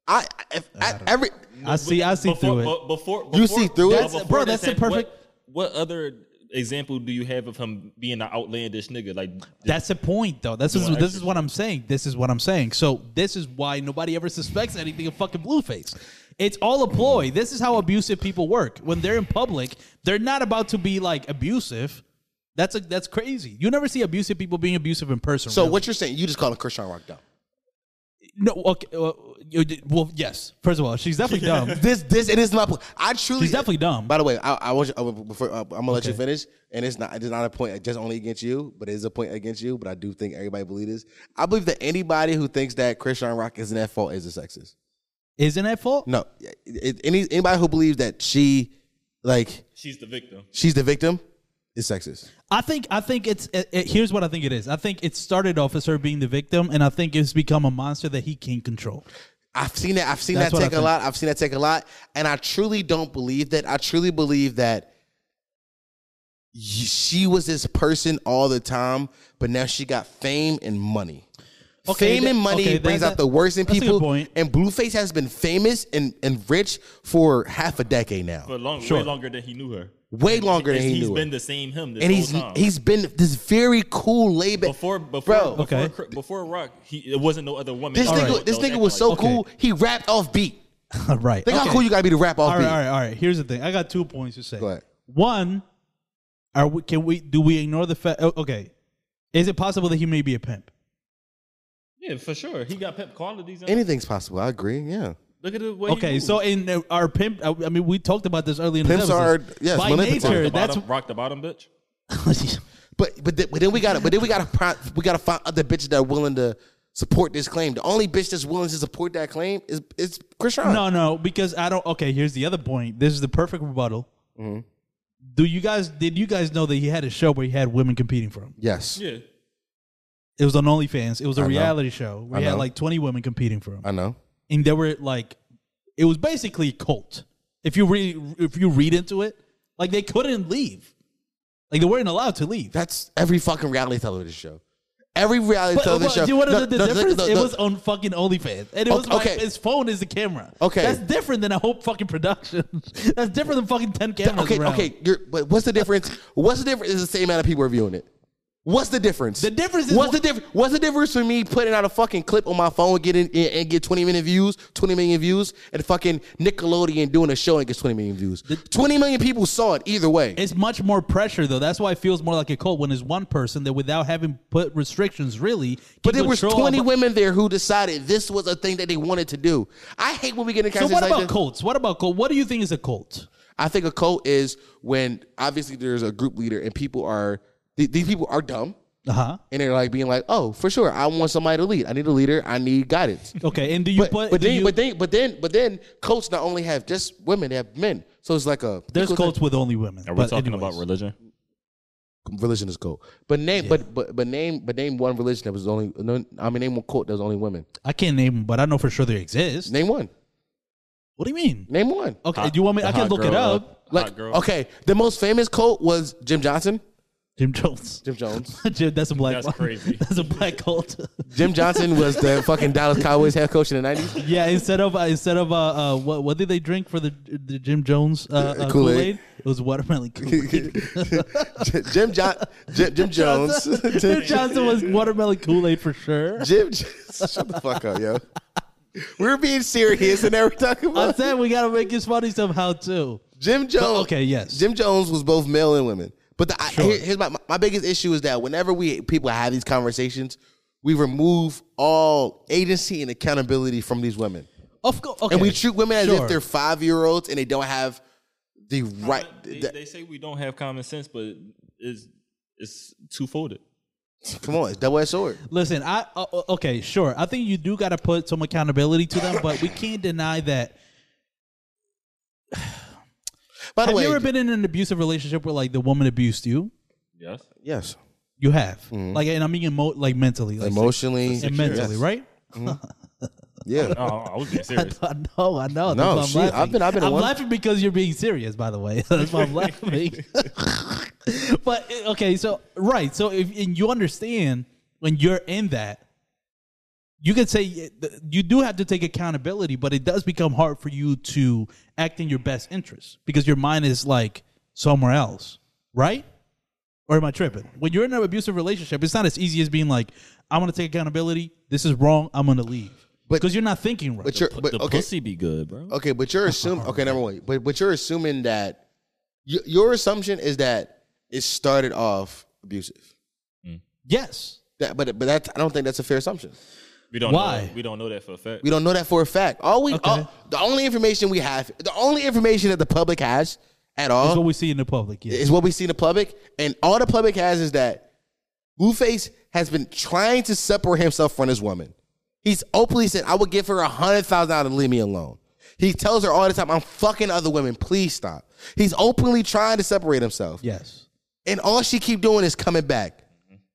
Speaker 4: I, if, I every
Speaker 5: I see. I see
Speaker 2: before,
Speaker 5: through it.
Speaker 2: bu- Before, before,
Speaker 4: You see through it?
Speaker 2: but
Speaker 4: That's-
Speaker 2: before
Speaker 5: bro, that's
Speaker 2: that,
Speaker 5: the
Speaker 2: what-
Speaker 5: perfect-
Speaker 2: What, other example do you have of him being an outlandish nigga? Like
Speaker 5: That's the point, though. This is
Speaker 2: Doing
Speaker 5: this is
Speaker 2: extra
Speaker 5: what I'm saying. This is what I'm saying. So this is why nobody ever suspects anything of fucking Blueface. It's all a ploy. This is how abusive people work. When they're in public, they're not about to be like abusive. That's a, that's crazy. You never see abusive people being abusive in person.
Speaker 4: so
Speaker 5: really.
Speaker 4: what you're saying, you just call him Christian Rock dumb.
Speaker 5: No. Okay. uh, you did- well, yes. First of all, she's (laughs) definitely dumb.
Speaker 4: This this it is not. I truly
Speaker 5: She's definitely dumb.
Speaker 4: By the way, I, I want you, I, would- before, uh, I'm gonna let you
Speaker 5: Okay.
Speaker 4: finish, and it's not it's not a point just only against you, but it is a point against you. But I do think everybody believes this. I believe that anybody who thinks that Christian Rock isn't at fault is a sexist.
Speaker 5: Isn't that fault?
Speaker 4: No, it- it- any anybody who believes that she like
Speaker 2: she's the victim.
Speaker 4: she's the victim is sexist.
Speaker 5: I think I think it's it, it- here's what I think it is. I think it started off as her being the victim, and I think it's become a monster that he can't control. (laughs)
Speaker 4: I've seen that. I've seen
Speaker 5: That's
Speaker 4: that
Speaker 5: what I
Speaker 4: take a
Speaker 5: think.
Speaker 4: lot. I've seen that take a lot, and I truly don't believe that. I truly believe that y- she was this person all the time, but now she got fame and money.
Speaker 5: Okay,
Speaker 4: fame
Speaker 5: that-
Speaker 4: and money
Speaker 5: okay, that-
Speaker 4: brings out
Speaker 5: that-
Speaker 4: the worst in
Speaker 5: that's a good
Speaker 4: people.
Speaker 5: point.
Speaker 4: And Blueface has been famous and, and rich for half a decade now,
Speaker 2: But long,
Speaker 5: Sure.
Speaker 2: way longer than he knew her.
Speaker 4: way longer than
Speaker 2: He's-
Speaker 4: he
Speaker 2: he's
Speaker 4: knew.
Speaker 2: been
Speaker 4: her.
Speaker 2: the same him this
Speaker 4: And
Speaker 2: whole
Speaker 4: he's
Speaker 2: time.
Speaker 4: he's been this very cool label.
Speaker 2: before before
Speaker 4: Bro.
Speaker 2: before,
Speaker 5: Okay.
Speaker 2: Cr- before Rock, he it wasn't no other woman.
Speaker 4: this
Speaker 5: All
Speaker 4: nigga,
Speaker 5: right.
Speaker 4: this
Speaker 2: Don't
Speaker 4: nigga
Speaker 2: act
Speaker 4: was so
Speaker 5: Okay.
Speaker 4: cool. He rapped off beat.
Speaker 5: right.
Speaker 4: Think
Speaker 5: Okay.
Speaker 4: how cool you gotta be to rap off
Speaker 5: all
Speaker 4: beat.
Speaker 5: right, all right, all right. Here's the thing. I got two points to say.
Speaker 4: Go ahead.
Speaker 5: One, are we, can we do we ignore the fact? Oh, okay, is it possible that he may be a pimp?
Speaker 2: Yeah, for sure. He got pep qualities. in him.
Speaker 4: Anything's possible. I agree. Yeah.
Speaker 2: Look at the way. he
Speaker 5: Okay,
Speaker 2: moves.
Speaker 5: so in uh, our pimp, I I mean, we talked about this earlier. In
Speaker 4: Pimps
Speaker 5: the
Speaker 4: are- yes,
Speaker 5: by
Speaker 4: manipulative.
Speaker 2: rock
Speaker 5: nature.
Speaker 2: the
Speaker 5: That's
Speaker 2: bottom, rock the bottom, bitch.
Speaker 5: (laughs)
Speaker 4: But but, th- but then we gotta but then we gotta pro- we gotta find other bitches that are willing to support this claim. The only bitch that's willing to support that claim is is Chris Rock.
Speaker 5: no, no, because I don't. Okay, here's the other point. This is the perfect rebuttal.
Speaker 4: Mm-hmm.
Speaker 5: Do you guys? Did you guys know that he had a show where he had women competing for him?
Speaker 4: Yes.
Speaker 2: Yeah.
Speaker 5: It was on OnlyFans. It was a
Speaker 4: know.
Speaker 5: reality show where
Speaker 4: I
Speaker 5: he had
Speaker 4: know.
Speaker 5: like 20 women competing for him.
Speaker 4: I know.
Speaker 5: and they were like it was basically a cult if you read if you read into it like they couldn't leave like they weren't allowed to leave
Speaker 4: That's every fucking reality television show. Every reality
Speaker 5: but,
Speaker 4: television
Speaker 5: but
Speaker 4: show.
Speaker 5: do you want to
Speaker 4: No,
Speaker 5: know the
Speaker 4: no, no,
Speaker 5: difference?
Speaker 4: no,
Speaker 5: it
Speaker 4: no.
Speaker 5: was on fucking OnlyFans, and it was
Speaker 4: Okay,
Speaker 5: like
Speaker 4: okay.
Speaker 5: his phone is the camera.
Speaker 4: Okay.
Speaker 5: that's different than a whole fucking production. (laughs) that's different than fucking ten cameras.
Speaker 4: okay.
Speaker 5: around.
Speaker 4: Okay. You're, but what's the difference? what's the difference? Is the same amount of people reviewing it. What's the difference?
Speaker 5: The difference is
Speaker 4: what's the
Speaker 5: what-
Speaker 4: difference? What's the difference for me putting out a fucking clip on my phone, getting and, and get twenty million views, twenty million views, and fucking Nickelodeon doing a show and gets twenty million views? twenty million people saw it either way.
Speaker 5: It's much more pressure though. That's why it feels more like a cult when it's one person that, without having put restrictions, really.
Speaker 4: But
Speaker 5: can
Speaker 4: there was
Speaker 5: control-
Speaker 4: 20 women there who decided this was a thing that they wanted to do. I hate when we get in
Speaker 5: So
Speaker 4: conversations
Speaker 5: what about
Speaker 4: like this.
Speaker 5: cults? What about cult? What do you think is a cult?
Speaker 4: I think a cult is when obviously there's a group leader and people are th- these people are dumb.
Speaker 5: Uh huh.
Speaker 4: and they're like being like, "Oh, for sure, I want somebody to lead. I need a leader. I need guidance."
Speaker 5: Okay. And do you
Speaker 4: But
Speaker 5: put?
Speaker 4: but,
Speaker 5: do
Speaker 4: then
Speaker 5: you-
Speaker 4: but then but then but then coats not only have just women, they have men. So it's like a
Speaker 5: there's
Speaker 4: equal thing.
Speaker 5: cults with only women.
Speaker 10: Are we
Speaker 5: but
Speaker 10: talking
Speaker 5: anyways.
Speaker 10: about religion?
Speaker 4: religion is cool. But name but, but but name but name one religion that was only no, I mean name one cult that was only women.
Speaker 5: I can't name them, but I know for sure they exist.
Speaker 4: Name one.
Speaker 5: What do you mean?
Speaker 4: Name one.
Speaker 5: Okay. do you want me? I can
Speaker 10: hot
Speaker 5: look it
Speaker 10: girl,
Speaker 5: up.
Speaker 4: Like okay, the most famous cult was Jim Johnson.
Speaker 5: Jim Jones. (laughs)
Speaker 4: Jim Jones.
Speaker 5: Jim, that's a black.
Speaker 2: That's
Speaker 5: one. (laughs)
Speaker 2: crazy.
Speaker 5: that's a black cult.
Speaker 4: (laughs)
Speaker 5: (laughs)
Speaker 4: Jim Johnson was the fucking Dallas Cowboys head coach in the nineties.
Speaker 5: (laughs)
Speaker 4: (laughs)
Speaker 5: yeah. Instead of uh, instead of uh, uh what what did they drink for the the Jim Jones uh, uh, Kool
Speaker 4: Kool-Aid.
Speaker 5: Aid? It was watermelon Kool Aid.
Speaker 4: Jim John Jim, Jim Jones. (laughs)
Speaker 5: Jim Johnson was watermelon Kool Aid for sure.
Speaker 4: Jim, (laughs) shut the fuck up, yo. We're being serious and now we're talking
Speaker 5: I
Speaker 4: about
Speaker 5: said we gotta make it funny somehow too.
Speaker 4: Jim Jones.
Speaker 5: okay, yes.
Speaker 4: Jim Jones was both male and women. But the, I,
Speaker 5: Sure.
Speaker 4: here- here's my my biggest issue is that whenever we people have these conversations, we remove all agency and accountability from these women,
Speaker 5: Of course. Okay.
Speaker 4: and we treat women as
Speaker 5: Sure.
Speaker 4: if they're five year olds and they don't have the right.
Speaker 2: They,
Speaker 4: that-
Speaker 2: they say we don't have common sense, but it's it's twofolded.
Speaker 4: come on, it's double edged sword.
Speaker 5: Listen, I uh, uh, okay, sure. I think you do got to put some accountability to them, but we can't deny that.
Speaker 4: By the
Speaker 5: Have
Speaker 4: way,
Speaker 5: you ever been in an abusive relationship where like the woman abused you?
Speaker 2: Yes.
Speaker 4: yes,
Speaker 5: You have,
Speaker 4: Mm-hmm.
Speaker 5: like, and I mean, emo- like mentally, like,
Speaker 4: emotionally,
Speaker 5: and mentally, right?
Speaker 4: yeah.
Speaker 2: Oh, I (laughs) was being serious.
Speaker 5: (laughs) I know, I know.
Speaker 4: No,
Speaker 5: That's
Speaker 4: shit,
Speaker 5: why I'm laughing.
Speaker 4: I've been- I've been in
Speaker 5: I'm
Speaker 4: one-
Speaker 5: laughing because you're being serious, by the way. (laughs) That's why I'm laughing. (laughs) but eh, okay, so right, so if and you understand when you're in that, you could say eh, th- you do have to take accountability, but it does become hard for you to act in your best interest because your mind is like somewhere else, right? Or am I tripping? When you're in an abusive relationship, it's not as easy as being like, "I'm gonna take accountability. This is wrong. I'm gonna leave."
Speaker 4: But-
Speaker 5: Because you're not thinking right.
Speaker 4: But you're but
Speaker 10: the
Speaker 4: okay.
Speaker 10: pussy be good, bro.
Speaker 2: Uh,
Speaker 4: Okay, but you're assuming. Okay, never mind. But but you're assuming that y- your assumption is that it started off abusive.
Speaker 5: Yes.
Speaker 4: That, but but that's I don't think that's a fair assumption.
Speaker 2: We don't
Speaker 5: Why?
Speaker 2: Know, we don't know that for a fact.
Speaker 4: We don't know that for a fact. All we
Speaker 5: Okay.
Speaker 4: all- the only information we have, the only information that the public has at
Speaker 5: That's
Speaker 4: all
Speaker 5: what we see in the public. Yeah.
Speaker 4: is what we see in the public, and all the public has is that Blueface has been trying to separate himself from this woman. He's openly said, "I would give her a hundred thousand dollars to leave me alone." He tells her all the time, "I'm fucking other women. Please stop." He's openly trying to separate himself,
Speaker 5: yes.
Speaker 4: and all she keep doing is coming back.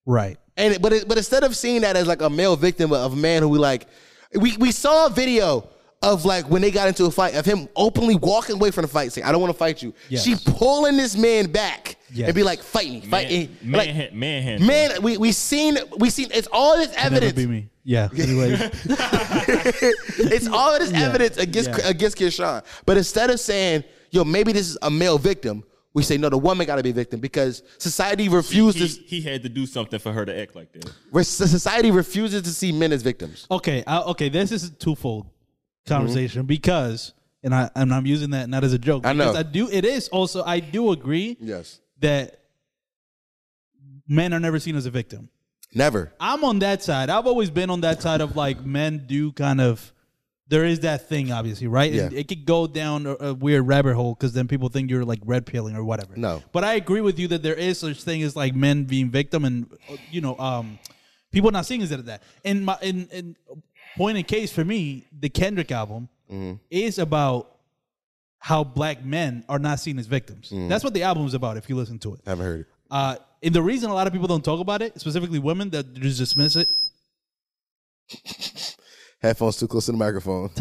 Speaker 5: Right.
Speaker 4: And but it, but instead of seeing that as like a male victim of a man who we like, we we saw a video of like when they got into a fight of him openly walking away from the fight, saying, "I don't want to fight you."
Speaker 5: Yes.
Speaker 4: She pulling this man back
Speaker 5: Yes.
Speaker 4: and be like, "Fight me, fight
Speaker 2: Man,
Speaker 4: me."
Speaker 2: man,
Speaker 4: like,
Speaker 2: hand- man, hand-
Speaker 4: man, we we seen we seen it's all this
Speaker 5: Never be
Speaker 4: evidence.
Speaker 5: me. Yeah. Anyway.
Speaker 4: (laughs) it's all this evidence against
Speaker 5: yeah.
Speaker 4: against Krishan. But instead of saying, "Yo, maybe this is a male victim," we say, "No, the woman got to be victim because society
Speaker 2: he,
Speaker 4: refuses
Speaker 2: he had to do something for her to act like that.
Speaker 4: society refuses to see men as victims."
Speaker 5: okay. I, okay. This is a twofold conversation because, and I and I'm using that not as a joke.
Speaker 4: Mm-hmm. I know.
Speaker 5: because I do. It is also. I do agree
Speaker 4: Yes,
Speaker 5: that men are never seen as a victim.
Speaker 4: never.
Speaker 5: I'm on that side. I've always been on that side of like men do kind of. There is that thing, obviously, right?
Speaker 4: Yeah.
Speaker 5: It, it could go down a, a weird rabbit hole because then people think you're like red peeling or whatever.
Speaker 4: No.
Speaker 5: but I agree with you that there is such thing as like men being victim and uh, you know um people not seeing instead of that. And my in in point in case for me, the Kendrick album
Speaker 4: Mm-hmm.
Speaker 5: is about how black men are not seen as victims.
Speaker 4: Mm.
Speaker 5: That's what the album is about. If you listen to it,
Speaker 4: Haven't heard it.
Speaker 5: uh, and the reason a lot of people don't talk about it, specifically women, that just dismiss it. (laughs)
Speaker 4: Headphones too close to the microphone.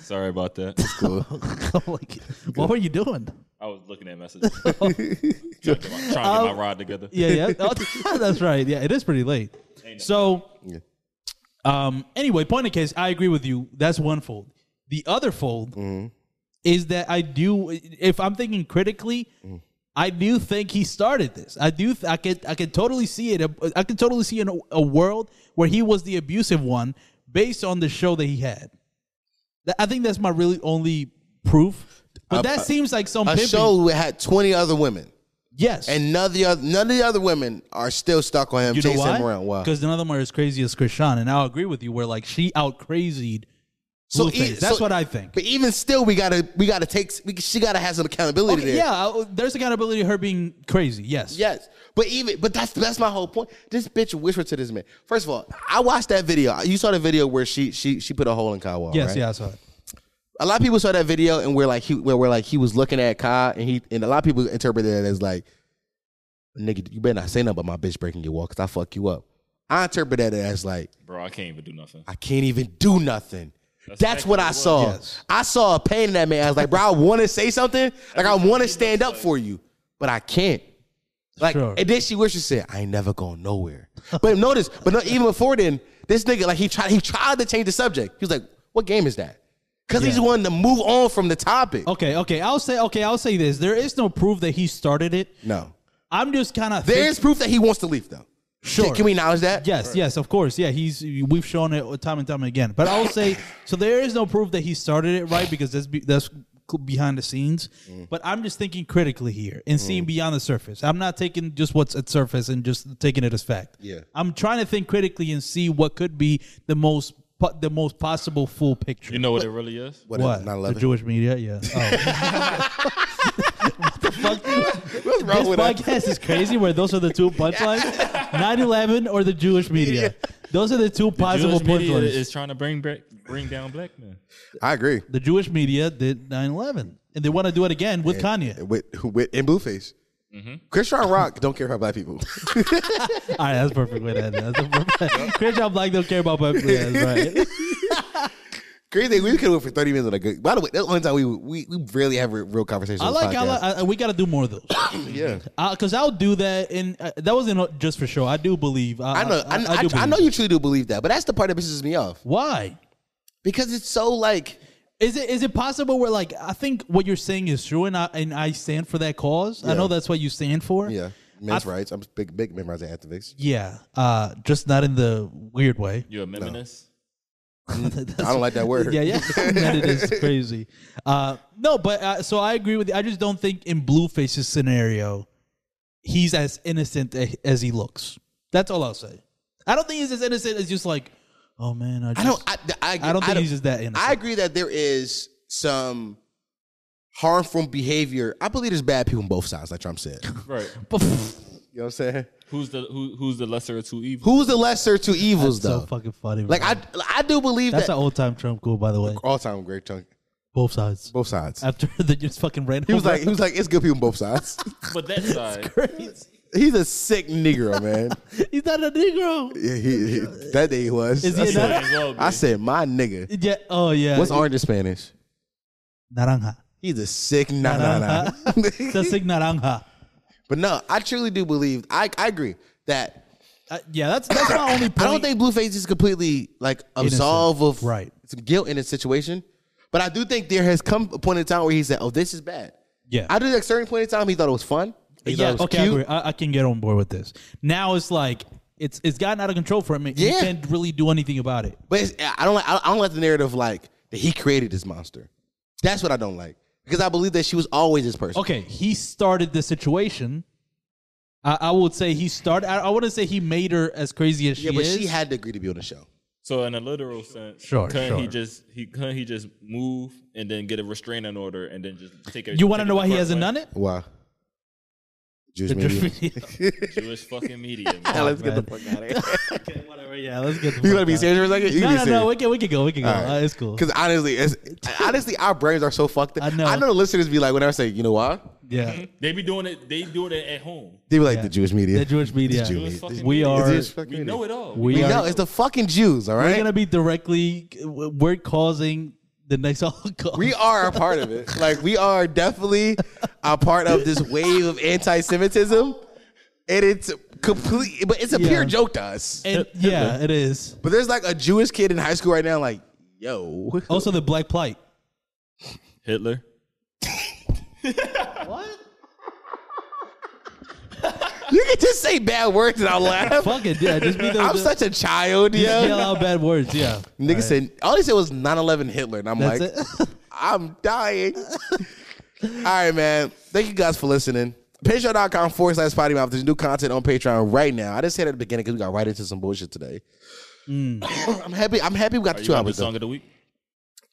Speaker 2: Sorry about that.
Speaker 5: I'm like, what were you doing?
Speaker 2: I was looking at messages. (laughs) trying to get my, trying to get my rod together.
Speaker 5: Yeah, yeah, Oh, (laughs) that's right. Yeah, it is pretty late. So, um, anyway, point of case, I agree with you. That's one fold. The other fold
Speaker 4: Mm-hmm.
Speaker 5: is that I do. If I'm thinking critically,
Speaker 4: Mm.
Speaker 5: I do think he started this. I do. Th- I could. I could totally see it. I could totally see in a, a world where he was the abusive one, based on the show that he had. That- I think that's my really only proof. But that seems like some
Speaker 4: (laughs) uh, A
Speaker 5: pimping.
Speaker 4: show who had 20 other women,
Speaker 5: Yes,
Speaker 4: and none of the other, none of the other women are still stuck on him,
Speaker 5: You know
Speaker 4: chasing
Speaker 5: why?
Speaker 4: him around. Why?
Speaker 5: Because none of them are as crazy as Krishan, and I'll agree with you. Where like she out crazied Blue
Speaker 4: So e-
Speaker 5: face. That's
Speaker 4: so-
Speaker 5: what I think.
Speaker 4: But even still, we gotta we gotta take. We, she gotta have some accountability
Speaker 5: Okay,
Speaker 4: there.
Speaker 5: yeah, I- there's accountability of her being crazy. Yes.
Speaker 4: Yes, but even but that's that's my whole point. This bitch whispered to this man. First of all, I watched that video. You saw the video where she she she put a hole in Kyle Wall.
Speaker 5: Yes.
Speaker 4: right?
Speaker 5: Yeah. I saw it.
Speaker 4: a lot of people saw that video and were like he where were like he was looking at Kai and he and a lot of people interpreted it as like nigga you better not say nothing about my bitch breaking your wall because I fuck you up. I interpreted it as like
Speaker 1: bro. I can't even do nothing.
Speaker 4: I can't even do nothing. That's, what I saw.
Speaker 5: Yes.
Speaker 4: I saw a pain in that man. I was like, bro, I want to say something. Like I want to stand up for you, but I can't. Like
Speaker 5: Sure.
Speaker 4: and then she wishes said, I ain't never going nowhere. But notice, but no, even before then, this nigga like he tried he tried to change the subject. He was like, what game is that? Because he
Speaker 5: Yeah.
Speaker 4: just wanted to move on from the topic.
Speaker 5: Okay. Okay. I'll say. Okay. I'll say this. There is no proof that he started it.
Speaker 4: No.
Speaker 5: I'm just kind of
Speaker 4: There is proof that he wants to leave though.
Speaker 5: Sure.
Speaker 4: Can we acknowledge that?
Speaker 5: Yes, yes, of course. Yeah, he's we've shown it time and time again. But I will say, so there is no proof that he started it right because that's be, that's behind the scenes. But I'm just thinking critically here and seeing beyond the surface. I'm not taking just what's at surface and just taking it as fact.
Speaker 4: Yeah.
Speaker 5: I'm trying to think critically and see what could be the most po- the most possible full picture.
Speaker 1: You know what it really is?
Speaker 4: What?
Speaker 5: what?
Speaker 4: Not
Speaker 5: The
Speaker 4: 11.
Speaker 5: Jewish media, yeah. Oh.
Speaker 1: (laughs)
Speaker 5: (laughs) what the fuck?
Speaker 4: What's wrong
Speaker 5: this
Speaker 4: with that?
Speaker 5: podcast is crazy where those are the
Speaker 4: (laughs)
Speaker 5: two punchlines 9-11 or the jewish media those are the two possible
Speaker 1: Jewish media
Speaker 5: punchlines
Speaker 1: is trying to bring back, bring down black men.
Speaker 4: I agree.
Speaker 5: the jewish media did 9-11 and they want to do it again with kanye
Speaker 4: With, with in Blueface. Mm-hmm. Christian Rock don't care about black (laughs) people.
Speaker 5: all right that's a perfect way to end it that's a perfect Christian black don't care about black yeah,
Speaker 4: (laughs)
Speaker 5: that's right
Speaker 4: Crazy thing, we could have went for 30 minutes on a good. By the way, that's the only time we we, we rarely have a real conversation.
Speaker 5: i
Speaker 4: on this
Speaker 5: like i
Speaker 4: podcast.
Speaker 5: like I, we gotta do more of those
Speaker 4: yeah.
Speaker 5: because i'll do that and uh, that wasn't just for show i do believe i,
Speaker 4: I know, I, I,
Speaker 5: do
Speaker 4: I
Speaker 5: believe.
Speaker 4: know you truly do believe that, but that's the part that pisses me off
Speaker 5: why
Speaker 4: because it's so like
Speaker 5: Is it is it possible where like I think what you're saying is true and I and I stand for that cause. I know that's what you stand for.
Speaker 4: yeah, men's rights. I'm a big big men's rights activist.
Speaker 5: Yeah. Uh just not in the weird way. (laughs)
Speaker 1: You're a feminist.
Speaker 4: Mm, I don't like that word.
Speaker 5: Yeah,
Speaker 4: (laughs)
Speaker 5: (laughs) yeah. that it is crazy. Uh no, but uh, so I agree with you. I just don't think in Blueface's scenario he's as innocent a- as he looks. That's all I'll say. I don't think he's as innocent as just like, oh man, I, just,
Speaker 4: I don't. I, I,
Speaker 5: I don't think he's just that innocent.
Speaker 4: I agree that there is some harmful behavior. I believe there's bad people on both sides, like Trump (laughs) said. you know
Speaker 1: Right.
Speaker 4: what I'm saying?
Speaker 1: Who's the who, who's the lesser of two evils?
Speaker 4: Who's the lesser of two evils,
Speaker 5: so
Speaker 4: though?
Speaker 5: fucking funny.
Speaker 4: like
Speaker 5: bro.
Speaker 4: I, I do believe
Speaker 5: that's
Speaker 4: that
Speaker 5: an old time Trump cool, by the way.
Speaker 4: all time great chunk.
Speaker 5: Both sides.
Speaker 4: Both sides.
Speaker 5: After (laughs) the just fucking ran
Speaker 4: He was
Speaker 5: over.
Speaker 4: like, he was like, it's good people on both sides. (laughs)
Speaker 1: But
Speaker 2: (laughs)
Speaker 1: that side,
Speaker 4: He's a sick (laughs) Negro, man.
Speaker 5: (laughs) He's not a Negro.
Speaker 4: (laughs) Yeah, he, he- that day he was.
Speaker 5: Is he a
Speaker 1: might
Speaker 5: naranja?
Speaker 1: as well be.
Speaker 4: I said, my nigga.
Speaker 5: Yeah. Oh yeah.
Speaker 4: What's orange in Spanish?
Speaker 5: naranja?
Speaker 4: He's a sick nah nah nah. (laughs)
Speaker 5: That's like naranja.
Speaker 4: But no, I truly do believe. I I agree that
Speaker 5: Uh, yeah, that's that's my only point.
Speaker 4: I don't think Blueface is completely like absolved of
Speaker 5: Right.
Speaker 4: some guilt in his situation. But I do think there has come a point in time where he said, "Oh, this is bad."
Speaker 5: Yeah.
Speaker 4: I do think at a certain point in time he thought it was fun. He thought
Speaker 5: yeah.
Speaker 4: it was
Speaker 5: Okay. I, agree. I, I can get on board with this. Now it's like it's it's gotten out of control for him. and You
Speaker 4: Yeah.
Speaker 5: can't really do anything about it.
Speaker 4: But it's, I don't like. I don't like the narrative like that he created this monster. That's what I don't like because I believe that she was always this person.
Speaker 5: Okay. He started the situation. I, I would say he started. I, I wouldn't say he made her as crazy as
Speaker 4: Yeah,
Speaker 5: she
Speaker 4: but
Speaker 5: is.
Speaker 4: she had to agree to be on the show.
Speaker 1: So in a literal sense,
Speaker 5: Sure,
Speaker 1: couldn't he
Speaker 5: sure.
Speaker 1: just he couldn't he just move and then get a restraining order and then just take it?
Speaker 5: you want to know why he hasn't done it?
Speaker 4: Wow. Jewish media. (laughs)
Speaker 5: okay,
Speaker 1: Jewish fucking media.
Speaker 5: (laughs)
Speaker 4: Yeah,
Speaker 1: Man.
Speaker 4: let's get the fuck out of here.
Speaker 5: whatever. Yeah. Let's get. The
Speaker 4: you
Speaker 5: fuck
Speaker 4: want to be
Speaker 5: out.
Speaker 4: serious for a second? You
Speaker 5: No,
Speaker 4: can be
Speaker 5: no,
Speaker 4: serious.
Speaker 5: no. We can we can go. We can go. Uh, it's cool.
Speaker 4: Because honestly, it's, honestly, our brains are so fucked. Up.
Speaker 5: I
Speaker 4: I
Speaker 5: know.
Speaker 4: know. the listeners be like, whenever I say, you know why? (laughs)
Speaker 5: Yeah.
Speaker 1: They be doing it. They do it at home.
Speaker 4: They be like,
Speaker 5: Yeah.
Speaker 4: the Jewish media.
Speaker 5: The Jewish media.
Speaker 4: Jewish
Speaker 1: Jewish fucking
Speaker 5: we
Speaker 1: media.
Speaker 5: are.
Speaker 4: It's
Speaker 1: We know it all.
Speaker 5: We
Speaker 4: We
Speaker 5: are.
Speaker 4: know it's the fucking Jews. All right,
Speaker 5: we're gonna be directly. We're causing the next (laughs) Holocaust.
Speaker 4: we are a part of it. Like we are definitely a part of this wave of anti-Semitism, and it's complete. But it's a
Speaker 5: Yeah.
Speaker 4: pure joke to us.
Speaker 5: And, yeah, it is.
Speaker 4: But there's like a Jewish kid in high school right now, like, yo, (laughs)
Speaker 5: Also, the black plight.
Speaker 1: Hitler.
Speaker 4: you can just say bad words and I'll
Speaker 5: (laughs)
Speaker 4: laugh.
Speaker 5: Fuck it. Yeah, just be the.
Speaker 4: I'm
Speaker 5: the-
Speaker 4: such a child,
Speaker 5: just yell
Speaker 4: yo.
Speaker 5: out bad words. Yeah,
Speaker 4: Nigga said all he said was 9/11 Hitler, and I'm
Speaker 5: that's it.
Speaker 4: like,
Speaker 5: (laughs)
Speaker 4: I'm dying. All right, man. Thank you guys for listening. Patreon.com forward slash potty mouth. There's new content on Patreon right now. I just said at the beginning because we got right into some bullshit today. (coughs) I'm happy. I'm happy we got
Speaker 1: Are
Speaker 4: the
Speaker 1: you
Speaker 4: two
Speaker 1: on the
Speaker 4: hours.
Speaker 1: song
Speaker 4: though.
Speaker 1: of the week?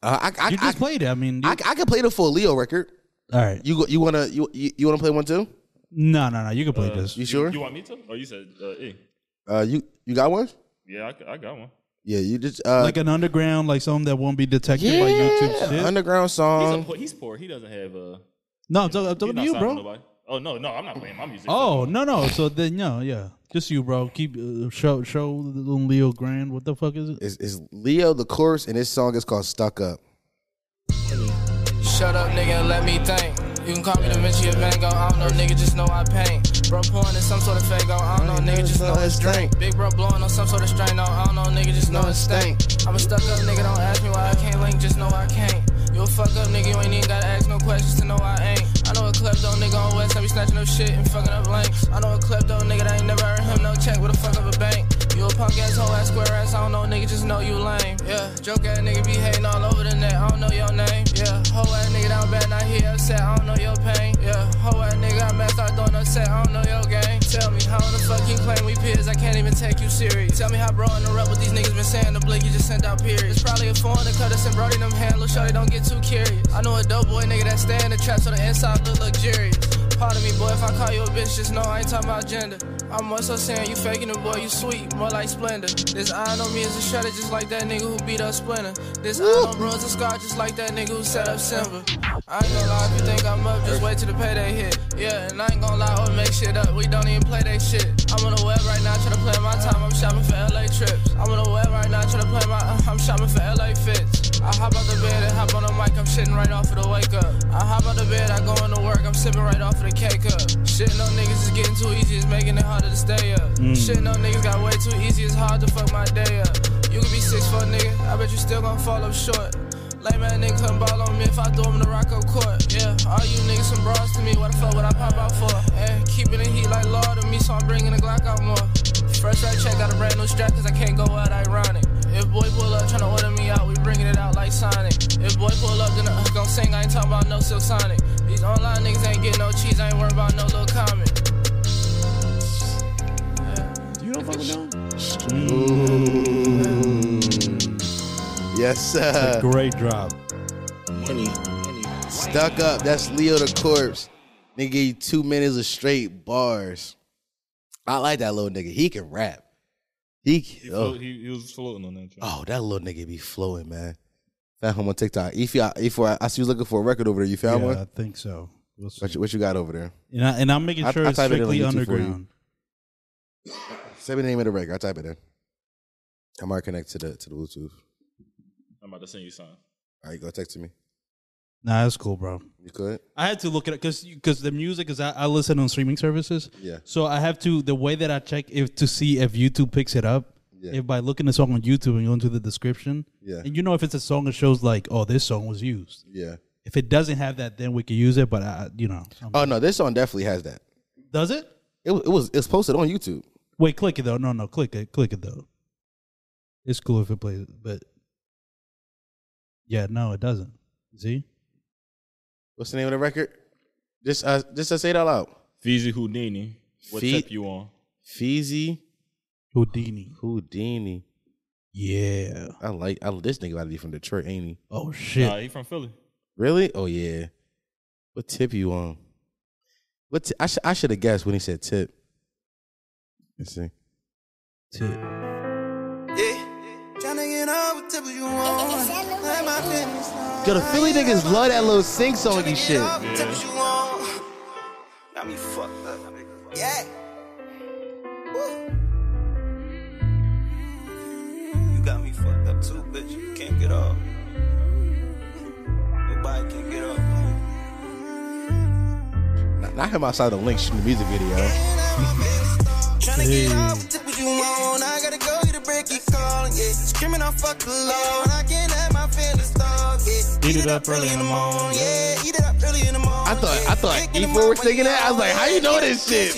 Speaker 4: Uh, I, I,
Speaker 5: You
Speaker 4: I,
Speaker 5: just played it. I mean,
Speaker 4: I,
Speaker 5: you-
Speaker 4: I can play the full Leo record.
Speaker 5: all right.
Speaker 4: You go- you wanna you you, you wanna play one too?
Speaker 5: No, no, no. You can play this.
Speaker 4: You sure?
Speaker 2: You want me to? Oh, you said uh, E.
Speaker 4: uh, you you got one?
Speaker 2: Yeah, I, I got one.
Speaker 4: Yeah, you just uh,
Speaker 5: like an underground, like something that won't be detected
Speaker 4: yeah,
Speaker 5: by YouTube shit.
Speaker 4: underground
Speaker 2: He's, a
Speaker 4: song.
Speaker 2: po- he's poor. He doesn't have. Uh,
Speaker 5: no, I'm talking, I'm
Speaker 2: he's
Speaker 5: talking to
Speaker 2: not
Speaker 5: you,
Speaker 2: signed to
Speaker 5: bro.
Speaker 2: nobody. Oh no, no, I'm not playing my music.
Speaker 5: Oh no, no. So then, no, yeah, just you, bro. Keep uh, show show Leo Grand. What the fuck is it?
Speaker 4: Is is Leo the chorus and this song is called Stuck Up.
Speaker 11: Shut up, nigga, and let me think. You can call me the Vinci of Mango. I don't know, nigga, just know I paint. Bro, pouring in some sort of fago. I don't know, nigga, just know it's drink. Big bro blowing on some sort of strain. oh, No, I don't know, nigga, just know it stink. I'm a stuck up nigga, don't ask me why I can't link, just know I can't. You a fuck up nigga, you ain't even gotta ask no questions to know I ain't. I know a klepto nigga on West, I be snatching up shit and fucking up links. I know a klepto nigga that ain't never earned him no check with a fuck up a bank. You a punk ass hoe ass square ass, I don't know nigga, just know you lame. Yeah, joke ass nigga be hating all over the net, I don't know your name. Yeah, hoe ass nigga down bad, not here upset, I don't know your pain. Yeah, hoe ass nigga, I'm mad, start throwing upset, I don't know your game. Tell me, how the fuck you claim we peers? I can't even take you serious. Tell me how bro in the rep what these niggas been saying, the blink you just sent out period. It's probably a foreign to cut us and Brody them handle, shorty don't get too curious. I know a dope boy nigga that stay in the trap so the inside look luxurious. Pardon me, boy, if I call you a bitch, just know I ain't talking about gender. I'm more so saying you faking it, boy, you sweet, more like Splendor. This iron on me is a shredder, just like that nigga who beat up Splinter. This iron on bro is a scar, just like that nigga who set up Simba. I ain't gonna lie, if you think I'm up, just wait till the payday hit. Yeah, and I ain't gonna lie, or make shit up, we don't even play that shit. I'm on the web right now, tryna plan my time, I'm shopping for LA trips. I'm on the web right now, tryna plan my, (laughs) I'm shopping for LA fits. I hop out the bed and hop on the mic, I'm shitting right off of the wake up. I hop out the bed, I go into work, I'm sipping right off of the cake up. Shitting on niggas is getting too easy, it's making it harder to stay up. Shitting on niggas got way too easy, it's hard to fuck my day up. You could be six foot nigga, I bet you still gon' fall up short. Lame ass nigga couldn't ball on me if I threw him in the rock up court. Yeah, all you niggas some bras to me, what the fuck would I pop out for? Eh, keeping the heat like law to me, so I'm bringing the Glock out more. Fresh right check, got a brand new strap, cause I can't go out ironic. If boy pull up, tryna order me out, we bringing it out like Sonic. If boy pull up, then I gon' sing, I ain't talking about no Silk Sonic. These online niggas ain't get no cheese, I ain't worried about no little comment.
Speaker 12: You don't fuck with them?
Speaker 4: Yes, sir.
Speaker 5: Great drop.
Speaker 4: Stuck Up. That's Leo the Corpse. Nigga gave you two minutes of straight bars. I like that little nigga. He can rap. He, oh.
Speaker 2: he, he was floating on that. Track.
Speaker 5: Ah.
Speaker 4: Oh, that little nigga be flowing, man. Found him on TikTok. If I, if I, I see you looking for a record over there. You
Speaker 5: Yeah,
Speaker 4: found
Speaker 5: I
Speaker 4: one?
Speaker 5: think so. We'll see.
Speaker 4: What you, what you got over there?
Speaker 5: And, I, and I'm making
Speaker 4: I-
Speaker 5: sure
Speaker 4: I
Speaker 5: it's
Speaker 4: type it in on
Speaker 5: strictly
Speaker 4: YouTube for you.
Speaker 5: underground.
Speaker 4: Say me the name of the record. I type it in. I might connect to the to the Bluetooth.
Speaker 2: I'm about to send you something.
Speaker 4: All right, go text to me.
Speaker 5: Nah, that's cool, bro.
Speaker 4: You could.
Speaker 5: I had to look at it because because the music is I, I listen on streaming services.
Speaker 4: Yeah.
Speaker 5: So I have to the way that I check if to see if YouTube picks it up.
Speaker 4: Yeah.
Speaker 5: If by looking a song on YouTube and going to the description.
Speaker 4: Yeah.
Speaker 5: And you know if it's a song that shows like oh this song was used.
Speaker 4: Yeah.
Speaker 5: If it doesn't have that, then we can use it. But I you know I'm-
Speaker 4: Oh no, this song definitely has that.
Speaker 5: does it?
Speaker 4: It, wa- it was it's posted on YouTube.
Speaker 5: Wait, click it though. No, no, click it, click it though. It's cool if it plays, it, but yeah, no, it doesn't. See,
Speaker 4: What's the name of the record? Just uh, just uh, say it out loud.
Speaker 2: Feezy Houdini, what
Speaker 4: Fee-
Speaker 2: tip you on?
Speaker 4: Feezy
Speaker 5: Houdini.
Speaker 4: Houdini.
Speaker 5: Yeah.
Speaker 4: I like I, this nigga about to be from Detroit, ain't he?
Speaker 5: Oh shit.
Speaker 2: Nah, he from Philly.
Speaker 4: Really? Oh yeah. What tip you on? What t- I sh- I should have guessed when he said tip. Let's see.
Speaker 5: Shit.
Speaker 3: Tryna get up, what tip you want? Ain't my business, no.
Speaker 4: Yo, the Philly niggas love that little sing songy
Speaker 3: Tryna
Speaker 4: shit.
Speaker 3: get up, what tip you want? Got me fucked up. Yeah. Woo. You got me fucked up too, bitch. You can't get off. Nobody can get off.
Speaker 4: I heard him outside the link shooting the music video.
Speaker 3: Tryna get off, what tip you want? I gotta go get a break, keep calling, yeah. Screaming, I'm fuck alone. I can't let my feelings dog, yeah. Eat it up early in the morning, yeah. Eat it up early in the morning.
Speaker 4: I thought I thought E4 was thinking that. I was like, how you know this shit?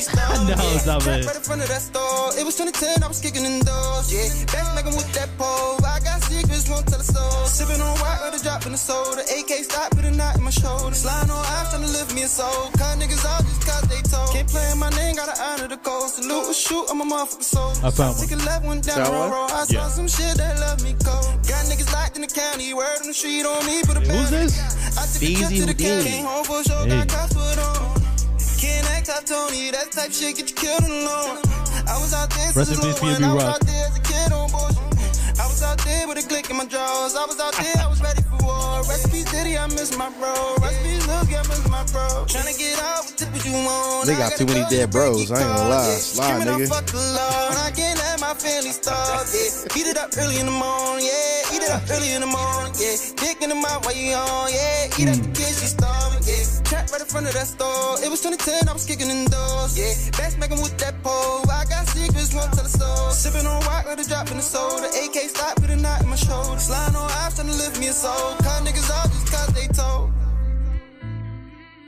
Speaker 5: No, stop it.
Speaker 3: Right in front of that store. It was 2010, I was kicking in doors. Yeah, back like I'm with that pole. I got secrets
Speaker 11: niggas won't tell a soul. Sipping on white with a drop in the soda. AK stop with a knot in my shoulder. Sliding on eyes trying to lift me a soul. Cut niggas out just cause they told. Can't play in my name, gotta honor the code. Salute or shoot, I'm a motherfucking soul.
Speaker 5: I found
Speaker 11: Take
Speaker 5: one.
Speaker 11: a left one down the
Speaker 4: Found one?
Speaker 11: road. I saw
Speaker 2: Yeah.
Speaker 11: some shit that left me cold. Got niggas locked in the county, word on the street on me, but a
Speaker 5: Who's this?
Speaker 11: I took a trip
Speaker 4: Feezy
Speaker 11: to the
Speaker 4: Houdini.
Speaker 11: county. Came home for a show,
Speaker 5: Hey.
Speaker 11: got cops put on. Can't act like Tony, that type shit get you killed and alone. I was out there
Speaker 5: Rest
Speaker 11: since
Speaker 5: in peace,
Speaker 11: little
Speaker 5: B.O.B.
Speaker 11: one. I was
Speaker 5: Rock.
Speaker 11: out there as a kid on bullshit. I was out there with a click in my drawers. I was out there, I was ready for war. Recipes Diddy, I miss my bro. Recipes Look, I miss my bro. Tryna get out with what you want.
Speaker 4: They
Speaker 11: I
Speaker 4: got
Speaker 11: got
Speaker 4: too
Speaker 11: a
Speaker 4: many
Speaker 11: girl,
Speaker 4: dead
Speaker 11: she
Speaker 4: bros.
Speaker 11: break
Speaker 4: I ain't gonna lie.
Speaker 11: your
Speaker 4: Sly,
Speaker 11: car, yeah. Screaming, I
Speaker 4: nigga.
Speaker 11: fuck the law. And I can't let my feelings starve, yeah. Eat it up early in the morning, yeah. Eat it up early in the morning, yeah. Dick in the mouth while you on, yeah. Eat up
Speaker 4: Hmm.
Speaker 11: the kids, you starving, yeah. Trap right in front of that store. It was 2010, I was kicking in doors, yeah. Best making with that pole. I got secrets, won't tell a soul. Sipping on rock, let it drop in the soda. AK stop with a knot in my shoulder. Sliding on apps, trying to lift me a soul. Cut niggas out just cause they told.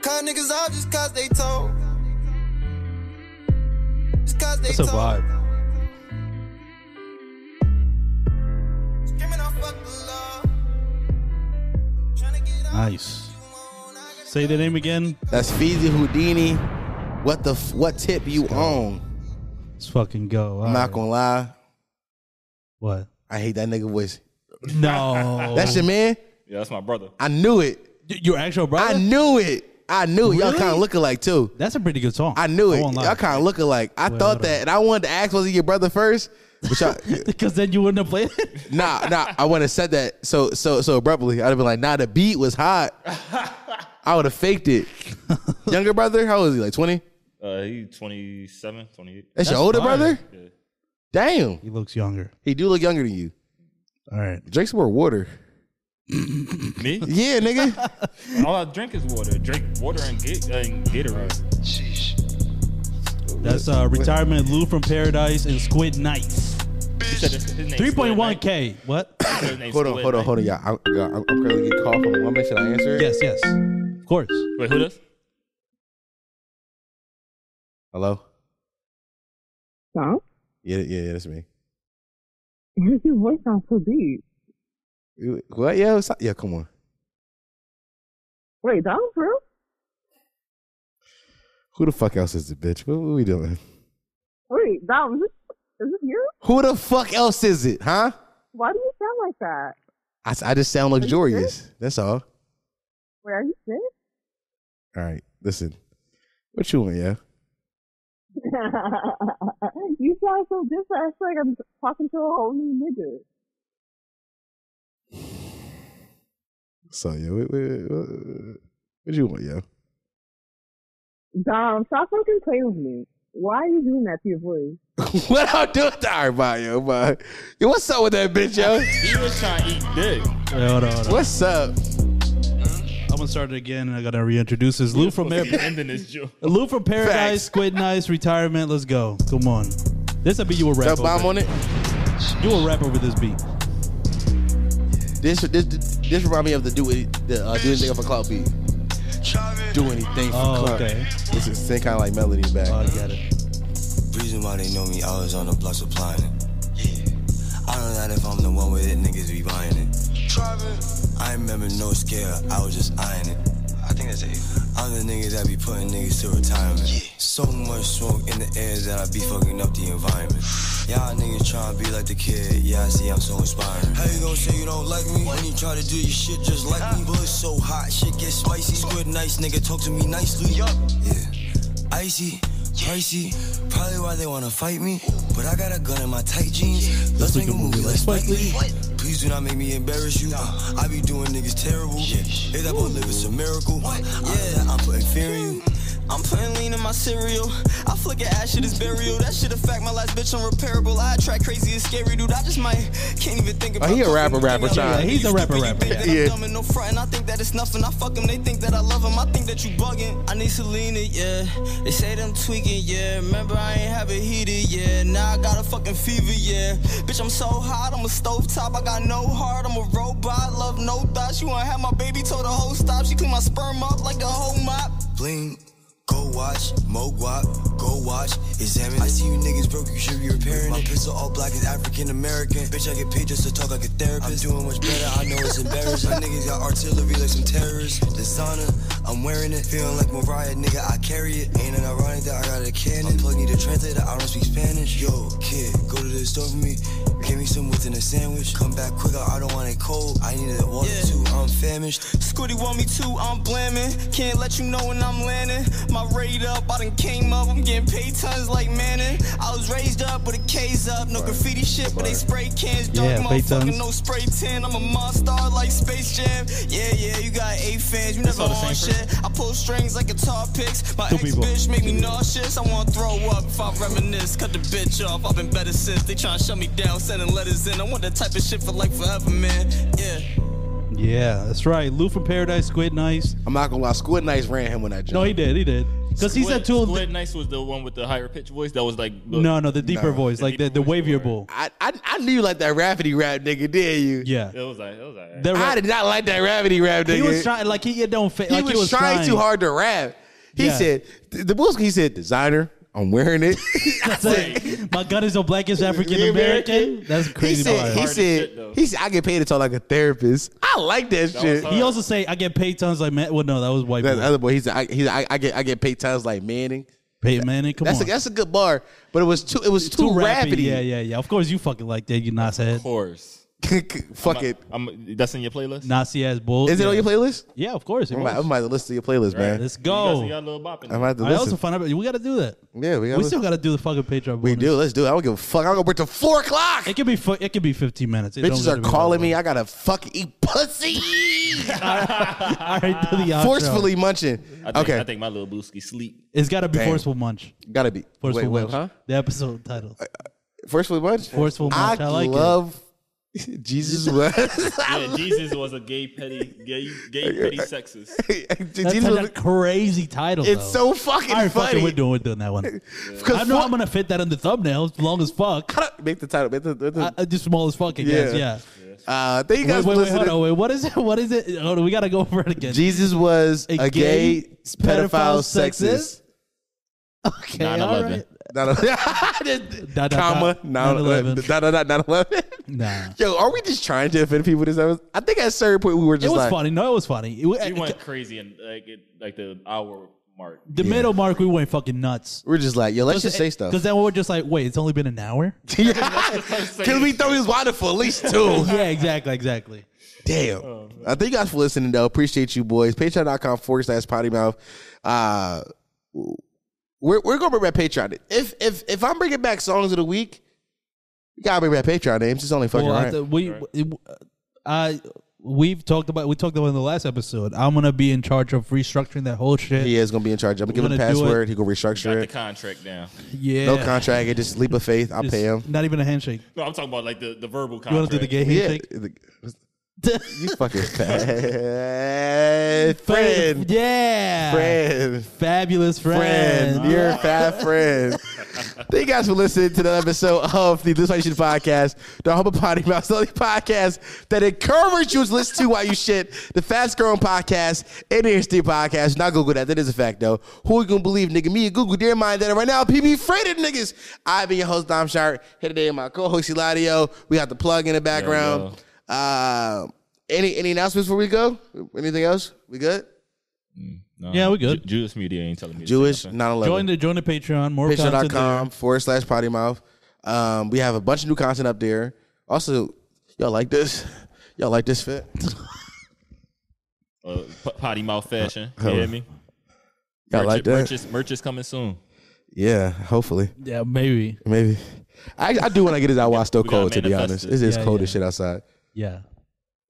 Speaker 11: Cut niggas out just cause they told. Just cause they
Speaker 5: That's a
Speaker 11: told.
Speaker 5: vibe.
Speaker 11: Screaming, I fuck the law. Tryna get out.
Speaker 5: Nice. Say the name again.
Speaker 4: That's Feezy Houdini. What the f- what tip you own?
Speaker 5: Let's fucking go.
Speaker 4: I'm
Speaker 5: All
Speaker 4: not
Speaker 5: right.
Speaker 4: gonna lie.
Speaker 5: What?
Speaker 4: (laughs) I hate that nigga voice.
Speaker 5: No.
Speaker 4: That's your man.
Speaker 2: Yeah, that's my brother.
Speaker 4: I knew it.
Speaker 5: Y- your actual brother.
Speaker 4: I knew it. I knew it. Y'all
Speaker 5: Really?
Speaker 4: kind of look alike too.
Speaker 5: That's a pretty good song.
Speaker 4: I knew it.
Speaker 5: won't lie.
Speaker 4: Y'all kind of look alike. I thought
Speaker 5: hold on.
Speaker 4: that, and I wanted to ask, was he your brother first?
Speaker 5: (laughs)
Speaker 4: But y'all,
Speaker 5: Because then you wouldn't have played it.
Speaker 4: nah, nah. I wouldn't have said that so so so abruptly. I'd have been like, nah. The beat was hot. I would have faked it.
Speaker 5: (laughs)
Speaker 4: Younger brother? How old is he? Like twenty?
Speaker 2: Uh, he's 27, 28.
Speaker 5: (laughs)
Speaker 4: That's, your
Speaker 5: That's
Speaker 4: older
Speaker 5: fire.
Speaker 4: brother?
Speaker 2: Yeah.
Speaker 4: Damn,
Speaker 5: He looks younger.
Speaker 4: he do look younger than you.
Speaker 5: All right.
Speaker 4: Drake's more water.
Speaker 2: (laughs) Me?
Speaker 4: Yeah,
Speaker 2: (laughs)
Speaker 4: nigga.
Speaker 2: All I drink is water. Drink water and, get,
Speaker 1: uh,
Speaker 2: and Gatorade.
Speaker 5: That's uh, retirement Lou from Paradise and Squid Nights.
Speaker 2: He said his- his name's
Speaker 5: Three point one
Speaker 2: Squid
Speaker 5: k.
Speaker 2: Knight.
Speaker 5: What? (coughs)
Speaker 2: He said his name's
Speaker 4: hold on,
Speaker 2: Squid
Speaker 4: hold on,
Speaker 2: Knight.
Speaker 4: hold on, y'all. I'm, y'all, I'm, I'm currently getting called from a woman. Should I answer it?
Speaker 5: Yes, yes. Of course.
Speaker 2: Wait, who does?
Speaker 4: Hello.
Speaker 11: Huh?
Speaker 4: Yeah, yeah, yeah. That's me.
Speaker 11: Why does (laughs) your voice sound so deep?
Speaker 4: You- What? Yeah, what's up? yeah. Come on.
Speaker 11: Wait, that was real?
Speaker 4: Who the fuck else is the bitch? What, what we doing?
Speaker 11: Wait, that was is this you?
Speaker 4: Who the fuck else is it? Huh?
Speaker 11: Why do you sound like that?
Speaker 4: I, I just sound luxurious. That's all.
Speaker 11: Wait, are you sick? (laughs)
Speaker 4: All right. Listen. What you want? Yeah.
Speaker 11: you sound so different. It's like I'm talking to a whole new nigga.
Speaker 4: So yeah. What, what, what, what you want? Yeah.
Speaker 11: Dom, stop fucking playing with me. Why are you doing that to your voice?
Speaker 4: (laughs) what I'll do? All right, bye, yo, bye. Yo, what's up with that bitch,
Speaker 5: (laughs)
Speaker 4: yo?
Speaker 2: He was trying to eat dick.
Speaker 5: Wait, hold on, hold on.
Speaker 4: What's up?
Speaker 5: I'm gonna start it again, and I gotta reintroduce this Lou from
Speaker 4: (laughs)
Speaker 2: Supposed to be
Speaker 5: Air-
Speaker 2: ending this joke.
Speaker 5: Lou from Paradise,
Speaker 4: Facts.
Speaker 5: Squid Nights, retirement. Let's go. Come on. This will be you a rap.
Speaker 4: Got bomb
Speaker 5: Over.
Speaker 4: on it.
Speaker 5: You a rap over this beat.
Speaker 4: This this this remind me of the do it the uh, do anything for clout beat. Do anything for
Speaker 5: Oh,
Speaker 4: clout.
Speaker 5: okay.
Speaker 4: It's the same kind of like melody back.
Speaker 5: Oh, I get it.
Speaker 11: Reason why they know me, I was on the block supplying it. I don't know if I'm the one with it, niggas be buying it. I remember no scare, I was just eyeing it. I think that's it. I'm the niggas that be putting niggas to retirement. So much smoke in the air that I be fucking up the environment. Y'all niggas tryna be like the kid, yeah, I see I'm so inspiring. How you gon' say you don't like me when you try to do your shit just like me? But it's so hot, shit get spicy, squid nice, nigga, talk to me nicely. Yeah. Icy, pricey, probably why they wanna fight me. But I got a gun in my tight jeans. Let's make a movie like Spike Lee. Please do not make me embarrass you. Uh, I be doing niggas terrible. If that boy live, it's a miracle. Yeah, I'm putting fear in you. I'm putting lean in my cereal. I flick at ash, shit is burial. That shit affect my last bitch unrepairable. I attract crazy and scary dude. I just might can't even think about
Speaker 4: Oh, he a rapper,
Speaker 11: fucking
Speaker 4: rapper,
Speaker 11: the thing I
Speaker 4: sorry.
Speaker 5: Yeah, he's a rapper, rapper.
Speaker 11: think that
Speaker 4: Yeah.
Speaker 11: I'm dumb and no front, and I think that it's nothing. I fuck 'em, they think that I love 'em. I think that you bugging. I need Selena, yeah. They say them tweaking, yeah. Remember, I ain't have it heated, yeah. Now I got a fucking fever, yeah. Bitch, I'm so hot, I'm a stovetop. I got no heart, I'm a robot. Love no thoughts. You wanna have my baby, told the whole stop. She clean my sperm up like a whole mop. Bling, go watch, mo wop. Go watch, examine. I see you niggas broke, you should be repairing My it. pistol all black is African American. Bitch, I get paid just to talk like a therapist. I'm doing much better, I know it's embarrassing. My niggas got artillery like some terrorists. Designer, I'm wearing it. Feeling like Mariah, nigga, I carry it. Ain't it ironic that I got a cannon? Plug need a translator, I don't speak Spanish. Yo, kid, go to the store for me. Give me some within a sandwich. Come back quicker, I don't want it cold. I need a water too, I'm famished.
Speaker 13: Scooty want me too, I'm blaming. Can't let you know when I'm landing. My rate up, I done came up, I'm getting paid tons like Manning. I was raised up with a K's up, no graffiti shit, but they spray cans. Dark
Speaker 5: Yeah, paid
Speaker 13: motherfucker,
Speaker 5: tons.
Speaker 13: no spray tan. I'm a monster like Space Jam. Yeah, yeah, you got eight fans, you never
Speaker 2: all the same
Speaker 13: on shit. I pull strings like guitar picks. My
Speaker 5: Two
Speaker 13: ex
Speaker 5: people.
Speaker 13: bitch make me nauseous. I wanna throw up if I reminisce. Cut the bitch off, I've been better since. They tryna shut me down, sending letters in. I want that type of shit for like forever, man. Yeah.
Speaker 5: Yeah, that's right. Lou from Paradise, Squid Nice.
Speaker 4: I'm not gonna lie, Squid Nice ran him when I jumped.
Speaker 5: No, he did. He did. Because he said
Speaker 1: Squid,
Speaker 5: two.
Speaker 1: Squid Nice was the one with the higher pitch voice that was like the-
Speaker 5: No, no, the deeper
Speaker 4: No.
Speaker 5: voice, like the, the wavier bull.
Speaker 4: I, I I knew you like that rapidy rap nigga, did you?
Speaker 5: Yeah,
Speaker 1: It was like it was like
Speaker 5: That
Speaker 4: I
Speaker 5: rap-
Speaker 4: did not like that rapidy rap nigga.
Speaker 5: he was trying like he it don't fit.
Speaker 4: He
Speaker 5: like
Speaker 4: was,
Speaker 5: he was
Speaker 4: trying,
Speaker 5: trying (laughs)
Speaker 4: too hard to rap. He
Speaker 5: Yeah.
Speaker 4: said the, the Bulls. He said designer. I'm wearing
Speaker 5: (laughs)
Speaker 4: it. I
Speaker 5: It's like, my gut is the blackest African American. That's
Speaker 4: He
Speaker 5: crazy.
Speaker 4: said,
Speaker 5: about
Speaker 4: he
Speaker 5: it.
Speaker 1: Hard as
Speaker 4: said,
Speaker 1: shit, though.
Speaker 4: he said, I get paid to talk like a therapist. I like that, shit.
Speaker 1: hard.
Speaker 5: He also say I get paid tons like man. Well, no, that was white.
Speaker 4: That
Speaker 5: That,
Speaker 4: other boy, he said, I, he said, I, I get, I get paid times like Manning.
Speaker 5: Pay Manning. Come
Speaker 4: That's a,
Speaker 5: on,
Speaker 4: that's a good bar, but it was too, it was too,
Speaker 5: too
Speaker 4: rapidy.
Speaker 5: rappy. Yeah, yeah, yeah. Of course, you fucking like that. You Nas head,
Speaker 1: horse.
Speaker 4: (laughs) Fuck it.
Speaker 1: I'm, that's in your playlist.
Speaker 5: Nazi ass bull.
Speaker 4: Is it
Speaker 5: yeah.
Speaker 4: on your playlist? Oh
Speaker 5: Yeah, of course. It
Speaker 4: I'm
Speaker 5: was.
Speaker 4: about, I'm about to listen to your playlist, man.
Speaker 5: Let's
Speaker 1: You got, you got
Speaker 5: go.
Speaker 1: a little bop in
Speaker 4: I'm
Speaker 1: there.
Speaker 4: about to
Speaker 5: I
Speaker 4: listen.
Speaker 5: also found out we got to do that.
Speaker 4: yeah, we,
Speaker 5: We still got to do the fucking Patreon.
Speaker 4: we
Speaker 5: bonus.
Speaker 4: do. Let's do it. I don't give a fuck. I'm gonna work till four o'clock.
Speaker 5: It could be fu- it could be 15 minutes. It don't
Speaker 4: Bitches
Speaker 5: gotta
Speaker 4: are
Speaker 5: be
Speaker 4: calling
Speaker 5: that long.
Speaker 4: me. I gotta fuck
Speaker 1: (laughs)
Speaker 4: eat (laughs)
Speaker 5: (laughs)
Speaker 4: pussy.
Speaker 5: All right, to the outro.
Speaker 4: Forcefully munching.
Speaker 1: I think,
Speaker 4: Okay,
Speaker 1: I think my little booski sleep.
Speaker 5: It's got to be
Speaker 4: Damn.
Speaker 5: forceful munch.
Speaker 4: gotta be.
Speaker 5: Forceful
Speaker 4: Wait, wait,
Speaker 5: munch.
Speaker 4: huh?
Speaker 5: The episode title.
Speaker 4: Forcefully munch.
Speaker 5: Forceful munch. I, like it. (laughs)
Speaker 4: love Jesus was. (laughs)
Speaker 1: Yeah, Jesus was a gay petty gay
Speaker 5: (laughs)
Speaker 1: gay petty sexist.
Speaker 5: That's
Speaker 4: Jesus
Speaker 5: such
Speaker 4: was.
Speaker 5: a crazy title.
Speaker 4: It's
Speaker 5: though.
Speaker 4: so fucking
Speaker 5: All right, fuck it,
Speaker 4: funny.
Speaker 5: we're doing we're doing that
Speaker 4: (laughs)
Speaker 5: one. I
Speaker 4: Because
Speaker 5: know (laughs) I'm gonna fit that in the thumbnail. It's long as fuck.
Speaker 4: make the title. Make the, make the-
Speaker 5: I, I just small as fuck. I guess.
Speaker 4: Yeah.
Speaker 5: Yeah.
Speaker 4: uh, thank you
Speaker 5: Wait,
Speaker 4: guys
Speaker 5: wait,
Speaker 4: for
Speaker 5: wait, hold
Speaker 4: listening.
Speaker 5: on. Wait, what is it? (laughs) What is it? Hold on, we gotta go over it again.
Speaker 4: Jesus was a,
Speaker 5: A
Speaker 4: gay,
Speaker 5: gay
Speaker 4: pedophile
Speaker 5: pedophile sexist.
Speaker 4: sexist.
Speaker 5: okay.
Speaker 1: 9/11.
Speaker 5: all right.
Speaker 4: Not (laughs) a-
Speaker 5: Da, da, da.
Speaker 4: Comma. 9/11.
Speaker 5: 9/11.
Speaker 4: Da, da, da, 9/11.
Speaker 5: Nah.
Speaker 4: (laughs) Yo, are we just trying to offend people? This episode? I think at a certain point we were
Speaker 5: It
Speaker 4: just
Speaker 5: was
Speaker 4: like,
Speaker 5: funny. No, it was funny. It wa-
Speaker 1: He
Speaker 5: (laughs)
Speaker 1: went crazy and like it, like the hour mark.
Speaker 5: the middle mark, we went fucking nuts.
Speaker 4: we're just like, yo, let's just say stuff.
Speaker 5: Because then we were just like, wait, it's only been an
Speaker 4: (laughs)
Speaker 5: hour?
Speaker 4: Because we thought he was wild for at least two.
Speaker 5: yeah, exactly, exactly.
Speaker 4: (laughs) Damn.
Speaker 5: Oh,
Speaker 4: I thank you guys for listening, though. Appreciate you, boys. Patreon.com forward slash potty mouth. Uh, we're we're going to bring back Patreon. If if if I'm bringing back songs of the week, you got to bring back Patreon names. It's only (laughs) fucking
Speaker 5: Well, I
Speaker 4: right.
Speaker 5: th- we, I, we've talked about we talked about in the last episode. I'm gonna be in charge of restructuring that whole shit.
Speaker 4: He is going to be in charge. I'm going to give
Speaker 5: We're
Speaker 4: him a
Speaker 5: gonna do
Speaker 4: password. He going to
Speaker 1: Got
Speaker 4: restructure
Speaker 1: the
Speaker 4: it.
Speaker 1: contract down.
Speaker 5: Yeah.
Speaker 4: No contract. It just leap of faith. I'll
Speaker 5: Just
Speaker 4: pay him.
Speaker 5: Not even a handshake.
Speaker 1: No, I'm talking about like the, the verbal contract.
Speaker 5: You want to do the gay
Speaker 4: Yeah.
Speaker 5: handshake?
Speaker 4: (laughs) You
Speaker 5: (laughs)
Speaker 4: fucking fat friend.
Speaker 5: Yeah.
Speaker 4: Friend.
Speaker 5: Fabulous friend.
Speaker 4: friend. You're a fat friend. Thank you guys for listening to another episode of the This Why You Should podcast, the Humble Potty Mouth the only podcast that encourages you to listen to while you shit, the fast growing podcast, and the interesting podcast. Not Google that. That is a fact, though. Who you gonna believe, nigga? Me and Google, dear mind that right now, PB freighted niggas. I've been your host, Dom Sharp. Here today, with my co host, Eladio. We got the plug in the background. Uh, any any announcements before we go? Anything else? We good?
Speaker 1: No,
Speaker 5: Yeah, we good.
Speaker 1: Um, Ju- Jewish media ain't telling me. to say
Speaker 4: Jewish,
Speaker 1: nothing.
Speaker 4: 9 11.
Speaker 5: Join the join the Patreon. More content there.
Speaker 4: Patreon.com forward slash potty mouth. Um, we have a bunch of new content up there. Also, y'all like this? (laughs) Y'all like this fit?
Speaker 1: Uh, p- potty mouth
Speaker 4: (laughs)
Speaker 1: fashion. You hear me?
Speaker 4: Y'all
Speaker 1: Merch-
Speaker 4: like that?
Speaker 1: Merch is, merch is coming soon.
Speaker 4: Yeah, hopefully,
Speaker 5: Yeah, maybe.
Speaker 4: maybe. I, I do want to get this out while it's still
Speaker 1: (laughs) We gotta
Speaker 4: cold. To be
Speaker 1: manifest
Speaker 4: honest,
Speaker 1: it.
Speaker 4: it's just
Speaker 5: Yeah,
Speaker 4: cold
Speaker 5: yeah.
Speaker 4: as shit outside.
Speaker 5: Yeah.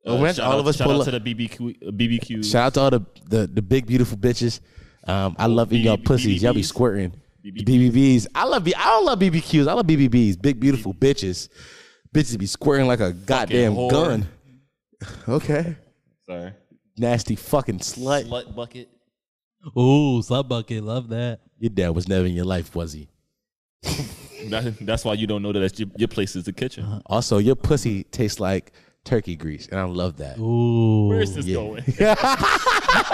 Speaker 1: Uh,
Speaker 4: Well,
Speaker 1: shout
Speaker 4: all
Speaker 1: out-
Speaker 4: of us
Speaker 1: shout
Speaker 4: pull
Speaker 1: out
Speaker 4: up.
Speaker 1: to the BBQ uh, BBQ
Speaker 4: Shout out to all the the, the big beautiful bitches. Um, I love eating y'all
Speaker 1: BBBs.
Speaker 4: pussies. Y'all be squirting. BBBs. I love B. I don't love BBQs. I love BBBs. Big beautiful bitches. Bitches be squirting like a goddamn
Speaker 1: whore.
Speaker 4: gun. (laughs) Okay.
Speaker 1: Sorry.
Speaker 4: Nasty fucking slut.
Speaker 1: Slut bucket.
Speaker 5: Ooh, slut bucket. Love that.
Speaker 4: Your dad was never in your life, was he?
Speaker 1: That, that's why you don't know that that's your, your place is the kitchen.
Speaker 4: Also, your pussy tastes like turkey grease, and I love that.
Speaker 5: Ooh.
Speaker 1: Where is this going?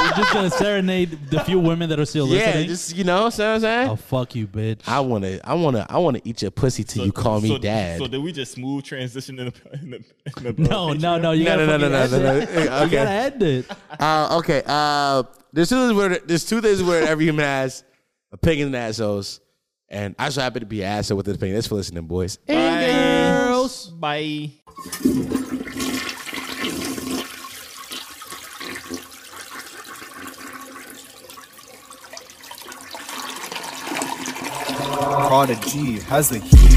Speaker 5: We're just gonna serenade the few women that are still
Speaker 4: (laughs) Yeah,
Speaker 5: listening.
Speaker 4: just you know, so I'm saying.
Speaker 5: Oh fuck you, bitch.
Speaker 4: I wanna, I wanna, I wanna eat your pussy till (laughs) you call me
Speaker 2: so,
Speaker 4: dad.
Speaker 2: So did we just smooth transition in the? In the, in the
Speaker 5: (laughs) (laughs) no, no, no, you
Speaker 4: No,
Speaker 5: gotta
Speaker 4: no, no,
Speaker 5: fucking
Speaker 4: no,
Speaker 5: end
Speaker 4: no, no,
Speaker 5: it.
Speaker 4: no.
Speaker 5: (laughs) You
Speaker 4: Okay.
Speaker 5: gotta end it.
Speaker 4: Uh, okay. Uh, there's two things where there's two things where every human has opinions and assholes, and I just happen to be an asshole with this opinion. Thanks for listening, boys.
Speaker 2: girls. Bye.
Speaker 11: Prodigy has the heat.